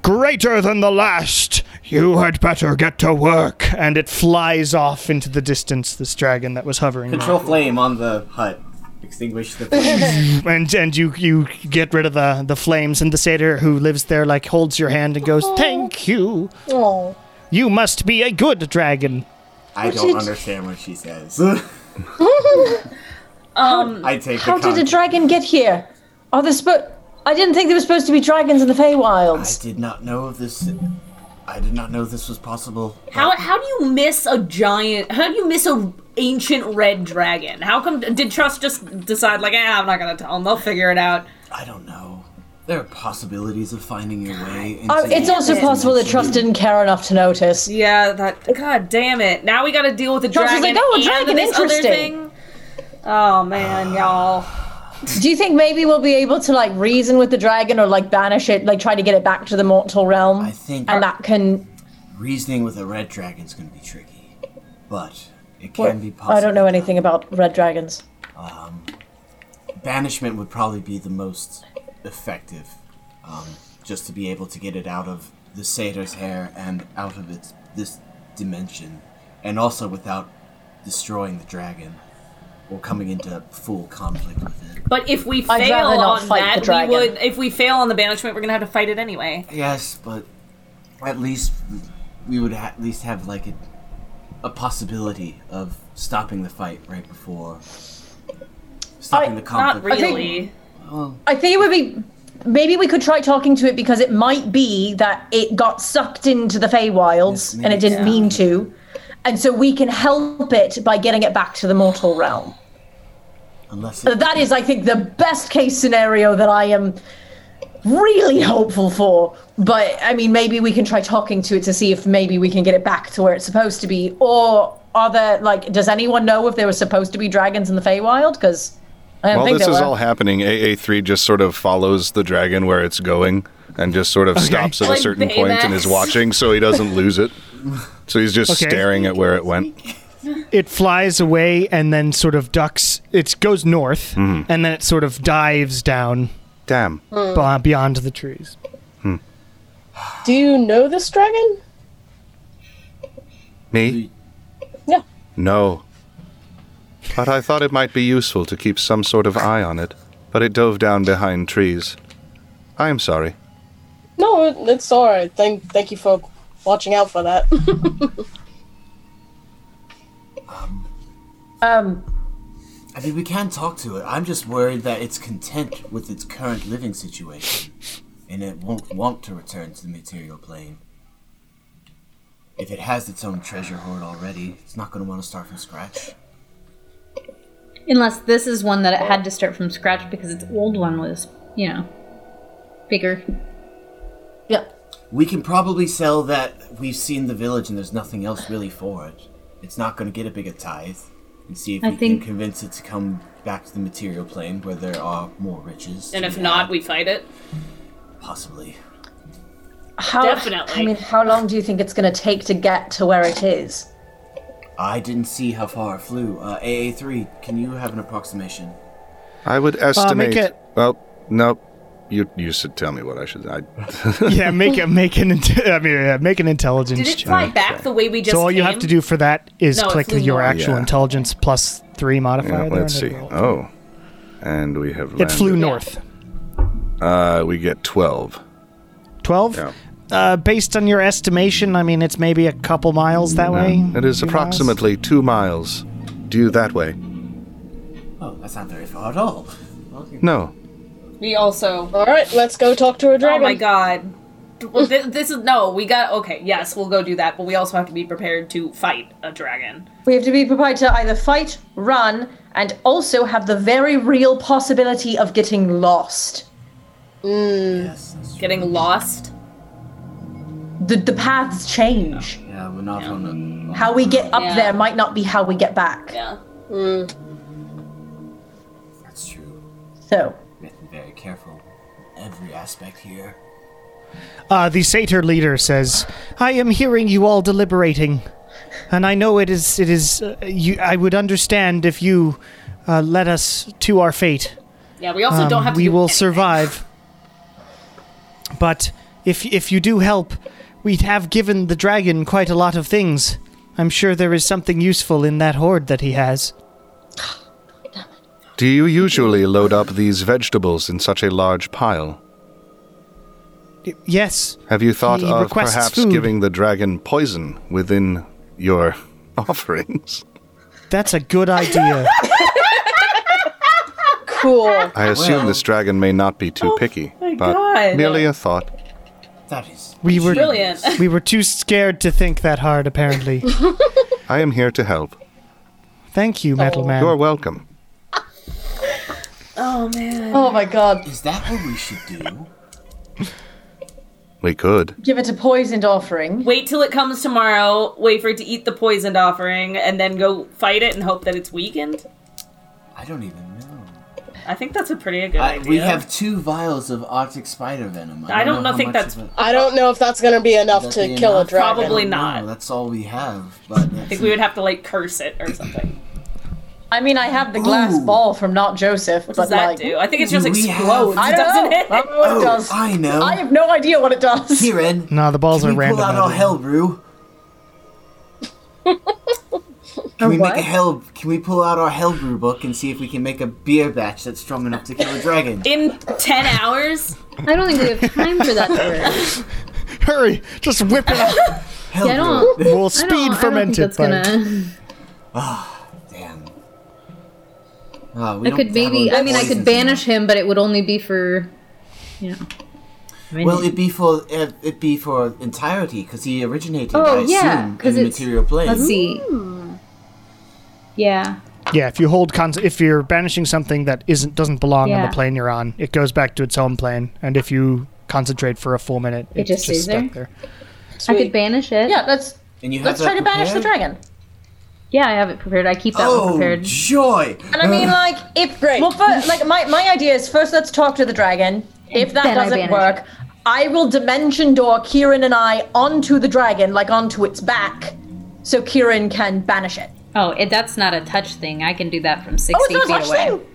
Speaker 2: Greater than the last. You had better get to work. And it flies off into the distance, this dragon that was hovering.
Speaker 5: <laughs>
Speaker 2: there.
Speaker 5: Control flame on the hut. Extinguish the flame.
Speaker 2: And and you, you get rid of the, the flames, and the satyr who lives there like holds your hand and goes, Thank you.
Speaker 1: Oh.
Speaker 2: You must be a good dragon.
Speaker 5: I don't understand what she says. <laughs> I
Speaker 9: no! Um,
Speaker 5: take
Speaker 8: How
Speaker 5: the con-
Speaker 8: did a dragon get here? Are there sp- I didn't think there were supposed to be dragons in the
Speaker 5: I
Speaker 8: Feywilds.
Speaker 5: did not know of this. I did not know this was possible.
Speaker 9: how how do you miss a giant? How do you miss a ancient red dragon? How come did Trust just decide like, ah, I'm not gonna tell them. They'll figure it out.
Speaker 5: I don't know. There are possibilities of finding your way. Into
Speaker 8: Oh, it's also possible that Trust didn't care enough to notice.
Speaker 9: Yeah, that. God damn it! Now we got to deal with the
Speaker 8: Trust was
Speaker 9: dragon
Speaker 8: like, oh, a
Speaker 9: and
Speaker 8: dragon,
Speaker 9: this other thing.
Speaker 8: interesting.
Speaker 9: Oh man, y'all.
Speaker 8: Do you think maybe we'll be able to like reason with the dragon or like banish it, like try to get it back to the mortal realm?
Speaker 5: I think
Speaker 8: and that can
Speaker 5: reasoning with a red dragon's going to be tricky, but it can be possible.
Speaker 8: I don't know anything about red dragons.
Speaker 5: Banishment would probably be the most effective, um, just to be able to get it out of the satyr's hair and out of its this dimension, and also without destroying the dragon or coming into full conflict with it.
Speaker 9: But if we
Speaker 8: I'd
Speaker 9: fail
Speaker 8: rather not
Speaker 9: on
Speaker 8: fight the
Speaker 9: that, we
Speaker 8: dragon.
Speaker 9: would. If we fail on the banishment, we're gonna have to fight it anyway.
Speaker 5: Yes, but at least we would at least have like a, a possibility of stopping the fight right before stopping
Speaker 8: I-
Speaker 5: the
Speaker 9: Not
Speaker 5: conflict.
Speaker 9: really.
Speaker 8: I think it would be maybe we could try talking to it because it might be that it got sucked into the
Speaker 5: Yes,
Speaker 8: Feywilds and it didn't
Speaker 5: maybe.
Speaker 8: mean to. And so we can help it by getting it back to the mortal realm.
Speaker 5: Unless
Speaker 8: But
Speaker 5: it,
Speaker 8: That is, I think, the best case scenario that I am really hopeful for. But I mean, maybe we can try talking to it to see if maybe we can get it back to where it's supposed to be. Or are there like, does anyone know if there were supposed to be dragons in the Feywild? Because I don't
Speaker 3: While
Speaker 8: think
Speaker 3: this
Speaker 8: there
Speaker 3: is
Speaker 8: were.
Speaker 3: all happening, AA3 just sort of follows the dragon where it's going and just sort of stops at
Speaker 9: Like
Speaker 3: a certain point and is
Speaker 9: Baymax.
Speaker 3: watching so he doesn't lose it. So he's just
Speaker 2: Okay.
Speaker 3: staring at where it went.
Speaker 2: it flies away and then sort of ducks. It goes north
Speaker 3: Mm-hmm.
Speaker 2: and then it sort of dives down
Speaker 3: Damn.
Speaker 2: b- beyond the trees.
Speaker 1: Do you know this dragon?
Speaker 3: Me?
Speaker 1: Yeah.
Speaker 3: No. But I thought it might be useful to keep some sort of eye on it. But it dove down behind trees. I am sorry.
Speaker 1: No, it, it's alright. Thank, thank you for watching out for that.
Speaker 8: Um,
Speaker 5: I mean, we can talk to it. I'm just worried that it's content with its current living situation, and it won't want to return to the material plane. If it has its own treasure hoard already, it's not going to want to start from scratch.
Speaker 7: Unless this is one that it had to start from scratch because its old one was, you know, bigger.
Speaker 8: yeah.
Speaker 5: We can probably sell that we've seen the village and there's nothing else really for it. It's not going to get a bigger tithe. And see if
Speaker 7: I
Speaker 5: we
Speaker 7: think-
Speaker 5: can convince it to come back to the material plane where there are more riches. to
Speaker 9: And if
Speaker 5: be
Speaker 9: not,
Speaker 5: had,
Speaker 9: we fight it.
Speaker 5: Possibly.
Speaker 8: How,
Speaker 9: Definitely.
Speaker 8: I mean, how long do you think it's going to take to get to where it is?
Speaker 5: I didn't see how far it flew. Uh, AA3, can you have an approximation?
Speaker 3: I would estimate.
Speaker 2: it-
Speaker 3: Well, no. You, you should tell me what I should. I,
Speaker 2: <laughs> yeah, make a make an int- I mean, yeah, make an intelligence
Speaker 9: Did it
Speaker 2: check.
Speaker 9: fly back the way we just?
Speaker 2: So all you have
Speaker 9: came?
Speaker 2: to do for that is
Speaker 9: No, it
Speaker 2: click
Speaker 9: flew
Speaker 2: your
Speaker 9: north.
Speaker 2: actual
Speaker 3: Yeah.
Speaker 2: intelligence plus three modifier.
Speaker 3: <laughs> Yeah,
Speaker 2: there,
Speaker 3: let's
Speaker 2: and
Speaker 3: see.
Speaker 2: it'll-
Speaker 3: Oh, and we have.
Speaker 2: It flew
Speaker 3: landed.
Speaker 2: north.
Speaker 3: Uh, we get twelve.
Speaker 2: Twelve.
Speaker 3: Yeah.
Speaker 2: Uh, based on your estimation, I mean, it's maybe a couple miles that way.
Speaker 3: It is
Speaker 2: Few miles?
Speaker 3: approximately two miles. Due that way.
Speaker 5: Oh, that's not very far at all.
Speaker 3: No.
Speaker 9: We also.
Speaker 1: alright, let's go talk to a
Speaker 9: Oh
Speaker 1: dragon.
Speaker 9: my god. well, thi- this is no. We got okay. Yes, we'll go do that, but we also have to be prepared to fight a dragon.
Speaker 8: We have to be prepared to either fight, run, and also have the very real possibility of getting lost.
Speaker 9: Mm.
Speaker 5: Yes, that's true.
Speaker 9: Getting lost.
Speaker 8: The, the paths change.
Speaker 5: Yeah, we're not on a.
Speaker 8: How we get up
Speaker 9: Yeah.
Speaker 8: there might not be how we get back.
Speaker 9: Yeah.
Speaker 5: That's true.
Speaker 8: So,
Speaker 5: We have to be very careful. Every aspect here.
Speaker 2: Uh, the satyr leader says, "I am hearing you all deliberating, and I know it is. It is. Uh, you, I would understand if you uh, let us to our fate.
Speaker 9: Yeah. We also don't
Speaker 2: Um,
Speaker 9: have. To
Speaker 2: we
Speaker 9: do
Speaker 2: will
Speaker 9: anything.
Speaker 2: survive. But if if you do help, we have given the dragon quite a lot of things. I'm sure there is something useful in that hoard that he has.
Speaker 3: Do you usually load up these vegetables in such a large pile?
Speaker 2: Y- Yes,
Speaker 3: Have you thought
Speaker 2: He
Speaker 3: of
Speaker 2: requests
Speaker 3: perhaps
Speaker 2: food.
Speaker 3: giving the dragon poison within your <laughs> offerings?
Speaker 2: that's a good idea.
Speaker 1: Cool.
Speaker 3: I assume
Speaker 5: Well-
Speaker 3: this dragon may not be too picky, but
Speaker 9: God.
Speaker 3: merely a thought.
Speaker 5: That is.
Speaker 2: We were
Speaker 9: Brilliant.
Speaker 2: we were too scared to think that hard. Apparently,
Speaker 3: I am here to help.
Speaker 2: thank you, Metal Man.
Speaker 3: You're welcome.
Speaker 9: oh man.
Speaker 8: oh my god,
Speaker 5: Is that what we should do?
Speaker 3: We could.
Speaker 8: give it a poisoned offering.
Speaker 9: Wait till it comes tomorrow. Wait for it to eat the poisoned offering, and then go fight it and hope that it's weakened.
Speaker 5: I don't even know.
Speaker 9: I think that's a pretty good
Speaker 5: I,
Speaker 9: idea.
Speaker 5: Uh, we have two vials of Arctic spider venom.
Speaker 9: I don't know-
Speaker 5: how
Speaker 9: think
Speaker 5: much
Speaker 9: that's-
Speaker 5: of it-
Speaker 1: I don't know if that's gonna be enough
Speaker 5: Would that
Speaker 1: to
Speaker 5: be
Speaker 1: kill
Speaker 5: enough?
Speaker 1: a dragon.
Speaker 9: Probably
Speaker 5: No,
Speaker 9: not.
Speaker 5: that's all we have. But
Speaker 9: I think we would have to like curse it or something.
Speaker 8: I mean, I have the glass
Speaker 5: Ooh.
Speaker 8: ball from Not Joseph,
Speaker 9: What
Speaker 8: but
Speaker 9: does that
Speaker 8: like,
Speaker 9: do? I think it just
Speaker 5: We have-
Speaker 9: explodes,
Speaker 8: I
Speaker 9: doesn't
Speaker 8: don't know.
Speaker 9: it?
Speaker 8: I don't know what it does.
Speaker 5: Oh, I know.
Speaker 8: I have no idea what it does. <laughs>
Speaker 5: Kieran.
Speaker 2: Nah, the balls are
Speaker 5: can we
Speaker 2: random.
Speaker 5: Pull out
Speaker 2: I
Speaker 5: our
Speaker 2: think.
Speaker 5: hell brew. Can we make a hell? Can we pull out our hell brew book and see if we can make a beer batch that's strong enough to kill a dragon?
Speaker 9: <laughs> In ten hours,
Speaker 7: I don't think we have time
Speaker 3: <laughs>
Speaker 7: for that. To
Speaker 2: Hurry, just whip it up.
Speaker 5: Hell
Speaker 7: yeah, <laughs> I
Speaker 5: brew.
Speaker 7: don't.
Speaker 2: We'll
Speaker 7: I
Speaker 2: speed
Speaker 7: don't, I don't think
Speaker 2: ferment it.
Speaker 7: that's
Speaker 2: but
Speaker 7: gonna.
Speaker 5: Damn. Ah, we
Speaker 7: I
Speaker 5: don't
Speaker 7: could
Speaker 5: have
Speaker 7: maybe.
Speaker 5: all the
Speaker 7: I mean, I could
Speaker 5: poisons in
Speaker 7: banish him, but it would only be for, you know.
Speaker 5: there. Well, it'd be for uh, it'd be for entirety because he originated.
Speaker 7: Oh,
Speaker 5: I
Speaker 7: yeah,
Speaker 5: assume,
Speaker 7: 'cause
Speaker 5: in the
Speaker 7: it's-
Speaker 5: material plane.
Speaker 7: Let's see. Yeah.
Speaker 2: Yeah, if you hold cons- if you're banishing something that isn't doesn't belong on
Speaker 7: Yeah.
Speaker 2: the plane you're on, it goes back to its home plane, and if you concentrate for a full minute,
Speaker 7: It
Speaker 2: it's
Speaker 7: just stays
Speaker 2: stuck
Speaker 7: there?
Speaker 2: there.
Speaker 7: I could banish it.
Speaker 8: Yeah, let's
Speaker 5: And you have
Speaker 8: let's
Speaker 5: that
Speaker 8: try to banish the
Speaker 5: prepared?
Speaker 8: dragon.
Speaker 7: Yeah, I have it prepared. I keep that one
Speaker 5: Oh
Speaker 7: prepared.
Speaker 5: joy!
Speaker 8: And I mean, like, if
Speaker 1: Great.
Speaker 8: well, first, like my my idea is first let's talk to the dragon. If that
Speaker 7: Then I
Speaker 8: doesn't
Speaker 7: banish
Speaker 8: work, I will dimension door Kieran and I onto the dragon, like onto its back, so Kieran can banish it.
Speaker 7: Oh, it, that's not a touch thing. I can do that from
Speaker 8: Oh,
Speaker 7: 60
Speaker 8: it's not a
Speaker 7: feet
Speaker 8: touch
Speaker 7: away.
Speaker 8: thing.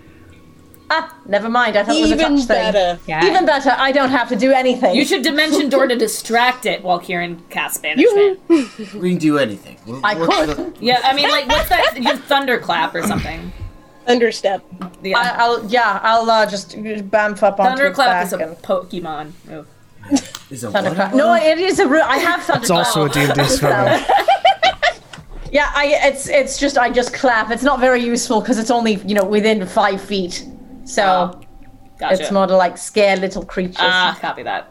Speaker 8: Ah, never mind. I thought it was a
Speaker 1: Even
Speaker 8: touch thing.
Speaker 1: better.
Speaker 7: Yeah.
Speaker 8: Even better. I don't have to do anything.
Speaker 9: you should dimension door to distract it while Kieran casts banishment.
Speaker 5: We can do anything. We'll,
Speaker 8: I
Speaker 5: we'll-
Speaker 8: could.
Speaker 9: Yeah, I mean, like, what's that? Your thunderclap or something?
Speaker 1: Thunderstep.
Speaker 9: Yeah,
Speaker 8: I, I'll yeah. I'll uh, just bamf up onto
Speaker 9: thunderclap
Speaker 8: its
Speaker 9: is a
Speaker 8: back and
Speaker 9: Pokemon Oh, move.
Speaker 5: Is a
Speaker 8: thunderclap.
Speaker 5: water
Speaker 8: No,
Speaker 5: bottle?
Speaker 8: it is a. Ru- I have thunderclap.
Speaker 2: It's also a
Speaker 7: <laughs>
Speaker 2: D&D spell.
Speaker 8: Yeah, I it's it's just I just clap. It's not very useful because it's only you know within five feet, so
Speaker 9: Gotcha.
Speaker 8: it's more to like scare little creatures.
Speaker 9: Ah, copy that.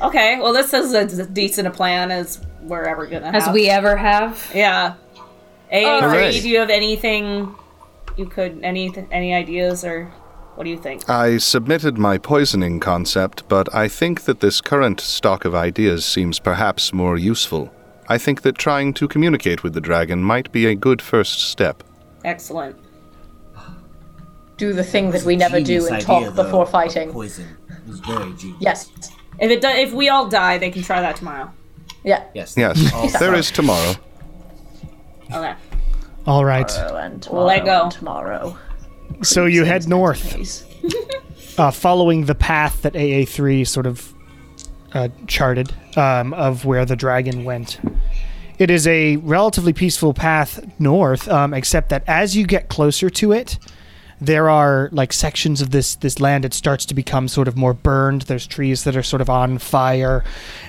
Speaker 9: Okay, well, this is as decent a plan as we're ever gonna have.
Speaker 7: As we ever have.
Speaker 9: Yeah. AA3,
Speaker 3: Hooray.
Speaker 9: do you have anything you could any any ideas or what do you think?
Speaker 2: Uh.
Speaker 3: I submitted my poisoning concept, but I think that this current stock of ideas seems perhaps more useful. I think that trying to communicate with the dragon might be a good first step.
Speaker 9: Excellent.
Speaker 8: do the thing that we never do
Speaker 5: Genius
Speaker 8: and
Speaker 5: idea,
Speaker 8: talk
Speaker 5: though,
Speaker 8: before
Speaker 5: of
Speaker 8: fighting.
Speaker 5: Poison. It was very genius.
Speaker 8: Yes.
Speaker 9: If it do, if we all die, they can try that tomorrow.
Speaker 8: Yeah.
Speaker 5: Yes. <laughs> Oh,
Speaker 3: Yes, there is tomorrow.
Speaker 9: Okay.
Speaker 2: All right,
Speaker 8: Tomorrow and tomorrow
Speaker 9: Lego.
Speaker 8: and tomorrow.
Speaker 2: so you head
Speaker 7: <laughs>
Speaker 2: north,
Speaker 8: Please.
Speaker 2: uh, following the path that AA three sort of uh, charted um, of where the dragon went. It is a relatively peaceful path north, um, except that as you get closer to it, there are like sections of this this land it starts to become sort of more burned there's trees that are sort of on fire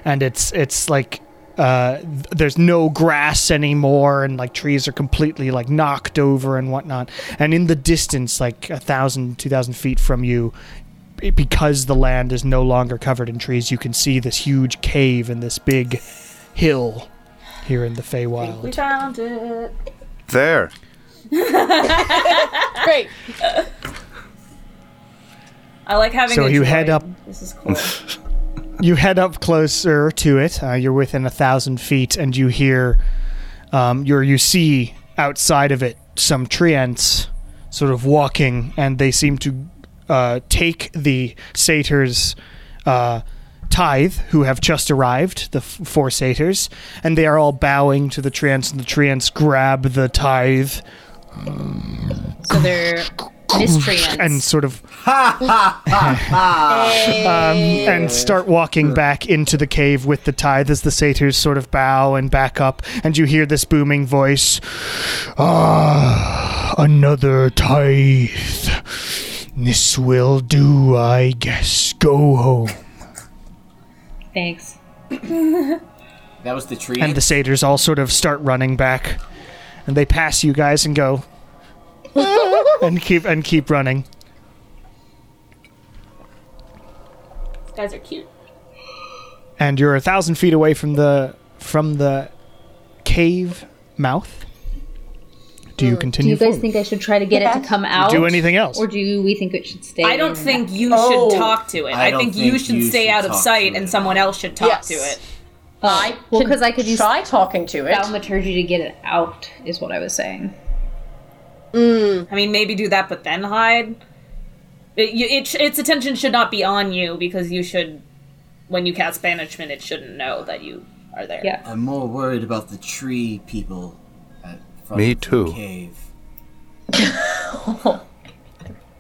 Speaker 2: and it's it's like uh, th- there's no grass anymore and like trees are completely like knocked over and whatnot and in the distance like a thousand two thousand feet from you because the land is no longer covered in trees, you can see this huge cave and this big hill here in the
Speaker 9: We
Speaker 2: Feywild.
Speaker 9: found it.
Speaker 3: There.
Speaker 1: Great.
Speaker 9: I like having.
Speaker 2: So
Speaker 9: a
Speaker 2: you
Speaker 9: droid.
Speaker 2: head up-
Speaker 9: This
Speaker 2: <laughs>
Speaker 9: is cool.
Speaker 2: You head up closer to it. Uh, you're within a thousand feet, and you hear, um, you you see outside of it some tree ants sort of walking, and they seem to uh, take the satyrs. Uh, Tithe, who have just arrived, the f- four satyrs, and they are all bowing to the treants, and the treants grab the tithe
Speaker 7: So they're miscreants.
Speaker 2: and sort of um, and start walking back into the cave with the tithe as the satyrs sort of bow and back up and you hear this booming voice ah another tithe this will do i guess go home
Speaker 7: Thanks.
Speaker 5: That was the tree.
Speaker 2: and the satyrs all sort of start running back and they pass you guys and go <laughs> and keep and keep running
Speaker 9: These guys are cute.
Speaker 2: and you're a thousand feet away from the from the cave mouth. Do you
Speaker 7: Do
Speaker 2: continue?
Speaker 7: you guys
Speaker 2: forward?
Speaker 7: think I should try to get it to come out?
Speaker 2: do anything else?
Speaker 7: Or do you, we think it should stay?
Speaker 9: I don't
Speaker 7: in?
Speaker 9: think you
Speaker 8: Oh.
Speaker 9: should talk to it.
Speaker 5: I
Speaker 9: I,
Speaker 5: don't
Speaker 9: think, you
Speaker 5: think
Speaker 9: should
Speaker 5: you
Speaker 9: stay
Speaker 5: should
Speaker 9: out of
Speaker 5: talk
Speaker 9: sight
Speaker 5: to
Speaker 9: and
Speaker 5: it.
Speaker 9: someone else should talk
Speaker 8: Yes.
Speaker 9: to it.
Speaker 8: I
Speaker 7: well,
Speaker 8: can
Speaker 7: 'cause I could use-
Speaker 8: try talking to it.
Speaker 7: thaumaturgy to get it out is what I was saying.
Speaker 9: I mean, maybe do that, but then hide. It, you, it, sh- its attention should not be on you because you should, when you cast banishment, it shouldn't know that you are there.
Speaker 7: Yeah.
Speaker 5: I'm more worried about the tree people at front
Speaker 3: Me
Speaker 5: of the
Speaker 3: too.
Speaker 8: <laughs>
Speaker 5: cave.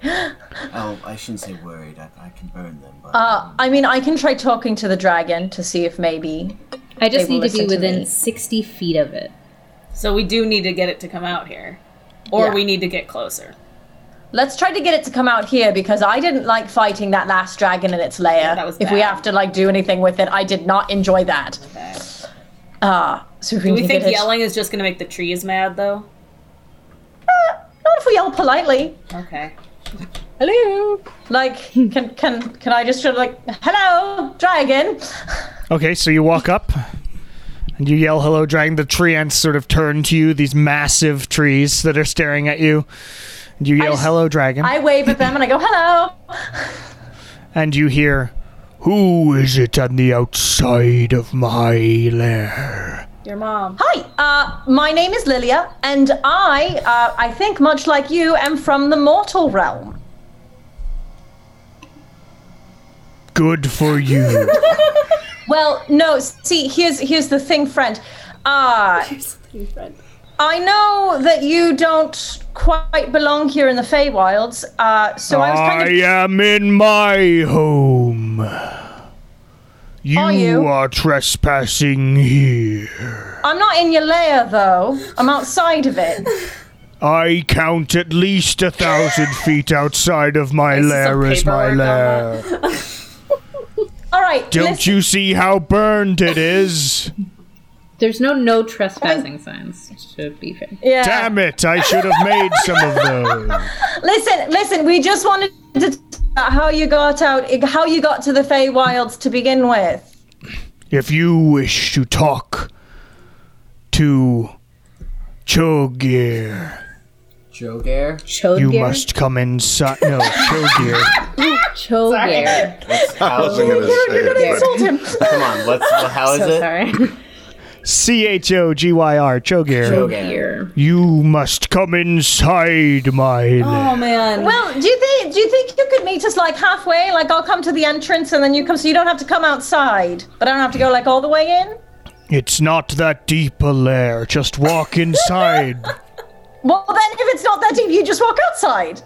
Speaker 5: oh, I shouldn't say worried. I, I can burn them, but
Speaker 8: Uh, I mean, I can try talking to the dragon to see if maybe.
Speaker 7: I just
Speaker 8: They will
Speaker 7: need to be
Speaker 8: listen to
Speaker 7: within
Speaker 8: me.
Speaker 7: 60 feet of it.
Speaker 9: So we do need to get it to come out here, or
Speaker 8: Yeah.
Speaker 9: we need to get closer.
Speaker 8: Let's try to get it to come out here because I didn't like fighting that last dragon in its lair.
Speaker 9: that was
Speaker 8: if we
Speaker 9: bad.
Speaker 8: have to like do anything with it, I did not enjoy that. Uh, so if we,
Speaker 9: Do we
Speaker 8: can
Speaker 9: think
Speaker 8: get it-
Speaker 9: yelling is just going to make the trees mad, though?
Speaker 8: Not if we yell politely.
Speaker 9: Okay.
Speaker 8: Hello. Like, can can can I just sort of like, hello, dragon?
Speaker 2: Okay, so you walk up and you yell hello, dragging the tree ants sort of turn to you, these massive trees that are staring at you. And you yell
Speaker 8: just-
Speaker 2: hello, dragon,
Speaker 8: I wave at them and I go, hello.
Speaker 2: and you hear who is it on the outside of my lair?
Speaker 9: Your mom.
Speaker 8: Hi. Uh, my name is Lilia, and I, uh, I think much like you, am from the mortal realm.
Speaker 2: Good for you.
Speaker 8: Well, no. See, here's here's the thing, friend. Uh, I know that you don't quite belong here in the Feywilds, uh, so I was kind
Speaker 2: I
Speaker 8: of.
Speaker 2: am in my home. You
Speaker 8: Are
Speaker 2: are,
Speaker 8: you?
Speaker 2: trespassing here.
Speaker 8: I'm not in your lair though. I'm outside
Speaker 1: <laughs>
Speaker 8: of it.
Speaker 2: I count at least a thousand
Speaker 8: <laughs>
Speaker 2: feet outside of my
Speaker 9: This is some
Speaker 2: lair as my
Speaker 9: paperwork on
Speaker 2: lair.
Speaker 8: All right.
Speaker 2: Don't
Speaker 8: listen-
Speaker 2: you see how burned it is?
Speaker 7: There's no no trespassing signs, should be fair.
Speaker 8: <laughs> Yeah.
Speaker 2: Damn it, I should have made some of those.
Speaker 8: Listen, listen. We just wanted to talk about how you got out, how you got to the Feywilds to begin with.
Speaker 2: If you wish to talk to Chogir,
Speaker 5: Jogare.
Speaker 7: Chogare?
Speaker 2: you must come inside. No, Chogir.
Speaker 7: Chogare.
Speaker 5: Oh,
Speaker 3: I wasn't going to say it.
Speaker 8: Told him.
Speaker 5: Come on, let's.
Speaker 8: <laughs>
Speaker 5: How is
Speaker 7: So
Speaker 5: it?
Speaker 7: sorry.
Speaker 2: C H O G Y R, Chogir.
Speaker 5: Jogare.
Speaker 7: Here.
Speaker 2: You must come inside my lair.
Speaker 9: Oh man.
Speaker 8: Well, do you think do you think you could meet us like halfway? Like I'll come to the entrance and then you come, so you don't have to come outside, but I don't have to go like all the way in.
Speaker 2: It's not that deep a lair. Just walk inside.
Speaker 8: Well, then if it's not that deep, you just walk outside.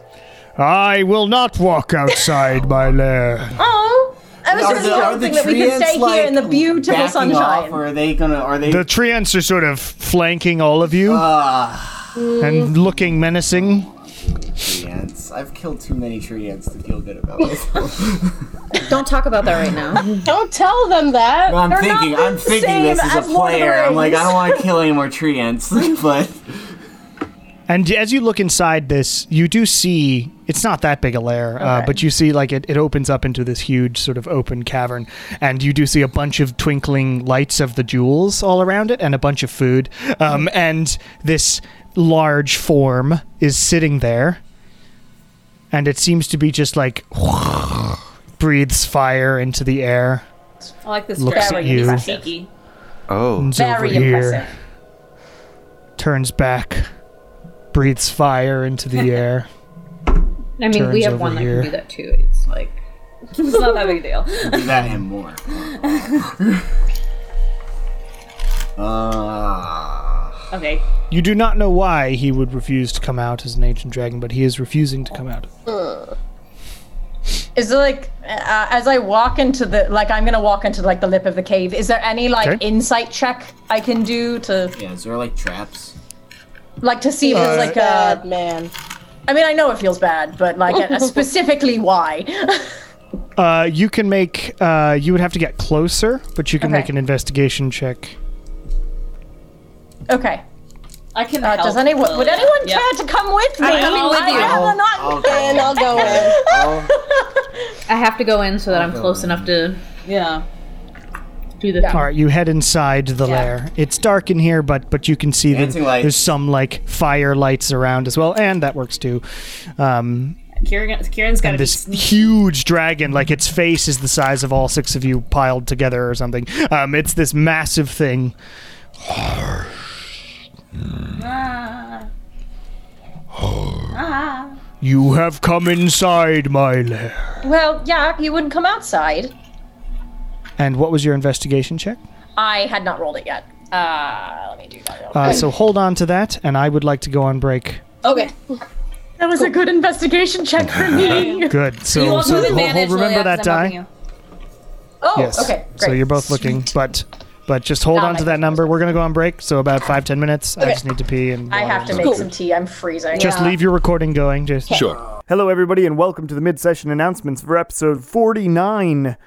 Speaker 2: I will not walk outside my lair.
Speaker 8: Oh, I was
Speaker 5: Are
Speaker 8: just
Speaker 5: the, are the
Speaker 8: hoping that we could
Speaker 5: treants
Speaker 8: stay
Speaker 5: like
Speaker 8: here in the beautiful
Speaker 5: backing
Speaker 8: sunshine.
Speaker 5: Off, or are they gonna? Are they?
Speaker 2: The treants are sort of flanking all of
Speaker 5: Uh-huh.
Speaker 2: you
Speaker 5: ah,
Speaker 2: and looking menacing.
Speaker 5: tree ants. I've killed too many tree ants to feel good
Speaker 8: <laughs>
Speaker 5: about this.
Speaker 7: Don't talk about that right now.
Speaker 1: Don't tell them that.
Speaker 5: I'm
Speaker 8: They're
Speaker 5: thinking.
Speaker 8: not the
Speaker 5: I'm thinking
Speaker 8: same
Speaker 5: this is a
Speaker 8: as Lord of the
Speaker 5: player. I'm like, I <laughs>
Speaker 8: Rings.
Speaker 5: don't want to kill any more tree ants, but
Speaker 2: And as you look inside this, you do see it's not that big a lair, uh,
Speaker 8: Okay.
Speaker 2: but you see like it, it opens up into this huge sort of open cavern, and you do see a bunch of twinkling lights of the jewels all around it, and a bunch of food.
Speaker 8: Mm-hmm.
Speaker 2: Um, and this large form is sitting there, and it seems to be just like <laughs> breathes fire into the air.
Speaker 9: I like this
Speaker 2: Looks
Speaker 9: dragon.
Speaker 2: at you.
Speaker 9: He's cheeky.
Speaker 3: Oh,
Speaker 2: It's over
Speaker 8: Very impressive.
Speaker 2: turns back, breathes fire into
Speaker 8: <laughs>
Speaker 2: the air.
Speaker 7: I mean, we
Speaker 2: Turns
Speaker 7: have
Speaker 2: over
Speaker 7: one that
Speaker 2: here.
Speaker 7: can do that too. It's like
Speaker 9: It's not that big a deal.
Speaker 10: Do that and
Speaker 8: <laughs>
Speaker 10: more. Ah.
Speaker 9: Okay.
Speaker 2: You do not know why he would refuse to come out as an ancient dragon, but he is refusing to come out.
Speaker 8: Is there like uh, as I walk into the like I'm gonna walk into like the lip of the cave. Is there any like
Speaker 2: Okay.
Speaker 8: insight check I can do to
Speaker 10: yeah, is there like traps?
Speaker 8: like to see if
Speaker 1: Feels
Speaker 8: it's like
Speaker 1: bad,
Speaker 8: a?
Speaker 1: man.
Speaker 8: I mean I know it feels bad, but
Speaker 7: Oh.
Speaker 8: like
Speaker 1: <laughs>
Speaker 8: uh, specifically why?
Speaker 2: Uh, you can make. Uh, you would have to get closer, but you can
Speaker 8: Okay.
Speaker 2: make an investigation check.
Speaker 8: okay.
Speaker 9: I can
Speaker 8: Uh,
Speaker 9: help.
Speaker 8: does anyone would anyone
Speaker 9: Yeah.
Speaker 8: care to come with me?
Speaker 9: I'm coming with
Speaker 8: I'd
Speaker 9: you.
Speaker 8: rather not.
Speaker 5: Oh,
Speaker 1: And
Speaker 8: <laughs>
Speaker 1: I'll go in.
Speaker 7: I have to go in so that I'm close enough to
Speaker 9: Yeah.
Speaker 7: do the.
Speaker 2: All right, you head inside the lair. It's dark in here, but but you can see that
Speaker 10: Dancing lights.
Speaker 2: there's some like fire lights around as well, and that works too. Um,
Speaker 9: Kieran, Kieran's got to be
Speaker 2: this
Speaker 9: sneaky.
Speaker 2: huge dragon, like its face is the size of all six of you piled together or something. Um, it's this massive thing. Ah. You have come inside my lair.
Speaker 8: Well, yeah, you wouldn't come outside.
Speaker 2: And what was your investigation check?
Speaker 8: I had not rolled it yet. Uh, let me do that. Real quick.
Speaker 2: Uh, so hold on to that, and I would like to go on break.
Speaker 1: Okay.
Speaker 8: that was a good investigation check for me.
Speaker 2: <laughs> Good.
Speaker 9: You
Speaker 2: So, so
Speaker 9: also have
Speaker 2: hold,
Speaker 9: advantage,
Speaker 2: hold, remember
Speaker 9: Lilia, 'cause
Speaker 2: that
Speaker 9: I'm helping
Speaker 2: die.
Speaker 9: you.
Speaker 8: oh,
Speaker 2: Yes.
Speaker 8: okay. Great.
Speaker 2: So you're both looking, but but just hold
Speaker 8: Now
Speaker 2: on
Speaker 8: my
Speaker 2: to that
Speaker 8: question
Speaker 2: number. We're gonna go on break. So about five ten minutes. I just need to pee and
Speaker 8: I have to make
Speaker 1: Cool.
Speaker 8: some tea. I'm freezing.
Speaker 2: just leave your recording going. Just
Speaker 3: sure.
Speaker 2: Hello, everybody, and welcome to the mid session announcements for episode 49,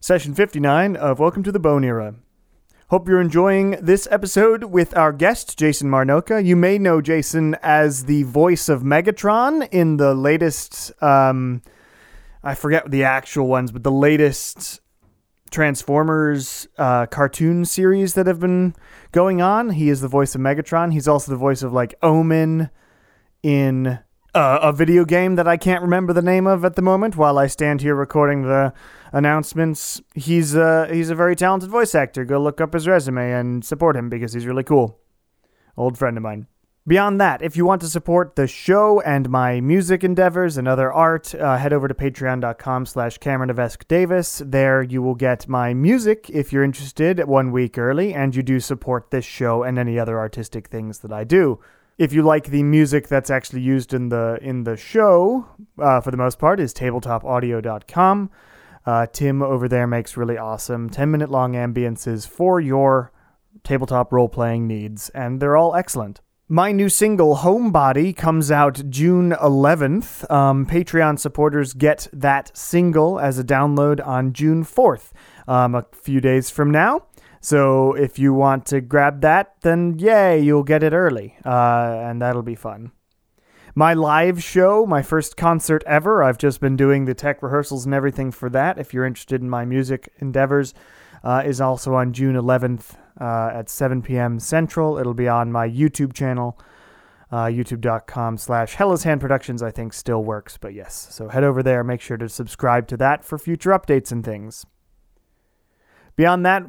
Speaker 2: session 59 of Welcome to the Bone Era. Hope you're enjoying this episode with our guest, Jason Marnoka. You may know Jason as the voice of Megatron in the latest, um, I forget the actual ones, but the latest Transformers uh, cartoon series that have been going on. He is the voice of Megatron. He's also the voice of, like, Omen in uh, a video game that I can't remember the name of at the moment while I stand here recording the announcements. He's uh, he's a very talented voice actor. Go look up his resume and support him because he's really cool. Old friend of mine. Beyond that, if you want to support the show and my music endeavors and other art, uh, head over to patreon.com slash Cameron Avesque Davis. There you will get my music if you're interested one week early, and you do support this show and any other artistic things that I do. If you like the music that's actually used in the in the show, uh, for the most part, is tabletopaudio.com. Uh, Tim over there makes really awesome 10 minute long ambiences for your tabletop role playing needs, and they're all excellent. My new single, Homebody, comes out June 11th. Um, Patreon supporters get that single as a download on June 4th, um, a few days from now. So if you want to grab that, then yay, you'll get it early, uh, and that'll be fun my live show, my first concert ever. I've just been doing the tech rehearsals and everything for that. If you're interested in my music endeavors, uh, is also on June 11th uh, at 7 p.m. Central. It'll be on my YouTube channel, uh, youtube.com slash Hella's Hand Productions, I think still works, but yes. So head over there, make sure to subscribe to that for future updates and things. Beyond that,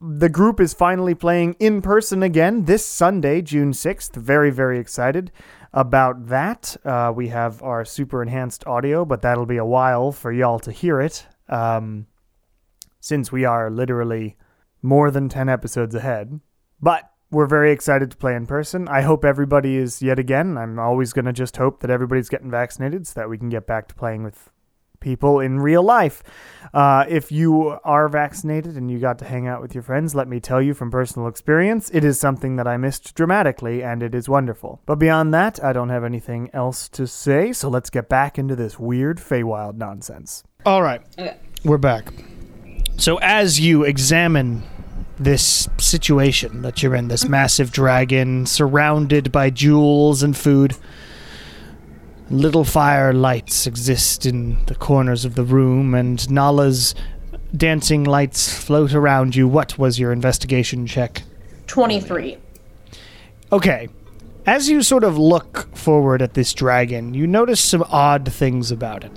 Speaker 2: the group is finally playing in person again this Sunday, June 6th. Very, very excited about that. Uh, we have our super enhanced audio, but that'll be a while for y'all to hear it um, since we are literally more than 10 episodes ahead. But we're very excited to play in person. I hope everybody is yet again. I'm always going to just hope that everybody's getting vaccinated so that we can get back to playing with people in real life. Uh, if you are vaccinated and you got to hang out with your friends, let me tell you from personal experience, it is something that I missed dramatically and it is wonderful. But beyond that, I don't have anything else to say, so let's get back into this weird Feywild nonsense. All right.
Speaker 9: Okay.
Speaker 2: We're back. So as you examine this situation that you're in, this massive dragon surrounded by jewels and food. Little fire lights exist in the corners of the room, and Nala's dancing lights float around you. What was your investigation check?
Speaker 8: 23.
Speaker 2: Okay. As you sort of look forward at this dragon, you notice some odd things about it.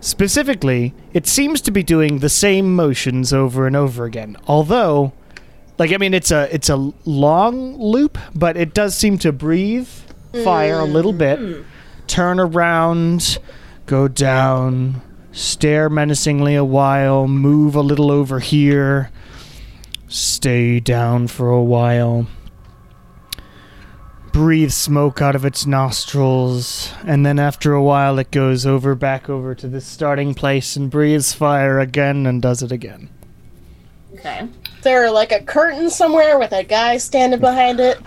Speaker 2: Specifically, it seems to be doing the same motions over and over again. Although, like I mean it's a it's a long loop, but it does seem to breathe fire a little bit, turn around, go down, stare menacingly a while, move a little over here, stay down for a while breathe smoke out of its nostrils, and then after a while it goes over back over to this starting place and breathes fire again and does it again.
Speaker 9: Okay.
Speaker 1: there like a curtain somewhere with a guy standing behind it?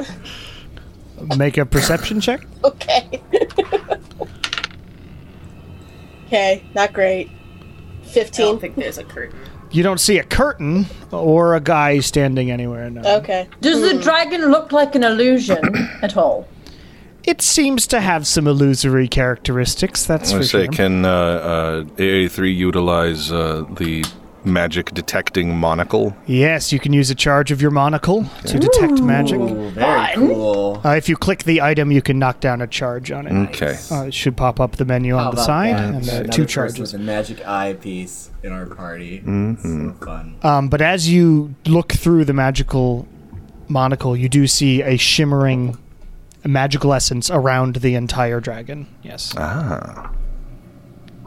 Speaker 2: Make a perception check.
Speaker 1: Okay. okay, not great.
Speaker 9: I don't
Speaker 1: 15.
Speaker 9: think there's a curtain.
Speaker 2: You don't see a curtain or a guy standing anywhere. No.
Speaker 1: Okay.
Speaker 8: Does the dragon look like an <coughs> illusion at all?
Speaker 2: It seems to have some illusory characteristics. That's
Speaker 3: I
Speaker 2: for
Speaker 3: say,
Speaker 2: sure.
Speaker 3: can uh, uh, AA3 utilize uh, the magic detecting monocle?
Speaker 2: yes, you can use a charge of your monocle to detect magic.
Speaker 5: Ooh, very cool.
Speaker 2: Uh, if you click the item, you can knock down a charge on it.
Speaker 3: Okay.
Speaker 2: Uh, it should pop up the menu on
Speaker 5: How
Speaker 2: the
Speaker 5: about
Speaker 2: side,
Speaker 5: that?
Speaker 2: and uh,
Speaker 5: Another
Speaker 2: two
Speaker 5: person
Speaker 2: charges.
Speaker 5: With a magic eyepiece in our party. So fun.
Speaker 2: Um, but as you look through the magical monocle, you do see a shimmering magical essence around the entire dragon. Yes.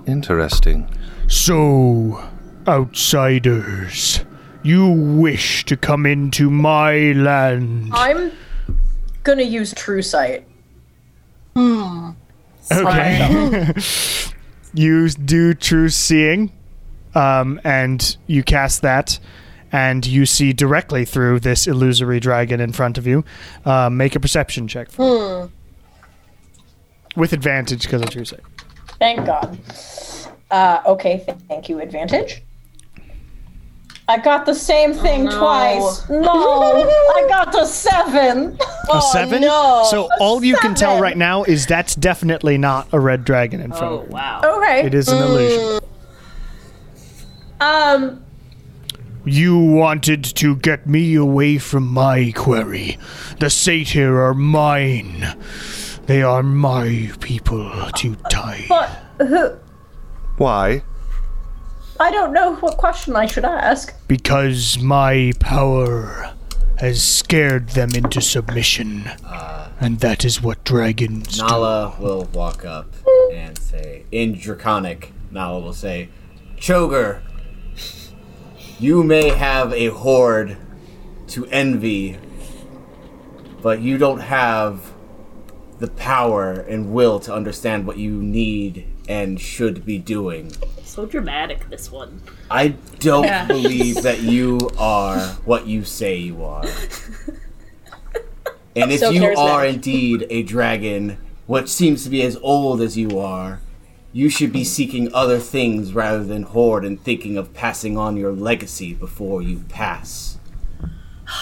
Speaker 3: Interesting.
Speaker 2: So, outsiders, you wish to come into my land.
Speaker 8: I'm gonna use True Sight.
Speaker 2: you do true seeing, um, and you cast that, and you see directly through this illusory dragon in front of you. Uh, make a perception check for me. with advantage because of true sight.
Speaker 8: Thank God. Uh, okay, th- thank you, advantage. I got the same thing twice. No, <laughs> I got the seven.
Speaker 2: A seven.
Speaker 1: no.
Speaker 2: So all you can tell
Speaker 8: seven.
Speaker 2: right now is that's definitely not a red dragon in front.
Speaker 9: Oh
Speaker 2: of you.
Speaker 9: wow.
Speaker 8: Okay.
Speaker 2: It is an illusion.
Speaker 8: Um,
Speaker 2: You wanted to get me away from my quarry. The Satyr are mine. They are my people to tie.
Speaker 8: but who?
Speaker 3: Why?
Speaker 8: I don't know what question I should ask.
Speaker 2: Because my power has scared them into submission. and that is what dragons
Speaker 5: Nala will walk up and say, in Draconic, Nala will say, Choger, you may have a horde to envy, but you don't have the power and will to understand what you need and should be doing.
Speaker 9: So dramatic this one.
Speaker 5: I don't believe that you are what you say you are. And if
Speaker 1: So
Speaker 5: you are
Speaker 1: charismatic.
Speaker 5: indeed a dragon, which seems to be as old as you are, you should be seeking other things rather than hoard and thinking of passing on your legacy before you pass.
Speaker 2: do.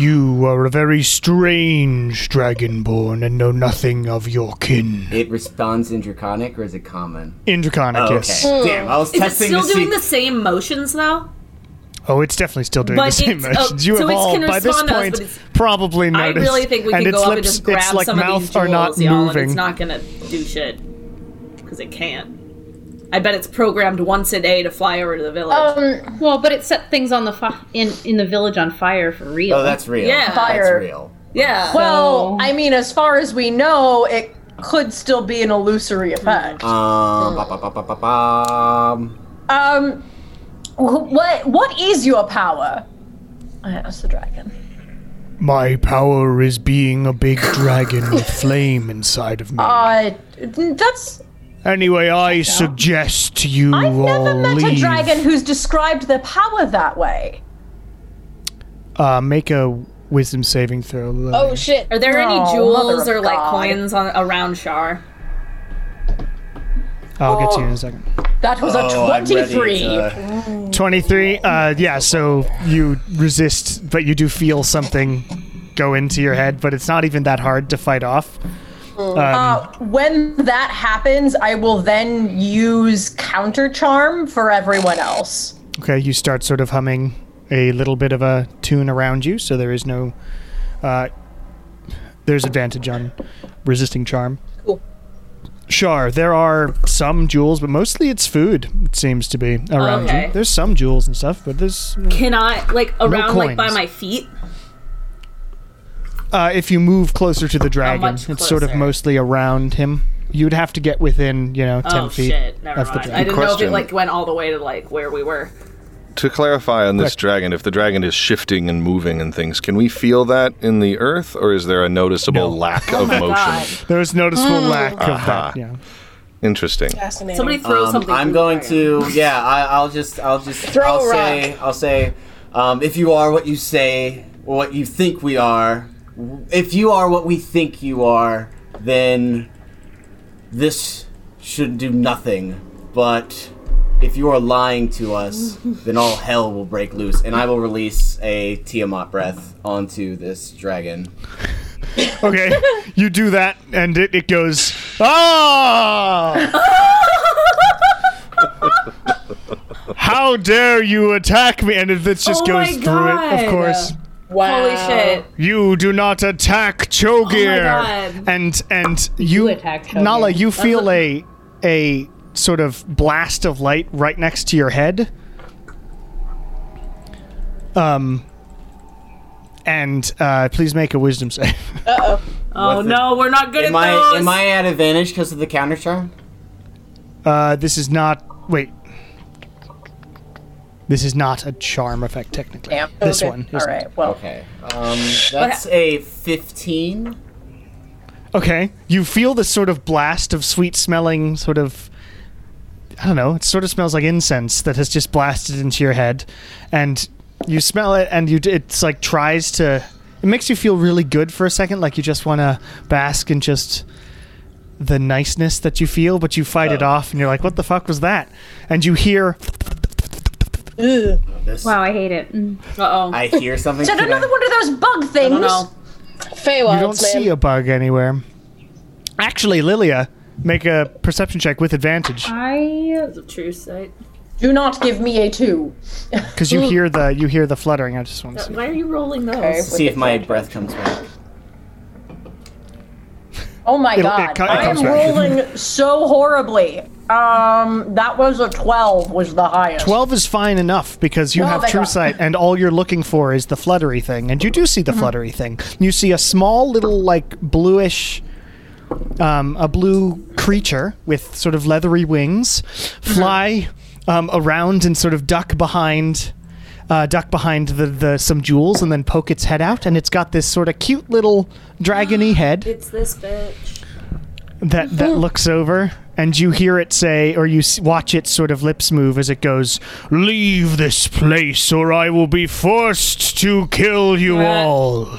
Speaker 2: You are a very strange dragonborn and know nothing of your kin.
Speaker 5: It responds in Draconic or is it common?
Speaker 2: In Draconicus.
Speaker 5: Oh, Okay. Damn, I was
Speaker 9: Hmm. Is it
Speaker 5: testing
Speaker 9: still
Speaker 5: to see-
Speaker 9: doing the same motions though?
Speaker 2: Oh, it's definitely still doing
Speaker 9: But
Speaker 2: the same
Speaker 9: it's- oh,
Speaker 2: motions. you
Speaker 9: so
Speaker 2: have
Speaker 9: it's
Speaker 2: all
Speaker 9: gonna
Speaker 2: by this
Speaker 9: respond to us,
Speaker 2: point
Speaker 9: but it's-
Speaker 2: probably
Speaker 9: I
Speaker 2: noticed.
Speaker 9: really think we
Speaker 2: and
Speaker 9: can
Speaker 2: its
Speaker 9: go up and
Speaker 2: lips,
Speaker 9: just grab
Speaker 2: its like
Speaker 9: some
Speaker 2: mouth
Speaker 9: of these
Speaker 2: are not
Speaker 9: jewels, y'all,
Speaker 2: moving.
Speaker 9: and it's not gonna do shit because it can't. I bet it's programmed once a day to fly over to the village.
Speaker 7: Well, but it set things on the fi- in in the village on fire for real.
Speaker 5: Oh, that's real.
Speaker 9: Yeah.
Speaker 5: That's
Speaker 8: Fire.
Speaker 5: real.
Speaker 9: yeah.
Speaker 7: Oh.
Speaker 8: Well, I mean, as far as we know, it could still be an illusory effect.
Speaker 5: Um, ba- ba- ba- ba- ba- bum.
Speaker 8: Um, wh- what what is your power? I asked the dragon.
Speaker 2: My power is being a big dragon with flame inside of me.
Speaker 9: Oh.
Speaker 8: Uh, that's
Speaker 2: anyway, I suggest you
Speaker 8: I've
Speaker 2: all
Speaker 8: never met
Speaker 2: leave.
Speaker 8: a dragon who's described their power that way.
Speaker 2: Uh, make a wisdom saving throw. Lily.
Speaker 1: Oh, shit.
Speaker 9: Are there any
Speaker 8: Oh, mother
Speaker 9: jewels
Speaker 8: of
Speaker 9: or like
Speaker 8: God.
Speaker 9: coins on around Shar?
Speaker 2: I'll get to you in a second.
Speaker 8: That was
Speaker 10: Oh,
Speaker 8: a
Speaker 10: I'm ready
Speaker 8: 23.
Speaker 10: to-
Speaker 2: 23 uh yeah so you resist but you do feel something go into your head but it's not even that hard to fight off
Speaker 8: Uh, when that happens, I will then use counter charm for everyone else.
Speaker 2: okay you start sort of humming a little bit of a tune around you so there is no uh there's advantage on resisting charm
Speaker 8: Cool.
Speaker 2: Sure, there are some jewels, but mostly it's food. It seems to be around
Speaker 9: Okay.
Speaker 2: you. There's some jewels and stuff, but there's
Speaker 9: Can I like around like by
Speaker 2: coins.
Speaker 9: my feet?
Speaker 2: Uh, if you move closer to the dragon,
Speaker 9: much
Speaker 2: it's sort of
Speaker 9: closer?
Speaker 2: mostly around him. You'd have to get within, you know, ten
Speaker 9: oh
Speaker 2: feet.
Speaker 9: shit! Never
Speaker 2: of the
Speaker 9: mind.
Speaker 2: dragon.
Speaker 9: I didn't know if it
Speaker 3: Question.
Speaker 9: like went all the way to like where we were.
Speaker 3: To clarify on this dragon, if the dragon is shifting and moving and things, can we feel that in the earth, or is there a noticeable lack
Speaker 8: Oh
Speaker 3: of motion?
Speaker 9: God,
Speaker 2: There's noticeable lack of that. Yeah.
Speaker 3: Interesting.
Speaker 1: Fascinating.
Speaker 9: somebody throw
Speaker 10: Um,
Speaker 9: something.
Speaker 10: I'm
Speaker 9: through
Speaker 10: going
Speaker 9: the
Speaker 10: to yeah. I, I'll just I'll just
Speaker 1: Throw a
Speaker 10: I'll
Speaker 1: rock.
Speaker 10: say I'll say um, if you are what you say or what you think we are, if you are what we think you are, then this should do nothing. But if you are lying to us, then all hell will break loose, and I will release a Tiamat breath onto this dragon.
Speaker 2: Okay. <laughs> you do that, and it, it goes. Ah! How dare you attack me? And it, it just
Speaker 9: Oh my
Speaker 2: goes through it,
Speaker 9: God.
Speaker 2: of course.
Speaker 1: wow.
Speaker 9: Holy shit!
Speaker 2: You do not attack Chogir.
Speaker 9: God.
Speaker 2: and and you,
Speaker 7: attack Chogir.
Speaker 2: Nala, you feel a a sort of blast of light right next to your head. Um and uh, please make a wisdom save. <laughs>
Speaker 9: Oh
Speaker 10: With it.
Speaker 9: no, we're not good
Speaker 10: Am
Speaker 9: at
Speaker 10: I
Speaker 9: those.
Speaker 10: am I at advantage because of the counter charm?
Speaker 2: Uh, this is not wait. This is not a charm effect technically.
Speaker 8: Damn.
Speaker 2: This
Speaker 1: Okay.
Speaker 2: one.
Speaker 8: All
Speaker 2: isn't.
Speaker 8: right. Well,
Speaker 10: Okay, um, that's a fifteen.
Speaker 2: Okay. You feel this sort of blast of sweet smelling sort of I don't know, it sort of smells like incense that has just blasted into your head and you smell it and you d- it's like tries to it makes you feel really good for a second like you just want to bask in just the niceness that you feel but you fight it off and you're like what the fuck was that? And you hear
Speaker 1: Ugh.
Speaker 10: This-
Speaker 7: Wow, I hate it. Mm.
Speaker 9: Uh oh.
Speaker 10: I hear something.
Speaker 8: is it
Speaker 10: Can I-
Speaker 8: another one of those bug things?
Speaker 9: No, no.
Speaker 1: Feywilds,
Speaker 2: you don't
Speaker 1: man.
Speaker 2: see a bug anywhere. Actually, Lilia, make a perception check with advantage.
Speaker 7: I
Speaker 9: True sight.
Speaker 8: Do not give me a two.
Speaker 2: because you hear the you hear the fluttering. I just want to see.
Speaker 9: Why are you rolling those?
Speaker 8: Okay.
Speaker 10: see if my breath comes back.
Speaker 8: Oh my
Speaker 2: It'll-
Speaker 8: god.
Speaker 2: it co- it
Speaker 8: I am
Speaker 2: comes back.
Speaker 8: rolling so horribly. Um, that was a 12 was the highest.
Speaker 2: 12 is fine enough because you
Speaker 8: Oh
Speaker 2: have
Speaker 8: my
Speaker 2: true
Speaker 8: God.
Speaker 2: sight and all you're looking for is the fluttery thing and you do see the
Speaker 8: Mm-hmm.
Speaker 2: fluttery thing you see a small little like bluish um, a blue creature with sort of leathery wings
Speaker 8: Mm-hmm.
Speaker 2: fly um, around and sort of duck behind uh, duck behind the, the some jewels and then poke its head out and it's got this sort of cute little
Speaker 8: <gasps>
Speaker 2: dragony head
Speaker 9: It's this bitch.
Speaker 2: that
Speaker 9: Mm-hmm.
Speaker 2: that looks over and you hear it say or you s- watch its sort of lips move as it goes leave this place or i will be forced to kill you
Speaker 9: Yeah.
Speaker 2: all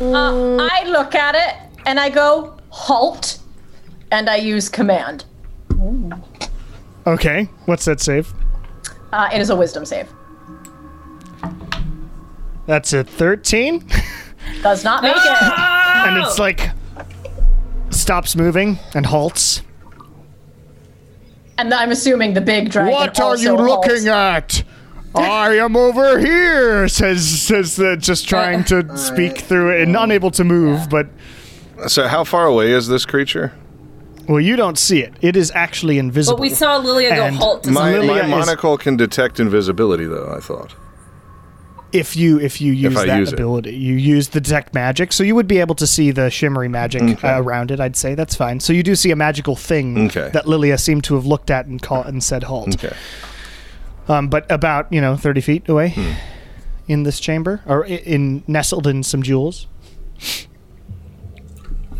Speaker 8: Uh, I look at it and I go, halt, and I use command.
Speaker 2: okay what's that save
Speaker 8: Uh, it is a wisdom save.
Speaker 2: that's a 13
Speaker 8: Does not make it.
Speaker 2: <laughs> and
Speaker 9: Oh.
Speaker 2: it's like stops moving and halts
Speaker 8: And I'm assuming the big dragon.
Speaker 2: what are you looking
Speaker 9: <laughs>
Speaker 2: at I am over here, says says the just trying
Speaker 9: <laughs>
Speaker 2: to speak through it and unable to move, but
Speaker 3: So, how far away is this creature?
Speaker 2: well, you don't see it. It is actually invisible.
Speaker 9: But we saw Lilia go
Speaker 2: And
Speaker 9: halt to
Speaker 3: My,
Speaker 2: Lilia
Speaker 3: my
Speaker 2: is-
Speaker 3: monocle can detect invisibility, though. I thought.
Speaker 2: if you if you use
Speaker 3: I
Speaker 2: that
Speaker 3: use it.
Speaker 2: ability you use the detect magic so you would be able to see the shimmery magic uh, around it i'd say that's fine so you do see a magical thing
Speaker 3: Okay.
Speaker 2: that lilia seemed to have looked at and caught and said halt
Speaker 3: Okay.
Speaker 2: um, but about you know 30 feet away
Speaker 3: Hmm.
Speaker 2: in this chamber or i- in nestled in some jewels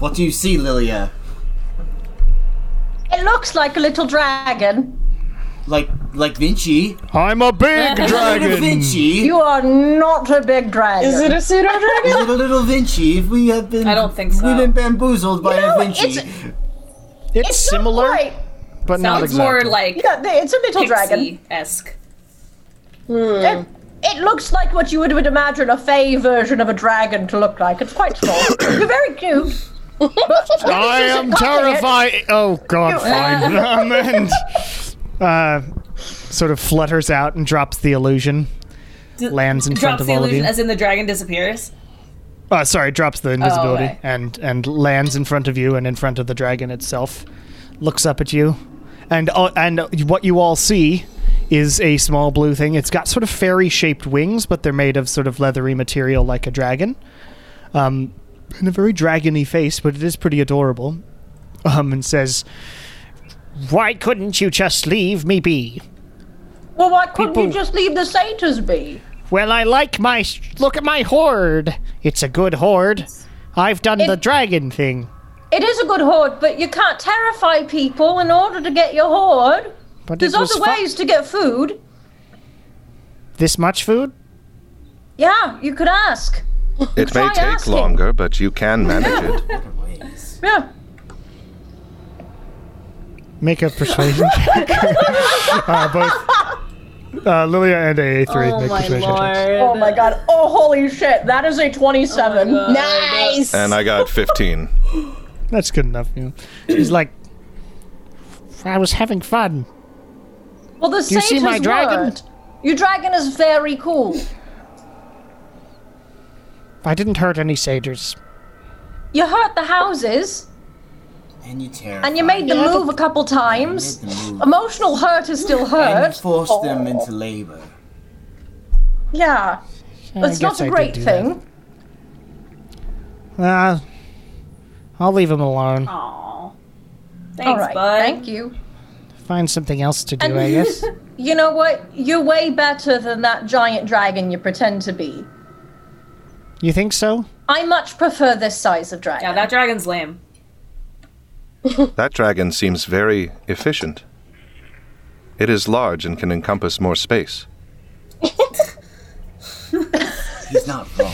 Speaker 10: What do you see, Lilia?
Speaker 8: It looks like a little dragon.
Speaker 10: Like like
Speaker 8: <laughs>
Speaker 10: Vinci?
Speaker 2: i'm a
Speaker 9: <laughs>
Speaker 2: big
Speaker 10: Little
Speaker 2: dragon
Speaker 10: Vinci.
Speaker 8: You are not a big dragon.
Speaker 1: Is it a pseudo dragon?
Speaker 10: Little, little Vinci. We have been.
Speaker 9: I don't think so.
Speaker 10: We've been bamboozled by
Speaker 8: You
Speaker 10: a
Speaker 8: know,
Speaker 10: Vinci.
Speaker 8: it's-
Speaker 2: it's,
Speaker 8: It's not
Speaker 2: similar
Speaker 8: quite-
Speaker 2: but not
Speaker 9: Sounds
Speaker 2: exactly.
Speaker 9: more like
Speaker 8: Yeah, they- Uh, it's a little dragon.
Speaker 9: pixie esque.
Speaker 8: It, it looks like what you would, would imagine a fey version of a dragon to look like. It's quite <coughs> small. You're very cute. But
Speaker 2: I
Speaker 8: this
Speaker 2: am
Speaker 8: isn't cutting it.
Speaker 2: terrified. Oh God,
Speaker 8: <laughs>
Speaker 2: fine. um, and uh, sort of flutters out and drops the illusion. Lands in front
Speaker 9: Drops
Speaker 2: of
Speaker 9: the
Speaker 2: all of
Speaker 9: illusion
Speaker 2: you.
Speaker 9: as in the dragon disappears.
Speaker 2: Uh, sorry, drops the invisibility
Speaker 9: right.
Speaker 2: and and lands in front of you and in front of the dragon itself. Looks up at you, and uh, and what you all see is a small blue thing. It's got sort of fairy shaped wings, but they're made of sort of leathery material like a dragon. Um, and a very dragony face, but it is pretty adorable. Um, and says, "Why couldn't you just leave me be?
Speaker 8: Well, why couldn't you
Speaker 2: People-
Speaker 8: just leave the satyrs be?
Speaker 2: Well, I like my look at my horde. It's a good horde. I've done the dragon thing."
Speaker 8: It is a good horde, but you can't terrify people in order to get your horde.
Speaker 2: But
Speaker 8: There's
Speaker 2: it was
Speaker 8: other
Speaker 2: fu-
Speaker 8: ways to get food.
Speaker 2: This much food?
Speaker 8: Yeah, you could ask.
Speaker 3: It may
Speaker 8: Try
Speaker 3: take
Speaker 8: asking.
Speaker 3: longer, but you can manage it.
Speaker 8: Yeah.
Speaker 2: Make a persuasion
Speaker 8: <laughs>
Speaker 2: check. uh, both uh, Lilia and AA3 make persuasion checks.
Speaker 8: Oh my god. Oh, holy shit. That is a 27.
Speaker 1: Nice.
Speaker 3: And I got 15.
Speaker 2: That's good enough. You know. She's like, I was having fun.
Speaker 8: well, the
Speaker 2: you
Speaker 8: satyrs
Speaker 2: see my dragon?
Speaker 8: weren't. Your dragon is very cool.
Speaker 2: I didn't hurt any satyrs.
Speaker 8: You hurt the houses
Speaker 5: And you tear.
Speaker 8: and you made them
Speaker 2: Yeah, but-
Speaker 8: move a couple times.
Speaker 5: them move.
Speaker 8: Emotional hurt is
Speaker 5: <laughs>
Speaker 8: still
Speaker 5: And
Speaker 8: hurt. Oh.
Speaker 5: you force them into labor.
Speaker 8: Yeah.
Speaker 2: I
Speaker 8: It's not
Speaker 2: guess
Speaker 8: a
Speaker 2: I did
Speaker 8: great
Speaker 2: do that.
Speaker 8: thing.
Speaker 2: Uh, I'll leave him alone.
Speaker 9: Aw. Thanks,
Speaker 8: All right.
Speaker 9: bud.
Speaker 8: Thank you.
Speaker 2: Find something else to do, I
Speaker 8: <laughs>
Speaker 2: guess.
Speaker 8: You know what? You're way better than that giant dragon you pretend to be.
Speaker 2: You think so?
Speaker 8: I much prefer this size of dragon.
Speaker 9: Yeah, that dragon's lame.
Speaker 3: That dragon seems very efficient. It is large and can encompass more space.
Speaker 5: He's not wrong.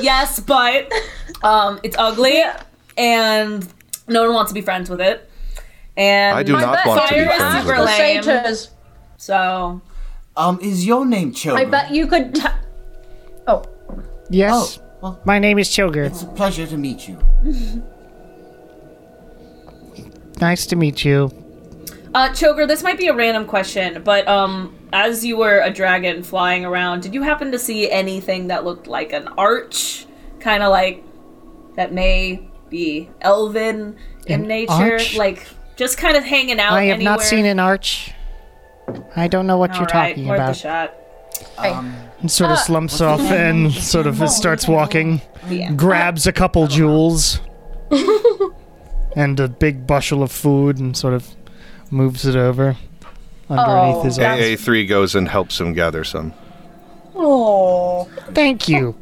Speaker 9: Yes,
Speaker 8: <laughs>
Speaker 9: but um, it's ugly, and no one wants to be friends with it. And
Speaker 3: I do
Speaker 8: I
Speaker 3: not
Speaker 8: bet
Speaker 3: want to be
Speaker 8: you could
Speaker 3: friends
Speaker 8: ask
Speaker 3: with
Speaker 8: the
Speaker 3: it.
Speaker 9: Lame.
Speaker 8: satyrs.
Speaker 9: So
Speaker 5: Um, is your name
Speaker 8: I
Speaker 5: Children?
Speaker 8: bet you could. T- oh,
Speaker 2: Yes.
Speaker 5: well-
Speaker 2: My name is Chilger.
Speaker 5: It's a pleasure to meet you.
Speaker 2: Nice to meet you.
Speaker 9: Uh, Choker, this might be a random question, but um, as you were a dragon flying around, did you happen to see anything that looked like an arch, kind of like that may be elven in
Speaker 2: An
Speaker 9: nature,
Speaker 2: arch?
Speaker 9: like just kind of hanging out?
Speaker 2: I have
Speaker 9: anywhere?
Speaker 2: not seen an arch. I don't know what
Speaker 9: All
Speaker 2: you're
Speaker 9: right,
Speaker 2: talking
Speaker 9: worth
Speaker 2: about.
Speaker 9: a shot.
Speaker 2: and sort
Speaker 9: Ah!
Speaker 2: of slumps off and sort of starts walking, grabs a couple
Speaker 9: <laughs>
Speaker 2: jewels and a big bushel of food and sort of moves it over underneath
Speaker 9: Oh,
Speaker 2: his arm.
Speaker 3: AA3 goes and helps him gather some.
Speaker 1: Oh.
Speaker 2: Thank
Speaker 9: <laughs>
Speaker 2: you,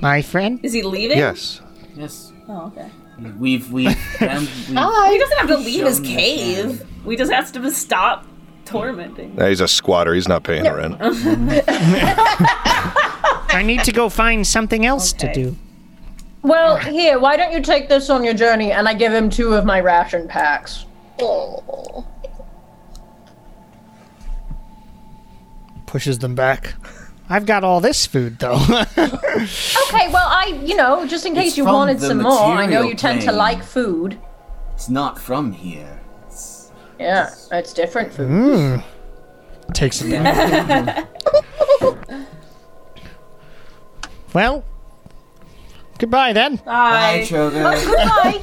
Speaker 2: my friend.
Speaker 9: Is he leaving?
Speaker 3: Yes.
Speaker 5: Yes,
Speaker 9: Oh, okay.
Speaker 5: we've
Speaker 8: <laughs>
Speaker 5: we've. and we
Speaker 8: Ah,
Speaker 9: He doesn't have to leave his
Speaker 5: Show me the
Speaker 9: cave. We just have to stop tormenting.
Speaker 3: He's a squatter. He's not paying
Speaker 9: <laughs>
Speaker 3: rent.
Speaker 2: I need to go find something else
Speaker 9: Okay.
Speaker 2: to do.
Speaker 8: well, here. Why don't you take this on your journey? And I give him two of my ration packs.
Speaker 1: Oh.
Speaker 2: Pushes them back. I've got all this food though. <laughs>
Speaker 8: Okay. Well, I, you know, just in case
Speaker 5: It's
Speaker 8: you
Speaker 5: from
Speaker 8: wanted
Speaker 5: the
Speaker 8: some more, I
Speaker 5: material
Speaker 8: know you tend to
Speaker 5: plane.
Speaker 8: like food.
Speaker 5: it's not from here. It's
Speaker 8: Yeah, it's different food.
Speaker 2: Mm. Takes it back. <laughs> well, goodbye then.
Speaker 9: Uh,
Speaker 5: Hi,
Speaker 9: Bye.
Speaker 5: Choger.
Speaker 8: Goodbye.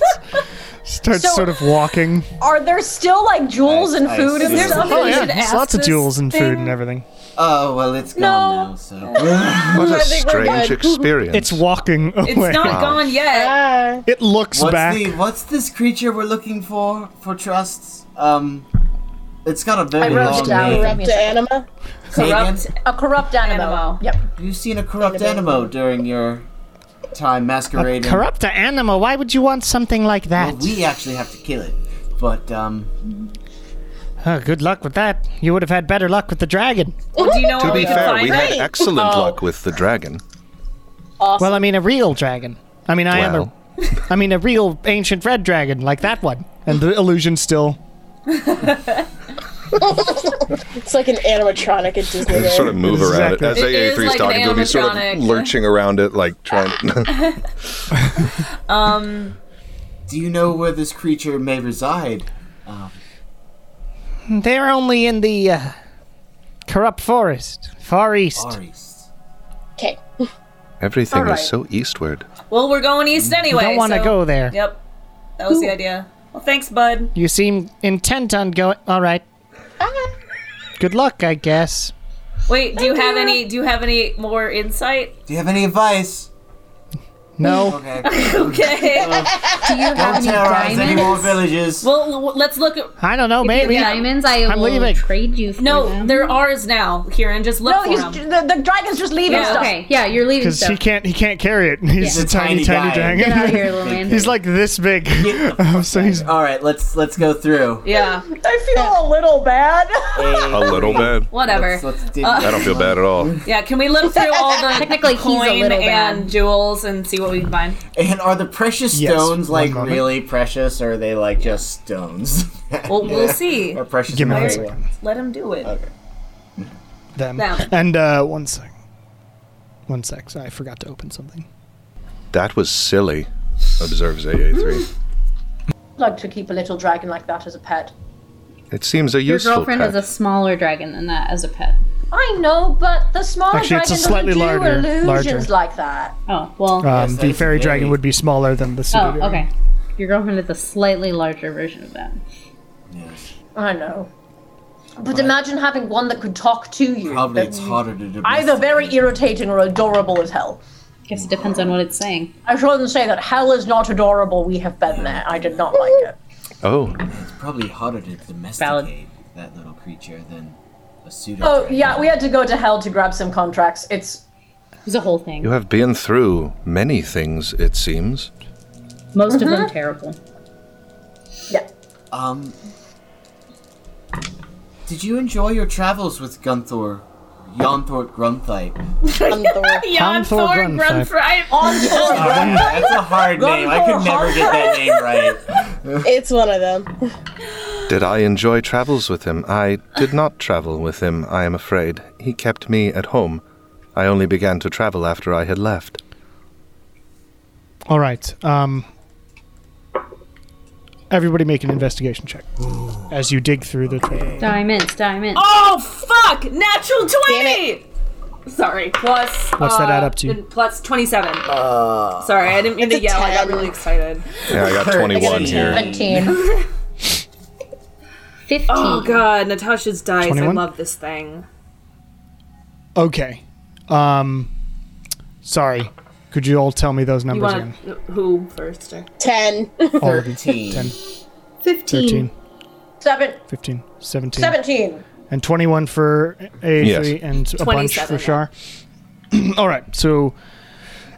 Speaker 2: Starts
Speaker 8: So-
Speaker 2: sort of
Speaker 9: <laughs>
Speaker 2: walking.
Speaker 8: Are there still like jewels and
Speaker 5: I
Speaker 8: food and
Speaker 5: see.
Speaker 8: stuff?
Speaker 9: Oh,
Speaker 2: Oh yeah,
Speaker 9: should
Speaker 2: there's
Speaker 9: ask
Speaker 2: lots of
Speaker 9: this
Speaker 2: jewels and food and
Speaker 9: thing.
Speaker 2: evering.
Speaker 5: Oh well, it's
Speaker 8: No.
Speaker 5: gone now. So
Speaker 3: What a
Speaker 1: think we're
Speaker 3: strange
Speaker 1: good.
Speaker 3: experience.
Speaker 2: It's walking away.
Speaker 9: It's not gone yet.
Speaker 1: Ah.
Speaker 2: <laughs> it looks
Speaker 5: what's
Speaker 2: back.
Speaker 5: the what's this creature we're looking for for trusts? Um, it's got a very
Speaker 8: wrote it
Speaker 5: long
Speaker 8: down.
Speaker 5: name.
Speaker 8: Grab me a
Speaker 1: Corrupt anima.
Speaker 5: Say again?
Speaker 9: Corrupt
Speaker 8: A corrupt animal.
Speaker 9: Animal.
Speaker 8: Yep.
Speaker 5: Have you seen a corrupt animo during your time masquerading?
Speaker 2: Corrupt animal. Why would you want something like that?
Speaker 5: Well, we actually have to kill it, but um,
Speaker 2: Oh, good luck with that. You would have had better luck with the dragon.
Speaker 9: Well, Oh, do you know
Speaker 3: to
Speaker 9: where
Speaker 3: be
Speaker 9: we can
Speaker 3: fair,
Speaker 9: find
Speaker 3: we
Speaker 9: it?
Speaker 3: had excellent luck with the dragon.
Speaker 2: Well, I mean, a real dragon. I mean, I am
Speaker 3: Wow.
Speaker 2: a, I mean, a real ancient red dragon like that one. And the illusion still.
Speaker 11: It's like an animatronic at Disneyland.
Speaker 12: sort of move around it. As
Speaker 2: Exactly.
Speaker 9: It is
Speaker 12: AA3 is
Speaker 9: like
Speaker 12: talking
Speaker 9: an
Speaker 12: to him, he's sort of
Speaker 9: animatronic.
Speaker 12: lurching around it, like
Speaker 9: <laughs>
Speaker 12: trying.
Speaker 5: Do you know where this creature may reside?
Speaker 2: They're only in the uh, corrupt forest, far east.
Speaker 5: Aris.
Speaker 11: Okay.
Speaker 3: <laughs> Everything
Speaker 8: Alright.
Speaker 3: is so eastward.
Speaker 9: Well, we're going east anyway.
Speaker 2: Don't want to
Speaker 9: so-
Speaker 2: go there.
Speaker 9: Yep, that was the idea. Well, thanks, bud.
Speaker 2: You seem intent on going. All right. Good luck, I guess.
Speaker 9: Wait, do you have any? Do you have any more insight? <laughs>
Speaker 5: Do you have any
Speaker 8: <laughs>
Speaker 5: advice?
Speaker 7: <laughs>
Speaker 2: No.
Speaker 5: Okay.
Speaker 9: Okay.
Speaker 7: Do you have
Speaker 5: Don't
Speaker 7: any
Speaker 5: terrorize any more
Speaker 7: diamonds?
Speaker 5: villages.
Speaker 9: well, l- let's look at. oh,
Speaker 2: I don't know. Maybe.
Speaker 7: Diamonds, I
Speaker 2: I'm
Speaker 7: will
Speaker 2: leaving.
Speaker 7: trade you for
Speaker 9: No,
Speaker 7: them.
Speaker 9: they're ours now, Kieran. Just look
Speaker 8: No,
Speaker 9: for
Speaker 8: he's,
Speaker 9: them.
Speaker 8: the, the dragon's just leaving
Speaker 9: Yeah,
Speaker 8: stuff.
Speaker 7: Okay, yeah, you're leaving
Speaker 2: Because
Speaker 7: stuff.
Speaker 2: he can't. He can't carry it. <laughs> He's
Speaker 5: Yeah.
Speaker 2: a tiny,
Speaker 5: He's a
Speaker 2: tiny
Speaker 5: tiny guy.
Speaker 2: dragon.
Speaker 7: Get
Speaker 2: <laughs>
Speaker 7: out of here, little man.
Speaker 2: He's like this <laughs> big. so he's
Speaker 5: All right, let's let's go through.
Speaker 9: Yeah,
Speaker 8: I feel a little bad. <laughs>
Speaker 12: A little bad.
Speaker 9: whatever.
Speaker 5: Let's, let's dig
Speaker 12: I don't feel bad at all.
Speaker 9: Yeah, can we look through all the
Speaker 7: Technically, he's a
Speaker 9: coin
Speaker 7: little
Speaker 9: and
Speaker 7: bad.
Speaker 9: jewels and see what we can find?
Speaker 5: <laughs> And are the precious
Speaker 2: Yes,
Speaker 5: stones
Speaker 2: one
Speaker 5: like
Speaker 2: moment.
Speaker 5: really precious, or are they like just stones? <laughs>
Speaker 9: Well, we'll see.
Speaker 5: Or precious
Speaker 2: Give me one
Speaker 5: metals.
Speaker 2: second.
Speaker 9: Let him do it.
Speaker 2: them.
Speaker 9: Now.
Speaker 2: And uh, one sec. One sec. Sorry, I forgot to open something.
Speaker 3: That was silly, observes AA3.
Speaker 8: I'd like to keep a little dragon like that as a pet.
Speaker 3: It seems a
Speaker 7: Your
Speaker 3: useful
Speaker 7: girlfriend
Speaker 3: pet.
Speaker 7: is a smaller dragon than that as a pet.
Speaker 8: I know, but the smaller
Speaker 2: Actually,
Speaker 8: dragon
Speaker 2: it's a
Speaker 8: doesn't
Speaker 2: slightly
Speaker 8: do
Speaker 2: larger-
Speaker 8: illusions
Speaker 2: larger.
Speaker 8: like that.
Speaker 7: Oh well.
Speaker 2: Um,
Speaker 5: that
Speaker 2: the
Speaker 5: is
Speaker 2: fairy
Speaker 5: very-
Speaker 2: dragon would be smaller than the
Speaker 7: oh,
Speaker 2: pseudo
Speaker 7: okay. Your girlfriend is a slightly larger version of that.
Speaker 8: I know. But imagine having one that could talk to you.
Speaker 5: Probably
Speaker 8: That's
Speaker 5: it's harder to do.
Speaker 8: either very irritating or adorable as hell.
Speaker 7: Guess it depends on what it's saying.
Speaker 8: I shouldn't say that hell is not adorable. We have been there. I did not like it.
Speaker 3: oh,
Speaker 5: It's probably harder to domesticate
Speaker 7: Valid.
Speaker 5: that little creature than a pseudo.
Speaker 8: Oh yeah, we had to go to hell to grab some contracts. It's
Speaker 7: It was a whole
Speaker 3: you
Speaker 7: thing.
Speaker 3: have been through many things, it seems.
Speaker 7: Most of
Speaker 8: Uh-huh.
Speaker 7: them terrible.
Speaker 8: yeah.
Speaker 5: Um. Did you enjoy your travels with Gunthor, Jonthor Grunthite?
Speaker 9: Jan
Speaker 2: Handful of
Speaker 9: Thorn
Speaker 2: Grunfried. Uh,
Speaker 8: On
Speaker 5: That's a hard name. I could never get that name right.
Speaker 11: It's one of them.
Speaker 3: Did I enjoy travels with him? I did not travel with him, I am afraid. He kept me at home. I only began to travel after I had left.
Speaker 2: All right. Um, everybody make an investigation check as you dig through the treasure.
Speaker 7: Diamonds, diamonds.
Speaker 9: Oh fuck! Natural
Speaker 11: Damn
Speaker 9: twenty. Sorry. Plus.
Speaker 2: What's that
Speaker 9: uh,
Speaker 2: add up to? Uh,
Speaker 9: then Plus twenty-seven. Sorry, I didn't mean to
Speaker 11: It's a
Speaker 9: yell. I got
Speaker 11: 10.
Speaker 9: really excited.
Speaker 3: Yeah, I got 21 here.
Speaker 8: seventeen.
Speaker 7: Fifteen.
Speaker 9: Oh god, Natasha's dice.
Speaker 2: 21?
Speaker 9: I love this thing.
Speaker 2: Okay. Um, sorry. Could you all tell me those
Speaker 9: You
Speaker 2: numbers
Speaker 9: want who first? Or?
Speaker 11: Ten.
Speaker 2: again? All of you. 10,
Speaker 7: Fifteen.
Speaker 2: 13,
Speaker 8: Seven,
Speaker 2: 15, 17,
Speaker 8: seventeen.
Speaker 2: and 21 for AA3
Speaker 3: Yes.
Speaker 2: and a bunch
Speaker 9: 27,
Speaker 2: for Shar. <clears throat> all right. So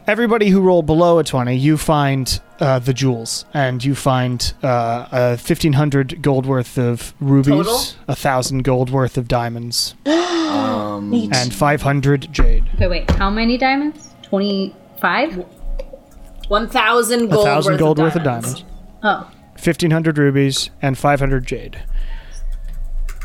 Speaker 2: everybody who rolled below a 20, you find uh, the jewels and you find uh, uh, 1,500 gold worth of
Speaker 9: Total?
Speaker 2: rubies, a 1,000 gold worth of
Speaker 9: <gasps>
Speaker 2: diamonds, and 500 jade.
Speaker 7: Okay, wait. How many diamonds? Twenty-five.
Speaker 9: One thousand
Speaker 2: A
Speaker 9: gold.
Speaker 2: 1,000
Speaker 9: worth
Speaker 2: gold
Speaker 9: of
Speaker 2: worth of
Speaker 9: diamonds.
Speaker 2: diamonds,
Speaker 7: Oh,
Speaker 2: 1,500 rubies, and 500 jade.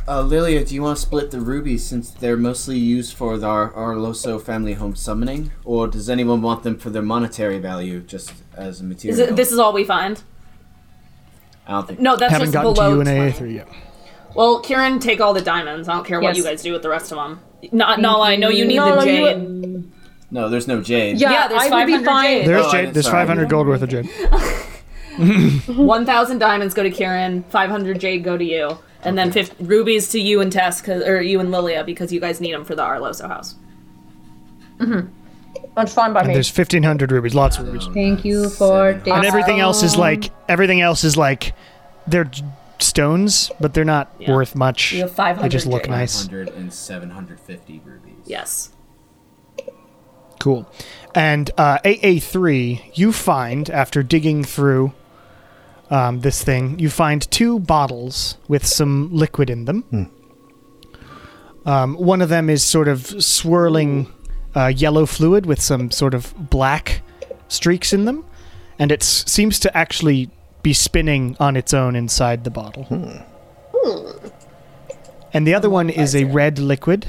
Speaker 5: Uh, Lilia, do you want to split the rubies since they're mostly used for the, our, our Loso family home summoning? Or does anyone want them for their monetary value just as a
Speaker 9: Is
Speaker 5: material?
Speaker 9: it, this is all we find.
Speaker 5: I don't think.
Speaker 9: No, that's
Speaker 2: Haven't
Speaker 9: just
Speaker 2: gotten
Speaker 9: below
Speaker 2: to you in
Speaker 9: 20.
Speaker 2: AA3 yet.
Speaker 9: Well, Kieran, take all the diamonds. I don't care what
Speaker 7: Yes.
Speaker 9: you guys do with the rest of them. Not Nala, I know you need the jade.
Speaker 5: No, there's no jade.
Speaker 8: Yeah,
Speaker 9: Yeah, there's
Speaker 8: I would be
Speaker 9: 500
Speaker 8: fine.
Speaker 9: jade.
Speaker 2: There's
Speaker 5: Oh,
Speaker 2: jade.
Speaker 5: I'm
Speaker 2: There's
Speaker 5: sorry.
Speaker 2: 500 gold worth of jade.
Speaker 9: One thousand diamonds go to Kieran. Five hundred jade go to you, and then 50, rubies to you and Tess, 'cause- or you and Lilia, because you guys need them for the Arloso house.
Speaker 8: That's fine by
Speaker 2: And
Speaker 8: me.
Speaker 2: there's 1,500 rubies. Lots of rubies.
Speaker 7: thank you for.
Speaker 2: and
Speaker 7: this.
Speaker 2: everything else is like everything else is like they're j- stones, but they're not worth much.
Speaker 9: You have five
Speaker 2: They
Speaker 9: hundred.
Speaker 2: just look nice.
Speaker 5: 500 and 750 rubies.
Speaker 9: Yes.
Speaker 2: Cool. And uh, AA3, you find after digging through um, this thing, you find two bottles with some liquid in them. Um, one of them is sort of swirling uh, yellow fluid with some sort of black streaks in them, and it s- seems to actually be spinning on its own inside the bottle. And the other one is a red liquid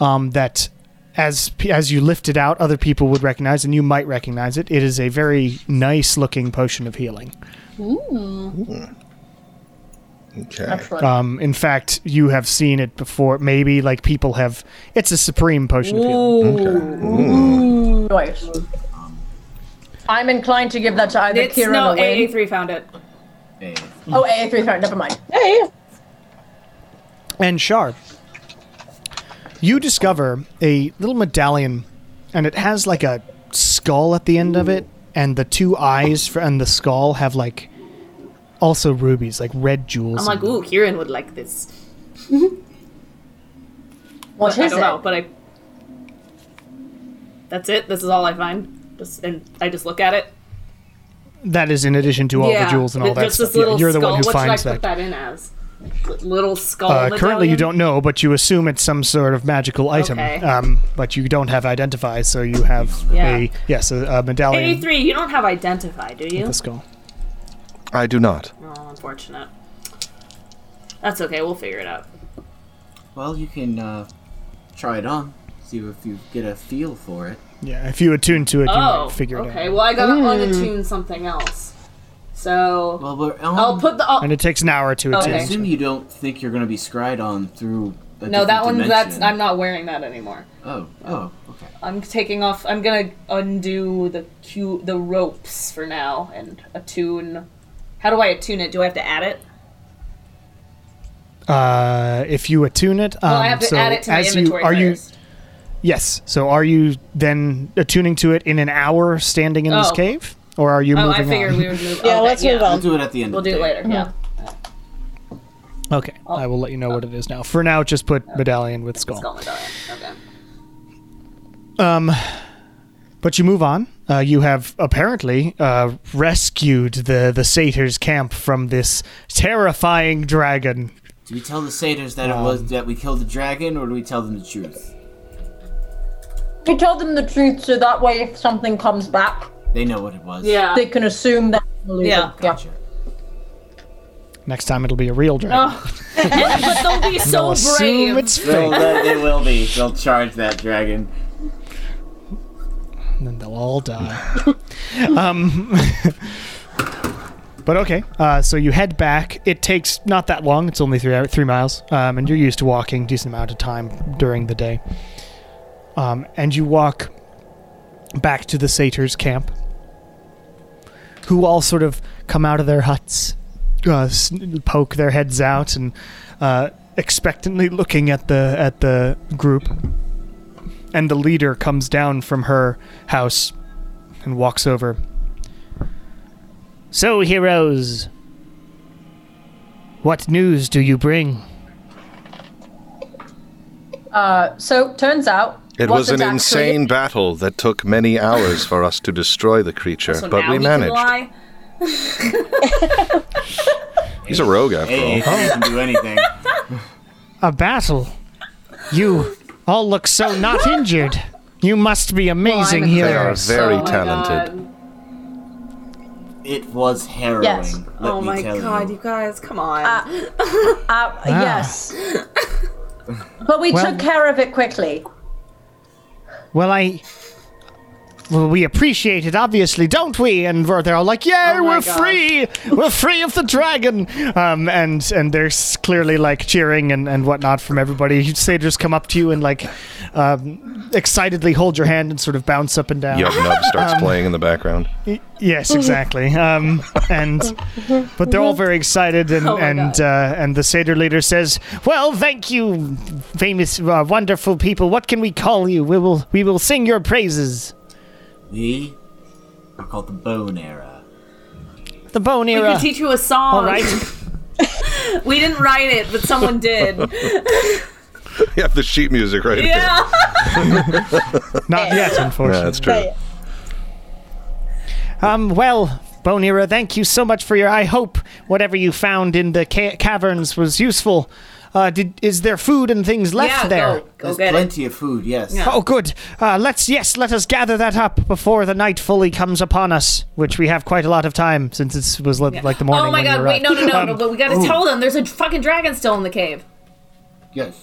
Speaker 2: um, that, as p- as you lift it out, other people would recognize, and you might recognize it. It is a very nice looking potion of healing.
Speaker 13: Okay.
Speaker 2: Um, in fact, you have seen it before. Maybe like people have. It's a supreme potion of healing.
Speaker 8: Nice. I'm inclined to give that to either
Speaker 9: It's
Speaker 8: Kira
Speaker 9: no
Speaker 8: or Wayne.
Speaker 9: AA3 found it.
Speaker 10: Hey,
Speaker 8: Oh, AA3, sorry, never mind.
Speaker 1: Hey,
Speaker 2: And Shard, you discover a little medallion, and it has like a skull at the end of it, and the two eyes for, and the skull have like also rubies, like red jewels.
Speaker 9: I'm like, ooh, Kieran would like this.
Speaker 8: What
Speaker 9: I
Speaker 8: is
Speaker 9: don't know,
Speaker 8: it?
Speaker 9: but I. That's it. This is all I find. Just and I just look at it.
Speaker 2: that is in addition to all the jewels and all
Speaker 9: Just
Speaker 2: that
Speaker 9: this
Speaker 2: stuff. Yeah,
Speaker 9: little
Speaker 2: you're the
Speaker 9: skull.
Speaker 2: one who
Speaker 9: what
Speaker 2: finds
Speaker 9: should I
Speaker 2: that.
Speaker 9: put that in as? L- Little skull.
Speaker 2: Uh, currently, you don't
Speaker 9: medallion?
Speaker 2: know, but you assume it's some sort of magical item.
Speaker 9: Okay.
Speaker 2: Um, but you don't have identify, so you have
Speaker 9: Yeah.
Speaker 2: a yes, a, a medallion.
Speaker 9: AA3, you don't have identify, do you?
Speaker 2: The skull.
Speaker 3: I do not.
Speaker 9: Oh, unfortunate. That's okay. We'll figure it out.
Speaker 5: Well, you can uh, try it on, see if you get a feel for it.
Speaker 2: Yeah, if you attune to it, you
Speaker 9: Oh,
Speaker 2: might figure it
Speaker 9: okay.
Speaker 2: out. Mm.
Speaker 9: Well, I gotta unattune something else. So
Speaker 5: Well, we're on.
Speaker 9: I'll put the. I'll,
Speaker 2: And it takes an hour to
Speaker 5: I
Speaker 2: attune.
Speaker 9: Okay.
Speaker 5: assume you don't think you're going to be scryed on through. A
Speaker 9: no,
Speaker 5: different
Speaker 9: that one. That's.
Speaker 5: dimension.
Speaker 9: I'm not wearing that anymore.
Speaker 5: Oh, oh, okay.
Speaker 9: I'm taking off. I'm gonna undo the cu- the ropes for now and attune. How do I attune it? Do I have to add it?
Speaker 2: Uh, if you attune it, um,
Speaker 9: Well, I have to
Speaker 2: so
Speaker 9: add it to my
Speaker 2: as
Speaker 9: inventory
Speaker 2: you are
Speaker 9: first.
Speaker 2: you yes. So are you then attuning to it in an hour, standing in this
Speaker 9: Oh.
Speaker 2: cave, or are you
Speaker 9: oh, I
Speaker 2: moving
Speaker 9: figured
Speaker 2: on?
Speaker 9: we would <laughs> Oh, move.
Speaker 1: yeah,
Speaker 9: okay,
Speaker 1: let's move
Speaker 5: We'll
Speaker 1: on.
Speaker 5: do it at the end.
Speaker 9: We'll
Speaker 5: of the
Speaker 9: do it
Speaker 5: day.
Speaker 9: later. Yeah.
Speaker 2: Okay, I will let you know what it is now. For now, just put medallion with skull.
Speaker 9: Skull medallion. Okay.
Speaker 2: But you move on. Uh, you have apparently uh, rescued the the satyrs' camp from this terrifying dragon.
Speaker 5: Do we tell the satyrs that it was that we killed the dragon, or do we tell them the truth?
Speaker 8: We told them the truth so that way if something comes back,
Speaker 5: They know what it was.
Speaker 9: Yeah.
Speaker 8: they can assume that.
Speaker 9: Yeah. <laughs>
Speaker 5: Gotcha.
Speaker 2: Next time it'll be a real dragon.
Speaker 9: but they'll <laughs> be so
Speaker 2: They'll
Speaker 9: brave.
Speaker 2: assume it's
Speaker 5: They'll,
Speaker 2: fake,
Speaker 5: they, they will be. They'll charge that dragon.
Speaker 2: and then they'll all die. um, <laughs> but okay, uh, so you head back. It takes not that long. It's only three hou- three miles, um, and you're used to walking decent amount of time during the day. Um, and you walk back to the satyrs' camp, who all sort of come out of their huts, uh, s- poke their heads out, and uh, expectantly looking at the at the group. And the leader comes down from her house and walks over. So, heroes, what news do you bring?
Speaker 8: Uh, so turns out
Speaker 3: It was an
Speaker 8: wasn't actually-
Speaker 3: insane battle that took many hours for us to destroy the creature,
Speaker 9: So
Speaker 3: but
Speaker 9: now
Speaker 3: we
Speaker 9: he Can
Speaker 3: managed.
Speaker 9: lie.
Speaker 13: He's a rogue after
Speaker 5: Hey,
Speaker 13: all.
Speaker 5: if they can do anything.
Speaker 2: A battle. You all look so not injured. You must be amazing
Speaker 9: Well, I'm-
Speaker 3: They are
Speaker 2: heroes.
Speaker 3: very
Speaker 9: oh my
Speaker 3: talented.
Speaker 9: God.
Speaker 5: <laughs> It was harrowing.
Speaker 8: Yes.
Speaker 5: Let
Speaker 9: Oh
Speaker 5: me
Speaker 9: my
Speaker 5: tell
Speaker 9: god,
Speaker 5: you.
Speaker 9: you. guys, come on.
Speaker 8: Uh, Yes. but we
Speaker 2: Ah. Well-
Speaker 8: took care of it quickly.
Speaker 2: Well, I. Well, we appreciate it, obviously, don't we? And we're- they're all like, "Yay,
Speaker 9: Oh my
Speaker 2: we're
Speaker 9: God.
Speaker 2: free! We're free of the dragon!" Um, and and there's clearly like cheering and, and whatnot from everybody. You Satyrs come up to you and like um, excitedly hold your hand and sort of bounce up and down.
Speaker 13: Yub Nub starts playing in the
Speaker 3: <laughs>
Speaker 13: background.
Speaker 2: Yes, exactly. Um, and but they're all very excited, and
Speaker 9: <laughs> Oh my
Speaker 2: and
Speaker 9: God.
Speaker 2: uh, and the satyr leader says, "Well, thank you, famous, uh, wonderful people. What can we call you? We will we will sing your praises."
Speaker 5: We are called the Bone Era.
Speaker 2: The bone
Speaker 9: we
Speaker 2: era.
Speaker 9: could teach you a song.
Speaker 2: All right.
Speaker 9: We didn't write it, but
Speaker 10: <laughs>
Speaker 9: someone did.
Speaker 13: Yeah, the sheet music right there.
Speaker 9: yeah.
Speaker 2: <laughs> Not yet,
Speaker 13: Yeah,
Speaker 2: unfortunately.
Speaker 13: that's true.
Speaker 1: Right.
Speaker 2: Um, well, Bone Era, thank you so much for your. I hope whatever you found in the ca- caverns was useful. Uh, did is there food and things left
Speaker 9: yeah,
Speaker 2: there?
Speaker 9: go, go
Speaker 10: There's
Speaker 9: get it.
Speaker 10: plenty of food, yes.
Speaker 2: Oh, good. Uh, let's yes, let us gather that up before the night fully comes upon us, which we have quite a lot of time since it was li- like the morning.
Speaker 9: Oh my
Speaker 2: when
Speaker 9: god,
Speaker 2: you
Speaker 9: wait, no,
Speaker 2: arrived.
Speaker 9: no, no,
Speaker 2: Um,
Speaker 9: no, but we gotta tell them there's a fucking dragon still in the cave.
Speaker 10: Yes.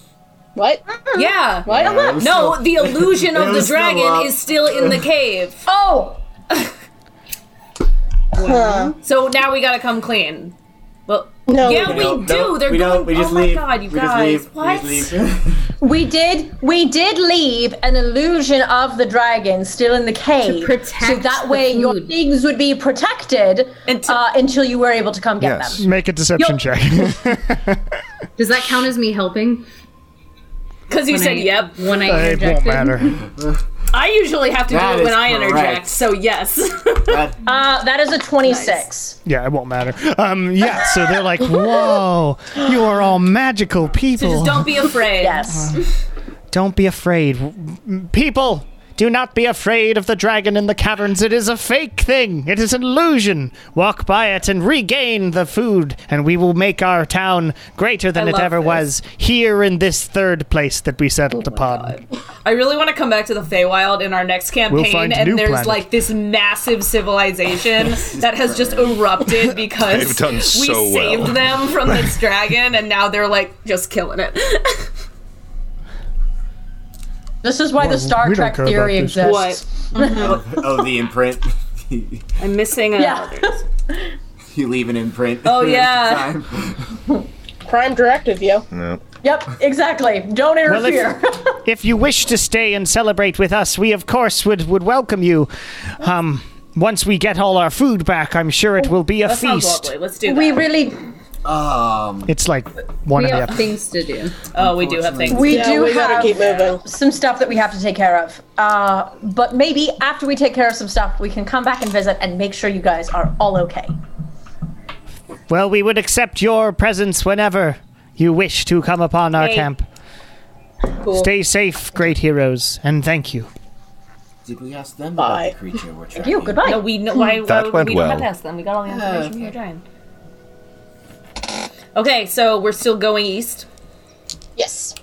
Speaker 1: What?
Speaker 9: Yeah.
Speaker 1: What?
Speaker 10: It was
Speaker 9: No,
Speaker 10: still-
Speaker 9: the
Speaker 10: <laughs>
Speaker 9: illusion
Speaker 10: It
Speaker 9: of the
Speaker 10: was still
Speaker 9: dragon
Speaker 10: up.
Speaker 9: is still in the cave.
Speaker 8: Oh,
Speaker 9: So now we gotta come clean. Well,
Speaker 1: No.
Speaker 9: yeah, we
Speaker 10: No,
Speaker 9: do.
Speaker 10: no,
Speaker 9: They're
Speaker 10: we
Speaker 9: going.
Speaker 10: don't- we just
Speaker 9: oh my
Speaker 10: leave.
Speaker 9: god, you
Speaker 10: we Just
Speaker 9: guys!
Speaker 10: leave.
Speaker 9: what?
Speaker 10: We just leave.
Speaker 8: we did we did leave an illusion of the dragon still in the cave
Speaker 7: To protect
Speaker 8: so that
Speaker 7: the
Speaker 8: way your
Speaker 7: food.
Speaker 8: things would be protected
Speaker 9: Until-
Speaker 8: uh, until you were able to come get
Speaker 3: Yes.
Speaker 8: them.
Speaker 2: Make a deception
Speaker 8: Yo-
Speaker 2: check. <laughs>
Speaker 7: Does that count as me helping?
Speaker 9: Because you
Speaker 7: When
Speaker 9: said
Speaker 7: I-
Speaker 9: yep.
Speaker 7: When I
Speaker 2: it won't
Speaker 7: interjected.
Speaker 2: matter.
Speaker 5: <laughs>
Speaker 9: I usually have to
Speaker 10: That
Speaker 9: do it when
Speaker 10: is
Speaker 9: I interject.
Speaker 10: correct.
Speaker 9: So yes. <laughs>
Speaker 10: That-
Speaker 8: Uh, that is a twenty-six.
Speaker 2: Yeah, it won't matter. Um, yeah, so they're like, <laughs> "Whoa, you are all magical people."
Speaker 9: Just don't be afraid. Uh-huh.
Speaker 8: Yes.
Speaker 2: Don't be afraid. People, do not be afraid of the dragon in the caverns. It is a fake thing, it is an illusion. Walk by it and regain the food, and we will make our town greater than
Speaker 9: I
Speaker 2: it
Speaker 9: love
Speaker 2: ever
Speaker 9: this. Oh
Speaker 2: was here in this third place that we settled upon.
Speaker 9: I really want to come back to the Feywild in our next campaign,
Speaker 2: find a new
Speaker 9: and there's
Speaker 2: planet.
Speaker 9: like this massive civilization that has just erupted because
Speaker 13: They've done so
Speaker 9: we
Speaker 13: well.
Speaker 9: saved them from this dragon, and now they're like just killing it. <laughs>
Speaker 8: This is why the
Speaker 2: we
Speaker 8: Star
Speaker 2: don't
Speaker 8: Trek
Speaker 2: care about
Speaker 8: theory
Speaker 2: this.
Speaker 8: exists.
Speaker 9: what? Uh,
Speaker 10: oh, the imprint.
Speaker 5: <laughs>
Speaker 10: you
Speaker 9: I'm missing. A- <laughs>
Speaker 8: Yeah.
Speaker 10: leave an imprint.
Speaker 5: <laughs>
Speaker 9: Oh, yeah.
Speaker 10: Every time.
Speaker 1: Prime directive, yo.
Speaker 13: No.
Speaker 8: Yep. Exactly. Don't
Speaker 2: Well,
Speaker 9: <laughs>
Speaker 8: interfere.
Speaker 2: if, if you wish to stay and celebrate with us, we of course would, would welcome you. Um, once we get all our food back, I'm sure it will be a
Speaker 9: Oh, That sounds
Speaker 2: feast.
Speaker 9: lovely. Let's do that.
Speaker 8: we really
Speaker 10: Um,
Speaker 2: It's like one
Speaker 7: We
Speaker 2: of the
Speaker 7: have
Speaker 2: episodes.
Speaker 7: things to do.
Speaker 9: oh, we do have things.
Speaker 8: we
Speaker 1: Yeah,
Speaker 8: do
Speaker 1: we
Speaker 8: have
Speaker 1: gotta keep moving.
Speaker 8: some stuff that we have to take care of. Uh, but maybe after we take care of some stuff, we can come back and visit and make sure you guys are all okay.
Speaker 2: Well, we would accept your presence whenever you wish to come upon our
Speaker 9: Hey.
Speaker 2: camp. Stay safe, great heroes, and thank you.
Speaker 10: did we ask them
Speaker 1: Bye.
Speaker 10: about the creature we're tracking?
Speaker 8: You goodbye.
Speaker 9: No, we know why.
Speaker 13: That
Speaker 9: why
Speaker 13: went
Speaker 9: we
Speaker 13: well.
Speaker 9: don't have to ask them. We got all the information from the dragon. Okay, so we're still going east.
Speaker 1: Yes.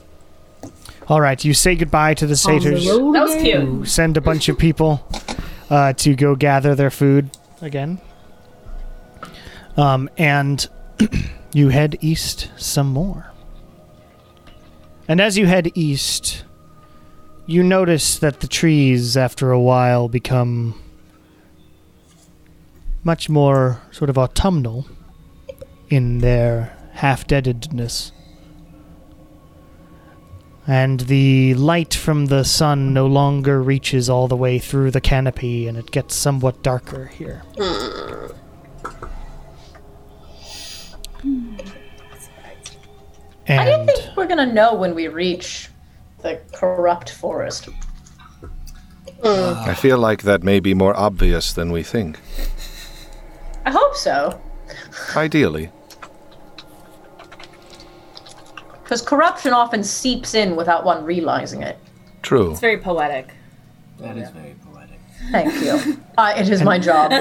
Speaker 2: All right, you say goodbye to the satyrs.
Speaker 9: That was cute.
Speaker 2: You send a bunch of people uh, to go gather their food again. Um, and <clears throat> you head east some more. And as you head east, you notice that the trees, after a while, become much more sort of autumnal in their half deadedness and the light from the sun no longer reaches all the way through the canopy and it gets somewhat darker here.
Speaker 8: Hmm. I didn't
Speaker 2: And
Speaker 8: think we're gonna know when we reach the corrupt forest.
Speaker 13: I feel like that may be more obvious than we think.
Speaker 8: I hope so,
Speaker 13: Ideally.
Speaker 8: because corruption often seeps in without one realizing it.
Speaker 13: True.
Speaker 9: Very poetic.
Speaker 10: That is very poetic.
Speaker 8: Thank you. Uh, it is my job.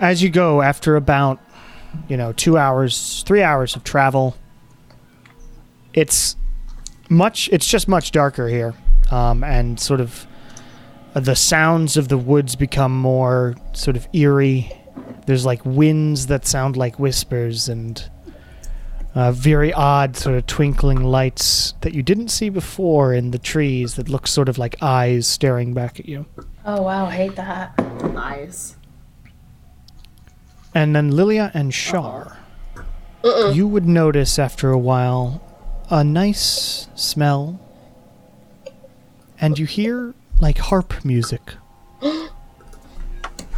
Speaker 2: as you go, after about, you know, two hours, three hours of travel, it's much, it's just much darker here. Um, and sort of uh, the sounds of the woods become more sort of eerie. There's like winds that sound like whispers and uh, very odd sort of twinkling lights that you didn't see before in the trees that look sort of like eyes staring back at you.
Speaker 8: Oh wow, I hate that.
Speaker 9: Nice.
Speaker 2: And then Lilia and Shar.
Speaker 9: Uh-uh.
Speaker 2: You would notice after a while a nice smell. And you hear like harp
Speaker 9: <gasps>
Speaker 2: music.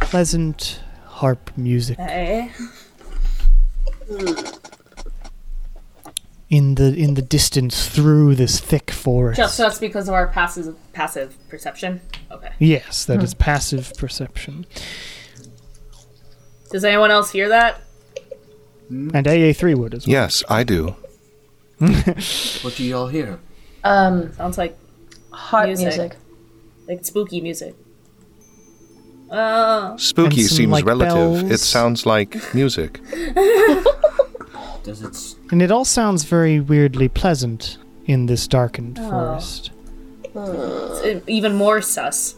Speaker 2: Pleasant harp music
Speaker 9: Hey.
Speaker 2: in the in the distance through this thick forest.
Speaker 9: Just that's because of our passive passive perception. Okay.
Speaker 2: Yes, that
Speaker 9: Hmm.
Speaker 2: is passive perception.
Speaker 9: Does anyone else hear that?
Speaker 2: And AA3 would as well.
Speaker 13: Yes, I do.
Speaker 10: What do y'all hear?
Speaker 8: Um,
Speaker 9: Sounds like
Speaker 8: heart
Speaker 9: Music.
Speaker 8: music.
Speaker 9: like spooky music. Uh, Oh,
Speaker 13: Spooky
Speaker 2: And some,
Speaker 13: seems
Speaker 2: like,
Speaker 13: relative. It
Speaker 2: bells.
Speaker 13: sounds like music.
Speaker 5: Does it? s-
Speaker 2: And it all sounds very weirdly pleasant in this darkened
Speaker 9: Oh.
Speaker 2: forest.
Speaker 9: It's even more sus.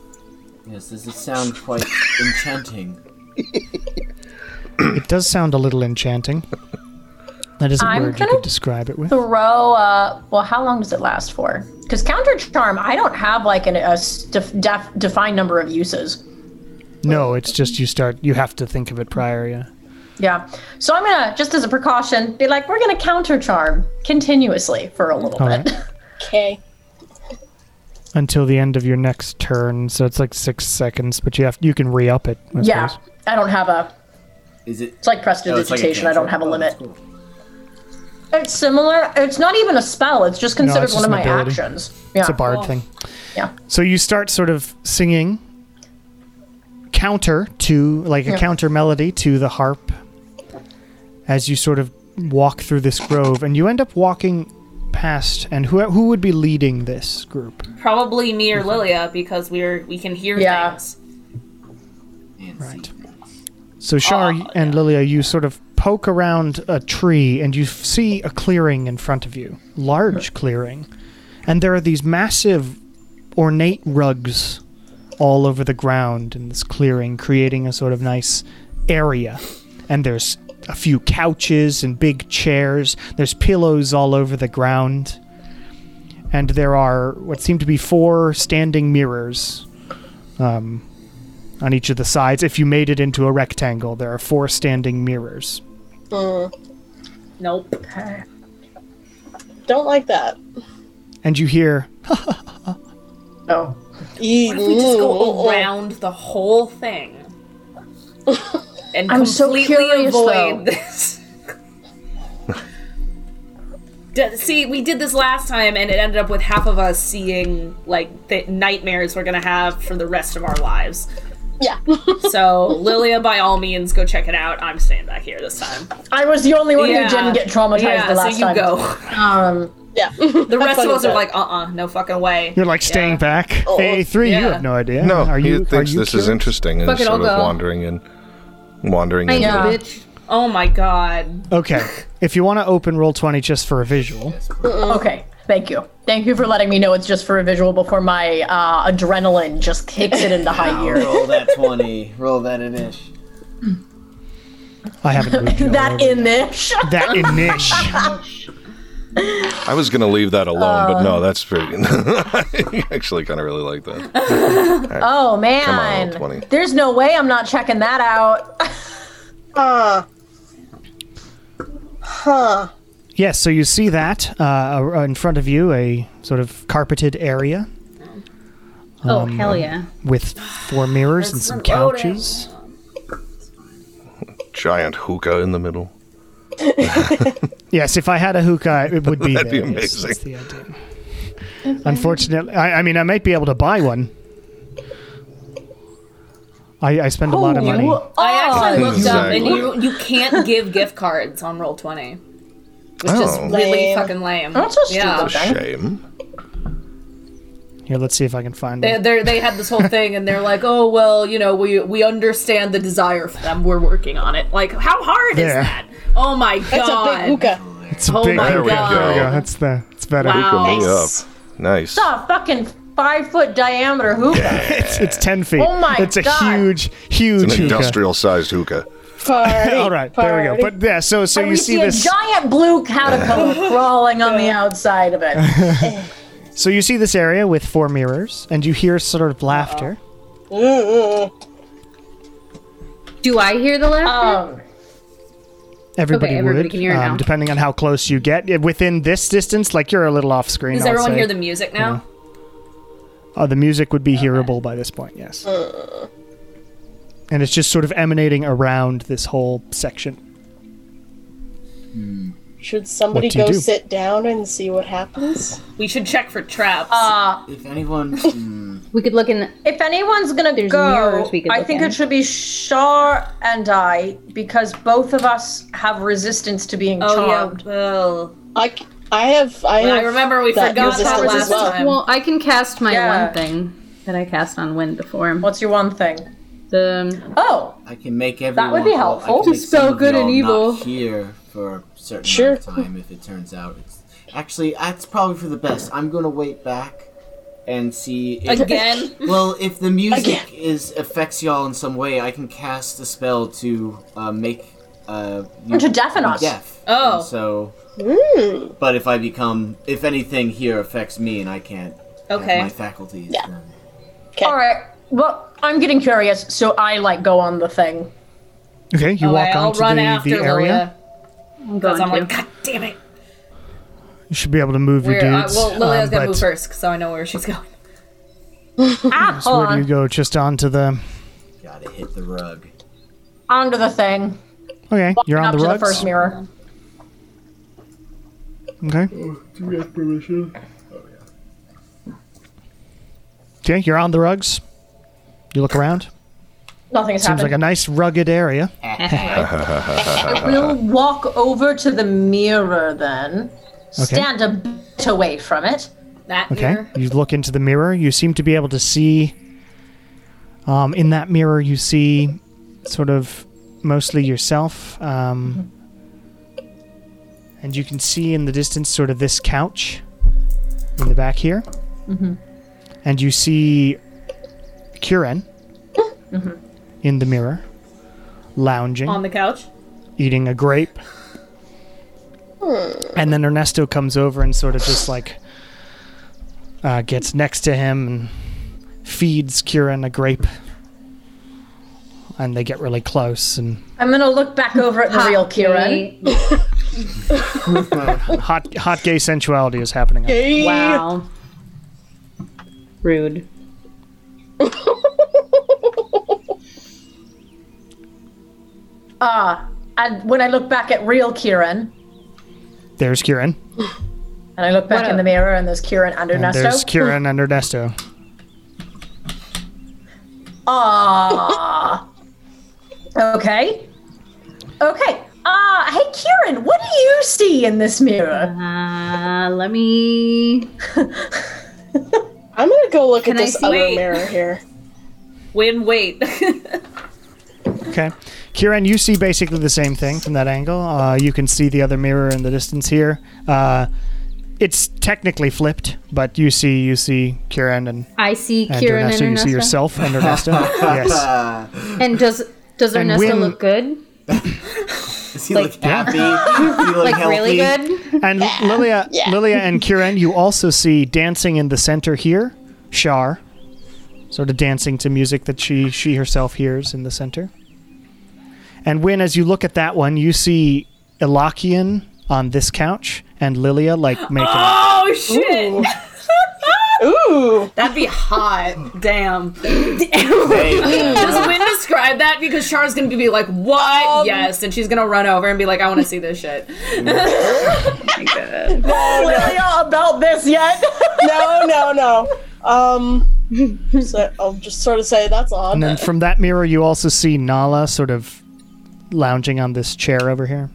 Speaker 5: Yes. Does it sound quite enchanting?
Speaker 2: It does sound a little enchanting. That is a
Speaker 8: I'm
Speaker 2: word
Speaker 8: gonna-
Speaker 2: you could describe it with.
Speaker 8: Throw up. Well, how long does it last for? Because counter charm, I don't have like an, a s- def, def, defined number of uses.
Speaker 2: No, it's just you start. You have to think of it prior. Yeah.
Speaker 8: Yeah. So I'm gonna just as a precaution be like, we're gonna counter charm continuously for a little
Speaker 2: All
Speaker 8: bit. <laughs>
Speaker 2: right.
Speaker 1: Okay.
Speaker 2: Until the end of your next turn, so it's like six seconds, but you have you can re up it. I
Speaker 8: yeah.
Speaker 2: Suppose.
Speaker 8: I don't have a.
Speaker 5: Is it? Oh,
Speaker 8: It's like prestidigitation. I don't have a limit. It's similar. It's not even a spell. It's just considered
Speaker 2: it's
Speaker 8: one
Speaker 2: just
Speaker 8: of
Speaker 2: an
Speaker 8: my
Speaker 2: ability.
Speaker 8: actions. Yeah.
Speaker 2: It's a bard thing.
Speaker 8: Yeah.
Speaker 2: So you start sort of singing counter to like a
Speaker 8: Yeah.
Speaker 2: counter melody to the harp as you sort of walk through this grove and you end up walking past and who who would be leading this group?
Speaker 9: Probably me or Lilia because we're we can hear
Speaker 8: Yeah.
Speaker 9: things.
Speaker 2: Right. So Shar and Lilia, you sort of poke around a tree and you f- see a clearing in front of you, large clearing, and there are these massive, ornate rugs all over the ground in this clearing, creating a sort of nice area. And there's a few couches and big chairs. There's pillows all over the ground. And there are what seem to be four standing mirrors on each of the sides. If you made it into a rectangle, there are four standing mirrors.
Speaker 9: Nope.
Speaker 1: Don't like that.
Speaker 2: And you hear,
Speaker 8: Oh.
Speaker 1: Ew.
Speaker 9: We just go around the whole <laughs> thing. And
Speaker 8: I'm so
Speaker 9: completely
Speaker 8: curious,
Speaker 9: avoid
Speaker 8: though.
Speaker 9: this. <laughs> D- See, we did this last time, and it ended up with half of us seeing like the nightmares we're gonna have for the rest of our lives.
Speaker 1: Yeah.
Speaker 9: <laughs> So, Lilia, by all means, go check it out. I'm staying back here this time.
Speaker 8: I was the only one
Speaker 9: Yeah.
Speaker 8: who didn't get traumatized
Speaker 9: yeah,
Speaker 8: the last
Speaker 9: so you
Speaker 8: time.
Speaker 9: go.
Speaker 8: Um,
Speaker 9: <laughs>
Speaker 1: yeah.
Speaker 9: The rest of us are like, uh-uh, no fucking way.
Speaker 2: "You're like staying back." Hey, three, you
Speaker 9: yeah.
Speaker 2: have no idea.
Speaker 13: No,
Speaker 2: are you?
Speaker 13: he
Speaker 2: are
Speaker 13: thinks
Speaker 2: you
Speaker 13: this is
Speaker 2: curious?
Speaker 13: interesting and
Speaker 9: Fuck it,
Speaker 13: is sort
Speaker 9: I'll
Speaker 13: of
Speaker 9: go.
Speaker 13: wandering in, wandering
Speaker 7: I
Speaker 13: into
Speaker 7: know,
Speaker 8: Yeah.
Speaker 7: bitch.
Speaker 9: Oh my god.
Speaker 2: Okay, if you want to open roll twenty just for a visual,
Speaker 8: okay. Thank you. Thank you for letting me know it's just for a visual before my uh, adrenaline just kicks it into high gear.
Speaker 5: Roll that twenty. Roll that inish.
Speaker 2: I haven't moved you
Speaker 8: that in this.
Speaker 2: that inish.
Speaker 13: I was gonna leave that alone, but no, that's pretty. <laughs> I actually kind of really like that.
Speaker 8: Oh
Speaker 13: on,
Speaker 8: man.
Speaker 13: 20.
Speaker 8: There's no way I'm not checking that out.
Speaker 1: Huh. Huh.
Speaker 2: yes, so you see that uh, in front of you, a sort of carpeted area
Speaker 7: Oh, hell yeah.
Speaker 2: with four mirrors and some couches.
Speaker 13: Giant hookah in the middle.
Speaker 2: Yes, if I had a hookah, it would
Speaker 13: <laughs>
Speaker 2: be
Speaker 13: That'd
Speaker 2: there.
Speaker 13: be
Speaker 2: Yes, that's
Speaker 13: amazing.
Speaker 2: the idea. Unfortunately, I, I mean, I might be able to buy one. I, I spend a lot of money.
Speaker 8: You
Speaker 9: I
Speaker 2: "Oh,
Speaker 9: actually
Speaker 8: are-
Speaker 9: looked up, and
Speaker 13: Exactly.
Speaker 9: you you can't give gift cards on Roll Twenty, which
Speaker 13: Oh.
Speaker 9: is really
Speaker 1: Lame.
Speaker 9: fucking lame.
Speaker 8: That's a stupid
Speaker 9: yeah.
Speaker 8: thing.
Speaker 13: Shame.
Speaker 2: Here, let's see if I can find
Speaker 9: They,
Speaker 2: one.
Speaker 9: they're- they had this whole thing, and they're like, "Oh well, you know, we we understand the desire for them. We're working on it. Like, how hard is
Speaker 2: There.
Speaker 9: that? Oh my god!
Speaker 1: That's a big hookah.
Speaker 2: It's a
Speaker 9: oh
Speaker 2: big
Speaker 9: my
Speaker 2: hookah.
Speaker 9: God.
Speaker 2: There we go. That's the. It's better.
Speaker 9: Wow.
Speaker 13: Hookah me up. Nice.
Speaker 8: A fucking five foot diameter hookah.
Speaker 2: It's, it's ten feet.
Speaker 8: Oh my
Speaker 2: It's a
Speaker 8: God.
Speaker 2: huge, huge
Speaker 13: An
Speaker 2: hookah.
Speaker 13: industrial-sized hookah.
Speaker 1: Party.
Speaker 2: All right, there we go.
Speaker 1: party.
Speaker 2: But yeah, so so
Speaker 8: And
Speaker 2: you
Speaker 8: we
Speaker 2: see
Speaker 8: see,
Speaker 2: this.
Speaker 8: a giant
Speaker 2: <laughs>
Speaker 8: blue caterpillar crawling on the outside of it.
Speaker 2: So you see this area with four mirrors, and you hear sort of laughter.
Speaker 7: Do I hear the laughter?
Speaker 8: Um,
Speaker 2: Everybody,
Speaker 7: Okay, everybody
Speaker 2: would, um,
Speaker 7: can hear it now.
Speaker 2: depending on how close you get. If Within this distance, like you're a little off screen.
Speaker 9: Does
Speaker 2: I'll
Speaker 9: everyone
Speaker 2: say.
Speaker 9: hear the music now?
Speaker 2: Uh, the music would be hearable by this point, yes. And it's just sort of emanating around this whole section.
Speaker 1: Should somebody
Speaker 2: What do you
Speaker 1: go
Speaker 2: do?
Speaker 1: sit down and see what happens?
Speaker 9: We should check for traps.
Speaker 1: Uh,
Speaker 5: If anyone, mm,
Speaker 7: We could look in.
Speaker 8: if anyone's gonna
Speaker 7: There's
Speaker 8: go,
Speaker 7: mirrors we could
Speaker 8: I
Speaker 7: look
Speaker 8: think
Speaker 7: in.
Speaker 8: it should be Shar and I because both of us have resistance to being
Speaker 9: oh
Speaker 8: charmed.
Speaker 9: yeah, well,
Speaker 1: I, c- I have I,
Speaker 9: I
Speaker 1: have
Speaker 9: remember we forgot that
Speaker 1: resistance as
Speaker 9: last
Speaker 1: well.
Speaker 9: time.
Speaker 7: Well, I can cast my
Speaker 8: Yeah.
Speaker 7: one thing that I cast on Wind before.
Speaker 8: What's your one thing?
Speaker 7: The
Speaker 8: Oh,
Speaker 5: I can make everyone.
Speaker 8: would be
Speaker 5: well, I
Speaker 8: helpful.
Speaker 5: can make
Speaker 7: Just spell
Speaker 5: some of
Speaker 7: good
Speaker 5: y'all
Speaker 7: and
Speaker 5: not
Speaker 7: evil.
Speaker 5: Here for for a certain
Speaker 1: Sure.
Speaker 5: amount of time if it turns out it's actually that's probably for the best. I'm gonna wait back and see if
Speaker 9: Again?
Speaker 5: <laughs> Well, if the music
Speaker 1: Again.
Speaker 5: is affects y'all in some way, I can cast a spell to uh, make uh, you
Speaker 8: Or to deafen us.
Speaker 5: deaf.
Speaker 9: Oh.
Speaker 5: And so.
Speaker 7: Mm.
Speaker 5: But if I become, if anything here affects me and I can't, have
Speaker 9: Okay.
Speaker 5: my faculties.
Speaker 1: Yeah.
Speaker 5: Then.
Speaker 8: All right. Well, I'm getting curious, so I like go on the thing.
Speaker 2: Okay, you
Speaker 9: Oh,
Speaker 2: walk
Speaker 9: I'll
Speaker 2: onto
Speaker 9: run
Speaker 2: the,
Speaker 9: after
Speaker 2: the area.
Speaker 9: Lilia.
Speaker 7: I'm
Speaker 9: Because
Speaker 7: going
Speaker 9: I'm
Speaker 7: to.
Speaker 9: like, God damn it.
Speaker 2: You should be able to move your
Speaker 9: We're, uh,
Speaker 2: dudes.
Speaker 9: well,
Speaker 2: um,
Speaker 9: Lilia's gonna move
Speaker 2: but
Speaker 9: first, so I know where she's <laughs> going.
Speaker 8: ah, hold
Speaker 2: Where do you
Speaker 8: on.
Speaker 2: go? Just onto the.
Speaker 5: Gotta hit the rug. <laughs>
Speaker 8: Onto the thing.
Speaker 2: Okay, you're on
Speaker 8: up
Speaker 2: the
Speaker 8: to
Speaker 2: rugs.
Speaker 8: the first mirror.
Speaker 2: Okay. Okay, you're on the rugs. You look around.
Speaker 8: Nothing's
Speaker 2: Seems like a
Speaker 8: happened.
Speaker 2: nice rugged area.
Speaker 8: we'll walk over to the mirror then. Stand a bit away from it.
Speaker 9: That
Speaker 2: Okay.
Speaker 9: mirror.
Speaker 2: You look into the mirror. You seem to be able to see. Um, in that mirror, you see sort of mostly yourself. Um, and you can see in the distance sort of this couch in the back here. Mm-hmm. And you see Kuren in the mirror, lounging
Speaker 9: On the couch.
Speaker 2: eating a grape. And then Ernesto comes over and sort of just like uh, gets next to him and feeds Kieran a grape. And they get really close and
Speaker 8: I'm gonna look back over at the real Kieran.
Speaker 7: Hey,
Speaker 2: hot hot gay sensuality is happening.
Speaker 7: Wow. Rude.
Speaker 8: And when I look back at real Kieran,
Speaker 2: There's Kieran.
Speaker 8: and I look back in the mirror, and there's Kieran and
Speaker 2: And
Speaker 8: Ernesto.
Speaker 2: there's Kieran and Ernesto.
Speaker 8: Ah. okay. Okay. Ah, hey Kieran, what do you see in this mirror?
Speaker 7: Uh, let me.
Speaker 1: <laughs> I'm gonna go look
Speaker 7: Can
Speaker 1: at
Speaker 7: I
Speaker 1: this
Speaker 7: see-
Speaker 1: other
Speaker 9: wait.
Speaker 1: mirror here.
Speaker 9: Win, wait. <laughs>
Speaker 2: Okay. Kieran, you see basically the same thing from that angle. Uh, you can see the other mirror in the distance here. Uh, it's technically flipped, but you see you see Kieran and
Speaker 7: I see
Speaker 2: And
Speaker 7: Kieran
Speaker 2: Ernesto,
Speaker 7: and
Speaker 2: you
Speaker 7: Ernesto.
Speaker 2: see yourself and Ernesto. yes.
Speaker 7: And does does
Speaker 2: And
Speaker 7: Ernesto
Speaker 2: Win-
Speaker 7: look good?
Speaker 5: Does he look
Speaker 7: Like-
Speaker 5: happy? Does he look
Speaker 7: Like
Speaker 5: healthy?
Speaker 7: really good?
Speaker 2: And Lilia, Lilia and Kieran, you also see dancing in the center here, Shar, sort of dancing to music that she she herself hears in the center. And when, as you look at that one, you see Ilakian on this couch and Lilia like making.
Speaker 9: oh shit! <laughs>
Speaker 1: Ooh,
Speaker 9: That'd be hot. Damn. <laughs> Does Win describe that? Because Char's gonna be like, what? yes, and she's gonna run over and be like, I wanna see this shit.
Speaker 8: Are y'all about this yet?
Speaker 1: no, no, no. Um, so I'll just sort of say that's odd.
Speaker 2: And then from that mirror, you also see Nala sort of lounging on this chair over here.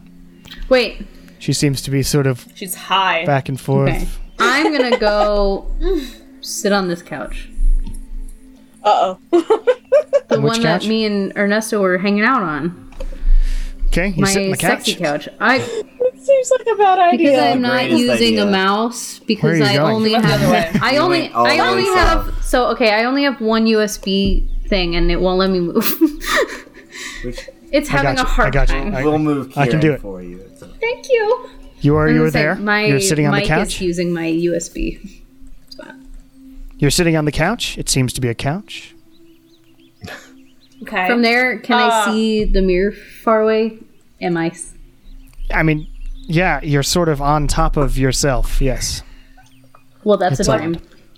Speaker 7: Wait,
Speaker 2: She seems to be sort of
Speaker 9: She's high.
Speaker 2: back and forth.
Speaker 7: Okay. I'm gonna go <laughs> sit on this couch.
Speaker 1: <laughs> Uh oh.
Speaker 7: The
Speaker 2: On which
Speaker 7: one
Speaker 2: couch?
Speaker 7: that me and Ernesto were hanging out on.
Speaker 2: Okay, you
Speaker 7: My
Speaker 2: sit in the couch.
Speaker 7: sexy couch.
Speaker 1: <laughs>
Speaker 7: I
Speaker 1: Seems like a bad
Speaker 7: because
Speaker 1: idea.
Speaker 7: I'm not
Speaker 5: Greatest
Speaker 7: using a
Speaker 5: idea.
Speaker 7: mouse
Speaker 2: Where are
Speaker 7: because
Speaker 2: you
Speaker 7: I
Speaker 2: going?
Speaker 7: only
Speaker 2: Look
Speaker 7: have <laughs> I only
Speaker 5: went all
Speaker 7: I
Speaker 5: the
Speaker 7: only
Speaker 5: way
Speaker 7: have so okay, I only have one USB thing and it won't let me move. <laughs>
Speaker 5: Which-
Speaker 7: it's
Speaker 2: I
Speaker 7: having
Speaker 2: got you.
Speaker 7: a hard
Speaker 2: I got you.
Speaker 7: time.
Speaker 2: I-
Speaker 5: We'll move
Speaker 2: I
Speaker 5: Kieran
Speaker 2: can do it.
Speaker 5: for you. It's-
Speaker 7: Thank you.
Speaker 2: You are you were
Speaker 7: It's like
Speaker 2: there.
Speaker 7: My
Speaker 2: You're sitting on
Speaker 7: mic
Speaker 2: the couch.
Speaker 7: is using my USB.
Speaker 2: You're sitting on the couch. It seems to be a couch.
Speaker 9: Okay.
Speaker 7: From there, can
Speaker 1: Uh,
Speaker 7: I see the mirror far away? Am I? s-
Speaker 2: I mean, yeah, you're sort of on top of yourself. Yes.
Speaker 7: Well, that's
Speaker 2: It's
Speaker 7: a
Speaker 2: like-
Speaker 7: dime.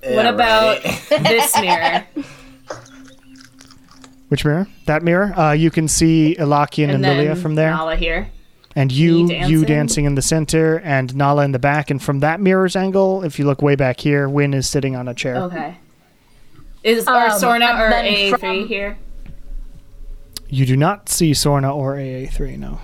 Speaker 9: what about <laughs> this mirror?
Speaker 2: Which mirror? That mirror. Uh, you can see Ilakian and, Lilia from there,
Speaker 9: Nala here.
Speaker 2: and you
Speaker 9: me
Speaker 2: you
Speaker 9: dancing.
Speaker 2: dancing in the center, and Nala in the back. And from that mirror's angle, if you look way back here, Win is sitting on a chair.
Speaker 9: Okay. Is our
Speaker 8: Um,
Speaker 9: Sorna
Speaker 8: and
Speaker 9: or
Speaker 8: then
Speaker 9: A3
Speaker 8: from-
Speaker 9: here?
Speaker 2: You do not see Sorna or AA3. No.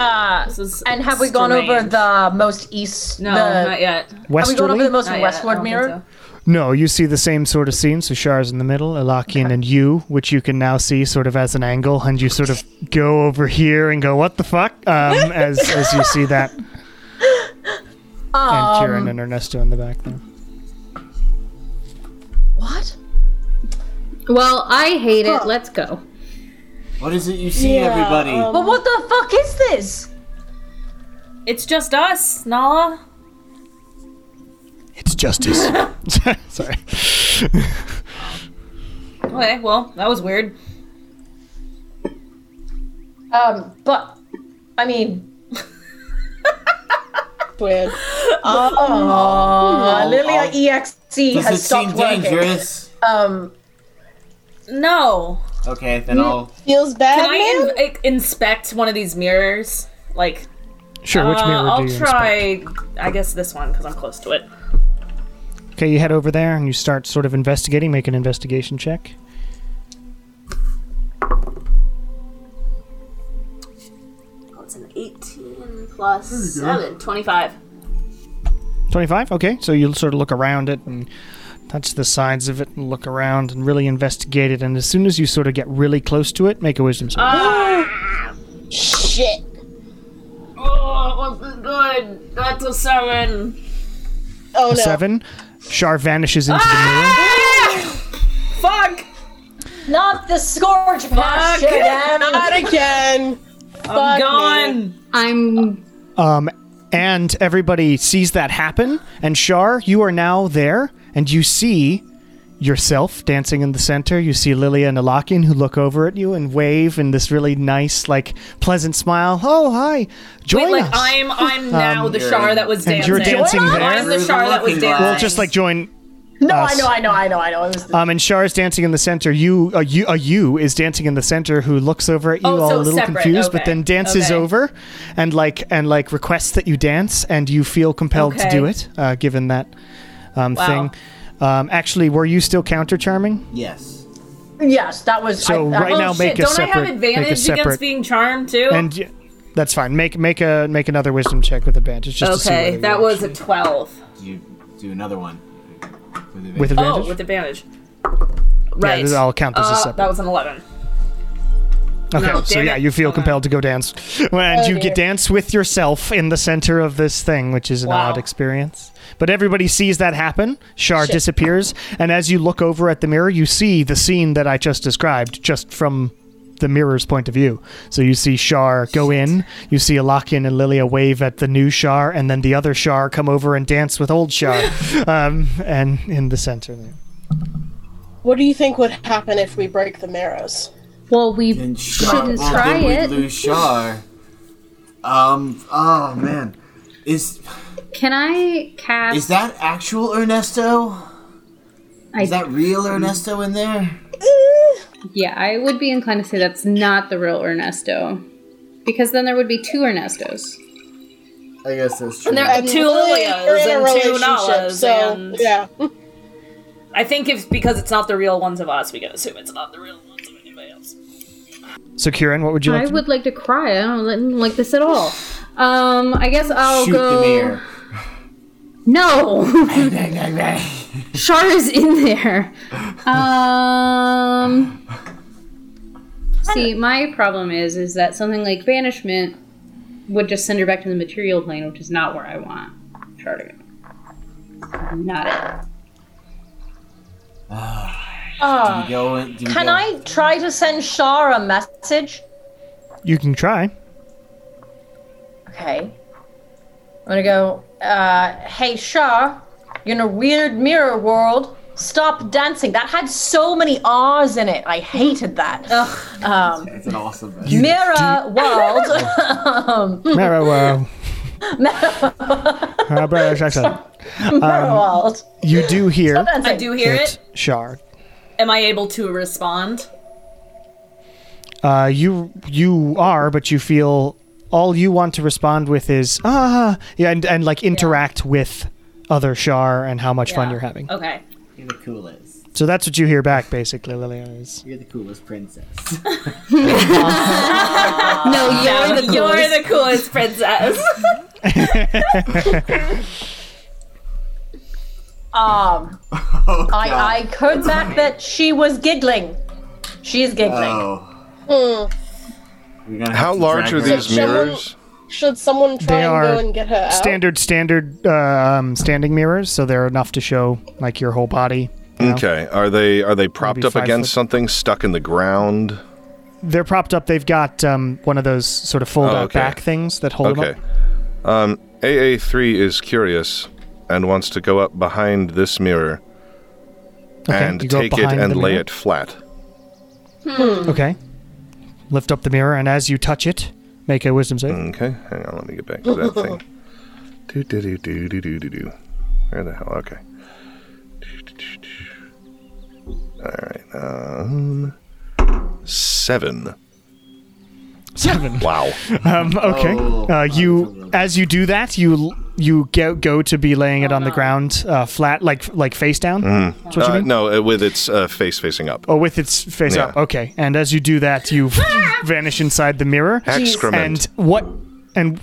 Speaker 8: Uh,
Speaker 9: This is
Speaker 8: and have we gone
Speaker 9: strange.
Speaker 8: over the most east?
Speaker 9: No,
Speaker 8: the,
Speaker 9: not yet.
Speaker 8: Have we gone over
Speaker 2: Westerly.
Speaker 8: the most
Speaker 9: Not yet. I
Speaker 8: westward
Speaker 9: don't think
Speaker 8: mirror?
Speaker 9: so.
Speaker 2: No, you see the same sort of scene. So Shar's in the middle, Elakian and you, which you can now see sort of as an angle, and you sort of go over here and go, "What the fuck?"
Speaker 9: <laughs>
Speaker 2: Um, as as you see that. and
Speaker 9: Um,
Speaker 2: Kieran and Ernesto in the back there.
Speaker 8: What?
Speaker 7: Well, I hate it. Let's go.
Speaker 10: What is it you see,
Speaker 1: Yeah,
Speaker 10: everybody?
Speaker 1: um,
Speaker 8: But what the fuck is this?
Speaker 9: It's just us, Nala.
Speaker 2: It's justice. <laughs> Sorry.
Speaker 9: Okay, well, that was weird.
Speaker 8: Um, but I mean,
Speaker 1: Weird.
Speaker 9: Oh,
Speaker 8: uh, Lilia EXC
Speaker 10: Does
Speaker 8: has
Speaker 10: it seem
Speaker 8: stopped working.
Speaker 10: dangerous?
Speaker 8: Um,
Speaker 9: No.
Speaker 10: Okay, then I'll.
Speaker 1: Feels bad,
Speaker 9: Can I
Speaker 1: man?
Speaker 9: in- I- inspect one of these mirrors? Like,
Speaker 2: Sure, which
Speaker 9: uh,
Speaker 2: mirror do
Speaker 9: I'll
Speaker 2: you
Speaker 9: try,
Speaker 2: inspect?
Speaker 9: I guess, this one because I'm close to it.
Speaker 2: Okay, you head over there and you start sort of investigating. Make an investigation check.
Speaker 9: Oh, it's an 18 plus 7, 25.
Speaker 2: 25 okay so you sort of look around it and touch the sides of it and look around and really investigate it and as soon as you sort of get really close to it make a wisdom save
Speaker 1: Shit.
Speaker 9: Oh, it wasn't good. That's a 7.
Speaker 1: Oh no.
Speaker 2: a 7 Shar vanishes into the mirror
Speaker 9: Fuck!
Speaker 8: not the scourge patch
Speaker 9: Fuck.
Speaker 8: again.
Speaker 1: Not again.
Speaker 9: I'm
Speaker 1: me.
Speaker 9: gone.
Speaker 7: I'm
Speaker 2: um, and everybody sees that happen and Shar you are now there and you see yourself dancing in the center you see Lilia and Alakian who look over at you and wave in this really nice like pleasant smile oh hi join
Speaker 9: Wait, like
Speaker 2: us
Speaker 9: I'm I'm now the Shar that was
Speaker 2: Um, and
Speaker 9: dancing.
Speaker 2: you're dancing there?
Speaker 9: I'm the Shar that was
Speaker 10: Well,
Speaker 9: dancing.
Speaker 2: well just like join
Speaker 8: No, I
Speaker 2: Us.
Speaker 8: know, I know, I know, I know. It was the
Speaker 2: Um, and Shar is dancing in the center. You, a you, a you is dancing in the center, who looks over at you,
Speaker 9: Oh,
Speaker 2: all
Speaker 9: so
Speaker 2: a little
Speaker 9: separate.
Speaker 2: confused, but
Speaker 9: Okay.
Speaker 2: then dances
Speaker 9: Okay.
Speaker 2: over, and like and like requests that you dance, and you feel compelled to do
Speaker 9: Okay.
Speaker 2: it, uh, given that um,
Speaker 9: Wow.
Speaker 2: thing. Um, actually, were you still counter charming?
Speaker 10: Yes.
Speaker 8: Yes, that was.
Speaker 2: So
Speaker 8: I, I,
Speaker 2: right now,
Speaker 9: uh, Shit,
Speaker 2: make a
Speaker 9: don't I
Speaker 2: separate-
Speaker 9: have
Speaker 2: make a
Speaker 9: advantage
Speaker 2: separate-
Speaker 9: against being charmed too?
Speaker 2: And y- that's fine. Make make a make another wisdom check with advantage. Just to see
Speaker 9: okay,
Speaker 2: whether
Speaker 9: that
Speaker 2: you-
Speaker 9: was a 12.
Speaker 10: You do another one.
Speaker 2: with advantage.
Speaker 9: Oh, with advantage.
Speaker 2: yeah,
Speaker 9: Right.
Speaker 2: this- I'll count this as
Speaker 9: Uh,
Speaker 2: separate.
Speaker 9: that was an 11.
Speaker 2: Okay,
Speaker 9: No,
Speaker 2: so
Speaker 9: damn
Speaker 2: yeah,
Speaker 9: it. Oh,
Speaker 2: you feel compelled to go dance, and you
Speaker 1: dear.
Speaker 2: get dance with yourself in the center of this thing, which is an
Speaker 9: Wow.
Speaker 2: odd experience. But everybody sees that happen. Shar disappears, and as you look over at the mirror, you see the scene that I just described, just from the mirror's point of view. So you see Shar go in, you see Alakian and Lilia wave at the new Shar, and then the other Shar come over and dance with old
Speaker 9: <laughs>
Speaker 2: Shar, um, and in the center. There.
Speaker 1: What do you think would happen if we break the marrows?
Speaker 7: well. We
Speaker 10: And
Speaker 7: shouldn't try it.
Speaker 10: Lose Shar. Um. Oh man. Is
Speaker 7: Can I cast?
Speaker 10: is that actual Ernesto?
Speaker 7: I-
Speaker 10: Is that real Ernesto in there?
Speaker 7: Yeah, I would be inclined to say that's not the real Ernesto, because then there would be two Ernestos.
Speaker 10: I guess that's true.
Speaker 9: There are
Speaker 1: And
Speaker 9: two
Speaker 8: Oh,
Speaker 1: literally, we're
Speaker 9: Lilias
Speaker 1: in a
Speaker 9: and two
Speaker 1: relationship,
Speaker 9: Nalas.
Speaker 1: so
Speaker 9: and
Speaker 1: yeah.
Speaker 9: <laughs> I think if because it's not the real ones of us, we can assume it's not the real ones of anybody else.
Speaker 2: So Kieran, what would you like?
Speaker 7: I
Speaker 2: to-
Speaker 7: would like to cry. I don't li- like this at all. Um, I guess I'll
Speaker 10: Shoot
Speaker 7: go.
Speaker 10: the mirror.
Speaker 7: No,
Speaker 10: Bang, bang,
Speaker 7: <laughs>
Speaker 10: bang.
Speaker 7: Shar is in there. Um, see, my problem is is that something like banishment would just send her back to the material plane, which is not where I want Shar to go. Not it.
Speaker 10: You go in- do you
Speaker 8: can
Speaker 10: go-
Speaker 8: I try to send Shar a message?
Speaker 2: you can try.
Speaker 8: Okay. I'm gonna go. Uh, hey Shar, you're in a weird mirror world. Stop dancing. That had so many R's in it. I hated that. Um,
Speaker 10: It's an awesome.
Speaker 8: mirror world.
Speaker 2: Mirror world.
Speaker 9: <laughs>
Speaker 2: Uh, brother, check that.
Speaker 8: mirror world.
Speaker 2: You do hear
Speaker 9: I do hear it.
Speaker 2: Shard.
Speaker 9: Am I able to respond?
Speaker 2: Uh, you you are, but you feel all you want to respond with is ah yeah, and and like interact with other Shar and how much fun
Speaker 9: Yeah.
Speaker 2: you're having.
Speaker 9: Okay.
Speaker 10: You're the coolest.
Speaker 2: So that's what you hear back basically, Lilia is.
Speaker 10: You're the coolest princess.
Speaker 7: No, you're the
Speaker 9: You're
Speaker 7: coolest.
Speaker 9: the coolest <laughs> princess.
Speaker 8: Um, I, I heard back that she was giggling. She's giggling.
Speaker 5: Oh,
Speaker 1: Hmm.
Speaker 5: we're gonna have
Speaker 3: How
Speaker 5: to
Speaker 3: large are
Speaker 5: drag her
Speaker 3: these
Speaker 5: in.
Speaker 3: mirrors?
Speaker 1: Should someone try
Speaker 2: They
Speaker 1: and
Speaker 2: are
Speaker 1: go and get her out?
Speaker 2: standard standard um, standing mirrors, so they're enough to show like your whole body. you know?
Speaker 3: Okay. Are they are they propped
Speaker 2: Maybe
Speaker 3: up
Speaker 2: five
Speaker 3: against
Speaker 2: foot.
Speaker 3: something stuck in the ground?
Speaker 2: They're propped up. They've got um, one of those sort of fold
Speaker 3: Oh,
Speaker 2: out
Speaker 3: okay.
Speaker 2: back things that hold
Speaker 3: Okay.
Speaker 2: them
Speaker 3: Um, AA3 is curious and wants to go up behind this mirror
Speaker 2: up. Okay,
Speaker 3: and
Speaker 2: you go up
Speaker 3: take it
Speaker 2: behind
Speaker 3: and
Speaker 2: the
Speaker 3: lay
Speaker 2: mirror.
Speaker 3: it flat.
Speaker 2: Okay. Lift up the mirror, and as you touch it, make a wisdom save.
Speaker 3: Okay, hang on, let me get back to that
Speaker 2: <laughs>
Speaker 3: thing. Do do do do do do do do. Where the hell? Okay. All right. Um, seven. <laughs>
Speaker 2: Seven. <laughs>
Speaker 3: Wow.
Speaker 2: Um, okay. uh, you, as you do that, you you go, go to be laying it on the ground, uh, flat, like like face down. That's what you
Speaker 3: Uh,
Speaker 2: mean?
Speaker 3: no, uh, with its uh, face facing up.
Speaker 2: Oh, with its face up.
Speaker 3: Yeah.
Speaker 2: Okay. And as you do that, you vanish inside the mirror.
Speaker 3: Excrement.
Speaker 2: And what and <laughs>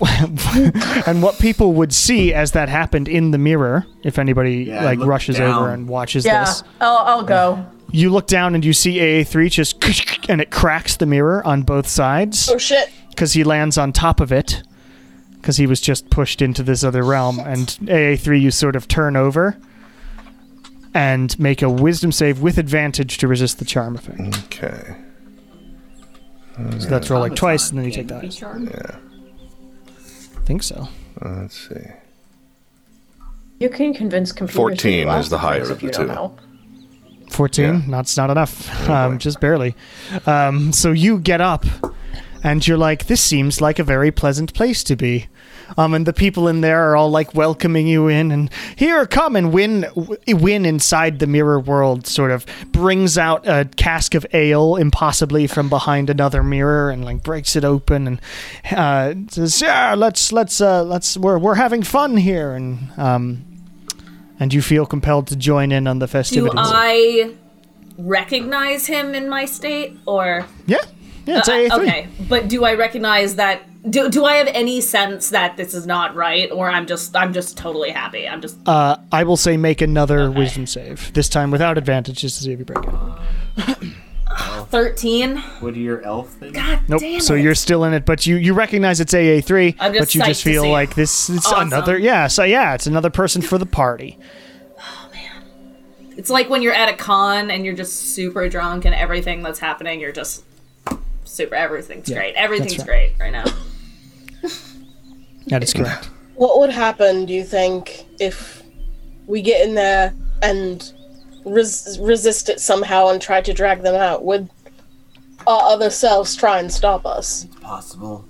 Speaker 2: and what people would see as that happened in the mirror, if anybody
Speaker 5: Yeah,
Speaker 2: like
Speaker 5: look
Speaker 2: rushes over
Speaker 5: down.
Speaker 2: and watches
Speaker 8: yeah,
Speaker 2: this,
Speaker 8: I'll, I'll go.
Speaker 2: you look down and you see AA3 just <laughs> and it cracks the mirror on both sides
Speaker 1: Oh shit.
Speaker 2: because he lands on top of it because he was just pushed into this other realm. And AA3, you sort of turn over and make a wisdom save with advantage to resist the charm effect.
Speaker 3: Mm-hmm. Okay.
Speaker 2: So that's roll like twice, and then you take that. I think so.
Speaker 3: Let's see.
Speaker 8: You can convince computers.
Speaker 3: 14
Speaker 8: to do
Speaker 3: is the
Speaker 8: lots
Speaker 3: higher
Speaker 8: things
Speaker 3: of
Speaker 8: if
Speaker 3: the
Speaker 8: you don't
Speaker 3: two.
Speaker 8: know.
Speaker 2: 14
Speaker 3: Yeah.
Speaker 2: that's not enough um, just barely um, so you get up and you're like this seems like a very pleasant place to be um, and the people in there are all like welcoming you in and here come and win w- win inside the mirror world sort of brings out a cask of ale impossibly from behind another mirror and like breaks it open and uh, says yeah let's let's uh, let's we're, we're having fun here and um, and you feel compelled to join in on the
Speaker 9: Do
Speaker 2: festivities
Speaker 9: I recognize him in my state, or
Speaker 2: Yeah. Yeah, it's
Speaker 9: Uh,
Speaker 2: AA3.
Speaker 9: okay? But do I recognize that? Do, do I have any sense that this is not right, or I'm just I'm just totally happy? I'm just
Speaker 2: Uh, I will say make another wisdom save, this time without advantage, just to see if you break it.
Speaker 9: thirteen.
Speaker 5: What are your elf things?
Speaker 9: God
Speaker 2: Nope.
Speaker 9: damn
Speaker 2: So
Speaker 9: it.
Speaker 2: you're still in it, but you, you recognize it's AA3,
Speaker 9: I'm just
Speaker 2: but you just
Speaker 9: psyched to
Speaker 2: feel
Speaker 9: see it.
Speaker 2: like this it's
Speaker 9: Awesome.
Speaker 2: another. Yeah, so yeah, it's another person for the party.
Speaker 9: It's like when you're at a con and you're just super drunk and everything that's happening, you're just super. Everything's great. Everything's
Speaker 2: that's
Speaker 9: great right now.
Speaker 2: That is correct.
Speaker 1: <laughs> What would happen, do you think, if we get in there and res- resist it somehow and try to drag them out? Would our other selves try and stop us?
Speaker 5: Possible.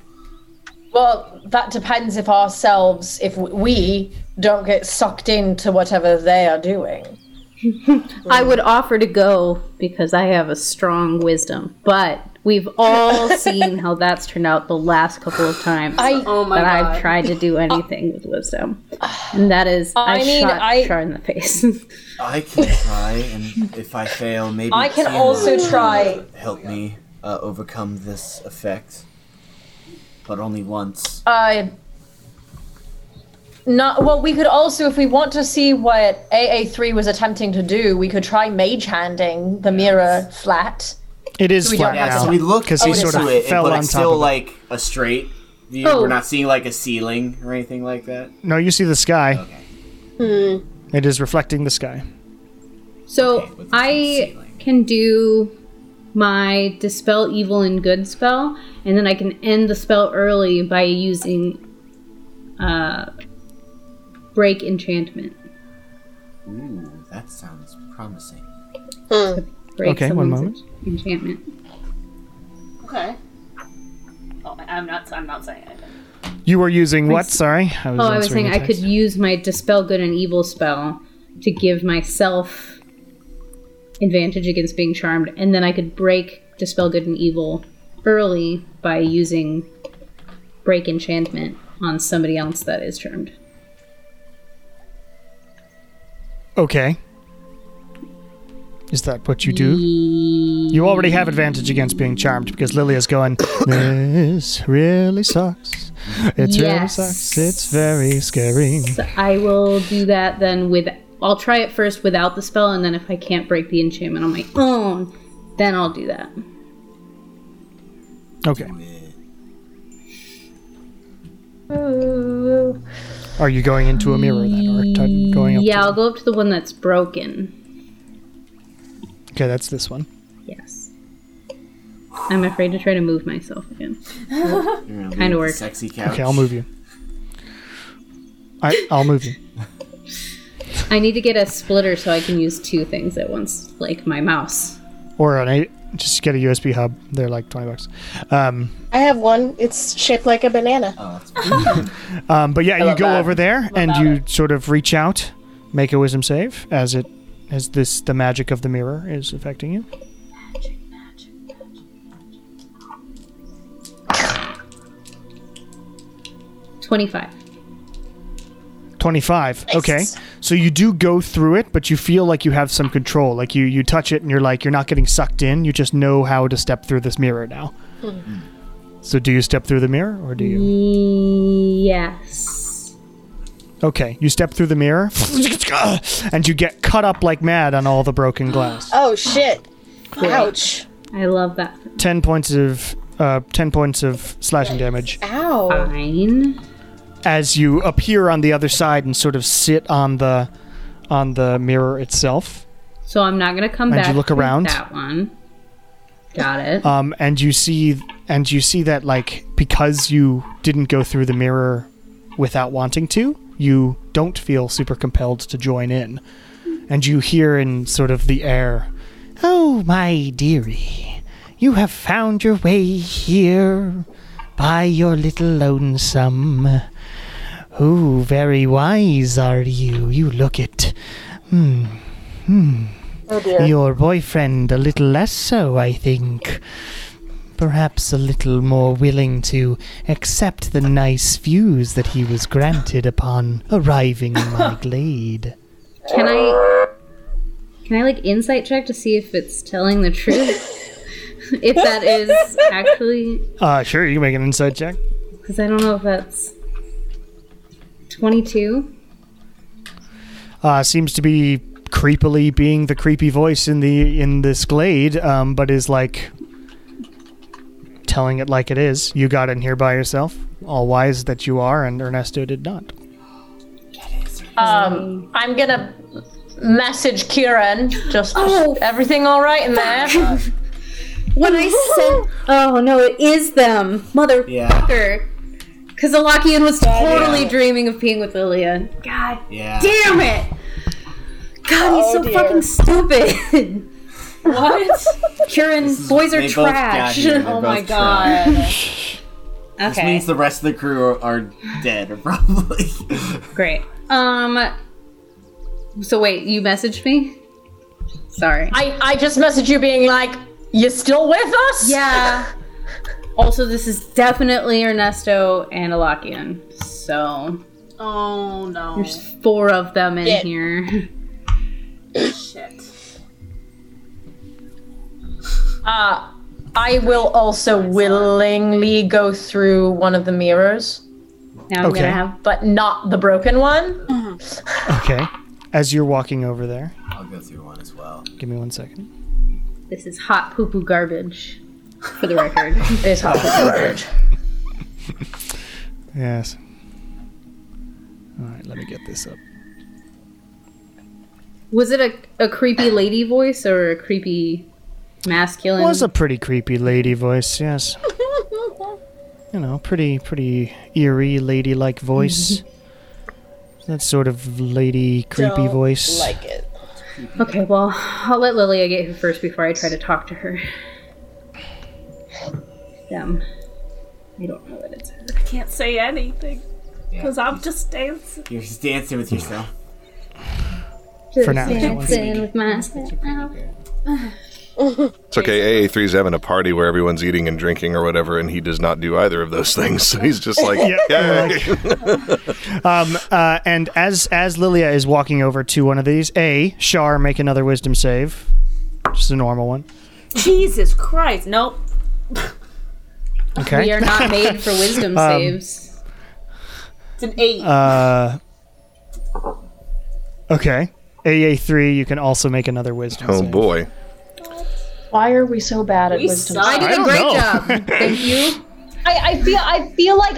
Speaker 8: Well, that depends if ourselves, if w- we don't get sucked into whatever they are doing.
Speaker 7: I would offer to go because I have a strong wisdom, but we've
Speaker 8: <laughs>
Speaker 7: all seen how that's turned out the last couple of times
Speaker 8: I- oh
Speaker 7: that I've tried to
Speaker 8: <laughs>
Speaker 7: do anything with wisdom, and that is I,
Speaker 8: Oh, I mean,
Speaker 7: shot
Speaker 8: I-
Speaker 7: Char in the face. <laughs>
Speaker 5: I can try, and if I fail, maybe
Speaker 8: I can
Speaker 5: Tiana
Speaker 8: also
Speaker 5: will
Speaker 8: try.
Speaker 5: help me uh, overcome this effect, but only once.
Speaker 8: Uh, not well. We could also, if we want to see what AA3 was attempting to do, we could try mage handing the mirror flat.
Speaker 2: It is
Speaker 8: we
Speaker 2: flat
Speaker 8: don't have
Speaker 2: now.
Speaker 8: to-
Speaker 5: so we looked
Speaker 2: because he
Speaker 5: into
Speaker 2: sort of
Speaker 5: it,
Speaker 2: fell
Speaker 5: but
Speaker 2: on
Speaker 5: it's
Speaker 2: top
Speaker 5: still
Speaker 2: of it.
Speaker 5: like a straight. You,
Speaker 7: Oh.
Speaker 5: We're not seeing like a ceiling or anything like that.
Speaker 2: No, you see the sky. It is reflecting the sky.
Speaker 7: So
Speaker 5: Okay, with the
Speaker 7: I
Speaker 5: ceiling.
Speaker 7: can do my dispel evil and good spell, and then I can end the spell early by using uh, break enchantment.
Speaker 5: Ooh, that sounds promising.
Speaker 7: Break
Speaker 2: Okay, one
Speaker 7: someone's Enchantment.
Speaker 9: Okay. Oh, I'm not. I'm not saying anything.
Speaker 2: You were using what? Sorry. I was
Speaker 7: Oh, I was
Speaker 2: answering
Speaker 7: saying
Speaker 2: the
Speaker 7: I could
Speaker 2: text.
Speaker 7: use my dispel good and evil spell to give myself advantage against being charmed, and then I could break dispel good and evil early by using break enchantment on somebody else that is charmed.
Speaker 2: Okay. Is that what you do? You already have advantage against being charmed because Lilia's going, This really sucks. It really
Speaker 7: Yes.
Speaker 2: sucks. It's very scary.
Speaker 7: So I will do that then with I'll try it first without the spell, and then if I can't break the enchantment on my own, then I'll do that.
Speaker 2: Okay. Are you going into a mirror then, or t- going up? to-
Speaker 7: Yeah, I'll go up to the one that's broken.
Speaker 2: okay, that's this one.
Speaker 7: Yes. I'm afraid to try to move myself again.
Speaker 10: You're gonna
Speaker 7: Kinda
Speaker 10: leave the
Speaker 7: works.
Speaker 10: Sexy couch.
Speaker 2: Okay, I'll move you. I I'll move you.
Speaker 7: I need to get a splitter so I can use two things at once, like my mouse.
Speaker 2: Or an eight, just get a USB hub. They're like twenty bucks. Um,
Speaker 1: I have one. It's shaped like a banana. <laughs>
Speaker 2: um, but yeah, you go
Speaker 8: that.
Speaker 2: over there and you sort of reach out, make a wisdom save as it as this the magic of the mirror is affecting you.
Speaker 7: Twenty-five.
Speaker 2: 25 okay so you do go through it but you feel like you have some control like you you touch it and you're like you're not getting sucked in you just know how to step through this mirror now
Speaker 1: Hmm.
Speaker 2: so do you step through the mirror or do you
Speaker 7: Yes.
Speaker 2: okay you step through the mirror <laughs> and you get cut up like mad on all the broken glass
Speaker 1: Oh shit! Ouch!
Speaker 7: I love that.
Speaker 2: 10 points of uh, 10 points of slashing damage
Speaker 1: Ow!
Speaker 7: Fine.
Speaker 2: as you appear on the other side and sort of sit on the on the mirror itself
Speaker 7: So I'm not gonna come
Speaker 2: And
Speaker 7: back.
Speaker 2: you look
Speaker 7: with
Speaker 2: around?
Speaker 7: That one. Got it.
Speaker 2: um, and you see and you see that like because you didn't go through the mirror without wanting to you don't feel super compelled to join in and you hear in sort of the air oh my dearie you have found your way here by your little lonesome oh very wise are you you look it Hmm,
Speaker 1: Oh dear.
Speaker 2: your boyfriend a little less so, I think. Perhaps a little more willing to accept the nice views that he was granted upon arriving in <laughs> my glade.
Speaker 7: Can I can I like insight check to see if it's telling
Speaker 2: <laughs>
Speaker 7: the truth? if that is actually
Speaker 2: Uh, sure, you can make an inside check.
Speaker 7: because I don't know if that's twenty-two.
Speaker 2: Uh, seems to be creepily being the creepy voice in the in this glade, um, but is like telling it like it is. You got in here by yourself, all wise that you are, and Ernesto did not.
Speaker 8: Um, I'm gonna message Kieran. Just everything all right in there?
Speaker 7: Oh, When I sent, oh no, it is them, motherfucker. Because Alakian was
Speaker 10: Oh,
Speaker 7: totally dreaming of being with Lillian. God
Speaker 10: Yeah.
Speaker 7: damn it! God,
Speaker 10: Oh,
Speaker 7: he's so fucking <laughs> stupid.
Speaker 9: What?
Speaker 7: Kieran, boys are
Speaker 10: They both got
Speaker 7: trash.
Speaker 10: here.
Speaker 7: <laughs>
Speaker 10: They're
Speaker 9: oh
Speaker 10: both
Speaker 9: my
Speaker 10: trash.
Speaker 9: god.
Speaker 10: This means the rest of the crew are, are dead, <laughs> probably.
Speaker 7: Great. Um. So wait, you messaged me? Sorry.
Speaker 8: I I just message you being like, you still with us?
Speaker 7: yeah. Also, this is definitely Ernesto and Alakian. So
Speaker 9: Oh no.
Speaker 7: there's four of them in
Speaker 1: Shit.
Speaker 7: here.
Speaker 9: Shit.
Speaker 8: Uh, I will also willingly go through one of the mirrors,
Speaker 7: Now I'm
Speaker 2: Okay.
Speaker 7: gonna have.
Speaker 8: but not the broken one.
Speaker 2: Okay, as you're walking over there,
Speaker 10: I'll go through one as well.
Speaker 2: give me one second.
Speaker 7: This is hot poo poo garbage. For
Speaker 2: <laughs>
Speaker 7: the record,
Speaker 8: It's hard.
Speaker 2: Yes. All right, let me get this up.
Speaker 7: was it a, a creepy lady voice or a creepy masculine?
Speaker 2: was a pretty creepy lady voice, yes. you know, pretty, pretty eerie, ladylike voice. that sort of lady, creepy
Speaker 1: Don't
Speaker 2: voice.
Speaker 1: Like it.
Speaker 7: okay, well, I'll let Lilia get here first before I try to talk to her. Them. I don't know what it's.
Speaker 9: I can't say anything. Because I'm just dancing.
Speaker 10: You're just dancing with yourself.
Speaker 2: For now, Uh,
Speaker 7: Just
Speaker 2: I don't wanna
Speaker 7: dancing with myself.
Speaker 13: It's okay. AA3's having a party where everyone's eating and drinking or whatever, and he does not do either of those <laughs> things. So he's just like, <laughs> yeah,
Speaker 2: Um, uh, and as as Lilia is walking over to one of these, a Shar make another Wisdom save, just a normal one.
Speaker 9: Jesus Christ. Nope.
Speaker 2: Okay.
Speaker 7: We are not made for
Speaker 2: <laughs>
Speaker 7: wisdom
Speaker 2: Um,
Speaker 7: saves.
Speaker 9: It's an eight.
Speaker 2: Uh, okay. AA three, you can also make another wisdom.
Speaker 13: Oh
Speaker 2: save.
Speaker 13: boy.
Speaker 8: Why are we so bad at
Speaker 9: We
Speaker 8: wisdom?
Speaker 9: suck.
Speaker 8: I,
Speaker 14: I did
Speaker 2: I
Speaker 14: a
Speaker 2: don't
Speaker 14: great
Speaker 2: know.
Speaker 14: job. Thank you.
Speaker 8: I feel I feel like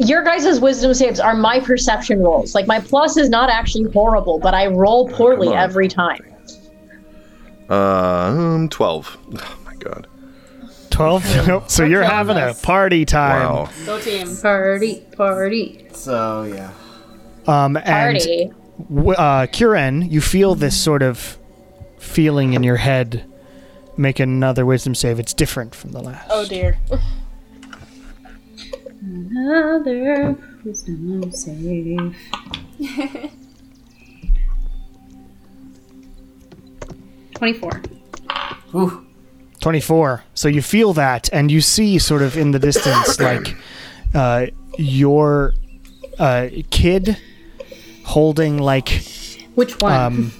Speaker 8: your guys' wisdom saves are my perception rolls. Like my plus is not actually horrible, but I roll poorly
Speaker 13: on.
Speaker 8: every time.
Speaker 13: Um, twelve. <sighs> Oh my god.
Speaker 2: Twelve. <laughs> Nope. So you're
Speaker 9: killing
Speaker 2: having a
Speaker 9: us.
Speaker 2: party time.
Speaker 13: Wow.
Speaker 9: Go team.
Speaker 7: Party, party.
Speaker 10: So yeah,
Speaker 2: Um, and
Speaker 8: Party.
Speaker 2: w- uh, Kuren, you feel this sort of feeling in your head. Make another wisdom save. It's different from the last.
Speaker 1: Oh dear.
Speaker 7: Another wisdom save. <laughs> Twenty-four.
Speaker 5: Ooh,
Speaker 2: 24. So you feel that, and you see sort of in
Speaker 1: <coughs>
Speaker 2: the distance, like uh, your uh, kid holding like
Speaker 7: Which one?
Speaker 2: um,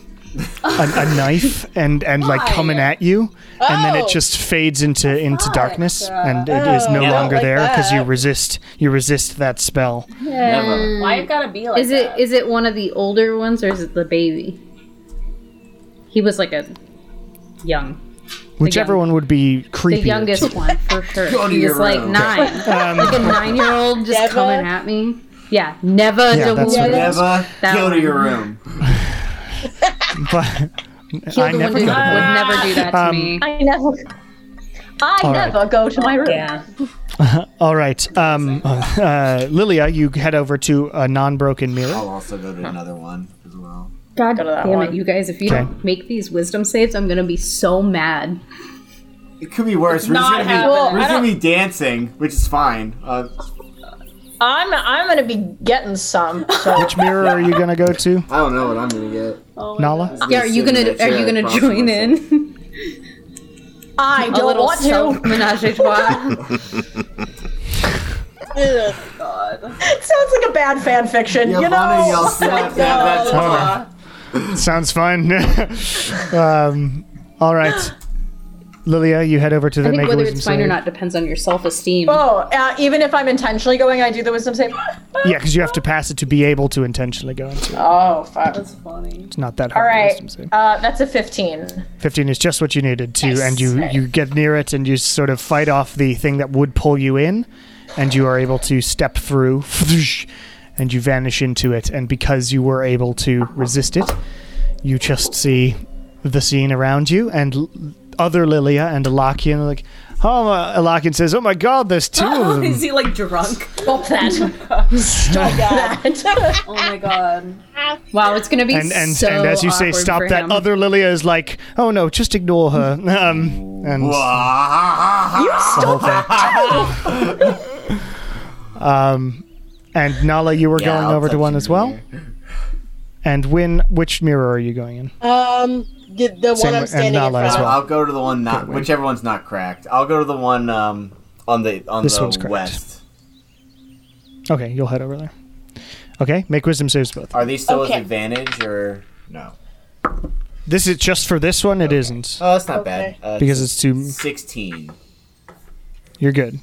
Speaker 1: <laughs>
Speaker 2: a, a knife and and like coming at you, and then it
Speaker 1: Oh.
Speaker 2: just fades into into darkness, and it is no
Speaker 1: Oh, I
Speaker 2: longer
Speaker 1: like
Speaker 2: there because you
Speaker 1: that.
Speaker 2: resist you resist that spell.
Speaker 10: never.
Speaker 9: Why it gotta be like
Speaker 7: is it is it one of the older ones or is it the baby? He was like a young,
Speaker 2: Whichever
Speaker 7: young-
Speaker 2: one would be
Speaker 7: the
Speaker 2: creepy.
Speaker 7: youngest one
Speaker 2: <laughs>
Speaker 7: for sure.
Speaker 10: to
Speaker 7: He was
Speaker 10: your
Speaker 7: like
Speaker 10: room.
Speaker 7: nine,
Speaker 1: <laughs>
Speaker 2: Um,
Speaker 7: like a nine-year-old just
Speaker 1: Neva?
Speaker 7: coming at me. Yeah, never.
Speaker 2: Yeah, that's what it is.
Speaker 10: Eva,
Speaker 7: That
Speaker 10: go to
Speaker 7: one.
Speaker 10: your room.
Speaker 2: But
Speaker 7: You're
Speaker 2: I
Speaker 7: the
Speaker 2: never
Speaker 7: one who
Speaker 2: got one.
Speaker 7: would never do that to
Speaker 2: Um,
Speaker 7: me.
Speaker 8: I never I
Speaker 2: All right.
Speaker 8: never go to my room.
Speaker 7: Yeah.
Speaker 2: All right, um, uh, Lilia, you head over to a non-broken mirror.
Speaker 10: I'll also go to another one as well.
Speaker 7: God
Speaker 8: to that
Speaker 7: damn it,
Speaker 8: one.
Speaker 7: you guys! If you
Speaker 2: Okay.
Speaker 7: don't make these wisdom saves, I'm gonna be so mad.
Speaker 10: It could be worse. We're just
Speaker 9: not
Speaker 10: gonna be,
Speaker 9: happening.
Speaker 10: we're
Speaker 9: I
Speaker 10: just gonna be dancing, which is fine. Uh,
Speaker 8: I'm I'm gonna be getting <laughs> some. So
Speaker 2: Which mirror are you gonna go to,
Speaker 10: I don't know what I'm gonna get.
Speaker 2: Nala?
Speaker 10: I'm
Speaker 7: Yeah, are you
Speaker 10: sit in
Speaker 7: gonna
Speaker 10: that
Speaker 7: are you
Speaker 10: chair
Speaker 7: gonna
Speaker 10: across from
Speaker 7: join
Speaker 10: myself.
Speaker 7: in?
Speaker 8: I
Speaker 7: A
Speaker 8: don't
Speaker 7: little
Speaker 8: want
Speaker 7: self <laughs>
Speaker 8: to.
Speaker 7: menage a trois.
Speaker 1: Ugh.
Speaker 8: Sounds like a bad fan fiction. you
Speaker 10: Giovanna,
Speaker 8: know.
Speaker 10: y'all still have to have that
Speaker 7: <laughs>
Speaker 10: talk.
Speaker 2: <laughs> Sounds fun. <laughs> um, all right, Lilia, you head over to the
Speaker 7: I think
Speaker 2: make a
Speaker 7: whether
Speaker 2: wisdom
Speaker 7: it's fine or
Speaker 2: save.
Speaker 7: not depends on your self esteem.
Speaker 8: Oh, uh, even if I'm intentionally going, I do the wisdom save.
Speaker 2: Yeah, because you have to pass it to be able to intentionally go into. it.
Speaker 8: Oh fuck!
Speaker 2: It's not that
Speaker 8: All
Speaker 2: hard.
Speaker 8: right,
Speaker 2: wisdom save.
Speaker 8: uh, that's a 15.
Speaker 2: Fifteen is just what you needed to, and you you get near it, and you sort of fight off the thing that would pull you in, and you are able to step through, <laughs> and you vanish into it. And because you were able to resist it, you just see the scene around you and l- other Lilia and Alakian like. Oh, uh, Alakian says, "Oh my God, there's two
Speaker 7: <laughs>
Speaker 2: of them."
Speaker 9: Is he like drunk?
Speaker 8: Stop
Speaker 9: <laughs>
Speaker 8: that! Stop that!
Speaker 9: Oh my god.
Speaker 7: Wow, it's gonna be
Speaker 2: and and,
Speaker 7: so
Speaker 2: and as you say,
Speaker 7: awkward
Speaker 2: stop
Speaker 7: for
Speaker 2: that.
Speaker 7: him.
Speaker 2: Other Lilia is like, "Oh no, just ignore her." <laughs> Um, and
Speaker 10: Ah,
Speaker 2: the whole <laughs> thing. um, and Nala, you were
Speaker 10: Yeah,
Speaker 2: going
Speaker 10: I'll
Speaker 2: over to
Speaker 10: touch
Speaker 2: one
Speaker 10: you
Speaker 2: as well. And when which mirror are you going in?
Speaker 1: Um, the, the
Speaker 2: Same
Speaker 1: one I'm
Speaker 2: with- and
Speaker 1: standing in
Speaker 2: Nala
Speaker 1: front
Speaker 2: as
Speaker 1: of.
Speaker 2: well.
Speaker 10: I'll go to the one not, whichever one's not cracked. I'll go to the one um on the on
Speaker 2: This
Speaker 10: the
Speaker 2: one's cracked.
Speaker 10: west.
Speaker 2: Okay, you'll head over there. Okay, make wisdom saves both.
Speaker 10: Are these still
Speaker 1: Okay.
Speaker 10: with advantage or no?
Speaker 2: This is just for this one. It not
Speaker 10: Oh, that's not
Speaker 1: Okay.
Speaker 10: bad. Uh,
Speaker 2: because it's too.
Speaker 10: sixteen.
Speaker 2: You're good.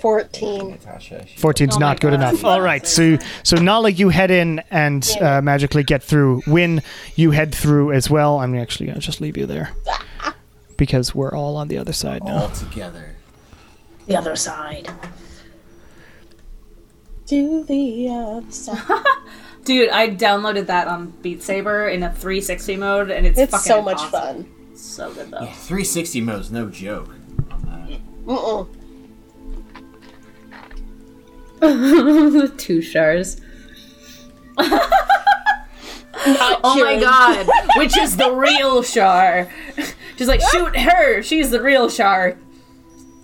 Speaker 1: 14.
Speaker 10: Natasha, she-
Speaker 1: Oh
Speaker 2: 14's not good enough. All right, so so Nala, you head in and uh, magically get through. Win, you head through as well. I'm actually gonna just leave
Speaker 1: <laughs>
Speaker 2: you there because we're all on the other side now.
Speaker 10: all together.
Speaker 8: the other side.
Speaker 1: To the other side.
Speaker 9: Dude, I downloaded that on Beat Saber in a 360 mode, and it's,
Speaker 1: It's
Speaker 9: fucking
Speaker 1: so much
Speaker 9: awesome.
Speaker 1: fun.
Speaker 9: So good though.
Speaker 10: 360 mode's no joke.
Speaker 1: Mm-mm.
Speaker 7: the two stars.
Speaker 9: Oh my
Speaker 1: Kieran.
Speaker 9: god, which is the real Shar? She's like, shoot her. She's the real Shar.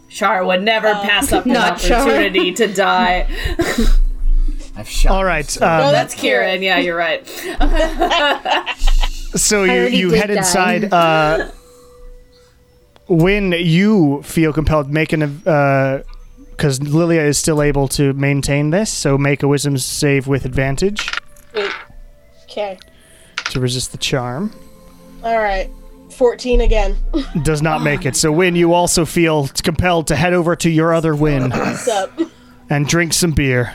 Speaker 9: Shar would never
Speaker 14: Oh.
Speaker 9: pass
Speaker 14: <laughs>
Speaker 9: up an
Speaker 7: not Shar.
Speaker 9: opportunity to die.
Speaker 10: I've shot.
Speaker 2: All right, um,
Speaker 9: That's Kieran. Yeah, you're right.
Speaker 2: so you,
Speaker 7: already
Speaker 2: you
Speaker 7: did
Speaker 2: head
Speaker 7: that.
Speaker 2: inside.
Speaker 7: <laughs>
Speaker 2: Uh, when you feel compelled, make an because Lilia is still able to maintain this, so make a Wisdom save with advantage
Speaker 1: Okay.
Speaker 2: to resist the charm.
Speaker 1: Alright. 14 again.
Speaker 2: <laughs> Does not make
Speaker 7: <laughs>
Speaker 2: it. So when you also feel compelled to head over to your other win.
Speaker 1: What's up?
Speaker 2: and drink some beer.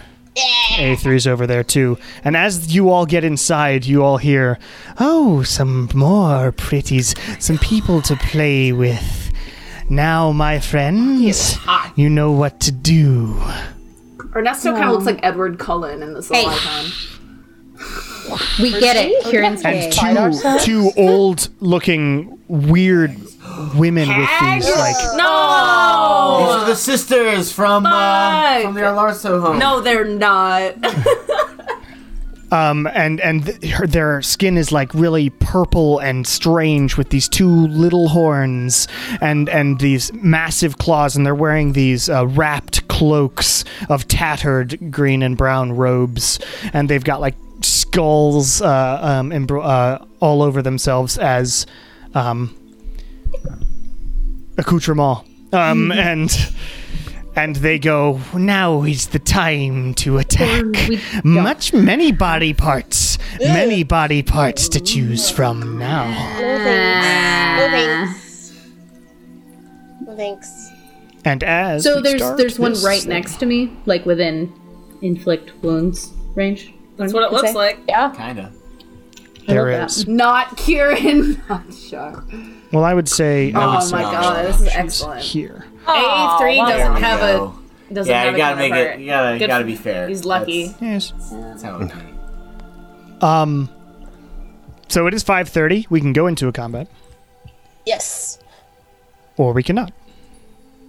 Speaker 2: A3's over there too. And as you all get inside, you all hear, "Oh, some more pretties, some people to play with." Now, my friends, you know what to do.
Speaker 14: Ernesto kind of looks like Edward Cullen in this little icon.
Speaker 7: We get it. Kieran's gay.
Speaker 2: And two two old-looking weird women with these like
Speaker 14: No,
Speaker 10: These are the sisters from uh,
Speaker 14: Fuck.
Speaker 10: from the Alarso home.
Speaker 14: no, they're not.
Speaker 2: um, and and th- her, their skin is like really purple and strange with these two little horns and and these massive claws and they're wearing these uh, wrapped cloaks of tattered green and brown robes and they've got like skulls uh, um, embro- uh, all over themselves as um, accoutrement
Speaker 14: Mm-hmm.
Speaker 2: um, and. And they go, now is the time to attack. <laughs> Much, many body parts. Many body parts to choose from now.
Speaker 1: thanks. No thanks.
Speaker 2: And as.
Speaker 7: So
Speaker 2: we
Speaker 7: there's
Speaker 2: start
Speaker 7: there's one
Speaker 2: this
Speaker 7: right
Speaker 2: thing-
Speaker 7: next to me, like within inflict wounds range.
Speaker 9: That's what it looks like.
Speaker 10: Kinda.
Speaker 2: There
Speaker 7: love
Speaker 2: is.
Speaker 14: not Kieran. <laughs> Not sure.
Speaker 2: Well, I would say. I would
Speaker 14: Oh my
Speaker 2: say
Speaker 14: god, this is
Speaker 2: it's
Speaker 14: excellent.
Speaker 2: here.
Speaker 9: A three
Speaker 10: There we
Speaker 9: doesn't have a
Speaker 10: go.
Speaker 9: doesn't
Speaker 10: Yeah,
Speaker 9: have
Speaker 10: you
Speaker 9: a
Speaker 10: gotta make it.
Speaker 9: counterpart.
Speaker 10: You gotta, you
Speaker 9: Good
Speaker 10: gotta
Speaker 9: for-
Speaker 10: be fair.
Speaker 9: He's lucky.
Speaker 2: Yes.
Speaker 10: That's, that's how it be.
Speaker 2: Um. So it is 5:30. We can go into a combat,
Speaker 1: Yes.
Speaker 2: or we cannot.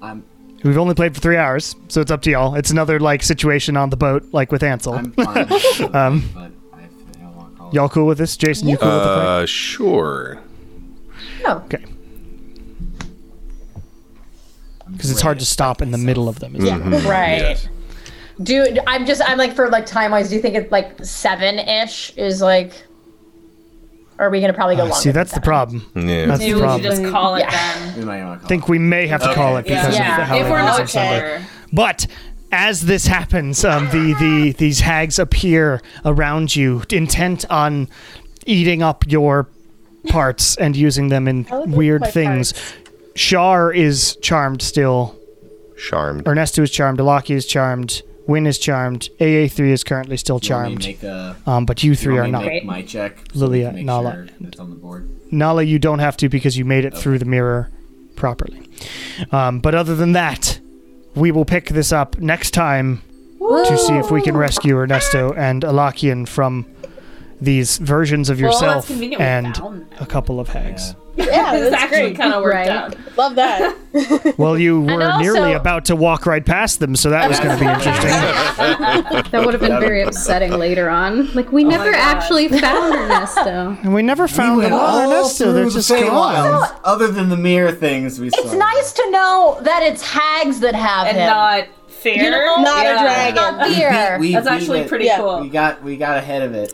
Speaker 10: I'm
Speaker 2: We've only played for three hours, so it's up to y'all. It's another like situation on the boat, like with Ansel. <laughs>
Speaker 10: I'm fine. um, but I, I don't want to call it.
Speaker 2: y'all cool with this, Jason? You cool with the play?
Speaker 13: Uh, sure.
Speaker 2: Okay. Because it's hard to stop in the middle of them. Isn't it?
Speaker 8: Right. Dude, I'm just I'm like for like time wise, do you think it's like seven ish is like or are we gonna probably go
Speaker 2: Uh,
Speaker 8: longer?
Speaker 2: see,
Speaker 8: than
Speaker 2: that's the
Speaker 8: seven?
Speaker 2: problem.
Speaker 13: Yeah.
Speaker 2: That's
Speaker 9: Maybe
Speaker 2: the
Speaker 9: we should
Speaker 2: problem.
Speaker 9: just call it
Speaker 8: Yeah.
Speaker 9: then.
Speaker 10: We might want to
Speaker 2: I think we may have to call it because
Speaker 8: Yeah.
Speaker 2: of
Speaker 8: Yeah.
Speaker 2: how
Speaker 8: If
Speaker 2: it
Speaker 8: we're
Speaker 2: is
Speaker 8: not
Speaker 2: on Sunday.
Speaker 9: sure.
Speaker 2: But as this happens, um, the, the these hags appear around you, intent on eating up your parts and using them in
Speaker 1: look at
Speaker 2: weird
Speaker 1: my
Speaker 2: things. Shar is charmed still.
Speaker 13: Charmed.
Speaker 2: Ernesto is charmed. Alaki is charmed. Win is charmed. AA3 is currently still
Speaker 10: Let me
Speaker 2: charmed.
Speaker 10: make a.
Speaker 2: Um, but you three
Speaker 10: let
Speaker 2: are
Speaker 10: me
Speaker 2: not.
Speaker 10: Make my check. so
Speaker 2: Lilia,
Speaker 10: we can make
Speaker 2: Nala,
Speaker 10: Sure it's on the board.
Speaker 2: Nala, you don't have to because you made it through the mirror properly. Um, but other than that, we will pick this up next time to see if we can rescue Ernesto and Alakian from these versions of
Speaker 9: that's
Speaker 2: yourself
Speaker 9: convenient. We
Speaker 2: and
Speaker 9: found them.
Speaker 2: a couple of hags.
Speaker 1: Yeah,
Speaker 9: It's actually kind of worked
Speaker 7: Right.
Speaker 9: out.
Speaker 1: love that.
Speaker 2: Well, you were nearly
Speaker 8: also-
Speaker 2: about to walk right past them, so that was
Speaker 9: <laughs>
Speaker 2: going to be interesting.
Speaker 7: That would have been very upsetting later on. Like we never actually found <laughs> Ernesto.
Speaker 2: and we never found them Oh, all, Ernesto. They're just
Speaker 10: Fey
Speaker 2: gone.
Speaker 10: Wilds, Other than the mirror things we saw.
Speaker 8: It's nice to know that it's hags that have
Speaker 9: And
Speaker 8: him.
Speaker 9: not fair.
Speaker 8: You know?
Speaker 1: Not
Speaker 9: Yeah.
Speaker 1: a dragon.
Speaker 8: Not beer.
Speaker 10: <laughs> We,
Speaker 9: That's
Speaker 10: we
Speaker 9: actually
Speaker 10: went-
Speaker 9: pretty
Speaker 1: Yeah.
Speaker 9: cool.
Speaker 10: We got we got ahead of it.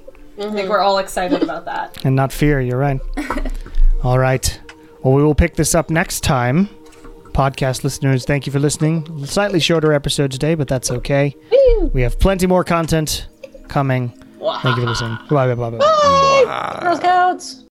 Speaker 10: <laughs>
Speaker 9: I think we're all excited about that.
Speaker 2: And not fear, you're right. All right. Well, we will pick this up next time. Podcast listeners, thank you for listening. Slightly shorter episode today, but that's okay. We have plenty more content coming. Thank you for listening. Bye, bye, bye, bye.
Speaker 8: Girl Scouts.